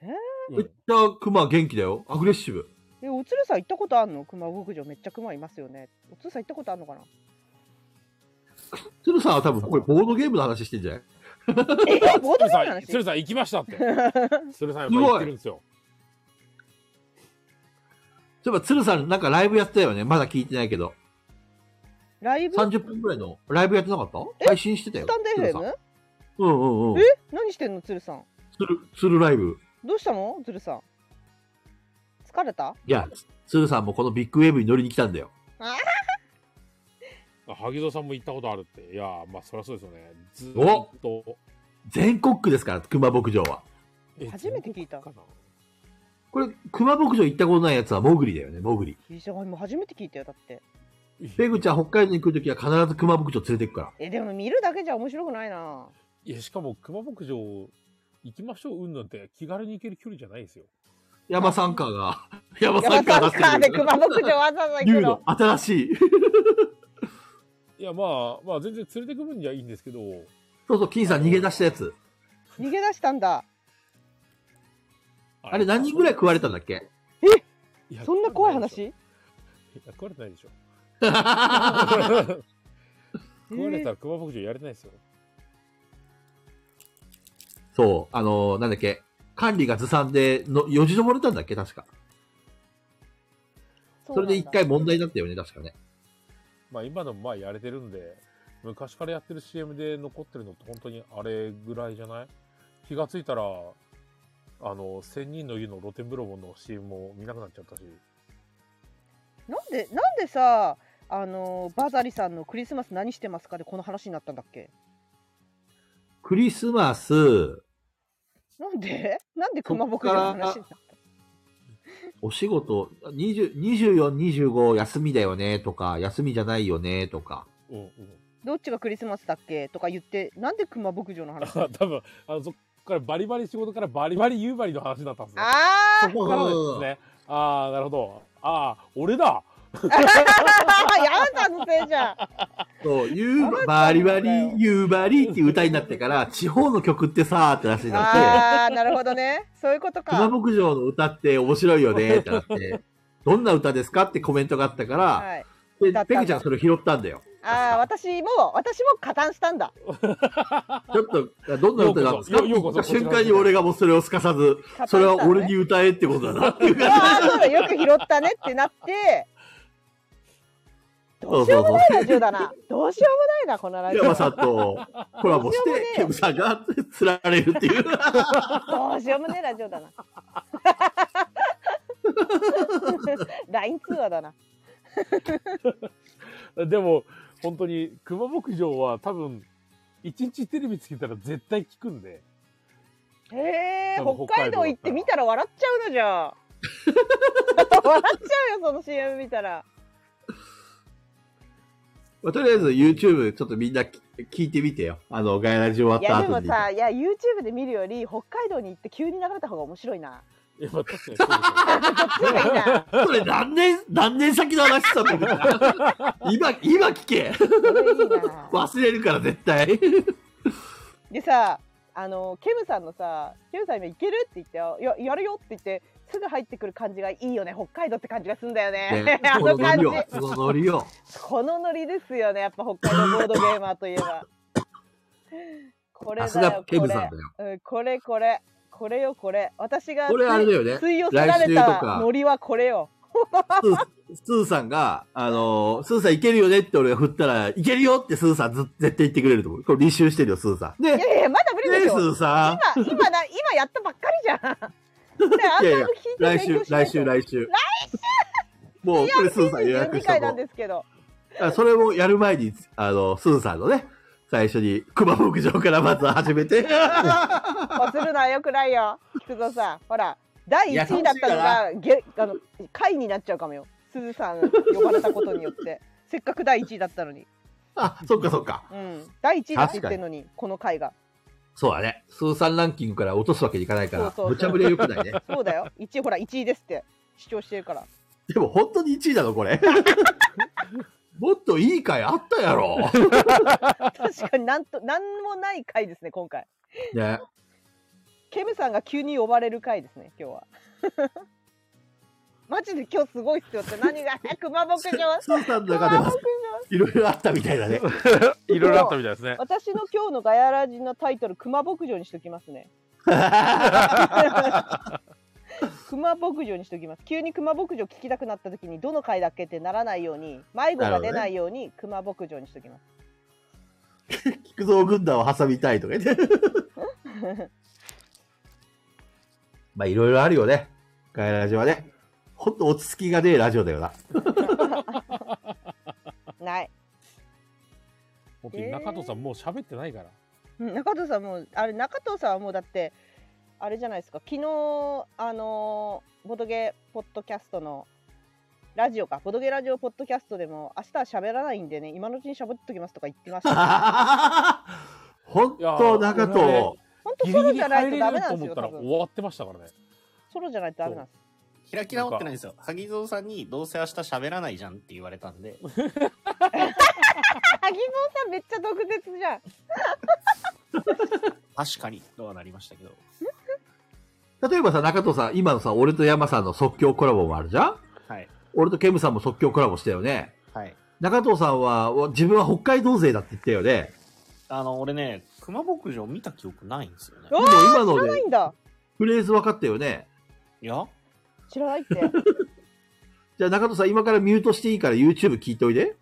[SPEAKER 1] え
[SPEAKER 2] うん
[SPEAKER 3] めっちゃ熊元気だよ。アグレッシブ。
[SPEAKER 1] えおつるさん行ったことあんの熊牧場めっちゃ熊いますよねおつるさん行ったことあんのかな
[SPEAKER 3] 鶴さんは多分これボードゲームの話してんじゃない
[SPEAKER 1] えボードゲ
[SPEAKER 2] 鶴
[SPEAKER 1] ー
[SPEAKER 2] さ
[SPEAKER 1] ムの
[SPEAKER 2] ん、
[SPEAKER 1] 話
[SPEAKER 2] 鶴さん行きました って。鶴さんやっぱ行ってるんですよ。
[SPEAKER 3] そういえば鶴さんなんかライブやったよね。まだ聞いてないけど。
[SPEAKER 1] ライブス
[SPEAKER 3] 30分くらいのライブやってなかった
[SPEAKER 1] え
[SPEAKER 3] 配信してたよ。
[SPEAKER 1] タンド
[SPEAKER 3] 鶴さん
[SPEAKER 1] FM?
[SPEAKER 3] うんうんうん。
[SPEAKER 1] え何してんのつるさん
[SPEAKER 3] 鶴、鶴ライブ。
[SPEAKER 1] どうしたのつるさん疲れた
[SPEAKER 3] いや、鶴さんもこのビッグウェーブに乗りに来たんだよ。
[SPEAKER 2] あ萩蔵さんも行ったことあるって。いやー、まあそりゃそうですよね。ずー
[SPEAKER 3] お
[SPEAKER 2] っと。
[SPEAKER 3] 全国区ですから、熊牧場は。
[SPEAKER 2] え
[SPEAKER 1] 初めて聞いた
[SPEAKER 2] 全国か
[SPEAKER 3] これ、熊牧場行ったことないやつはモグリだよね、モグリ。
[SPEAKER 1] いいじゃん今初めて聞いたよだって
[SPEAKER 2] な
[SPEAKER 3] ペグちゃん北海道に来るときは必ず熊牧場連れてくから。
[SPEAKER 1] えでも見るだけじゃ面白くないない
[SPEAKER 2] や、しかも熊牧場行きましょう、うんなんて気軽に行ける距離じゃないですよ。
[SPEAKER 3] 山サンカーが、山サ
[SPEAKER 1] 山
[SPEAKER 3] ンカー
[SPEAKER 1] サ
[SPEAKER 3] が
[SPEAKER 1] ッカー
[SPEAKER 3] 出
[SPEAKER 1] で
[SPEAKER 3] してく
[SPEAKER 1] 熊牧場わざわざ行
[SPEAKER 3] る。
[SPEAKER 1] く
[SPEAKER 3] 竜の
[SPEAKER 1] の
[SPEAKER 3] 新しい。
[SPEAKER 2] いや、まあ、まあ全然連れてく分にはいいんですけど、
[SPEAKER 3] そうそう、金さん逃げ出したやつ。
[SPEAKER 1] 逃げ出したんだ
[SPEAKER 3] あれ何人ぐらい食われたんだっけ
[SPEAKER 2] いや
[SPEAKER 1] そんな怖い
[SPEAKER 2] 食
[SPEAKER 1] 話
[SPEAKER 2] われてないでしょいや
[SPEAKER 3] あ
[SPEAKER 2] 食われてな いでしょ。食われたら熊牧場やれないですよ。
[SPEAKER 3] そう、あのーなんだっけ。管理がずさんで、の、よじ登れたんだっけ確か。それで一回問題になったよね、確かね。
[SPEAKER 2] まあ今のもまあやれてるんで、昔からやってる CM で残ってるのって本当にあれぐらいじゃない気がついたら、あの、千人の湯の露天風呂もの CM も見なくなっちゃったし。
[SPEAKER 1] なんでなんでさあのバザリさんのクリスマス何してますかでこの話になったんだっけ
[SPEAKER 3] クリスマス、
[SPEAKER 1] なんで なんで熊牧場の話になった
[SPEAKER 3] お仕事、20 24、25休みだよね、とか、休みじゃないよね、とか。
[SPEAKER 2] うん うん。
[SPEAKER 1] どっちがクリスマスだっけとか言ってなんで熊牧場の話
[SPEAKER 2] あ多分、あの、そっからバリバリ仕事からバリバリ夕張の話になったんですね。
[SPEAKER 1] あ
[SPEAKER 2] そこからですね。ああ、なるほど。ああ、俺だ
[SPEAKER 1] あやんたのせいじゃ ん
[SPEAKER 3] そう、ゆう、バリバリ、夕張っていう歌になっ てから、地方の曲ってさーって話になって、
[SPEAKER 1] あーなるほどねそういうこと
[SPEAKER 3] 熊
[SPEAKER 1] か
[SPEAKER 3] 牧場の歌って面白いよねってな って、どんな歌ですかってコメントがあったから、
[SPEAKER 1] はい
[SPEAKER 3] で
[SPEAKER 1] だったんだ
[SPEAKER 3] ペグちゃんそれ拾ったんだよ。
[SPEAKER 1] あー私も私も加担したんだ
[SPEAKER 3] ちょっと、どんな歌なんですかって
[SPEAKER 2] よう
[SPEAKER 3] 言
[SPEAKER 2] こ
[SPEAKER 3] っ
[SPEAKER 2] そ
[SPEAKER 3] た瞬間に俺がもうそれをすかさず、
[SPEAKER 1] 加担した
[SPEAKER 3] それ
[SPEAKER 1] のね
[SPEAKER 3] は 俺に歌えってことだなっていう
[SPEAKER 1] ああそうだよく拾ったねってなってどうしようもないラジオだな。どうしようもないな、このラジオ。
[SPEAKER 3] 山さんとコラボして、ケムさんが釣られるっ ていう。
[SPEAKER 1] どうしようもねえラジオだな。LINE 通話だな。
[SPEAKER 2] でも、本当に、熊牧場は多分、一日テレビつけたら絶対聞くんで。
[SPEAKER 1] へえ
[SPEAKER 2] 多分
[SPEAKER 1] 北海道行って見たら笑っちゃうのじゃ あ。笑っちゃうよ、その CM 見たら。
[SPEAKER 3] まあとりあえず YouTube ちょっとみんなき聞いてみてよ。あの、ガイラジ終わっ
[SPEAKER 1] いや、
[SPEAKER 3] た
[SPEAKER 1] で
[SPEAKER 3] 後
[SPEAKER 1] も
[SPEAKER 3] に。
[SPEAKER 1] さ、いや、YouTube で見るより、北海道に行って急に流れた方が面白いな。
[SPEAKER 2] いや、まあ確かにそうです よ
[SPEAKER 3] それ何年、何年先の話だと思 う今、今聞け。
[SPEAKER 1] それいいな。
[SPEAKER 3] 忘れるから絶対。
[SPEAKER 1] でさあのケムさんのさケムさん今行けるって言っていややるよって言ってすぐ入ってくる感じがいいよね北海道って感じがすんだよね
[SPEAKER 3] ね
[SPEAKER 1] あ
[SPEAKER 3] こ
[SPEAKER 1] の
[SPEAKER 3] のノ
[SPEAKER 1] 感
[SPEAKER 3] リ
[SPEAKER 1] じ
[SPEAKER 3] を、このノリを。
[SPEAKER 1] このノリですよねやっぱ北海道ボードゲーマーといえばこれ
[SPEAKER 3] さす
[SPEAKER 1] だ
[SPEAKER 3] が
[SPEAKER 1] よ
[SPEAKER 3] ケ
[SPEAKER 1] こ
[SPEAKER 3] ムさ
[SPEAKER 1] れ
[SPEAKER 3] んだよ。
[SPEAKER 1] うんこれこれこれよこれ私が
[SPEAKER 3] これあれだよね
[SPEAKER 1] 吸い寄せら
[SPEAKER 3] 来週
[SPEAKER 1] れ
[SPEAKER 3] と
[SPEAKER 1] た
[SPEAKER 3] か
[SPEAKER 1] ノリはこれよ
[SPEAKER 3] スースーさんが、あのースーさんいけるよねって俺が振ったら、いけるよってスーさんず絶対言ってくれると思う。これ履修してるよ、スーさん。ね、
[SPEAKER 1] いやいやまだ無理
[SPEAKER 3] ね
[SPEAKER 1] で
[SPEAKER 3] ス
[SPEAKER 1] しょ
[SPEAKER 3] ーさ
[SPEAKER 1] 今今な今やったばっかりじゃ んねあ
[SPEAKER 3] ん。い
[SPEAKER 1] ん
[SPEAKER 3] や
[SPEAKER 1] な
[SPEAKER 3] いや
[SPEAKER 1] の聞いて、
[SPEAKER 3] 来
[SPEAKER 1] 勉
[SPEAKER 3] 週
[SPEAKER 1] 強、しない
[SPEAKER 3] 来
[SPEAKER 1] と
[SPEAKER 3] 週、来週。もう、これスーさん予約
[SPEAKER 1] 92
[SPEAKER 3] した
[SPEAKER 1] 回なん
[SPEAKER 3] の。
[SPEAKER 1] ですけど
[SPEAKER 3] あそれをやる前に、あの、すずさんのね、最初に、熊牧場からまずは始め て。
[SPEAKER 1] こするのはよくないよ菊蔵さんほら第1位だったのがげあの回になっちゃうかもよすずさん呼ばれたことによって せっかく第1位だったのに、
[SPEAKER 3] あ、そっかそっか。
[SPEAKER 1] うん、第1位だって言ってんのにこの回が
[SPEAKER 3] そうだね。すずさんランキングから落とすわけにいかないから
[SPEAKER 1] そうそうそ、う
[SPEAKER 3] 無茶ぶりは良く ないね。
[SPEAKER 1] そうだよ1位ほら1位ですって主張してるから
[SPEAKER 3] でも本当に1位な の、これ。もっといい回あったやろ。
[SPEAKER 1] 確かになんとなんもない回ですね今回
[SPEAKER 3] ね。
[SPEAKER 1] ケムさんが急に呼ばれる回ですね今日は マジで今日すごいっすよって何が 熊牧場
[SPEAKER 3] すずさんの
[SPEAKER 1] 熊
[SPEAKER 3] 中で
[SPEAKER 1] 牧場
[SPEAKER 3] は、いろいろあったみたいだね。
[SPEAKER 2] いろいろあったみたいですね。
[SPEAKER 1] 私の今日のガヤラジのタイトル熊牧場にしときますね熊牧場にしておきます急に熊牧場聞きたくなった時にどの回だっけってならないように迷子が出ないように熊牧場にしておき ます、
[SPEAKER 3] 菊蔵軍団を挟みたいとか言って。 まあ、いろいろあるよね。ガイラジはね。ほんと落ち着きがねえラジオだよな。
[SPEAKER 1] ない
[SPEAKER 2] 本当に中藤さん、もう喋ってないから。
[SPEAKER 1] うん中藤さんもうあれ中藤さんはもうだってあれじゃないですか昨日あのーボドゲポッドキャストのラジオかボドゲラジオポッドキャストでも明日は喋らないんでね今のうちに喋っときますとか言ってました
[SPEAKER 3] 本当中
[SPEAKER 2] いや
[SPEAKER 3] と、
[SPEAKER 1] 本当
[SPEAKER 2] ギ
[SPEAKER 1] ソ
[SPEAKER 2] リギ
[SPEAKER 1] ロ
[SPEAKER 2] リ
[SPEAKER 1] じゃない
[SPEAKER 2] 入
[SPEAKER 1] と
[SPEAKER 2] れ
[SPEAKER 1] ダメ
[SPEAKER 2] る
[SPEAKER 1] な
[SPEAKER 2] と
[SPEAKER 1] んです
[SPEAKER 2] 思
[SPEAKER 1] よ
[SPEAKER 2] った
[SPEAKER 1] 多
[SPEAKER 2] ら
[SPEAKER 1] 分
[SPEAKER 2] 終わってましたからね。
[SPEAKER 1] ソロじゃないとダメ なんです
[SPEAKER 4] 開き直ってないんですよ。萩蔵さんに、どうせ明日喋らないじゃんって言われたんで、
[SPEAKER 1] 萩蔵さんめっちゃ毒舌じゃん
[SPEAKER 4] 確かに、とはなりましたけど。
[SPEAKER 3] 例えばさ、中藤さん、今のさ、俺と山さんの即興コラボもあるじゃん
[SPEAKER 4] はい。
[SPEAKER 3] 俺とケムさんも即興コラボしたよね。
[SPEAKER 4] はい。
[SPEAKER 3] 中藤さんは、わ自分は北海道勢だって言ったよね。
[SPEAKER 4] あの、俺ね、熊牧場見た記憶ないんですよね。
[SPEAKER 1] うわ
[SPEAKER 3] でも今
[SPEAKER 1] 知
[SPEAKER 3] の
[SPEAKER 1] らな
[SPEAKER 3] で
[SPEAKER 1] いんだ
[SPEAKER 3] フレーズ分かったよね。
[SPEAKER 4] いや、
[SPEAKER 1] 知らないって
[SPEAKER 3] じゃあ中藤さん、今からミュートしていいから YouTube 聞いといて。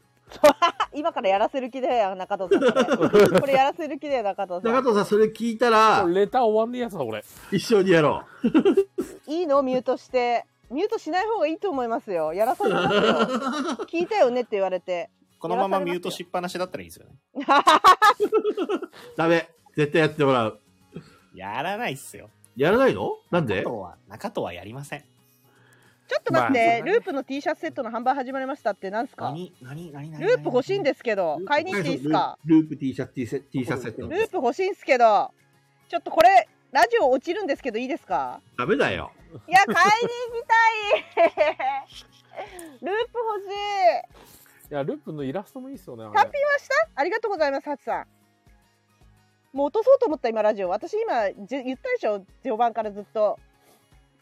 [SPEAKER 1] 今からやらせる気だよ中藤さんこ れこれやらせる気だよ中藤さ
[SPEAKER 3] 中藤さん、それ聞いたら
[SPEAKER 2] こ、れレター終わんねえやつだ、これ。
[SPEAKER 3] 一緒にやろう。
[SPEAKER 1] んいいのミュートしてミュートしない方がいいと思いますよやらされますよ 聞いたよねって言われて
[SPEAKER 4] このままミュートしっぱなしだったらいいですよね。
[SPEAKER 3] ダメ。絶対やってもらう。
[SPEAKER 4] やらないっすよ。
[SPEAKER 3] やらないのなん
[SPEAKER 4] 中
[SPEAKER 3] で
[SPEAKER 4] 藤は、中藤はやりません。
[SPEAKER 1] ちょっと待って、
[SPEAKER 2] まあそうだね
[SPEAKER 1] ループの T シャツセットの販売始まりましたってなんすか
[SPEAKER 4] 何、何、何、何
[SPEAKER 1] ループ欲しいん
[SPEAKER 4] で
[SPEAKER 1] ですけど買いに行っていいですか
[SPEAKER 3] ループループ T シャツ T シャツ T シャツセット
[SPEAKER 1] ル。ープ欲しいんすけどちょっとこれラジオ落ちるんですけどいいですか
[SPEAKER 3] ダメだよ。
[SPEAKER 1] いや買い に行きたいループ欲しい
[SPEAKER 2] いや、ループのイラストもいいっすよね。あれ
[SPEAKER 1] 単品はしたありがとうございます、ハチさん。もう落とそうと思った、今、ラジオ。私、今、じ言ったでしょ、序盤からずっと。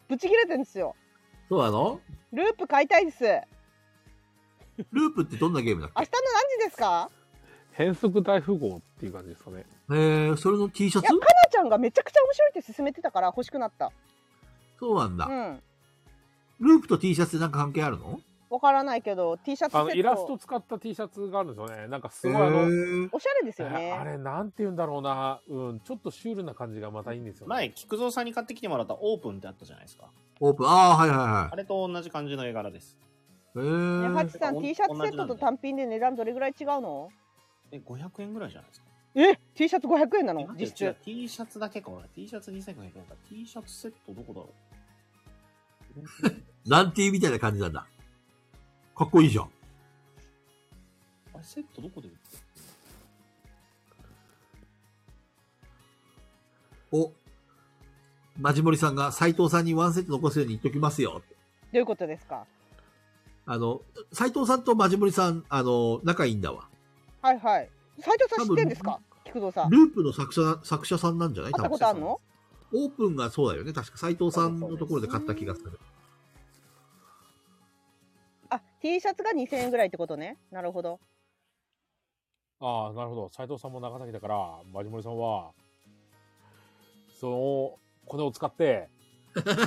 [SPEAKER 1] ブチ切れてんですよ。
[SPEAKER 3] そうなの
[SPEAKER 1] ループ買いたいです。明日の
[SPEAKER 3] ループってどんなゲームだっ
[SPEAKER 1] 何時ですか
[SPEAKER 2] 変則大富豪っていう感じですかね。
[SPEAKER 3] けへえ、それの T シャツ
[SPEAKER 1] いやタナちゃんがめちゃくちゃ面白いって勧めてたから欲しくなった。
[SPEAKER 3] そうなん
[SPEAKER 1] う
[SPEAKER 3] だ。
[SPEAKER 1] ん。
[SPEAKER 3] ループと T シャツってなんか関係あるの
[SPEAKER 1] わわからないけど T シャツセ
[SPEAKER 2] あのイラ
[SPEAKER 1] ッ
[SPEAKER 2] スト
[SPEAKER 1] ト
[SPEAKER 2] 使った T シャツがあるんですよね。なんかすごいあの、
[SPEAKER 1] おしゃれですよ
[SPEAKER 2] えあ
[SPEAKER 1] ね
[SPEAKER 2] れなんて言うんだろうな、うん、ちょっとシュールな感じがまたいいんですよね。
[SPEAKER 4] 前、菊蔵さんに買ってきてもらったオープンってあったじゃないですか。
[SPEAKER 3] オープン。ああ、はいは
[SPEAKER 4] あれと同じ感じの絵柄です。
[SPEAKER 3] いはい。
[SPEAKER 1] ね
[SPEAKER 3] へえ。
[SPEAKER 1] ハチさん
[SPEAKER 4] おん
[SPEAKER 1] T シャツセットと単品で値段どれぐらい違うの
[SPEAKER 4] え、500円ぐらいじゃないですか。
[SPEAKER 1] え T シャツ500円な
[SPEAKER 4] え
[SPEAKER 1] の
[SPEAKER 4] 待っ
[SPEAKER 1] 実
[SPEAKER 4] て違う
[SPEAKER 1] 質
[SPEAKER 4] T シャツだけか、俺。T シャツ2500円か。T シャツセットどこだろ
[SPEAKER 3] ランティーみたいな感じなんだ。かっこいいじゃん。
[SPEAKER 4] うあれ、セットどこで売ってる
[SPEAKER 3] お、マジモリさんが斎藤さんにワンセット残すように言っときますよ。
[SPEAKER 1] どういうことですか
[SPEAKER 3] あの、斎藤さんとマジモリさん、あの、仲いいんだわ。
[SPEAKER 1] はいはい斉藤さん知ってんです
[SPEAKER 3] 多
[SPEAKER 1] か菊蔵さん
[SPEAKER 3] ループの作者な、作者さんなんじゃない
[SPEAKER 1] 会ったこ
[SPEAKER 3] 多分
[SPEAKER 1] とあんの
[SPEAKER 3] オープンがそうだよね。確か斎藤さんのところで買った気がする。
[SPEAKER 1] あ T シャツが2000円ぐらいってことねなるほど
[SPEAKER 2] ああ、なるほど。斉藤さんも長崎だから、マジモリさんは、その、これを使って、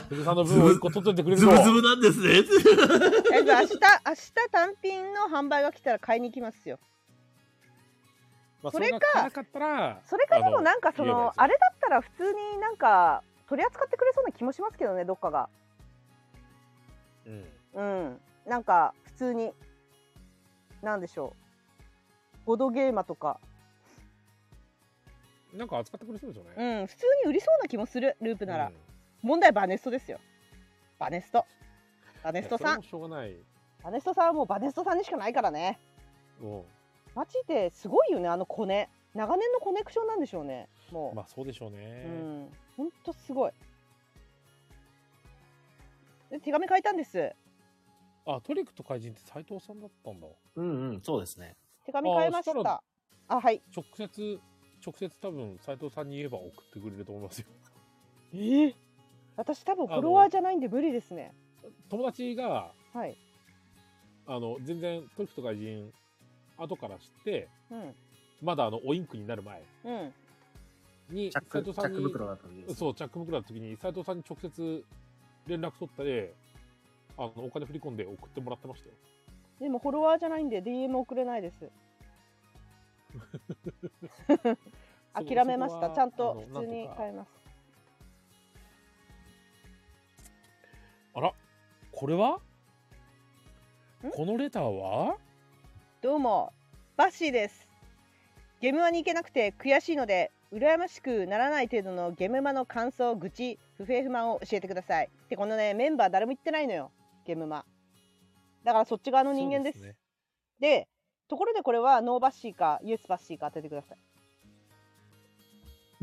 [SPEAKER 2] 藤さんの分を一個取っといてくれる
[SPEAKER 3] ズ
[SPEAKER 2] と。
[SPEAKER 3] ブズブなんですね。
[SPEAKER 1] えっと明日明 日単品の販売が来たら買いに行きますよ
[SPEAKER 2] まあ
[SPEAKER 1] それか
[SPEAKER 2] がなかったら、
[SPEAKER 1] それかで
[SPEAKER 2] あ
[SPEAKER 1] も
[SPEAKER 2] の
[SPEAKER 1] なんかそ
[SPEAKER 2] 言えばいい
[SPEAKER 1] の
[SPEAKER 2] ですよ
[SPEAKER 1] あれだったら普通になんか取り扱ってくれそうな気もしますけどねどっかが
[SPEAKER 2] うん
[SPEAKER 1] うんなんか普通になんでしょうボドゲーマとか
[SPEAKER 2] なんか扱ってくれそうですよね。
[SPEAKER 1] うん普通に売りそうな気もするループなら、
[SPEAKER 2] うん
[SPEAKER 1] 問題バネストですよバネストバネスト
[SPEAKER 2] い
[SPEAKER 1] さ
[SPEAKER 2] やそれ
[SPEAKER 1] ん
[SPEAKER 2] もしょうがない。
[SPEAKER 1] バネストさんはもうバネストさんにしかないからね
[SPEAKER 2] うん。
[SPEAKER 1] マジですごいよねあのコネ長年のコネクションなんでしょうねもう、
[SPEAKER 2] まあそうでしょうね。
[SPEAKER 1] うんほんとすごいで手紙書いたんです
[SPEAKER 2] あ、トリックと怪人って斉藤さんだったんだ。
[SPEAKER 4] うんうん、そうですね。
[SPEAKER 1] 手紙変えまし
[SPEAKER 2] あそしたた
[SPEAKER 1] あはい
[SPEAKER 2] 直接、直接多分斉藤さんに言えば送ってくれると思いますよ。
[SPEAKER 1] 私多分フ
[SPEAKER 2] あの
[SPEAKER 1] ォロワーじゃないんで無理ですね
[SPEAKER 2] 友達が、
[SPEAKER 1] はい
[SPEAKER 2] あの、全然トリックと怪人、後から知って、
[SPEAKER 1] うん
[SPEAKER 2] まだあの、おインクになる前
[SPEAKER 1] うん
[SPEAKER 2] に、
[SPEAKER 4] チャック、
[SPEAKER 2] 斉
[SPEAKER 4] チ
[SPEAKER 2] 藤
[SPEAKER 4] ャ
[SPEAKER 2] さん
[SPEAKER 4] ック
[SPEAKER 2] に、
[SPEAKER 4] 袋だったんです。
[SPEAKER 2] そう、チャック袋の時に、斉藤さんに直接連絡取ったで、あの、お金振り込んで送ってもらってましたよ。
[SPEAKER 1] でもフォロワーじゃないんで DM 送れないです
[SPEAKER 2] そ
[SPEAKER 1] 諦めました
[SPEAKER 2] そこは
[SPEAKER 1] ちゃん
[SPEAKER 2] あの
[SPEAKER 1] と
[SPEAKER 2] なん
[SPEAKER 1] 普通に
[SPEAKER 2] か
[SPEAKER 1] 変えます
[SPEAKER 2] あら、これは
[SPEAKER 1] ん
[SPEAKER 2] このレターは
[SPEAKER 1] どうもバッシーですゲムマに行けなくて悔しいので羨ましくならない程度のゲムマの感想愚痴不平不満を教えてくださいでこのねメンバー誰も言ってないのよゲムマだからそっち側の人間です
[SPEAKER 2] そう
[SPEAKER 1] で
[SPEAKER 2] ね
[SPEAKER 1] ところでこれはノーバッシーかイエスバッシーか当ててください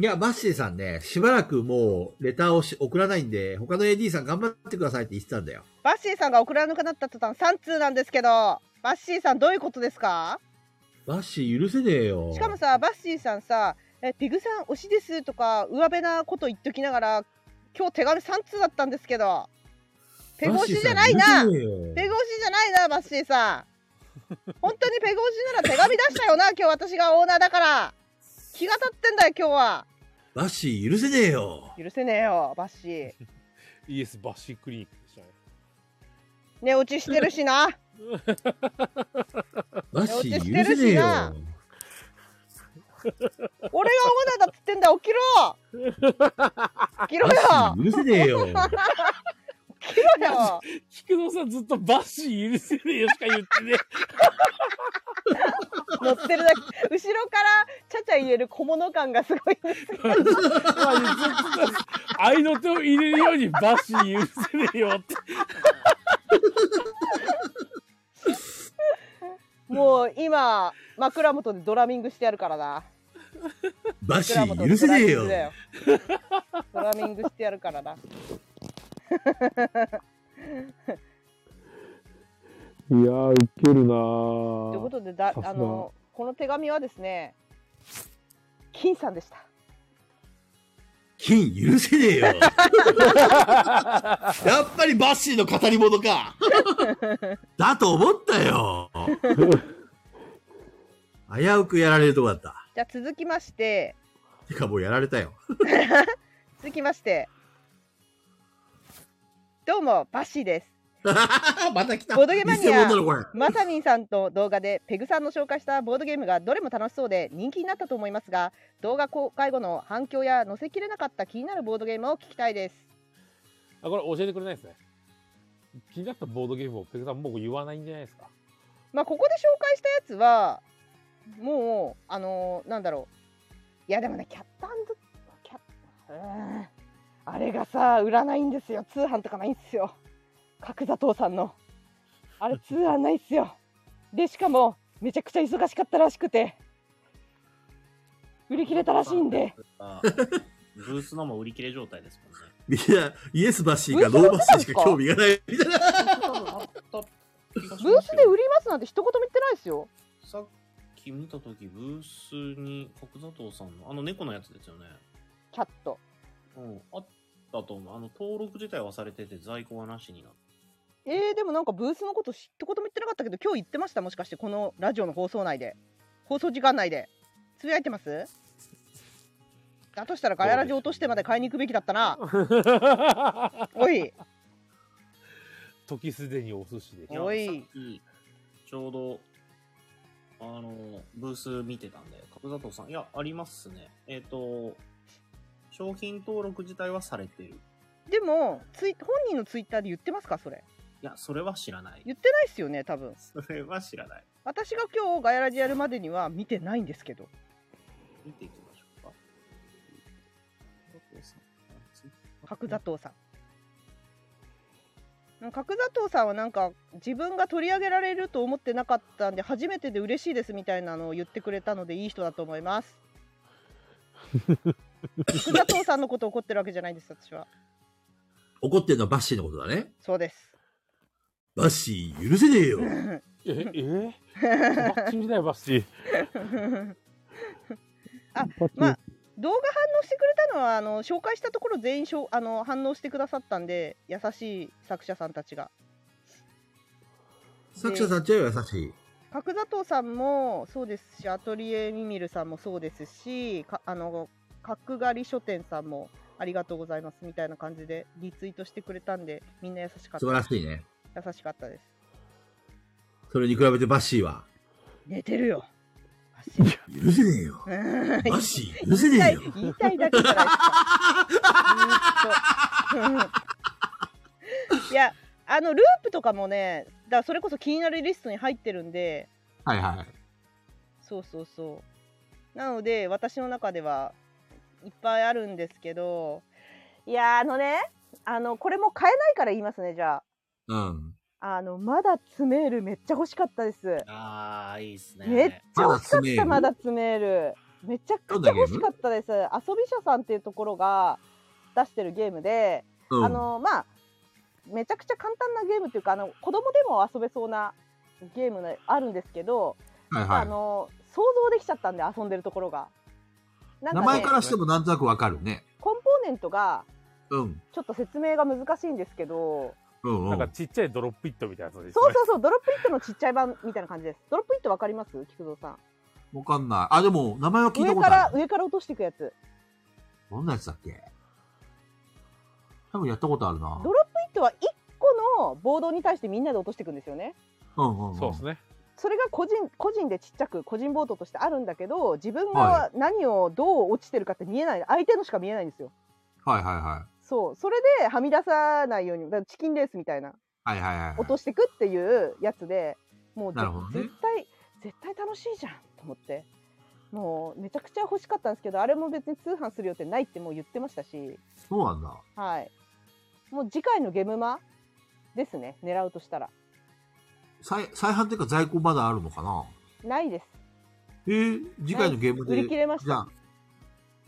[SPEAKER 3] いや、バッシーさんね、しばらくもう、レターをし送らないんで、他の AD さん頑張ってくださいって言ってたんだよ。
[SPEAKER 1] バッシーさんが送らなくなった途端3通なんですけどバッシーさんどういうことですか
[SPEAKER 3] バッシー許せねえよ。
[SPEAKER 1] しかもさバッシーさんさ「えピグさん推しです」とか上辺なこと言っときながら今日手軽3通だったんですけどペグ推しじゃないな
[SPEAKER 3] バッシーさん許せねえ
[SPEAKER 1] ペ
[SPEAKER 3] よ
[SPEAKER 1] グ推しじゃないなバッシーさん本当にペグ推しなら手紙出したよな今日 私がオーナーだから気が立ってんだよ今日は
[SPEAKER 3] バッシー許せねえよ。
[SPEAKER 1] 許せねえよバッシー
[SPEAKER 2] イエスバッシークリニックでしたね。
[SPEAKER 1] 寝落ちしてるし な
[SPEAKER 3] バッシ
[SPEAKER 1] 寝落ち
[SPEAKER 3] ー
[SPEAKER 1] し
[SPEAKER 3] 許
[SPEAKER 1] てる
[SPEAKER 3] せねえ
[SPEAKER 1] し
[SPEAKER 3] よ。
[SPEAKER 1] な俺がオーナーだっつってんだ起きろ起きろ
[SPEAKER 3] バ
[SPEAKER 1] よ
[SPEAKER 3] ッシー許せねえよ。
[SPEAKER 1] 起きろよ
[SPEAKER 2] 菊野さんずっとバッシー許せねえよしか言って ね。
[SPEAKER 1] 乗ってるだけ後ろからちゃちゃ言える小物感がすごいんですけど
[SPEAKER 2] まあずっと愛の手を入れるようにバッシー許せねえよって。
[SPEAKER 1] もう今枕元でドラミングしてやるからな
[SPEAKER 3] バッシ
[SPEAKER 1] 枕元
[SPEAKER 3] ー
[SPEAKER 1] で
[SPEAKER 3] 許
[SPEAKER 1] ド
[SPEAKER 3] せ
[SPEAKER 1] ラ ミ
[SPEAKER 3] ねえ
[SPEAKER 1] ン
[SPEAKER 3] よ
[SPEAKER 1] グ。だよドラミングしてやるから な
[SPEAKER 13] いやー、ウケるな
[SPEAKER 1] というこ
[SPEAKER 13] ー。
[SPEAKER 1] とで
[SPEAKER 13] さ
[SPEAKER 1] だ
[SPEAKER 13] すが
[SPEAKER 1] あのこの手紙はですね金さんでした
[SPEAKER 3] 金許せ ねえよ。やっぱりバッシーの語り物か。だと思った よ。危うくやられるとこだった。
[SPEAKER 1] じゃあ続きまして
[SPEAKER 3] てかもうやられたよ。
[SPEAKER 1] 続きましてどうもバッシーです
[SPEAKER 14] また来た。
[SPEAKER 1] ボードゲマニ
[SPEAKER 14] 偽
[SPEAKER 1] ア
[SPEAKER 14] 物だろ、これ。
[SPEAKER 1] マサミンさんと動画でペグさんの紹介したボードゲームがどれも楽しそうで人気になったと思いますが動画公開後の反響や載せきれなかった気になるボードゲームを聞きたいです
[SPEAKER 2] あ、これ教えてくれないですね。気になったボードゲームをペグさん僕言わないんじゃないで すか。
[SPEAKER 1] まあここで紹介したやつはもうあのーなんだろういやでもねキャットキャッうーんあれがさ売らないんですよ通販とかないんですよ角砂糖さんのあれ通販ないっすよでしかもめちゃくちゃ忙しかったらしくて売り切れたらしいんで
[SPEAKER 4] あブースのも売り切れ状態ですもんね。
[SPEAKER 14] みんな、イエスバッシーかノーバッシーしか興味がない。みたいな。
[SPEAKER 4] ブ
[SPEAKER 1] ブースで売りますなんて一言も言ってないですよ
[SPEAKER 4] さっき見たとき、ブースに角砂糖さんの、あの猫のやつですよね。
[SPEAKER 1] キャット
[SPEAKER 4] うん、あったと思う。あの、登録自体はされてて、在庫はなしになっ
[SPEAKER 1] えー、でもなんかブースのこと一言も言ってなかったけど今日言ってましたもしかしてこのラジオの放送内で放送時間内でつぶやいてますだとしたらガヤラジ落としてまで買いに行くべきだったなおい
[SPEAKER 2] 時すでにお寿司で
[SPEAKER 4] た。。や
[SPEAKER 1] おい
[SPEAKER 4] さっき、ちょうど、あの、ブース見てたんで、角砂糖さん、いや、ありますね。えっ、と、商品登録自体はされてる。
[SPEAKER 1] でもツイ本人のツイッターで言ってますかそれ
[SPEAKER 4] いや、それは知らない。
[SPEAKER 1] 言ってないっすよね多分
[SPEAKER 4] それは知らない。
[SPEAKER 1] 私が今日ガヤラジやるまでには見てないんですけど
[SPEAKER 4] 見ていきましょうか。角砂糖さんあツイッター
[SPEAKER 1] 角砂糖さん角砂糖さんはなんか自分が取り上げられると思ってなかったんで初めてで嬉しいですみたいなのを言ってくれたのでいい人だと思います角砂糖さんのこと怒ってるわけじゃないんです私は
[SPEAKER 14] 怒ってるのはバッシーのことだね。
[SPEAKER 1] そうです
[SPEAKER 14] バッシー、許せねえよ。
[SPEAKER 2] え、えバッチリだよ、バッチリ。
[SPEAKER 1] まあ動画反応してくれたのはあの紹介したところ全員しょあの反応してくださったんで優しい作者さんたちが
[SPEAKER 14] 作者さんちは優しい。
[SPEAKER 1] 角砂糖さんもそうですしアトリエミミルさんもそうですしかあの角刈り書店さんもありがとうございますみたいな感じでリツイートしてくれたんでみんな優しかっ
[SPEAKER 14] 素晴ら
[SPEAKER 1] た
[SPEAKER 14] しいね。
[SPEAKER 1] 優しかったです
[SPEAKER 14] それに比べてバッシーは、
[SPEAKER 1] 寝てるよ
[SPEAKER 14] 許せねえよ。
[SPEAKER 1] 言
[SPEAKER 14] バッシー、許せ
[SPEAKER 1] いた
[SPEAKER 14] ねえ
[SPEAKER 1] い
[SPEAKER 14] よ。
[SPEAKER 1] 言いたいだけじゃないですかずーっといやあのループとかもねだからそれこそ気になるリストに入ってるんで
[SPEAKER 3] はいはい。
[SPEAKER 1] そうそうそうなので私の中ではいっぱいあるんですけどいやーあのねあのこれも買えないから言いますねじゃ
[SPEAKER 3] うん。
[SPEAKER 1] ああのまだ詰めるめっちゃ欲しかったです
[SPEAKER 4] ああ、いいっすね。
[SPEAKER 1] めっちゃ欲しかった
[SPEAKER 3] ま
[SPEAKER 1] まだ
[SPEAKER 3] だ
[SPEAKER 1] 詰めるめちゃ
[SPEAKER 3] ど
[SPEAKER 1] く
[SPEAKER 3] ん
[SPEAKER 1] ちゃ
[SPEAKER 3] なゲーム
[SPEAKER 1] 欲しかったです遊び社さんっていうところが出してるゲームで、
[SPEAKER 3] うん。
[SPEAKER 1] あのまあめちゃくちゃ簡単なゲームっていうかあの子供でも遊べそうなゲームのあるんですけど、
[SPEAKER 3] はい
[SPEAKER 1] あ
[SPEAKER 3] は。
[SPEAKER 1] の想像できちゃったんで遊んでるところが。ないん
[SPEAKER 3] 名
[SPEAKER 1] か
[SPEAKER 3] 前
[SPEAKER 1] ね
[SPEAKER 3] からしてもなんとなくわかるね。
[SPEAKER 1] コンポーネントが
[SPEAKER 3] うん。
[SPEAKER 1] ちょっと説明が難しいんですけど
[SPEAKER 3] うんう
[SPEAKER 2] なんか
[SPEAKER 3] ん。
[SPEAKER 2] ちっちゃいドロップイットみたいなやつですね。
[SPEAKER 1] そうそうそうドロップイットのちっちゃい版みたいな感じですドロップイットわかります菊蔵さん
[SPEAKER 3] わかんない。あ、でも、名前は聞いた
[SPEAKER 1] 上
[SPEAKER 3] こ
[SPEAKER 1] か
[SPEAKER 3] とあ
[SPEAKER 1] ら
[SPEAKER 3] る。
[SPEAKER 1] 上から落としていくやつ
[SPEAKER 3] どんなやつだっけ多分やったことあるな
[SPEAKER 1] ド。ロップイットは1個のボードに対してみんなで落としていくんですよね
[SPEAKER 3] うんうんん。
[SPEAKER 2] そうですね。
[SPEAKER 1] それが個人個人でちっちゃく個人ボードとしてあるんだけど自分が
[SPEAKER 3] は
[SPEAKER 1] 何をどう落ちてるかって見えない相手のしか見えないんですよ
[SPEAKER 3] はいはいは。
[SPEAKER 1] そうそれではみ出さないようにだからチキンレースみたいない
[SPEAKER 3] はいはいはい。
[SPEAKER 1] 落としてくっていうやつでもうぜ
[SPEAKER 3] なるほどね
[SPEAKER 1] 絶対絶対楽しいじゃんと思ってもうめちゃくちゃ欲しかったんですけどあれも別に通販する予定ないってもう言ってましたし
[SPEAKER 3] そうなんだ。
[SPEAKER 1] はいもう次回のゲムマですね狙うとしたら
[SPEAKER 3] 再、再販っていうか在庫まだあるのかな
[SPEAKER 1] ないです
[SPEAKER 3] えー、次回のゲームで。
[SPEAKER 1] 売り切れました
[SPEAKER 3] じゃあ、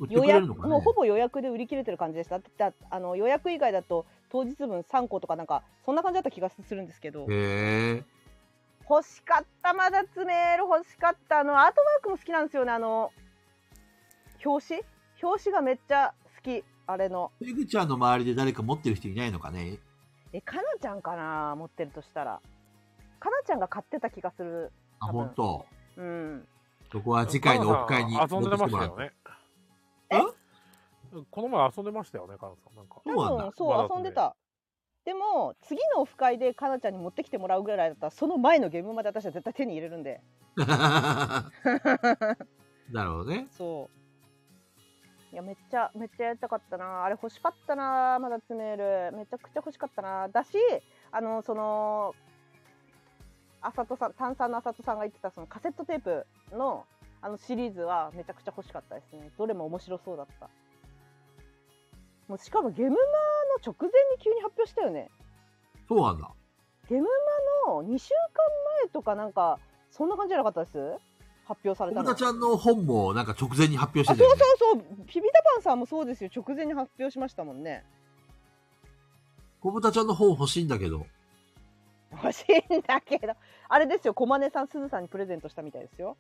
[SPEAKER 3] 売って
[SPEAKER 1] 予
[SPEAKER 3] くれ
[SPEAKER 1] 約
[SPEAKER 3] るのか
[SPEAKER 1] もう
[SPEAKER 3] ね
[SPEAKER 1] ほぼ予約で売り切れてる感じでしただだあの予約以外だと当日分3個とかなんかそんな感じだった気がするんですけど
[SPEAKER 3] へえ。
[SPEAKER 1] 欲しかったまだ詰める欲しかったあのアートワークも好きなんですよねあの表紙表紙がめっちゃ好きあれの
[SPEAKER 3] ペグちゃんの周りで誰か持ってる人いないのかね
[SPEAKER 1] えかなちゃんかな持ってるとしたらかなちゃんが買ってた気がする
[SPEAKER 3] あ、
[SPEAKER 1] 多分
[SPEAKER 3] ほんと。
[SPEAKER 1] うん
[SPEAKER 3] そこは次回のオフ会に
[SPEAKER 2] カナさん遊んでました
[SPEAKER 3] う
[SPEAKER 2] よ。ね。
[SPEAKER 1] え
[SPEAKER 2] この前遊んでましたよね、カナさん。なんか。
[SPEAKER 1] 多
[SPEAKER 3] そうなん
[SPEAKER 1] 分
[SPEAKER 3] だ
[SPEAKER 1] そう
[SPEAKER 2] まだ
[SPEAKER 1] 遊んでたでも次のオフ会でかなちゃんに持ってきてもらうぐらいだったらその前のゲームまで私は絶対手に入れるんで
[SPEAKER 3] な るほどね。
[SPEAKER 1] そういやめっちゃめっちゃやりたかったなあれ欲しかったなまだ詰めるめちゃくちゃ欲しかったなだしあのそのあさとさん炭酸のあさとさんが言ってたそのカセットテープのあのシリーズはめちゃくちゃ欲しかったですねどれも面白そうだったもうしかもゲムマの直前に急に発表したよね
[SPEAKER 3] そうなんだ。
[SPEAKER 1] ゲムマの2週間前とかなんかそんな感じじゃなかったです発表された
[SPEAKER 3] 小
[SPEAKER 1] の
[SPEAKER 3] 田ちゃんの本もなんか直前に発表し
[SPEAKER 1] あ
[SPEAKER 3] てた
[SPEAKER 1] そ
[SPEAKER 3] よ
[SPEAKER 1] う
[SPEAKER 3] ね。
[SPEAKER 1] そうそうピピタパンさんもそうですよ直前に発表しましたもんね
[SPEAKER 3] 小豚ちゃんの本欲しいんだけど。
[SPEAKER 1] 欲しいんだけどあれですよ小金さんすずさんにプレゼントしたみたいですよ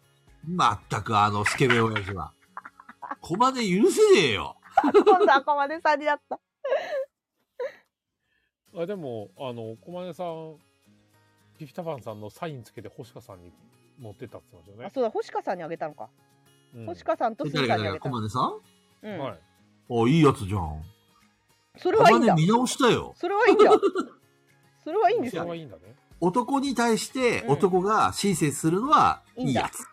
[SPEAKER 3] まったくあのスケベ親父は。コマで許せねえよ。
[SPEAKER 1] あ今度は小金さんになった
[SPEAKER 2] あでもあの駒根さんピピタパンさんのサインつけて星香さんに持ってったって言ってましたよ
[SPEAKER 1] あ
[SPEAKER 2] ね
[SPEAKER 1] そうだ星香さんにあげたのか、
[SPEAKER 2] うん
[SPEAKER 1] 星香さんとすず
[SPEAKER 3] 誰
[SPEAKER 1] さ
[SPEAKER 3] が
[SPEAKER 1] んにあげ
[SPEAKER 3] 誰がコ
[SPEAKER 1] た
[SPEAKER 3] マネさん
[SPEAKER 1] うん、
[SPEAKER 2] はい
[SPEAKER 3] おいいやつじゃん。
[SPEAKER 1] それ
[SPEAKER 3] コ
[SPEAKER 1] はいい
[SPEAKER 3] マ
[SPEAKER 1] ん
[SPEAKER 3] ネ
[SPEAKER 1] だ
[SPEAKER 3] 見直したよ。
[SPEAKER 1] それはいいんだそれはいいんです
[SPEAKER 2] そ
[SPEAKER 1] よ
[SPEAKER 2] れはい
[SPEAKER 1] ね
[SPEAKER 2] いんだね
[SPEAKER 3] 男に対して
[SPEAKER 1] うん
[SPEAKER 3] 男が親切するのはいいやつ。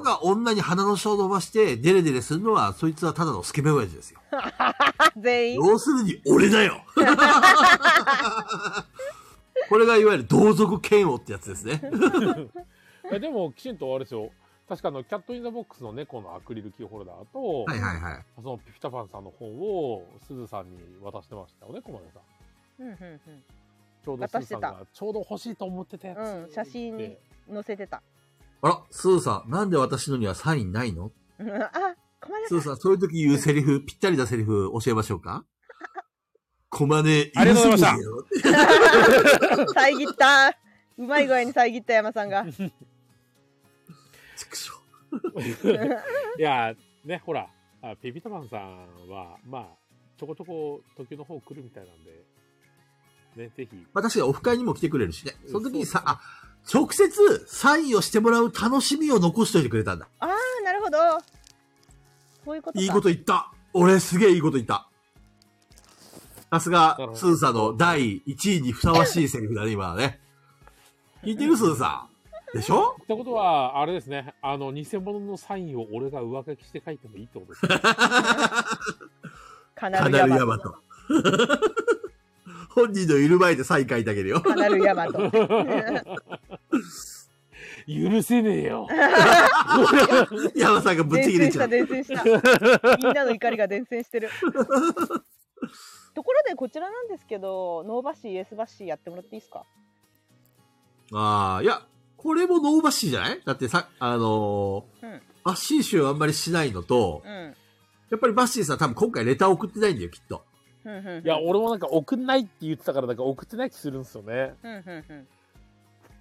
[SPEAKER 3] が女に鼻の下を伸ばしてデレデレするのはそいつはただのスケベ親父ですよ。
[SPEAKER 1] 全員
[SPEAKER 3] 要するに俺 だよこれがいわゆる同族嫌悪ってやつで すね。
[SPEAKER 2] えでもきちんとあれですよ確かあのキャット・イン・ザ・ボックスの猫のアクリルキーホルダーと、
[SPEAKER 3] はいはいはい。
[SPEAKER 2] そのピピタパンさんの本をすずさんに渡してましたよね駒根さん
[SPEAKER 1] うんうん
[SPEAKER 2] ちょうどすずさんがちょうど欲しいと思ってたやつ、
[SPEAKER 1] うん写真に載せてた
[SPEAKER 3] あら、スーさん、なんで私のにはサインないの
[SPEAKER 1] あ小金
[SPEAKER 3] ス
[SPEAKER 1] さん
[SPEAKER 3] ーさん、そういう時言うセリフ、ぴったりなセリフ教えましょ うかコマネ、
[SPEAKER 2] ありがとうございました
[SPEAKER 3] 許せねえよ
[SPEAKER 1] 遮ったうまい具合に遮った山さんが
[SPEAKER 3] 畜生
[SPEAKER 2] いやねほらあピピタパンさんはまあちょこちょこ時の方来るみたいなんでねぜひ
[SPEAKER 3] まあ確かにオフ会にも来てくれるしね。その時にさ、
[SPEAKER 2] うん
[SPEAKER 3] あ、直接サインをしてもらう楽しみを残しといてくれたんだ。
[SPEAKER 1] ああなるほどそういうことか
[SPEAKER 3] いいこと言った。俺すげえいいこと言った。さすが
[SPEAKER 2] なるほ、ど
[SPEAKER 3] スーさんの第1位にふさわしいセリフだね、今はね。聞いてるスーさん。でしょ
[SPEAKER 2] ってことは、あれですね、あの、偽物のサインを俺が上書きして書いてもいいってことですね。
[SPEAKER 1] カナ
[SPEAKER 3] カ
[SPEAKER 1] ル
[SPEAKER 3] ナ
[SPEAKER 1] ヤ
[SPEAKER 3] ルヤ
[SPEAKER 1] マ
[SPEAKER 3] マ
[SPEAKER 1] ト
[SPEAKER 3] ト。 本人のいる前でサイン書いてあげ るよ。
[SPEAKER 1] カナルヤマト
[SPEAKER 2] 許せねえよ。
[SPEAKER 3] ヤマさんがぶっ
[SPEAKER 1] 伝
[SPEAKER 3] ちぎれ
[SPEAKER 1] 染し
[SPEAKER 3] ちゃ
[SPEAKER 1] た
[SPEAKER 3] う。
[SPEAKER 1] 伝染した みんなの怒りが伝染してるところでこちらなんですけどノーバッシーイエスバッシーやってもらっていいですか
[SPEAKER 3] ああ、いや、これもノーバッシーじゃないだってさ、あのー
[SPEAKER 1] うん
[SPEAKER 3] バッシー集あんまりしないのと
[SPEAKER 1] う、ん
[SPEAKER 3] やっぱりバッシーさん多分今回レター送ってないんだよ、きっと。
[SPEAKER 1] ふんふんふん
[SPEAKER 2] いや、俺もなんか送んないって言ってたから、なんか送ってない気するんですよね。
[SPEAKER 1] ふんふんふん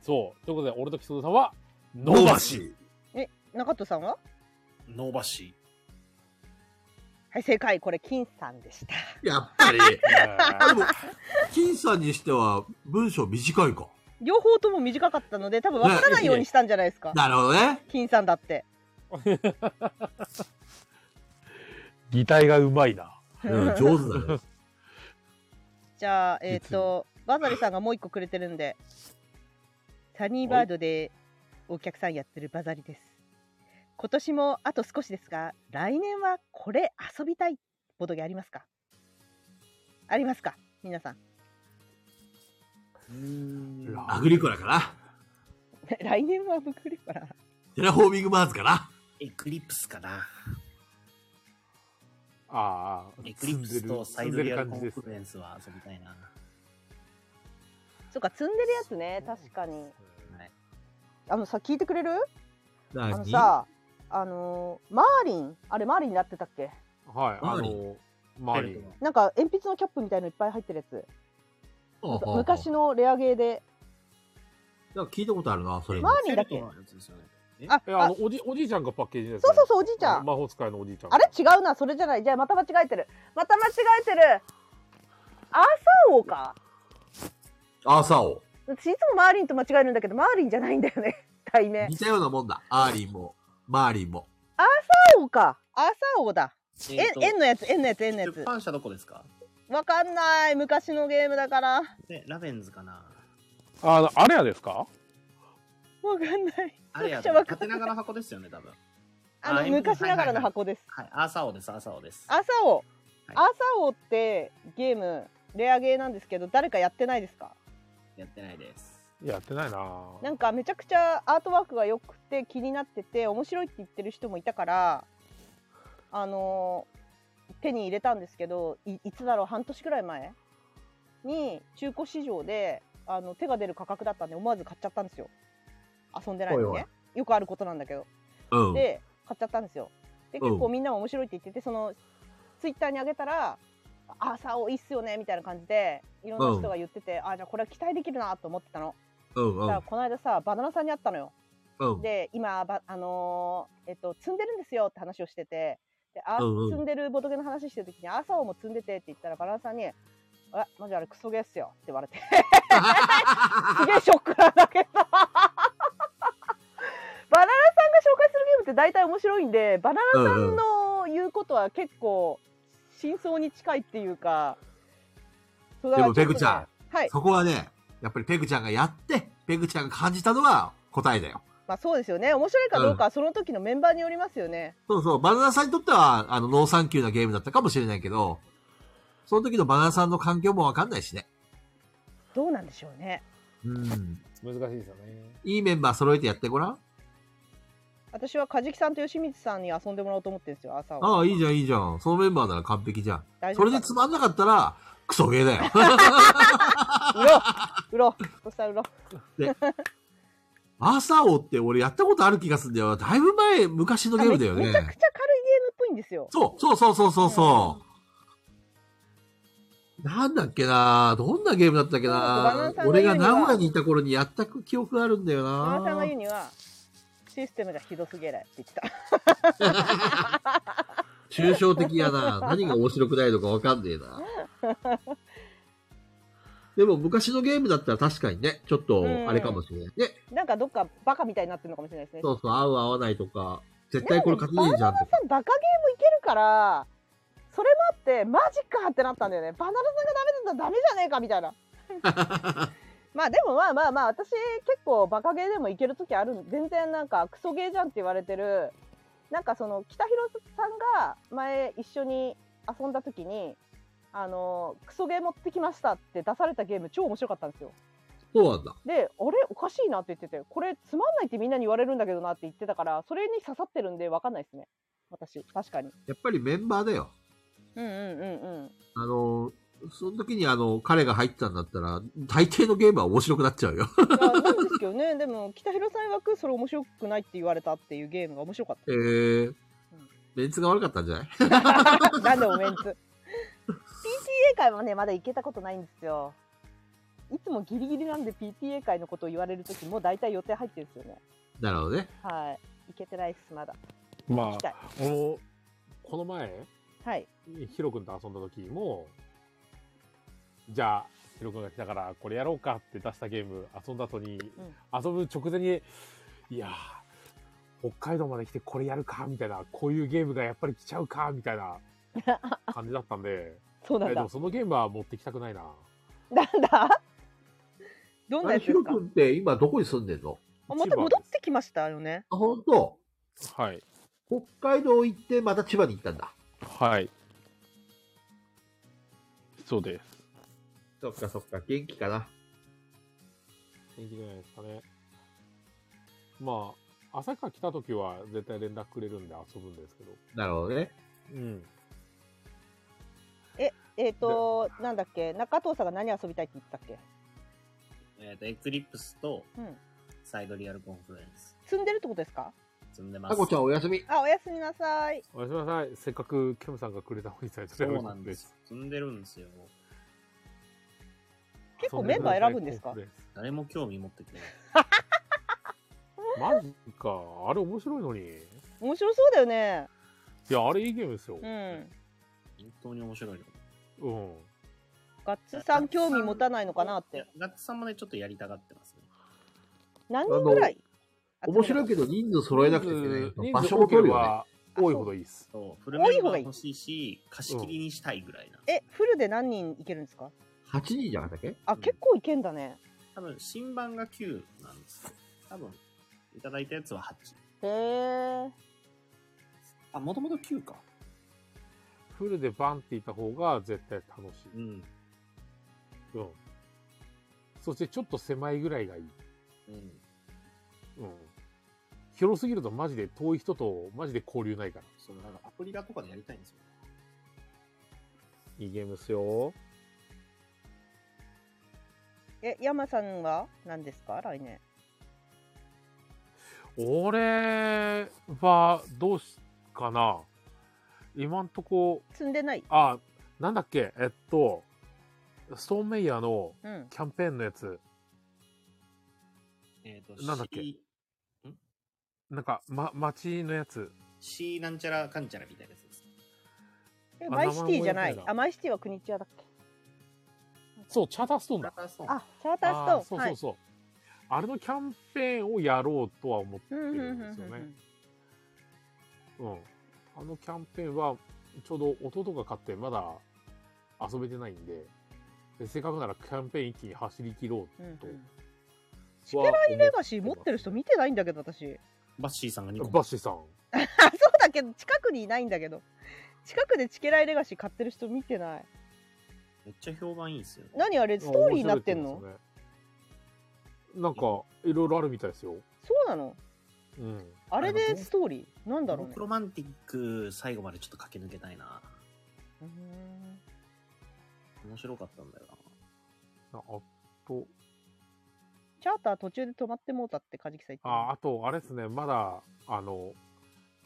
[SPEAKER 2] そう。ということで、俺と木曽さんは、ノーバシ。
[SPEAKER 1] え中戸さんは
[SPEAKER 4] ノーバシ
[SPEAKER 1] はい正解これ金さんでした
[SPEAKER 3] やっぱり。あ
[SPEAKER 2] ー。
[SPEAKER 3] でも、金さんにしては文章短いか。
[SPEAKER 1] 両方とも短かったので多分わからないようにしたんじゃないですか
[SPEAKER 3] なるほどね。
[SPEAKER 1] 金さんだって
[SPEAKER 2] 擬態がうまいな。
[SPEAKER 3] うん、上手だね。
[SPEAKER 1] じゃあ、えっ、と、バザリさんがもう一個くれてるんで、サニーバードでお客さんやってるバザリです。今年もあと少しですが、来年はこれ遊びたいボドゲありますかありますか皆さん。
[SPEAKER 3] アグリコラかな。
[SPEAKER 1] 来年は僕るから。
[SPEAKER 3] テラフォーミングマーズかな。
[SPEAKER 4] ー。エクリプスかな。
[SPEAKER 2] ああ、
[SPEAKER 4] エクリプスとサイドリアルコンフルエンスは遊びたいな。
[SPEAKER 1] そうか、積んでるやつね、確かに。あのさ、聞いてくれるあの
[SPEAKER 3] 何
[SPEAKER 1] さ、あのーマーリン、あれマーリンになってたっけ
[SPEAKER 2] はい、あ
[SPEAKER 3] マーリ
[SPEAKER 2] の、マリ
[SPEAKER 4] ベル
[SPEAKER 2] ン
[SPEAKER 4] ト。の
[SPEAKER 1] なんか鉛筆のキャップみたいのいっぱい入ってるやつ。
[SPEAKER 3] ほうほうほう
[SPEAKER 1] 昔のレアゲーで。
[SPEAKER 3] なんか聞いたことあるな、それも。
[SPEAKER 1] マーリンだっけ
[SPEAKER 4] ベルトのやつですよね
[SPEAKER 1] あ、
[SPEAKER 2] え、あ
[SPEAKER 1] あ
[SPEAKER 2] の、おじ、おじいちゃんがパッケージのやつ。
[SPEAKER 1] そうそうそう、おじいちゃん。
[SPEAKER 2] 魔法使いのおじいちゃん。
[SPEAKER 1] あれ違うな、それじゃない。じゃあまた間違えてる。また間違えてる。アーサー王か。
[SPEAKER 3] アーサー王。
[SPEAKER 1] 私いつもマーリンと間違えるんだけど、マーリンじゃないんだよね。 題名。アー
[SPEAKER 3] 似たようなもんだ。アーリンも、マーリンも。
[SPEAKER 1] サー王か。アーサー王だ。
[SPEAKER 4] え
[SPEAKER 1] え
[SPEAKER 4] っと、
[SPEAKER 1] 円のやつ、円のやつ、円のや
[SPEAKER 4] 出
[SPEAKER 1] つ。
[SPEAKER 4] 版社どこですか
[SPEAKER 1] わかんない昔のゲームだからわ
[SPEAKER 4] で、ラベンズかな。
[SPEAKER 2] あの、あれやですか
[SPEAKER 1] かんない
[SPEAKER 4] あれや、
[SPEAKER 1] 作者わか
[SPEAKER 4] 縦長の箱ですよね、多分。
[SPEAKER 1] あ
[SPEAKER 4] あ
[SPEAKER 1] の
[SPEAKER 4] M-
[SPEAKER 1] 昔ながらの箱です
[SPEAKER 4] はい、アーサオです、アーサオです。
[SPEAKER 1] 朝を
[SPEAKER 4] はい
[SPEAKER 1] 朝をってゲームレアゲーなんですけど誰かやってないですか
[SPEAKER 4] やってないです。
[SPEAKER 2] やってないなぁ
[SPEAKER 1] なんかめちゃくちゃアートワークが良くて気になってて面白いって言ってる人もいたからあのー手に入れたんですけどいいつだろう半年くらい前に中古市場であの手が出る価格だったんで思わず買っちゃったんですよ遊んでないのにね
[SPEAKER 3] おい
[SPEAKER 1] よくあることなんだけど
[SPEAKER 3] うん。
[SPEAKER 1] で買っちゃったんですよで
[SPEAKER 3] うん
[SPEAKER 1] 結構みんなも面白いって言っててそのツイッターに上げたら「あさおいいっすよね」みたいな感じでいろんな人が言ってて、あじゃあこれは期待できるなと思ってたの
[SPEAKER 3] うん
[SPEAKER 1] だか
[SPEAKER 3] うん
[SPEAKER 1] らこの間さバナナさんに会ったのよ
[SPEAKER 3] うん。
[SPEAKER 1] で今ばあのーえっと積んでるんですよって話をしててであ、
[SPEAKER 3] うんうん
[SPEAKER 1] 積んでるボトゲの話してる時に朝をも積んでてって言ったらバナナさんに「あマジあれクソゲーっすよ」って言 われてすげえショックなんだけどバナナさんが紹介するゲームって大体面白いんでバナナさんの言うことは結構真相に近いっていうかそうだか
[SPEAKER 3] で
[SPEAKER 1] ら
[SPEAKER 3] も、ペグちゃ
[SPEAKER 1] ちょっとねはい
[SPEAKER 3] ん、そこはね、やっぱりペグちゃんがやって、ペグちゃんが感じたのが答えだよ。
[SPEAKER 1] まあそうですよね面白いかどうかはその時のメンバーによりますよね、
[SPEAKER 3] そうそう、バナナさんにとっては、あの、ノーサンキューなゲームだったかもしれないけど、その時のバナナさんの環境もわかんないしね。
[SPEAKER 1] どうなんでしょうね
[SPEAKER 3] うん。
[SPEAKER 2] 難しいですよね。
[SPEAKER 3] いいメンバー揃えてやってごらん。
[SPEAKER 1] 私は梶木さんと吉光さんに遊んでもらおうと思ってるんですよ朝を
[SPEAKER 3] ああ、いいじゃん、いいじゃん。そのメンバーなら完璧じゃん。
[SPEAKER 1] 大丈
[SPEAKER 3] そ
[SPEAKER 1] 夫
[SPEAKER 3] れでつまんなかったら、クソゲーだ よ。
[SPEAKER 1] 売ろうそしたら売ろう
[SPEAKER 3] 朝をって俺やったことある気がするんだよ。だいぶ前、昔のゲームだよ
[SPEAKER 1] めめちゃく
[SPEAKER 3] ね。
[SPEAKER 1] ちゃ軽いゲームっぽいんですよ
[SPEAKER 3] そう、そうそうそうそうそう。なんだっけなどんなゲームだったっけ
[SPEAKER 1] そうで
[SPEAKER 3] な
[SPEAKER 1] すバナナさんが
[SPEAKER 3] 俺が
[SPEAKER 1] 言うには
[SPEAKER 3] 名古屋にいた頃にやった記憶があるんだよ
[SPEAKER 1] 山田さんが
[SPEAKER 3] な
[SPEAKER 1] 言うにはシステムがひどすぎるって言ってた
[SPEAKER 3] 抽象的やな何が面白くないのかわかんねえな。 でも昔のゲームだったら確かにね、ちょっとあれかもしれない。ね、
[SPEAKER 1] なんかどっかバカみたいになってるのかもしれないですね
[SPEAKER 3] そうそう、合う合わないとか、絶対これ勝てねえじゃんと
[SPEAKER 1] さ
[SPEAKER 3] か。
[SPEAKER 1] バカゲームいけるからそれもあってマジかってなったんだよねバナナさんがダメだったらダメじゃねえかみたいな まあでもまあまあまあ私結構バカゲーでもいける時ある全然なんかクソゲーじゃんって言われてるなんかその北広さんが前一緒に遊んだ時にあのクソゲー持ってきましたって出されたゲーム超面白かったんですよ
[SPEAKER 3] そうなんだ。
[SPEAKER 1] であれおかしいなって言っててこれつまんないってみんなに言われるんだけどなって言ってたからそれに刺さってるんで分かんないですね私確かに
[SPEAKER 3] やっぱりメンバーだよ。
[SPEAKER 1] うんうんうんうん
[SPEAKER 3] あの、その時にあの、彼が入ったんだったら、大抵のゲームは面白くなっちゃうよ。
[SPEAKER 1] いやなんですけどねでも北広さん曰くそれ面白くないって言われたっていうゲームが面白かっ
[SPEAKER 3] えー、メンツが悪かったんじゃない
[SPEAKER 1] たなんでもメンツ PTA 会もねまだ行けたことないんですよいつもギリギリなんで PTA 会のことを言われる時もう大体予定入ってるんですよね
[SPEAKER 3] なるほどね。
[SPEAKER 1] はい行けてないですまだ行
[SPEAKER 2] ま
[SPEAKER 1] きた
[SPEAKER 2] あ、
[SPEAKER 1] い
[SPEAKER 2] 俺も、この前、
[SPEAKER 1] はい
[SPEAKER 2] ヒロ君と遊んだ時も、じゃあ、ヒロ君が来たから、これやろうかって出したゲーム、遊んだ後に、遊ぶ直前に、いやー、北海道まで来てこれやるかみたいな、こういうゲームがやっぱり来ちゃうかみたいな感じだったん で、
[SPEAKER 1] そう
[SPEAKER 2] い
[SPEAKER 1] な
[SPEAKER 2] や
[SPEAKER 1] ん
[SPEAKER 2] で
[SPEAKER 1] だ
[SPEAKER 2] もそのゲームは持ってきたくないな。
[SPEAKER 1] なんだどん
[SPEAKER 3] あ
[SPEAKER 1] な
[SPEAKER 3] れ、
[SPEAKER 1] やつ
[SPEAKER 3] ヒ
[SPEAKER 1] で
[SPEAKER 3] ロ
[SPEAKER 1] すか
[SPEAKER 3] 君って今どこに住んでんの
[SPEAKER 1] あまた戻ってきましたよね
[SPEAKER 3] あ、ほんと
[SPEAKER 2] はい。
[SPEAKER 3] 北海道行って、また千葉に行ったんだ。
[SPEAKER 2] はい。そうです。
[SPEAKER 3] そっかそっか、元気かな。
[SPEAKER 2] 元気じゃないですかね。まあ、朝から来た時は絶対連絡くれるんで遊ぶんですけど。
[SPEAKER 3] なるほどね。
[SPEAKER 2] うん。
[SPEAKER 1] えっ、となんだっけ中藤さんが何遊びたいって言ってたっけ
[SPEAKER 4] えっ、と、エクリプスと
[SPEAKER 1] うん
[SPEAKER 4] サイドリアルコンフルエンス
[SPEAKER 1] 積んでるってことですか
[SPEAKER 4] 積んでます。
[SPEAKER 3] タコちゃんお休み。
[SPEAKER 1] あおやすみなさい
[SPEAKER 2] おやすみなさい。せっかくケムさんがくれたおにさえ
[SPEAKER 4] そうなんです よ。積んでるんですよ。
[SPEAKER 1] 結構メンバー選ぶんですか
[SPEAKER 4] 誰も興味持ってくれな
[SPEAKER 2] マ
[SPEAKER 4] い。
[SPEAKER 2] ジか。あれ面白いのに。い
[SPEAKER 1] 面白そうだよね
[SPEAKER 2] や、あれいいゲームですよ。
[SPEAKER 1] うん
[SPEAKER 4] 本当に面白いよ。
[SPEAKER 2] うん。
[SPEAKER 1] ガッツさん興味持たないのかなっ
[SPEAKER 4] い
[SPEAKER 1] て
[SPEAKER 4] や。ガッツさんもね、ちょっとやりたがってますね。
[SPEAKER 1] 何人ぐらい
[SPEAKER 3] 面白い
[SPEAKER 1] い
[SPEAKER 3] けど人数揃えなくていけない
[SPEAKER 2] 人
[SPEAKER 3] 場
[SPEAKER 2] 数
[SPEAKER 3] 所
[SPEAKER 2] 多
[SPEAKER 3] も
[SPEAKER 2] け
[SPEAKER 3] 取
[SPEAKER 2] れ
[SPEAKER 3] るよね。
[SPEAKER 2] ば、多いほどいいです。
[SPEAKER 4] そう、フルメンバー欲しいし、貸し切りにしたいぐらいな。
[SPEAKER 1] え、フルで何人いけるんですか
[SPEAKER 3] 8人じゃなかったっけ
[SPEAKER 1] あ、結構いけんだね。
[SPEAKER 4] 多分、新版が9なんですよ。多分、いただいたやつは8。
[SPEAKER 1] へえ。
[SPEAKER 4] あ、もともと9か。
[SPEAKER 2] フルでバンっていた方が絶対楽しい。
[SPEAKER 4] うん。
[SPEAKER 2] うん。そしてちょっと狭いぐらいがいい。
[SPEAKER 4] うん。
[SPEAKER 2] うん。広すぎるとマジで遠い人とマジで交流ないから。
[SPEAKER 4] そのなんかアプリだとかでやりたいんですよ。
[SPEAKER 2] いいゲームっすよ。
[SPEAKER 1] え、山さんは何ですか来年。
[SPEAKER 2] 俺はどうしかな。今んとこ、
[SPEAKER 1] 積んでない。
[SPEAKER 2] あ、なんだっけ、えっと、ストーンメイヤーの
[SPEAKER 1] うん。
[SPEAKER 2] キャンペーンのやつ、
[SPEAKER 4] えっ、と、
[SPEAKER 2] なんだっけ
[SPEAKER 4] C,
[SPEAKER 2] なんか、ま、街のやつ。
[SPEAKER 4] C なんちゃらかんちゃらみたいなやつです。
[SPEAKER 1] え、
[SPEAKER 2] あ
[SPEAKER 1] マイシティじゃない
[SPEAKER 2] 名前覚えてない。な
[SPEAKER 1] あ、マイシティは国千代だっけ
[SPEAKER 2] そう、チャーターストーン
[SPEAKER 4] ブラ
[SPEAKER 2] だ。
[SPEAKER 4] ターストーン。
[SPEAKER 1] あ、チャーターストーン。
[SPEAKER 2] あそう
[SPEAKER 1] は
[SPEAKER 2] そ。
[SPEAKER 1] いう
[SPEAKER 2] そう。あれのキャンペーンをやろうとは思って
[SPEAKER 1] うんうんうん
[SPEAKER 2] るん
[SPEAKER 1] う
[SPEAKER 2] ですよね。
[SPEAKER 1] ん
[SPEAKER 2] うん。あのキャンペーンは、ちょうど弟が買ってまだ遊べてないんで、でせっかくならキャンペーン一気に走り切ろ
[SPEAKER 1] うんうん
[SPEAKER 2] と
[SPEAKER 1] うん。
[SPEAKER 2] う
[SPEAKER 1] チ
[SPEAKER 2] と
[SPEAKER 1] ケ
[SPEAKER 2] は思
[SPEAKER 1] ラ
[SPEAKER 2] っ
[SPEAKER 1] イレガシー持ってる人見てないんだけど、私。
[SPEAKER 4] バッシーさんが2個
[SPEAKER 2] バッシーさん。
[SPEAKER 1] あ、 そうだけど、近くにいないんだけど。近くでチケライレガシー買ってる人見てない。
[SPEAKER 4] めっちゃ評判いいんですよ。
[SPEAKER 1] 何あれ、ストーリーになってんの
[SPEAKER 2] 面白いって言うんですよねなんか、いろいろあるみたいですよ。
[SPEAKER 1] そうなの
[SPEAKER 2] うん。
[SPEAKER 1] あれでストーリーなんだろう
[SPEAKER 4] モ
[SPEAKER 1] ね
[SPEAKER 4] ク。ロマンティック最後までちょっと駆け抜けたいな。
[SPEAKER 1] うーん
[SPEAKER 4] 面白かったんだよな。
[SPEAKER 2] ああと、
[SPEAKER 1] チャーター途中で止まってもうたって、カジキさん言ってた。
[SPEAKER 2] あ、あと、あれですね、まだ、あの、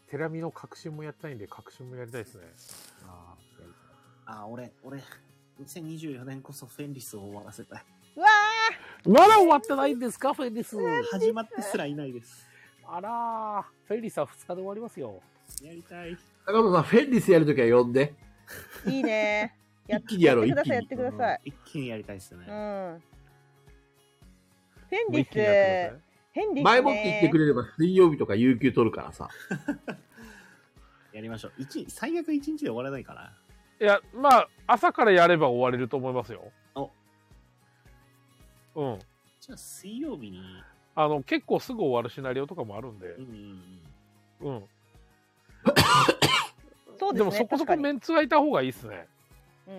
[SPEAKER 2] テラミの革新もやったいんで、革新もやりたいですね。
[SPEAKER 4] ああー、俺、俺、2024年こそフェンリスを終わらせたい。
[SPEAKER 1] うわ
[SPEAKER 2] まだ終わってないんですか、フェリス。
[SPEAKER 4] 始まってすらいないです。
[SPEAKER 2] あらー、フェリスは2日で終わりますよ。
[SPEAKER 4] やりたい。
[SPEAKER 3] 高野さん、フェンリスやるときは呼んで。
[SPEAKER 1] ーいいねやっ
[SPEAKER 3] 一気にやろう
[SPEAKER 1] やってください、や
[SPEAKER 3] 一
[SPEAKER 1] っ
[SPEAKER 3] 気
[SPEAKER 1] て
[SPEAKER 3] に
[SPEAKER 1] ください。
[SPEAKER 4] 一気にやりたいです
[SPEAKER 1] う
[SPEAKER 4] ね。
[SPEAKER 1] ん。ヘン
[SPEAKER 2] もう
[SPEAKER 1] リ
[SPEAKER 2] 一
[SPEAKER 1] ス、
[SPEAKER 2] 気にやってください。
[SPEAKER 1] ヘンリスね。
[SPEAKER 3] 前もって言ってくれれば水曜日とか有給取るからさ。
[SPEAKER 4] やりましょう。一最悪一日で終わらないかな。
[SPEAKER 2] いや、まあ、朝からやれば終われると思いますよ。
[SPEAKER 4] お
[SPEAKER 2] うん。
[SPEAKER 4] じゃあ水曜日に。
[SPEAKER 2] あの、結構すぐ終わるシナリオとかもあるんで
[SPEAKER 4] う、んうんうん。
[SPEAKER 2] うん。
[SPEAKER 1] そう
[SPEAKER 2] で
[SPEAKER 1] ですね。
[SPEAKER 2] もそこそこ
[SPEAKER 1] 確か
[SPEAKER 2] メ
[SPEAKER 1] に
[SPEAKER 2] ンツがいた方がいいですね。
[SPEAKER 1] う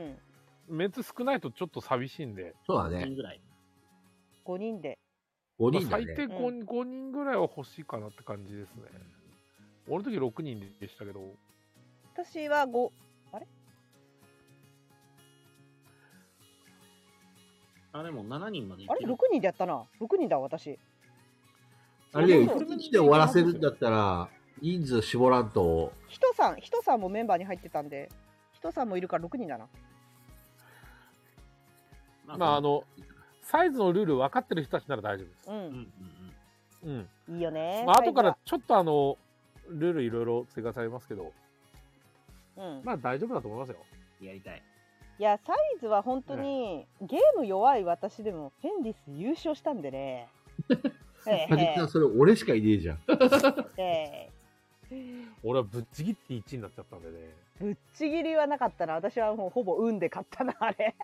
[SPEAKER 1] ん。
[SPEAKER 2] メンツ少ないとちょっと寂しいんで、
[SPEAKER 3] そうだ
[SPEAKER 4] 5人
[SPEAKER 3] ね。
[SPEAKER 4] ぐらい。
[SPEAKER 1] 5人で。
[SPEAKER 3] 5
[SPEAKER 2] まあ
[SPEAKER 3] 人だ
[SPEAKER 2] 最
[SPEAKER 3] ね。
[SPEAKER 2] 低 5, 5人ぐらいは欲しいかなって感じですね。俺の時6人でしたけど、
[SPEAKER 1] 私は5、
[SPEAKER 4] あ、でも7人までい
[SPEAKER 1] あ
[SPEAKER 4] け
[SPEAKER 1] れ
[SPEAKER 4] る
[SPEAKER 1] ?6。人でやったな。6人だ、私。
[SPEAKER 3] あれだよ、
[SPEAKER 1] そう
[SPEAKER 3] 1日で終わらせるんだったら、人数絞らんと、
[SPEAKER 1] ヒトさん、ヒトさんもメンバーに入ってたんで、ヒトさんもいるから6人だな。
[SPEAKER 4] ま
[SPEAKER 2] まああの、サイズのルール分かってる人たちなら大丈夫です
[SPEAKER 1] う。
[SPEAKER 4] うんうん
[SPEAKER 1] ん。
[SPEAKER 4] うん。
[SPEAKER 2] うん。
[SPEAKER 1] いいよね。
[SPEAKER 2] まあ後か
[SPEAKER 1] サ
[SPEAKER 2] らちょっとあの、ルールいろいろ追加されますけど、
[SPEAKER 1] イズは。うん。
[SPEAKER 2] まあ大丈夫だと思いますよ。
[SPEAKER 4] やりたい。
[SPEAKER 1] いやサイズは本当に、ゲーム弱い私でもフェンリス優勝したんで ね。え
[SPEAKER 3] カジキさんそれ俺しかいねえじゃん。
[SPEAKER 1] ええ
[SPEAKER 2] 俺はぶっちぎって1位になっちゃったんでね。
[SPEAKER 1] えぶっちぎりはなかったな私はもうほぼ運で勝ったなあれ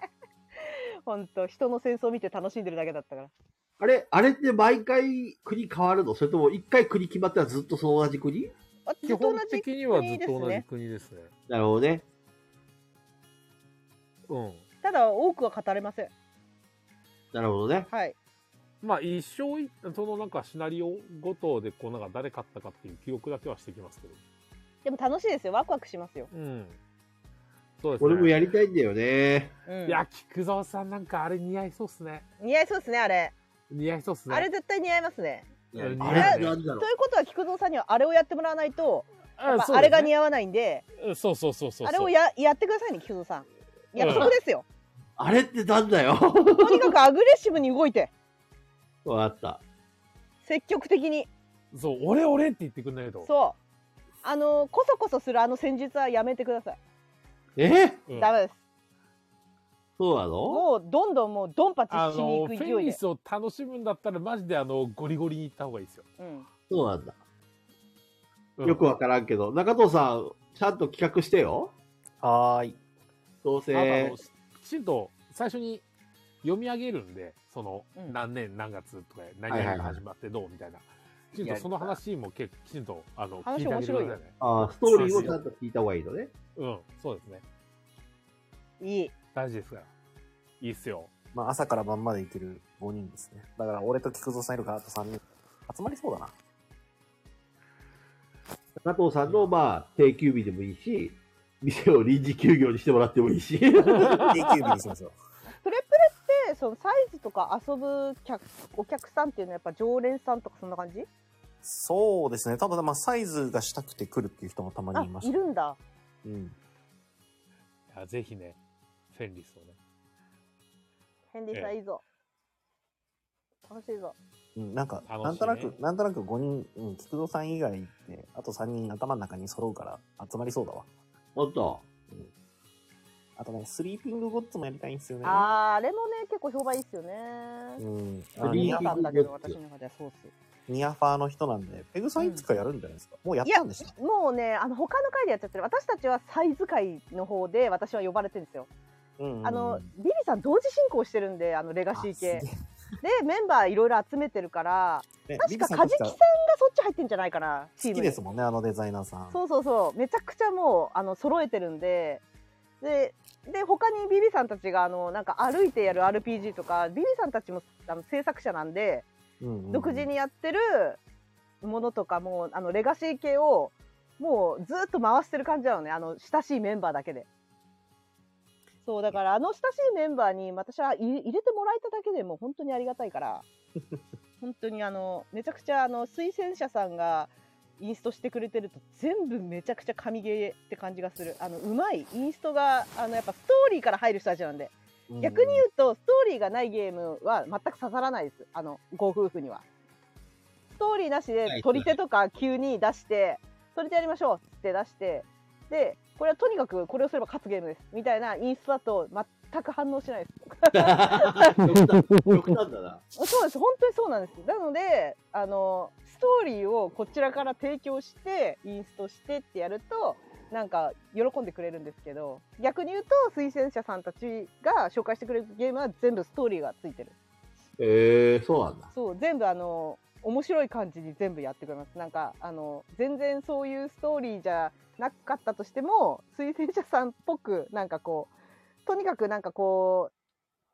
[SPEAKER 1] 本当人の戦争見て楽しんでるだけだったから
[SPEAKER 3] あれ、あれって毎回国変わるのそれとも一回国決まったらずっとそう同じ国
[SPEAKER 1] あず
[SPEAKER 2] 基
[SPEAKER 1] っと
[SPEAKER 2] 本
[SPEAKER 1] 同じ
[SPEAKER 2] 的にはず
[SPEAKER 1] 国
[SPEAKER 2] っ
[SPEAKER 1] で
[SPEAKER 2] と
[SPEAKER 1] す
[SPEAKER 2] 同じ
[SPEAKER 1] ね
[SPEAKER 2] 国ですね。
[SPEAKER 3] なるほどね。
[SPEAKER 2] うん。
[SPEAKER 1] ただ多くは語れません
[SPEAKER 3] なるほどね。
[SPEAKER 1] はい
[SPEAKER 2] まあ一生い、そのなんかシナリオごとでこうなんか誰勝ったかっていう記憶だけはしてきますけど。
[SPEAKER 1] でも楽しいですよワクワクしますよ、
[SPEAKER 2] うん。そうですね。
[SPEAKER 3] 俺もやりたいんだよね。
[SPEAKER 1] うん、
[SPEAKER 2] いや、菊蔵さんなんかあれ似合いそうっすね。
[SPEAKER 1] 似合いそうですねあれ
[SPEAKER 2] 似合いそうっすね。
[SPEAKER 1] あれ絶対似合いますね
[SPEAKER 2] いや
[SPEAKER 3] あ
[SPEAKER 2] 似
[SPEAKER 3] れ
[SPEAKER 2] 合
[SPEAKER 3] っ
[SPEAKER 2] う
[SPEAKER 3] て
[SPEAKER 2] ね
[SPEAKER 3] 何だろ
[SPEAKER 1] ということは菊蔵さんにはあれをやってもらわないとやっぱ
[SPEAKER 2] そう
[SPEAKER 1] あれが
[SPEAKER 2] 合
[SPEAKER 1] 似合わないんで
[SPEAKER 2] うんそうそうそうそうそう。
[SPEAKER 1] あれをややってくださいね菊蔵さん約束ですよ、
[SPEAKER 3] あれってなんだよ。
[SPEAKER 1] とにかくアグレッシブに動いて
[SPEAKER 3] わかった。
[SPEAKER 1] 積極的に
[SPEAKER 2] そう、俺俺って言ってくんないと。
[SPEAKER 1] そうあのこそこそするあの戦術はやめてください、
[SPEAKER 3] え
[SPEAKER 2] うん
[SPEAKER 1] ダメです
[SPEAKER 3] そうなの
[SPEAKER 1] もうどんどんもうドンパチ
[SPEAKER 2] あ
[SPEAKER 1] しに
[SPEAKER 2] の、
[SPEAKER 1] 行
[SPEAKER 2] フ
[SPEAKER 1] く
[SPEAKER 2] ェ
[SPEAKER 1] 勢い
[SPEAKER 2] ニ
[SPEAKER 1] で、
[SPEAKER 2] スを楽しむんだったらマジであの、ゴリゴリに行った方がいいですよ。
[SPEAKER 1] うん、
[SPEAKER 3] そうなんだ。
[SPEAKER 2] う
[SPEAKER 3] よくわからんけど、中藤さん、ちゃんと企画してよ。
[SPEAKER 15] はーい。
[SPEAKER 3] どうせ。
[SPEAKER 2] あとあのきちんと最初に読み上げるんでその何年何月とか何
[SPEAKER 3] はいは
[SPEAKER 2] 々
[SPEAKER 3] い
[SPEAKER 2] が
[SPEAKER 3] はい
[SPEAKER 2] 始まってどうみたいなきちんとその話もけきちんとあの聞
[SPEAKER 1] 話
[SPEAKER 2] いてあ
[SPEAKER 1] 面白い
[SPEAKER 2] げてくださ
[SPEAKER 1] よ
[SPEAKER 2] いね
[SPEAKER 3] あーストーリーをちゃんと聞いた方がいいのね。
[SPEAKER 2] うんそうですね
[SPEAKER 1] いい。
[SPEAKER 2] 大事ですからいいっすよ
[SPEAKER 15] まあ、朝から晩までいける5人ですね。だから、俺と菊蔵さんいるから、あと3人。集まりそうだな。
[SPEAKER 3] 中藤さんの、まあ、定休日でもいいし、店を臨時休業にしてもらってもいい し。
[SPEAKER 15] 定休日にしましょう。
[SPEAKER 1] プレプレってそのサイズとか遊ぶ客お客さんっていうのはやっぱ常連さんとかそんな感じ
[SPEAKER 15] そうですね。ただ、まあ、サイズがしたくて来るっていう人もたま
[SPEAKER 1] あ
[SPEAKER 15] にいまし
[SPEAKER 1] い
[SPEAKER 15] た。
[SPEAKER 1] るんだ
[SPEAKER 15] うん。
[SPEAKER 2] いやぜひねフェンリスをね
[SPEAKER 1] ヘンリーさんいいぞ楽しいぞ
[SPEAKER 15] うんなんか、
[SPEAKER 2] 楽しいね
[SPEAKER 15] なんとなく、なんとなく5人、うん、菊蔵さん以外って、あと3人頭の中に揃うから集まりそうだわ。
[SPEAKER 3] おっと。
[SPEAKER 15] あとね、スリーピングゴッツもやりたいんですよね。
[SPEAKER 1] あーあれもね結構評判いいっすよね
[SPEAKER 15] うん。あ
[SPEAKER 3] スリーピン
[SPEAKER 15] ニ
[SPEAKER 3] グ
[SPEAKER 1] 見
[SPEAKER 3] ゴッ
[SPEAKER 15] ア
[SPEAKER 3] ツ
[SPEAKER 1] たんだけど私の中ではそうっす
[SPEAKER 15] ニアファーの人なんで、ペグさんいつかやるんじゃないですか。もうやっ
[SPEAKER 1] いや
[SPEAKER 15] たんでした。
[SPEAKER 1] もうねあの他の回でやっちゃってる私たちはサイズ会の方で私は呼ばれてるんですよ
[SPEAKER 15] うんうん
[SPEAKER 1] あのビビさん同時進行してるんであのレガシー系
[SPEAKER 15] あすげ
[SPEAKER 1] でメンバーいろいろ集めてるから
[SPEAKER 15] えね
[SPEAKER 1] 確
[SPEAKER 15] ビビ
[SPEAKER 1] か
[SPEAKER 15] さん
[SPEAKER 1] カジキさんが
[SPEAKER 15] 確か
[SPEAKER 1] そっち入ってんじゃないかなチー
[SPEAKER 15] 好
[SPEAKER 1] ム
[SPEAKER 15] き
[SPEAKER 1] に
[SPEAKER 15] ですもんね、あのデザイナーさん。
[SPEAKER 1] そうそうそうめちゃくちゃもうあの揃えてるんででで他にビビさんたちがあのなんか歩いてやる RPG とかビビさんたちもあの制作者なんで
[SPEAKER 15] うんうん
[SPEAKER 1] 独自にやってるものとかもあのレガシー系をもうずっと回してる感じなのねあの親しいメンバーだけで。そうだからあの親しいメンバーに私はい入れてもらえただけでもう本当にありがたいから 本当にあのめちゃくちゃあの推薦者さんがインストしてくれてると全部めちゃくちゃ神ゲーって感じがするあのうまいインストがあのやっぱストーリーから入る人たちなんで逆に言うとストーリーがないゲームは全く刺さらないですあのご夫婦にはストーリーなし
[SPEAKER 3] は
[SPEAKER 1] で
[SPEAKER 3] い
[SPEAKER 1] 取り手とか急に出して取り手やりましょうっつって出してでこれはとにかくこれをすれば勝つゲームですみたいなインスタと全く反応しないです
[SPEAKER 3] 極端 極端だな。
[SPEAKER 1] そうです本当にそうなんですなのであのストーリーをこちらから提供してインストしてってやるとなんか喜んでくれるんですけど逆に言うと推薦者さんたちが紹介してくれるゲームは全部ストーリーがついてる
[SPEAKER 3] ええー、そうなんだ。
[SPEAKER 1] そう全部あの面白い感じに全部やってくれますなんかあの全然そういうストーリーじゃなかったとしても推薦者さんっぽくなんかこうとにかくなんかこ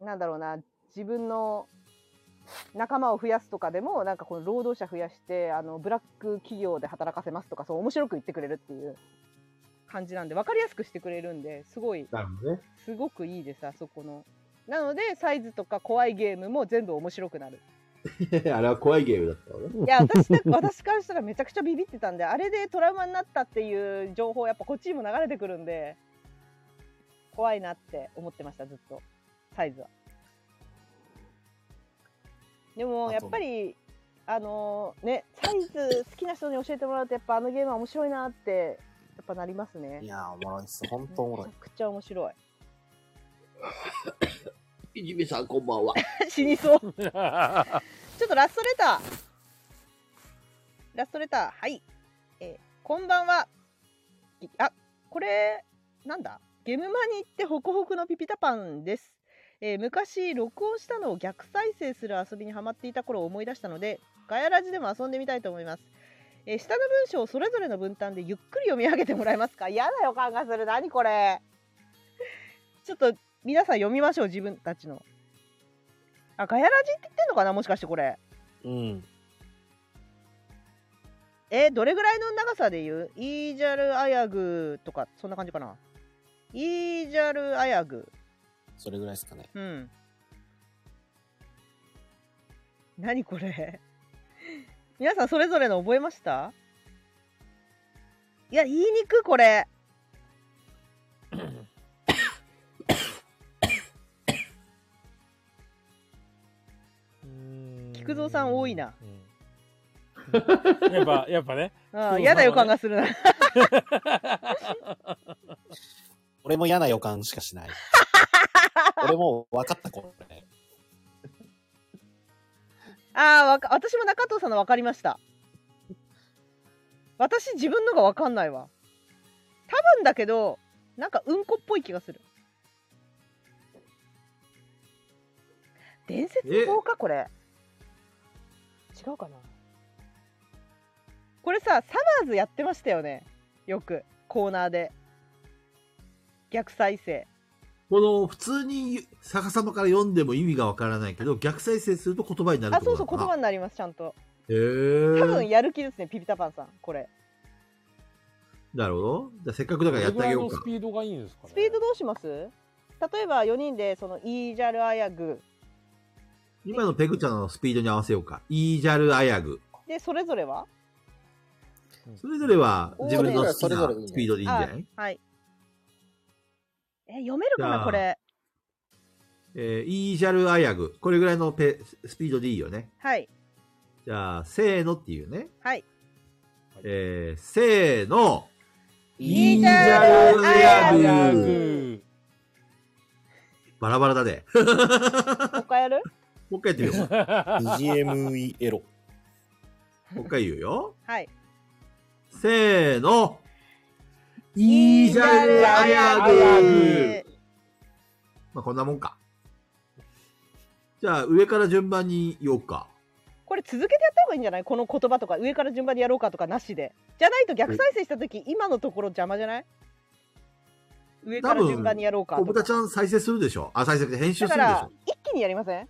[SPEAKER 1] うなんだろうな自分の仲間を増やすとかでもなんかこの労働者増やしてあのブラック企業で働かせますとかそう面白く言ってくれるっていう感じなんで分かりやすくしてくれるんですごい
[SPEAKER 3] なるほどね。
[SPEAKER 1] すごくいいですあそこの。なのでサイズとか怖いゲームも全部面白くなる。
[SPEAKER 3] あれは怖いゲームだったのね。
[SPEAKER 1] いや私だ私からしたらめちゃくちゃビビってたんであれでトラウマになったっていう情報やっぱこっちにも流れてくるんで怖いなって思ってましたずっとサイズは。でもやっぱりあのねサイズ好きな人に教えてもらうとやっぱあのゲームは面白いなってやっぱなりますね
[SPEAKER 15] い。やー、おもろいっす。ほんとおもろ
[SPEAKER 1] め
[SPEAKER 15] い
[SPEAKER 1] ちゃ。くちゃ面白い。
[SPEAKER 3] いじめさん、こんばんは。
[SPEAKER 1] 死にそう。
[SPEAKER 2] は
[SPEAKER 1] ちょっとラストレター。ラストレター、はい。えーこんばんは。いあ、これ、なんだゲムマに行ってホクホクのピピタパンです。えー昔、録音したのを逆再生する遊びにハマっていた頃を思い出したので、ガヤラジでも遊んでみたいと思います。えー下の文章をそれぞれの分担でゆっくり読み上げてもらえますか嫌な予感がする。何これ。ちょっと、皆さん読みましょう、自分たちの。あ、ガヤラジって言ってんのかなもしかしてこれ。
[SPEAKER 15] うん。
[SPEAKER 1] えーどれぐらいの長さで言うイージャルアヤグとか、そんな感じかなイージャルアヤグ。
[SPEAKER 15] それぐらいですかね。
[SPEAKER 1] うん。何これ皆さんそれぞれの覚えましたいや、言いにくこれ。菊蔵さん多いな、
[SPEAKER 2] うんやっぱやっぱね
[SPEAKER 1] あ
[SPEAKER 2] そう
[SPEAKER 1] あ、
[SPEAKER 2] ね
[SPEAKER 1] 嫌な予感がするな。
[SPEAKER 15] 俺も嫌な予感しか しない。俺もう分かった、これ。
[SPEAKER 1] ああ、わか、私も中藤さんの分かりました。私自分のがわかんないわ多分だけどなんかうんこっぽい気がする伝説法かこれ違うかなこれさサマーズやってましたよねよくコーナーで逆再生
[SPEAKER 3] この、普通に逆さまから読んでも意味がわからないけど、逆再生すると言葉になる
[SPEAKER 1] あ
[SPEAKER 3] ってこ
[SPEAKER 1] そう
[SPEAKER 3] と
[SPEAKER 1] そう言
[SPEAKER 3] なのかな
[SPEAKER 1] 葉になりますちゃんと
[SPEAKER 3] へ
[SPEAKER 1] 多分
[SPEAKER 3] え。
[SPEAKER 1] やる気ですねピピタパンさんこれ
[SPEAKER 3] なるほど。じゃあせっかくだからやってあげようか
[SPEAKER 2] どれぐらいのス。ピードがいいんですかね
[SPEAKER 1] スピードどうします例えば4人でそのイージャルアヤグ
[SPEAKER 3] 今のペグちゃんのスピードに合わせようか。イージャルアヤグ。
[SPEAKER 1] でそれぞれは
[SPEAKER 3] それぞれは自分の好
[SPEAKER 15] そ
[SPEAKER 3] き
[SPEAKER 15] れぞ
[SPEAKER 3] な
[SPEAKER 15] れいいね
[SPEAKER 3] スピードでいいんじゃない
[SPEAKER 1] あはいえ読めるか
[SPEAKER 3] じゃ
[SPEAKER 1] な
[SPEAKER 3] あ
[SPEAKER 1] これ
[SPEAKER 3] えー、イージャルアヤグ。これぐらいのペスピードでいいよね。
[SPEAKER 1] はい
[SPEAKER 3] じゃあ、せーのっていうね。
[SPEAKER 1] はい
[SPEAKER 3] えー、せーの。
[SPEAKER 1] イージャルアヤグ
[SPEAKER 3] バラバラだね。
[SPEAKER 1] もう一回や る
[SPEAKER 3] もう一回やってみよう。
[SPEAKER 15] BGME エロ。
[SPEAKER 3] もう一回言うよ。
[SPEAKER 1] はい
[SPEAKER 3] せーの。イージャルアヤグ。まあ、こんなもんか。じゃあ、上から順番に言おうか。
[SPEAKER 1] これ続けてやった方がいいんじゃないこの言葉とか上から順番でやろうかとかなしでじゃないと逆再生した時今のところ邪魔じゃない上から順番にやろうか
[SPEAKER 3] 小
[SPEAKER 1] と
[SPEAKER 3] 豚
[SPEAKER 1] か
[SPEAKER 3] ちゃん再生するでしょあ、再生って編集
[SPEAKER 1] だ
[SPEAKER 3] す
[SPEAKER 1] か
[SPEAKER 3] るでし
[SPEAKER 1] ら
[SPEAKER 3] ょ
[SPEAKER 1] 一気にやりません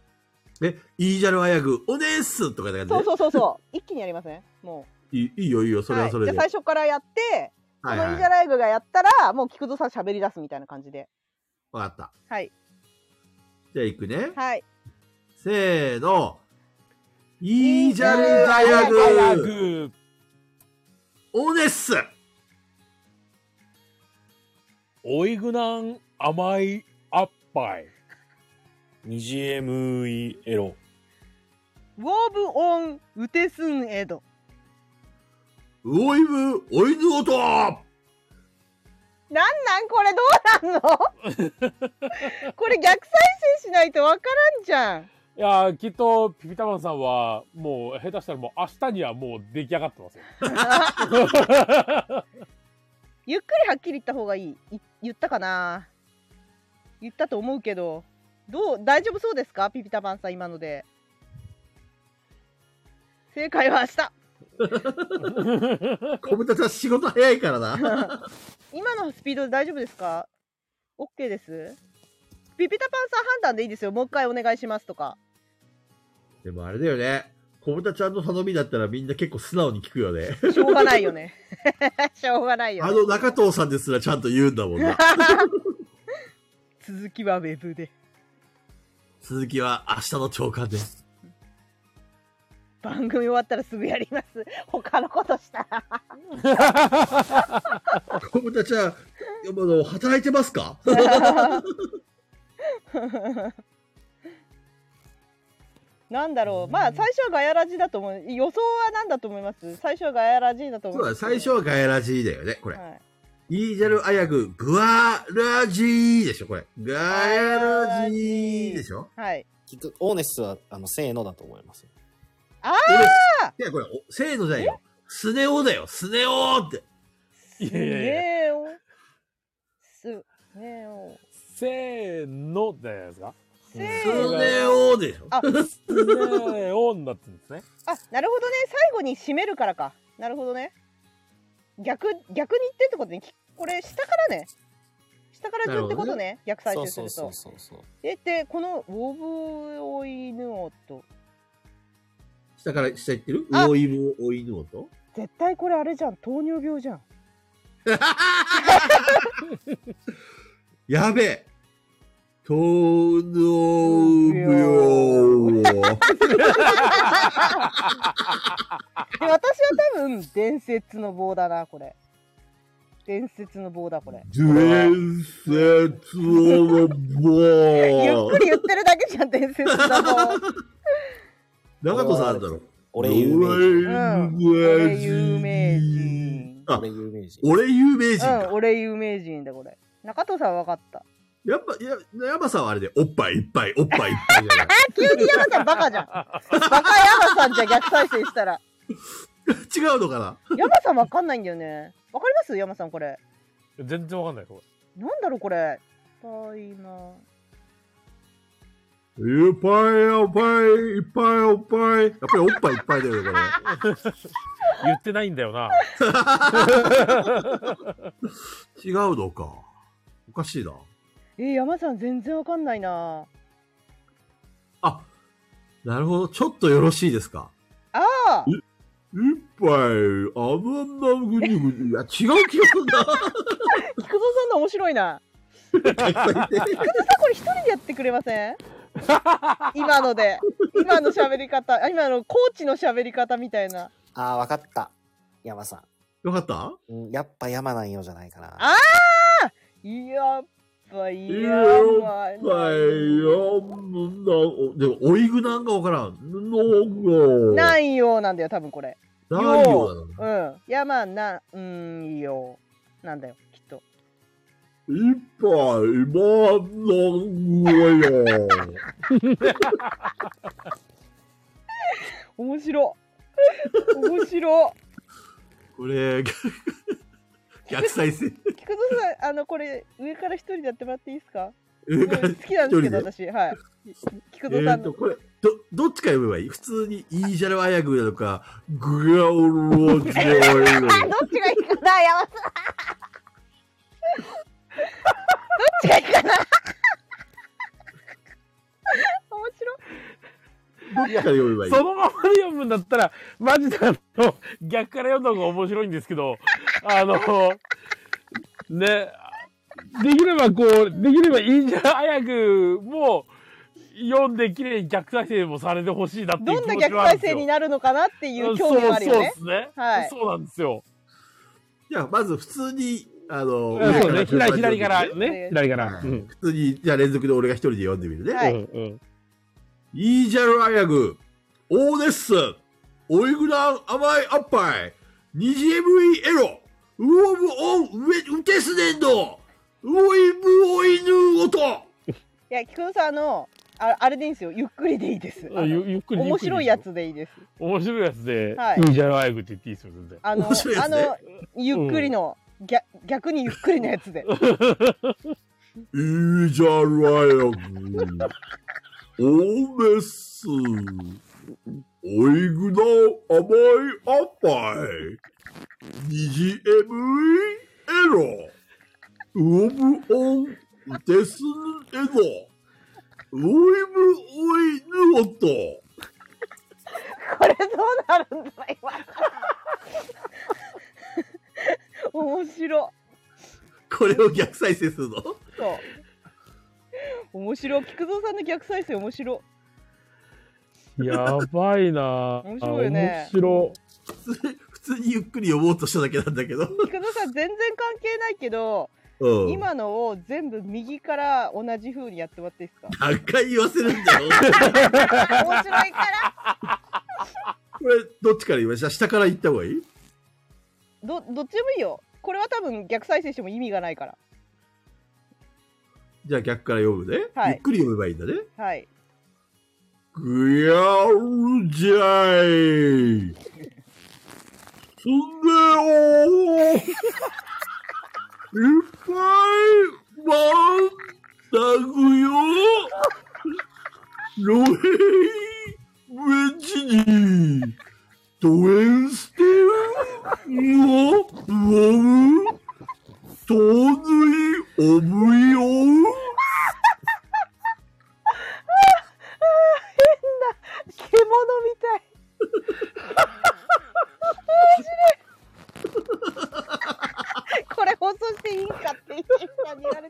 [SPEAKER 3] え、イージャルアヤグ、おねーっすとかだ
[SPEAKER 1] そ
[SPEAKER 3] か
[SPEAKER 1] うそうそうそう一気にやりませんも
[SPEAKER 3] ういいいいよいいよ、
[SPEAKER 1] う
[SPEAKER 3] それはそれ
[SPEAKER 1] い、
[SPEAKER 3] で。
[SPEAKER 1] じゃあ最初からやってこ
[SPEAKER 3] はい
[SPEAKER 1] のイ
[SPEAKER 3] は
[SPEAKER 1] ー
[SPEAKER 3] い
[SPEAKER 1] ジャライグがやったらもう菊蔵さん喋り出すみたいな感じで
[SPEAKER 3] わかった。
[SPEAKER 1] はい
[SPEAKER 3] じゃあ行くね。
[SPEAKER 1] はい
[SPEAKER 3] せーの。イージャルダヤ
[SPEAKER 2] アヤ
[SPEAKER 3] グ
[SPEAKER 2] グ
[SPEAKER 3] オネス
[SPEAKER 2] おいぐなん甘いあっぱい
[SPEAKER 15] BGME エロ。
[SPEAKER 1] ウォーブオンウテスンエド
[SPEAKER 3] ウオイブオイヌオト
[SPEAKER 1] なんなんこれどうなんの これ逆再生しないとわからんじゃん
[SPEAKER 2] いやーきっとピピタマンさんはもう下手したらもう明日にはもう出来上がってますよ
[SPEAKER 1] ゆっくりはっきり言った方がいいい言ったかな言ったと思うけどどう大丈夫そうですかピピタパンさん今ので正解は明日
[SPEAKER 3] 小豚ちゃん仕事早いからな。
[SPEAKER 1] 今のスピードで大丈夫ですか ?OK ですピピタパンさん判断でいいですよもう一回お願いしますとか
[SPEAKER 3] でもあれだよね。小豚ちゃんの頼みだったらみんな結構素直に聞くよね。
[SPEAKER 1] しょうがないよね しょうがないよ
[SPEAKER 3] あ
[SPEAKER 1] ね、
[SPEAKER 3] の中藤さんですらちゃんと言うんだもんな。
[SPEAKER 1] 続きはウェブで
[SPEAKER 3] 続きは明日の朝刊です。
[SPEAKER 1] 番組終わったらすぐやります他のことしたら
[SPEAKER 3] 小豚ちゃん、あの、働いてますか
[SPEAKER 1] なんだろうまあ最初はガヤラジだと思う予想は何だと思います最初はガヤラジだと思
[SPEAKER 3] そう
[SPEAKER 1] う
[SPEAKER 3] だ、最初はガヤラジーだよね、これ。
[SPEAKER 1] はい、
[SPEAKER 3] イージャルアヤグ、グワラジーでしょ、これ。ガヤラジーでしょ
[SPEAKER 1] はい、
[SPEAKER 15] きっと、オーネスは、あの、せーのだと思います。
[SPEAKER 3] いや、これ、おせーのじゃないよ。スネオだよ、スネオって。
[SPEAKER 2] いやいやいや
[SPEAKER 1] ねえおすねえお
[SPEAKER 2] せーのじゃないですか
[SPEAKER 1] せー
[SPEAKER 3] ス
[SPEAKER 1] の
[SPEAKER 3] ネオでしょ。
[SPEAKER 1] あ
[SPEAKER 2] せーおになってるんですね
[SPEAKER 1] あなるほどね最後に締めるからかなるほどね逆逆に言ってってことねきこれ下からね下から順ってことね逆再
[SPEAKER 15] そ
[SPEAKER 1] 生
[SPEAKER 15] う
[SPEAKER 1] す
[SPEAKER 15] そ
[SPEAKER 1] る
[SPEAKER 15] う
[SPEAKER 1] と
[SPEAKER 15] そうそうそう。
[SPEAKER 1] えでこの「ウォブオイヌオと
[SPEAKER 3] 下から下行ってる
[SPEAKER 1] あ
[SPEAKER 3] ウオイブオイヌオと
[SPEAKER 1] 絶対これあれじゃん糖尿病じゃん
[SPEAKER 3] やべえ。トーヌオブヨ
[SPEAKER 1] で私は多分伝説の棒だなこれ伝説の棒だこれ
[SPEAKER 3] 伝説の
[SPEAKER 1] ゆっ
[SPEAKER 3] 棒
[SPEAKER 1] くり言ってるだけじゃん伝説の棒
[SPEAKER 3] 長門さんだろ。
[SPEAKER 15] 俺有名人。
[SPEAKER 1] うん
[SPEAKER 3] 俺
[SPEAKER 1] 俺有名人
[SPEAKER 3] あ
[SPEAKER 15] 俺、有名人。
[SPEAKER 3] 俺有名人
[SPEAKER 1] う ん
[SPEAKER 3] か。
[SPEAKER 1] 俺有名人だこれ中藤さんは分かった
[SPEAKER 3] やっぱ、や、山さんはあれで、おっぱいいっぱい、おっぱいいっぱいじゃない。
[SPEAKER 1] 急に山さんバカじゃんバカ山さんじゃん逆再生したら
[SPEAKER 3] 違うのかな
[SPEAKER 1] 山さんわかんないんだよね。わかります山さんこれ。
[SPEAKER 2] 全然わかんないこ
[SPEAKER 1] なんだろうこれ。パイマ
[SPEAKER 3] いっぱいおっぱいいっぱいおっぱい。やっぱりおっぱいいっぱいだよね、こ
[SPEAKER 2] れ。言ってないんだよな。
[SPEAKER 3] 違うのか。おかしいな。
[SPEAKER 1] えー、山さん全然わかんないな。
[SPEAKER 3] なるほど。ちょっとよろしいですか
[SPEAKER 1] ああ
[SPEAKER 3] いっぱい、あぶんなぐにゅぐにゅ。いや、違う気がするな。
[SPEAKER 1] 菊蔵さんの面白いな。菊蔵さんこれ一人でやってくれま せん今ので今の喋り方あ今のコーチの喋り方みたいな
[SPEAKER 15] ああ、わかった。山さ
[SPEAKER 3] ん。わかった
[SPEAKER 15] うん、やっぱ山なんよじゃないかな。
[SPEAKER 1] ああやっぱいやばい
[SPEAKER 3] いっぱい、あぶんな、おでも、おいぐなんかわからん。のが。。
[SPEAKER 1] ないいよなんだよ多分これ
[SPEAKER 3] ないよなの。
[SPEAKER 1] うん山なうんよなんだよきっと
[SPEAKER 3] いっぱい、まんなぐよ。
[SPEAKER 1] 面白 面白
[SPEAKER 3] これ、逆再生。
[SPEAKER 1] 菊蔵さんあのこれ上から一人でやってもらっていいですか
[SPEAKER 3] 上から
[SPEAKER 1] 好きなんですけど
[SPEAKER 3] 一人
[SPEAKER 1] 私はい菊
[SPEAKER 3] え
[SPEAKER 1] 蔵さ
[SPEAKER 3] ー
[SPEAKER 1] んの
[SPEAKER 3] と、これ、ど、どっちから読めばいい普通に、イージャルアヤグーなのか、グガオロジョイなの
[SPEAKER 1] どっ
[SPEAKER 3] か
[SPEAKER 1] ちがいいかな山さんどっちがいいかな面白い
[SPEAKER 3] どっちから読めばいい
[SPEAKER 2] そのままで読むんだったら、マジであの、逆から読んだ方が面白いんですけど、あの、ね、できればこう、できればいいんじゃ早く、もう、読んで綺麗に逆再生もされてほしいなっていう
[SPEAKER 1] どん
[SPEAKER 2] 気
[SPEAKER 1] な
[SPEAKER 2] 持ち
[SPEAKER 1] 逆
[SPEAKER 2] はあるん
[SPEAKER 1] 再
[SPEAKER 2] ですよ。
[SPEAKER 1] 生になるのかなっていう興味があるよね
[SPEAKER 2] そうそうですね。
[SPEAKER 1] はい
[SPEAKER 2] そうなんですよ。
[SPEAKER 3] いや、まず普通に、あの、
[SPEAKER 2] うんそうね、
[SPEAKER 3] 上から
[SPEAKER 2] 左左か
[SPEAKER 3] 順番
[SPEAKER 2] ら
[SPEAKER 3] に読んでみる
[SPEAKER 2] ね、左から。うん。
[SPEAKER 3] 普通に、じゃあ連続で俺が一人で読んでみるね。
[SPEAKER 1] はい
[SPEAKER 2] うんうん
[SPEAKER 3] イージャルアヤグー、オーデッスン、オイグラン甘いアッパイ、ニジエブイエロ、ウオブオンウエウテスデンド、ウオイブオイヌーオト。
[SPEAKER 1] いや菊野さんあのああれでいいんですよゆっくりでいいです
[SPEAKER 2] あゆゆっくりゆっくりでいいですよ
[SPEAKER 1] 面白いやつでいいです
[SPEAKER 2] 面白いやつで、
[SPEAKER 1] はい
[SPEAKER 2] い、いじゃん、早くって言っていいですよ、全然。
[SPEAKER 1] あの、
[SPEAKER 3] 面白いや
[SPEAKER 1] あ
[SPEAKER 3] つね
[SPEAKER 1] のゆっくりの、逆逆にゆっくりのやつで
[SPEAKER 3] イージャルアヤグー、オーデッスン、オイグラン甘いアッパイ、ニジエブイエロ、ウオブオンウテスデンド、ウイブオイヌオット。
[SPEAKER 1] これどうなるんだ今面白
[SPEAKER 3] これを逆再生するの
[SPEAKER 1] そう面白菊蔵さんの逆再生面白
[SPEAKER 2] やばいなぁ。
[SPEAKER 1] 面白いよね
[SPEAKER 2] あ面白。
[SPEAKER 3] 普通普通にゆっくり読もうとしただけなんだけど。
[SPEAKER 1] 菊蔵さん全然関係ないけど、
[SPEAKER 3] うん。
[SPEAKER 1] 今のを全部右から同じ風にやってもらっていいですか
[SPEAKER 3] 何回言わせるんだよ。
[SPEAKER 1] 面白いから
[SPEAKER 3] これ、どっちから言いました下から言った方がいい
[SPEAKER 1] どどっちでもいいよこれは多分逆再生しても意味がないから
[SPEAKER 3] じゃあ逆から読むね。
[SPEAKER 1] はい
[SPEAKER 3] ゆっくり読めばいいんだね。
[SPEAKER 1] はい
[SPEAKER 3] グヤウジャイ。すんでおー。いっぱい、まんだぐよ。ロヘイ、ウェジニー。ドエンステル、ウオ、ウオウ。トーズイ、オブイオウ。
[SPEAKER 1] 獣みたい面白いこれ放送していいんかっていう感に言われて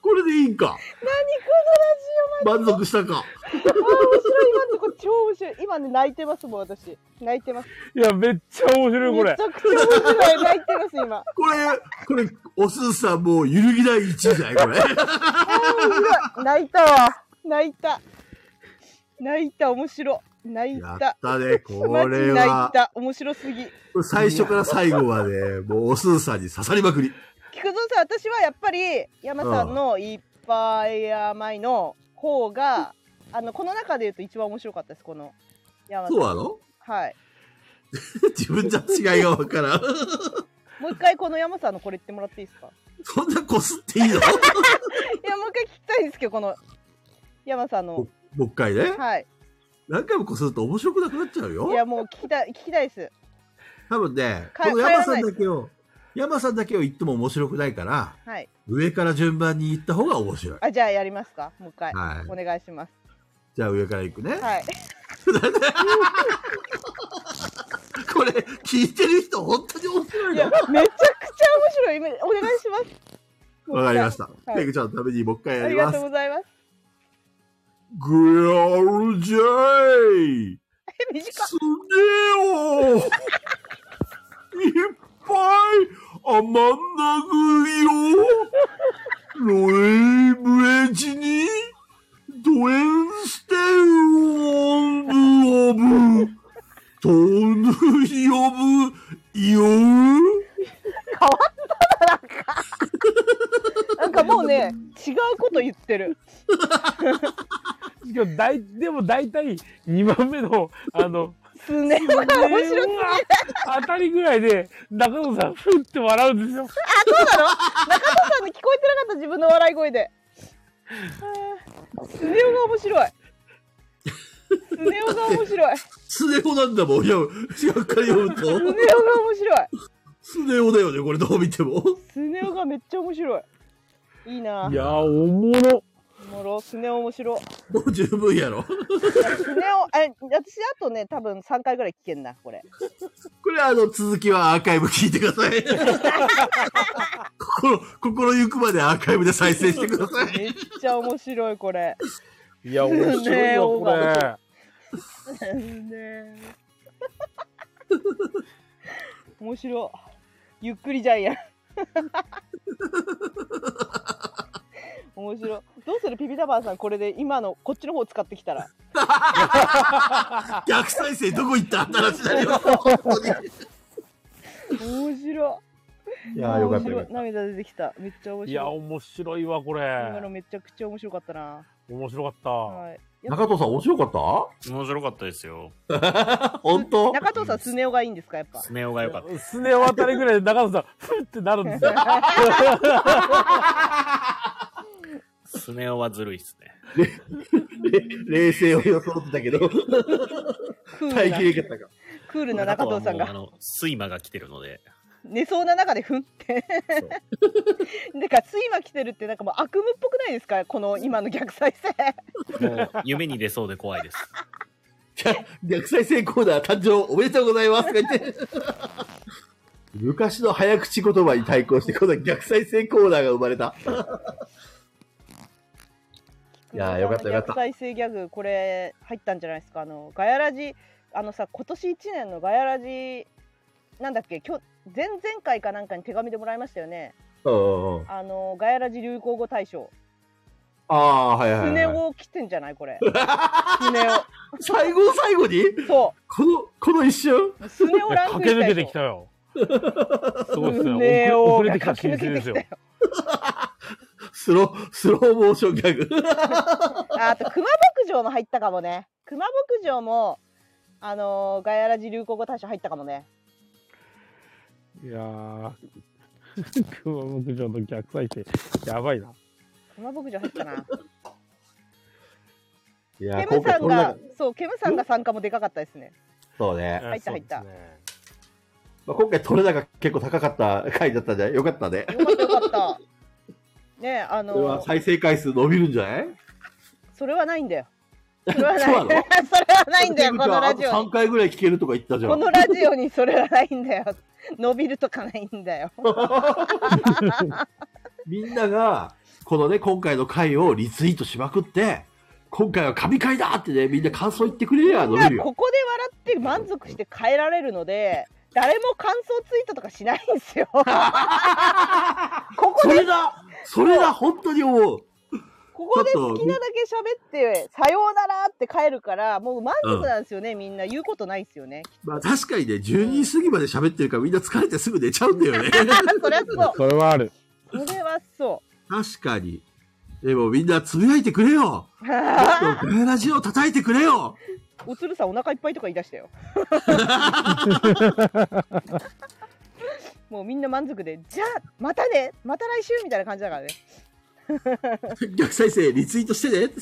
[SPEAKER 3] これでいいんか。
[SPEAKER 1] 何このラジオマ
[SPEAKER 3] 満足したか。
[SPEAKER 1] ジあ面白い今のとこ超面白い今ね泣いてますもん私泣いてます
[SPEAKER 2] いや、めっちゃ面白い、こ
[SPEAKER 1] め
[SPEAKER 2] れ
[SPEAKER 1] ち。ゃくちゃ面白い泣いてます今
[SPEAKER 3] これ、これ、おすずさんもう揺るぎない1位じゃない これ。
[SPEAKER 1] 泣いたわ泣いた泣いた面白泣い
[SPEAKER 3] やったたね、こ
[SPEAKER 1] マジ
[SPEAKER 3] れ
[SPEAKER 1] 泣い
[SPEAKER 3] は。
[SPEAKER 1] た面白すぎ
[SPEAKER 3] これ最初から最後まで、もうおすずさんに刺さりまくり。
[SPEAKER 1] 菊蔵さん私はやっぱり山さんの「いっぱい甘い」の方があのこの中で言うと一番面白かったですこの山さん
[SPEAKER 3] そうなの
[SPEAKER 1] はい
[SPEAKER 3] 自分じゃ違いがわからん。
[SPEAKER 1] もう一回この山さんのこれ言ってもらっていいですか
[SPEAKER 3] そんなこすっていいの
[SPEAKER 1] いやもう一回聞きたいんですけどこの山さんの
[SPEAKER 3] もう一回ね。
[SPEAKER 1] はい
[SPEAKER 3] 何回もこすると面白くなくなっちゃう
[SPEAKER 1] い
[SPEAKER 3] よ。
[SPEAKER 1] やもう聞きたい聞きたいです
[SPEAKER 3] 多分ね、
[SPEAKER 1] か
[SPEAKER 3] この山さ
[SPEAKER 1] 帰らない
[SPEAKER 3] んだけを、山さんだけを言っても面白くないから、
[SPEAKER 1] はい
[SPEAKER 3] 上から順番に言った方が面白い。
[SPEAKER 1] あじゃあやりますかもう一回、
[SPEAKER 3] はい
[SPEAKER 1] お願いします
[SPEAKER 3] じゃあ上から行くね。
[SPEAKER 1] はい
[SPEAKER 3] これ、聞いてる人本当に面白い
[SPEAKER 1] い
[SPEAKER 3] の
[SPEAKER 1] やめちゃくちゃ面白い今お願いします
[SPEAKER 3] わかりました。
[SPEAKER 1] はい
[SPEAKER 3] ペグちゃんのためにもう一回や
[SPEAKER 1] あ
[SPEAKER 3] り
[SPEAKER 1] り
[SPEAKER 3] ま
[SPEAKER 1] が
[SPEAKER 3] す
[SPEAKER 1] とう。ございます
[SPEAKER 3] グロールジェイ
[SPEAKER 1] え短
[SPEAKER 3] すげえよいっぱい甘んなぐよロエブレジにドエンステンオブオブトヌイオブイオウ
[SPEAKER 1] 変わったななんかなんかもう ね違うこと言ってる
[SPEAKER 2] 今日大でも大体2番目のあ の
[SPEAKER 1] すねは面白すぎる
[SPEAKER 2] 当たりぐらいで中野さんふって笑うんですよ。
[SPEAKER 1] あそうなの中田さんに聞こえてなかった自分の笑い声であースネ夫が面白いスネ夫が面白いス
[SPEAKER 3] スネ夫なんだもん。いや、しっかり読む
[SPEAKER 1] ネ夫が
[SPEAKER 3] と。
[SPEAKER 1] 面白い
[SPEAKER 3] スネ夫だよね、これどう見ても。
[SPEAKER 1] スネ夫がめっちゃ面白いいいなあ
[SPEAKER 2] いやーおもろ。
[SPEAKER 1] おもろスネ夫面白い
[SPEAKER 3] もう十分やろ。
[SPEAKER 1] やスネ夫あ私あとね多分3回ぐらい聞けんなこれ
[SPEAKER 3] これはあの続きはアーカイブ聞いてください。 心、心ゆくまでアーカイブで再生してください。
[SPEAKER 1] めっちゃ面白いこれ
[SPEAKER 2] いや
[SPEAKER 1] 面白いよこれね 面白いゆっくりジャイアン面白いどうするピピタパンさんこれで今のこっちの方使ってきたら
[SPEAKER 3] 逆再生どこ行ったって話だよ。
[SPEAKER 1] 面白い
[SPEAKER 3] いやーよかった
[SPEAKER 1] 面白
[SPEAKER 3] よか
[SPEAKER 1] い
[SPEAKER 3] っ
[SPEAKER 1] 涙出てきためっちゃ面
[SPEAKER 2] いや
[SPEAKER 1] 白い
[SPEAKER 2] 面白いわこ
[SPEAKER 1] 今の
[SPEAKER 2] れ。
[SPEAKER 1] めちゃくちゃ面白かったな
[SPEAKER 2] 面白かった。
[SPEAKER 1] はい
[SPEAKER 16] 中藤さん面白かっ
[SPEAKER 4] 面白かったですよ。
[SPEAKER 16] た本当
[SPEAKER 1] 中藤さんスネ夫がいいんですかやっぱ
[SPEAKER 4] スネ夫が良かった。
[SPEAKER 2] スネ夫あたりぐらいで中野さんふってなるん ですよ。
[SPEAKER 4] スネ夫はずるいっすね。
[SPEAKER 16] 冷静を装ってたけど、
[SPEAKER 1] クール
[SPEAKER 16] 耐え
[SPEAKER 1] な
[SPEAKER 16] きれなかったか。
[SPEAKER 1] クールな中藤さん
[SPEAKER 4] あ
[SPEAKER 1] が
[SPEAKER 4] とはもうあの、睡魔が来てるので。
[SPEAKER 1] 寝そうな中でふんって なんか睡魔来てるってなんかもう悪夢っぽくないですかこの今の逆再生
[SPEAKER 4] もう夢に出そうで怖いです。
[SPEAKER 16] 逆再生コーナー誕生おめでとうございますとか言って。昔の早口言葉に対抗して、この逆再生コーナーが生まれた。いやーよかったよかった
[SPEAKER 1] 逆再生ギャグこれ入ったんじゃないですかあのガヤラジあのさ今年1年のガヤラジなんだっけ今日前々回かなんかに手紙でもらいましたよね
[SPEAKER 16] うんうんうん
[SPEAKER 1] あのガヤラジ流行語大賞
[SPEAKER 16] ああ、はいは
[SPEAKER 1] ス
[SPEAKER 16] い、
[SPEAKER 1] ネ
[SPEAKER 16] はい。
[SPEAKER 1] 夫来てんじゃないこれスネ
[SPEAKER 16] 最後の最後に
[SPEAKER 1] 夫そ
[SPEAKER 16] この、この一瞬
[SPEAKER 1] うスネ夫ランクイ
[SPEAKER 2] 駆
[SPEAKER 1] ン
[SPEAKER 2] け
[SPEAKER 1] した
[SPEAKER 2] 抜けて
[SPEAKER 1] でしょ
[SPEAKER 2] きたよ。すごいっす
[SPEAKER 1] ス
[SPEAKER 2] ね。
[SPEAKER 1] ネ
[SPEAKER 2] 遅
[SPEAKER 1] 夫
[SPEAKER 2] れ
[SPEAKER 1] が
[SPEAKER 2] てきた新
[SPEAKER 1] 駆け抜けて
[SPEAKER 2] 鮮です
[SPEAKER 1] き
[SPEAKER 2] よ
[SPEAKER 1] た。よ
[SPEAKER 16] スロー、スローモーションギャグ。
[SPEAKER 1] ああと熊牧場も入ったかもね熊牧場もあのーガヤラジ流行語大賞入ったかもね
[SPEAKER 2] いやー、 熊牧場の逆再生、やばいな。
[SPEAKER 1] 熊牧場入ったな
[SPEAKER 16] い
[SPEAKER 1] ケ
[SPEAKER 16] や、
[SPEAKER 1] ム
[SPEAKER 16] 今
[SPEAKER 1] さ
[SPEAKER 16] 回
[SPEAKER 1] ん
[SPEAKER 16] この
[SPEAKER 1] が
[SPEAKER 16] 中、
[SPEAKER 1] そうケムさんが参加もでかかったですね
[SPEAKER 16] そうね。
[SPEAKER 1] 入った入った
[SPEAKER 2] そうですね
[SPEAKER 16] まあ、今回取れ高結構高かった回だったんじゃないよかったね。
[SPEAKER 1] よかったよかったねえあ
[SPEAKER 16] これは
[SPEAKER 1] のー
[SPEAKER 16] 再生回数伸びるんじゃない
[SPEAKER 1] それはないんだよそれはない そ
[SPEAKER 16] そう
[SPEAKER 1] れ
[SPEAKER 16] な
[SPEAKER 1] は
[SPEAKER 16] の
[SPEAKER 1] ないんだよこのラジオ
[SPEAKER 16] 3
[SPEAKER 1] に
[SPEAKER 16] 回ぐらい聞けるとか言ったじゃん。
[SPEAKER 1] このラジオにそれはないんだよ伸びるとかないんだよ
[SPEAKER 16] みんなが、このね、今回の回をリツイートしまくって、今回は神回だってね、みんな感想言ってくれりゃ伸
[SPEAKER 1] みんな
[SPEAKER 16] びるよ。
[SPEAKER 1] ここで笑って満足して帰られるので誰も感想ツイートとかしないんで すよここ
[SPEAKER 16] そ
[SPEAKER 1] で
[SPEAKER 16] れだそれだ本当に思う
[SPEAKER 1] ここで好きなだけ喋ってさようならって帰るからもう満足なんですよね、みんな言うことないですよね
[SPEAKER 3] まあ確かにね、12時過ぎまで喋ってるからみんな疲れてすぐ寝ちゃうんだよね。
[SPEAKER 1] そりゃそ
[SPEAKER 2] それはある。
[SPEAKER 1] うそれはそ
[SPEAKER 3] 確かに。でもみんなつぶやいてくれよ。もっとガヤラジオ叩いてくれよ。
[SPEAKER 1] おつるさんお腹いっぱいとか言い出した よもうみんな満足でじゃあまたねまた来週みたいな感じだからね
[SPEAKER 3] 逆再生リツイートしてね。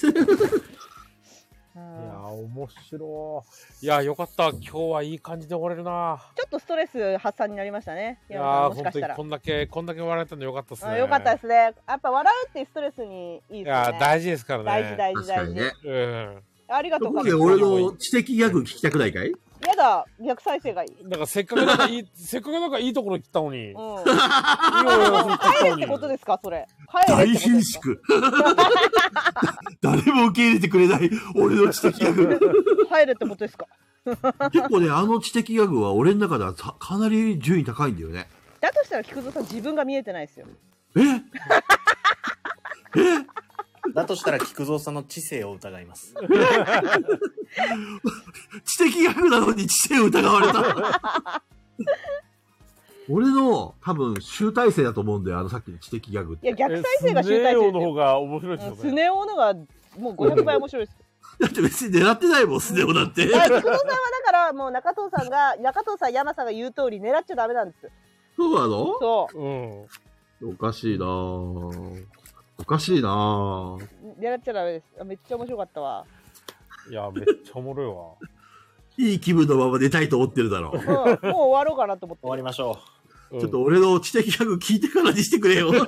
[SPEAKER 2] いやー、面白い。いやー、よかった。今日はいい感じで終われるな。
[SPEAKER 1] ちょっとストレス発散になりましたね
[SPEAKER 2] い
[SPEAKER 1] い
[SPEAKER 2] や
[SPEAKER 1] や
[SPEAKER 2] ー、
[SPEAKER 1] もし
[SPEAKER 2] 本
[SPEAKER 1] か
[SPEAKER 2] 当
[SPEAKER 1] し
[SPEAKER 2] に
[SPEAKER 1] たら
[SPEAKER 2] こんだけ、こんだけ笑えたのよかったっす
[SPEAKER 1] あ
[SPEAKER 2] ね。
[SPEAKER 1] よかったですねやっぱ笑うってストレスにいいで
[SPEAKER 2] い
[SPEAKER 1] すよ
[SPEAKER 2] やー、
[SPEAKER 1] ね
[SPEAKER 2] 大事ですからね。
[SPEAKER 1] 大事大事大事、
[SPEAKER 2] うん。
[SPEAKER 1] ありがとう
[SPEAKER 3] 僕
[SPEAKER 1] か
[SPEAKER 3] で俺の知的ギャグ聞きたくないかい
[SPEAKER 1] やだ逆再生がいい
[SPEAKER 2] なんかせっかくなん かいい、せっかくなんかいいところに来たのに。
[SPEAKER 1] うん
[SPEAKER 2] 帰
[SPEAKER 1] 帰るってことですかそれ帰
[SPEAKER 3] 大
[SPEAKER 1] るってこと
[SPEAKER 3] 貧縮。 誰も受け入れてくれない俺の知的ギャグ。
[SPEAKER 1] 入るってことですか
[SPEAKER 3] 結構ね、あの知的ギャグは俺の中ではさかなり順位高いんだよね。
[SPEAKER 1] だとしたら菊蔵さん自分が見えてないですよ
[SPEAKER 4] だとしたら菊蔵さんの知性を疑います。
[SPEAKER 3] 知的ギャグなのに知性を疑われた。 俺の多分集大成だと思うんだよ、あのさっきの知的ギャグっ
[SPEAKER 1] い
[SPEAKER 3] て。
[SPEAKER 1] や逆再生が集大成
[SPEAKER 2] の方が面白い。
[SPEAKER 1] うんスネ夫のがもう500倍面白いです
[SPEAKER 3] だって別に狙ってないもん、スネ夫なんて。
[SPEAKER 1] だから菊蔵さんはだからもう中藤さんが中藤さん山さんが言う通り狙っちゃダメなんです
[SPEAKER 3] そうなの
[SPEAKER 1] そう
[SPEAKER 2] うん。
[SPEAKER 3] おかしいなぁ。おかしいなぁ。
[SPEAKER 1] 狙っちゃダメですあめっちゃ面白かったわ
[SPEAKER 2] いや、めっちゃおもろいわ。
[SPEAKER 3] いい気分のまま寝たいと思ってるだろう。
[SPEAKER 1] うんもう終わろうかなと思って
[SPEAKER 4] 終わりましょ
[SPEAKER 2] う。
[SPEAKER 3] ちょっと俺の知的ギャグ聞いてからにしてくれ よ。
[SPEAKER 1] いや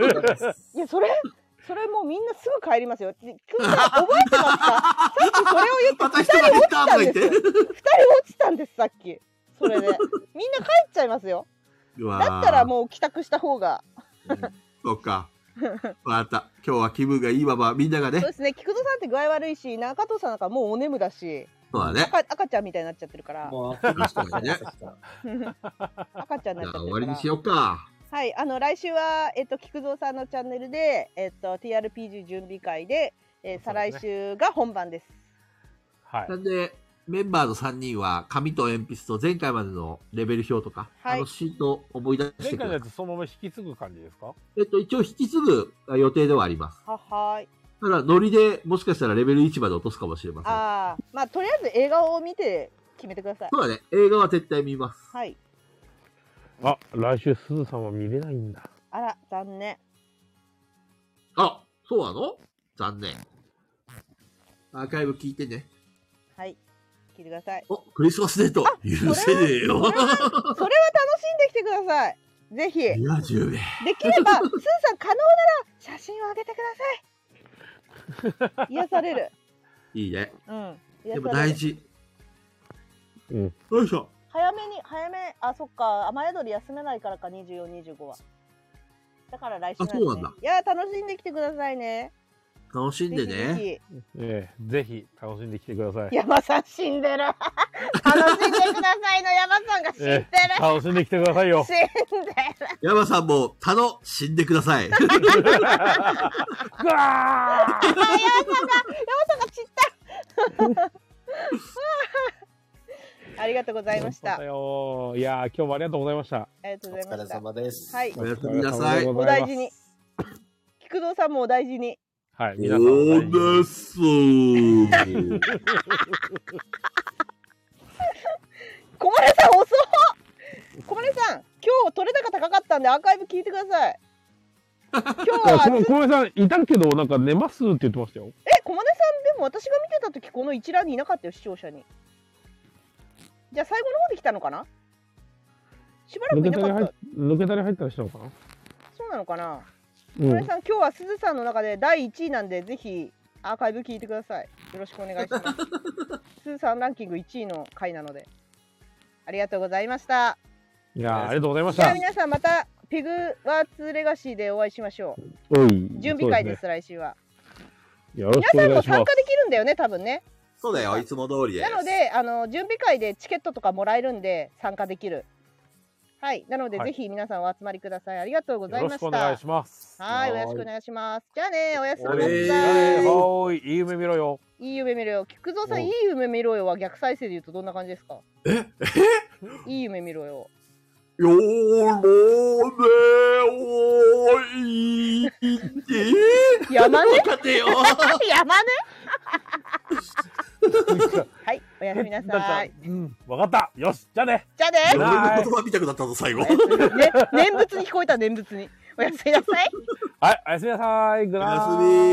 [SPEAKER 1] それそれもうみんなすぐ帰りますよ。で菊蔵さん覚えてますか？さっきそれを言って
[SPEAKER 3] また
[SPEAKER 1] 二
[SPEAKER 3] 人
[SPEAKER 1] 人
[SPEAKER 3] が
[SPEAKER 1] 落
[SPEAKER 3] 減っ
[SPEAKER 1] ち
[SPEAKER 3] た
[SPEAKER 1] たんです。
[SPEAKER 3] と
[SPEAKER 1] 二 人
[SPEAKER 3] か言
[SPEAKER 1] 落ちたんですさっき。そ れでみんな帰っちゃいますよ。
[SPEAKER 3] うわ
[SPEAKER 1] だったらもう帰宅した方が。
[SPEAKER 3] う。そっか。わかった。今日は気分がいいまま、みんなが
[SPEAKER 1] そう
[SPEAKER 3] ね。
[SPEAKER 1] ですね。菊蔵さんって具合悪いし、中藤さんなんかもうお眠だし、
[SPEAKER 3] そうだね。
[SPEAKER 1] 赤赤ちゃんみたいになっちゃってるから。
[SPEAKER 3] 確かにね。
[SPEAKER 1] 赤ちゃんになっちゃってる
[SPEAKER 3] じゃあ終わ
[SPEAKER 1] から。
[SPEAKER 3] りにしようか。
[SPEAKER 1] はい、あの来週は、えっと、菊蔵さんのチャンネルで、えっと、TRPG 準備会で、えー再来週が本番です。
[SPEAKER 2] はい。
[SPEAKER 3] なんで、メンバーの3人は、紙と鉛筆と前回までのレベル表とか、
[SPEAKER 1] はい
[SPEAKER 3] あのシートを思い出し
[SPEAKER 2] 前
[SPEAKER 3] てく
[SPEAKER 2] 回の
[SPEAKER 3] れ
[SPEAKER 2] や。つそのまま引き継ぐ感じですか
[SPEAKER 3] えっと、一応引き継ぐ予定ではあります。
[SPEAKER 1] ははーい。
[SPEAKER 3] ただ、ノリでもしかしたらレベル1まで落とすかもしれません。
[SPEAKER 1] ああ、まあとりあえず映画を見て決めてください。
[SPEAKER 3] そうだね。映画は絶対見ます。
[SPEAKER 1] はい。
[SPEAKER 17] あ、来週すずさんは見れないんだ。
[SPEAKER 1] あら、残念。
[SPEAKER 3] あ、そうなの残念。アーカイブ聞いてね。
[SPEAKER 1] はい。聞いてください。
[SPEAKER 3] クリスマスデート許せねえよ。
[SPEAKER 1] それはそれは楽しんできてください。ぜひ。で
[SPEAKER 3] いや、10年。
[SPEAKER 1] きれば、スーさん可能なら写真をあげてください。癒される。
[SPEAKER 3] いいね。
[SPEAKER 1] うん。
[SPEAKER 3] で
[SPEAKER 1] 癒
[SPEAKER 3] も
[SPEAKER 1] され
[SPEAKER 3] 大
[SPEAKER 1] る。
[SPEAKER 3] 事。
[SPEAKER 17] うん。
[SPEAKER 3] よいしょ。
[SPEAKER 1] 早めに、早め、あ、そっか、雨宿り休めないからか、24、25は。だから来週
[SPEAKER 3] あそうなんだ
[SPEAKER 1] ですねいや、楽しんできてくださいね。
[SPEAKER 3] 楽しんで
[SPEAKER 1] ぜひ
[SPEAKER 3] ね。
[SPEAKER 1] ぜひ
[SPEAKER 17] ええぜひ楽しんできてください。
[SPEAKER 1] 山さん死んで る。楽しんでくださいの山さんが死んでる
[SPEAKER 17] え。え楽しんできてくださいよ
[SPEAKER 1] 死。んでる。
[SPEAKER 3] 山さんも、楽しんでく ださい。
[SPEAKER 17] うわ
[SPEAKER 1] あ、山さんが、山さんが散った。あ
[SPEAKER 17] ー
[SPEAKER 1] ーありがとうございました。あ
[SPEAKER 2] だよーいやー、今日もありがとうございました。
[SPEAKER 1] りがとう
[SPEAKER 4] う。お
[SPEAKER 1] ございま
[SPEAKER 4] 疲れ
[SPEAKER 1] した。
[SPEAKER 4] 様です。
[SPEAKER 1] はい、
[SPEAKER 3] おやすみなさい。
[SPEAKER 1] お大事に。 菊蔵さんもお大事に。
[SPEAKER 2] はい、皆さんお大
[SPEAKER 3] お
[SPEAKER 2] 事に。
[SPEAKER 3] なそう。
[SPEAKER 1] 小丸さん遅っ。小丸さん、今日取れ高高かったんでアーカイブ聞いてください。今 日
[SPEAKER 17] いや
[SPEAKER 1] は
[SPEAKER 17] 小小林さんいたけどなんか寝ますって言ってましたよ。
[SPEAKER 1] え、小丸さんでも私が見てた時この一覧にいなかったよ視聴者に。じゃあ最後の方で来たのかな？しばらくい
[SPEAKER 17] 抜け
[SPEAKER 1] な
[SPEAKER 17] た
[SPEAKER 1] か
[SPEAKER 17] り入
[SPEAKER 1] った
[SPEAKER 17] っ。抜けたり入ったりしたのかな。
[SPEAKER 1] そうなのかな？
[SPEAKER 17] うん
[SPEAKER 1] 小林さん今日はすずさんの中で第1位なんでぜひアーカイブ聞いてくださいよろしくお願いします すずさんランキング1位の回なのでありがとうございました
[SPEAKER 17] いやーありがとうございまし
[SPEAKER 1] じゃあ
[SPEAKER 17] た。
[SPEAKER 1] 皆さんまたペグワーツレガシーでお会いしましょう
[SPEAKER 17] おい
[SPEAKER 1] 準備会です
[SPEAKER 17] そう
[SPEAKER 1] 来週は
[SPEAKER 17] すねよろし
[SPEAKER 1] 皆
[SPEAKER 17] くお願
[SPEAKER 1] さんも
[SPEAKER 17] いしま
[SPEAKER 1] 参
[SPEAKER 17] す
[SPEAKER 1] 加。できるんだよね多分ね
[SPEAKER 3] そうだよ、いつも通りで
[SPEAKER 1] な。のであの準備会でチケットとかもらえるんで参加できるはいなので、
[SPEAKER 2] はい
[SPEAKER 1] ぜひ皆さんお集まりくださいありがとうござ
[SPEAKER 2] よ
[SPEAKER 1] い
[SPEAKER 2] ろ
[SPEAKER 1] ま
[SPEAKER 2] し
[SPEAKER 1] し
[SPEAKER 2] く
[SPEAKER 1] た
[SPEAKER 2] お願いします。
[SPEAKER 1] はいおよろしくお願いしますじゃあねおやすみなさ
[SPEAKER 3] おやすみ
[SPEAKER 1] い
[SPEAKER 3] なさ
[SPEAKER 2] はーい、いい夢見ろよ。
[SPEAKER 1] いい夢見ろよ。菊蔵さ
[SPEAKER 2] お
[SPEAKER 1] ん、
[SPEAKER 2] う
[SPEAKER 1] いい夢見ろよは逆再生で言うとどんな感じですかえいい夢見ろよ。
[SPEAKER 3] よーろねおいで。
[SPEAKER 1] 山根
[SPEAKER 3] わかんねえよ。
[SPEAKER 1] 山根はい、おやすみ
[SPEAKER 2] なんか、うん、わかった。よし、じゃあね。
[SPEAKER 1] じゃあね
[SPEAKER 2] は
[SPEAKER 3] 俺の
[SPEAKER 2] い
[SPEAKER 3] 言葉みたくなったぞ、最後。
[SPEAKER 1] ね、念仏に聞こえた念仏に。おやすみなさい。
[SPEAKER 2] はい、おやすみなさい。グラス。
[SPEAKER 3] おやすみ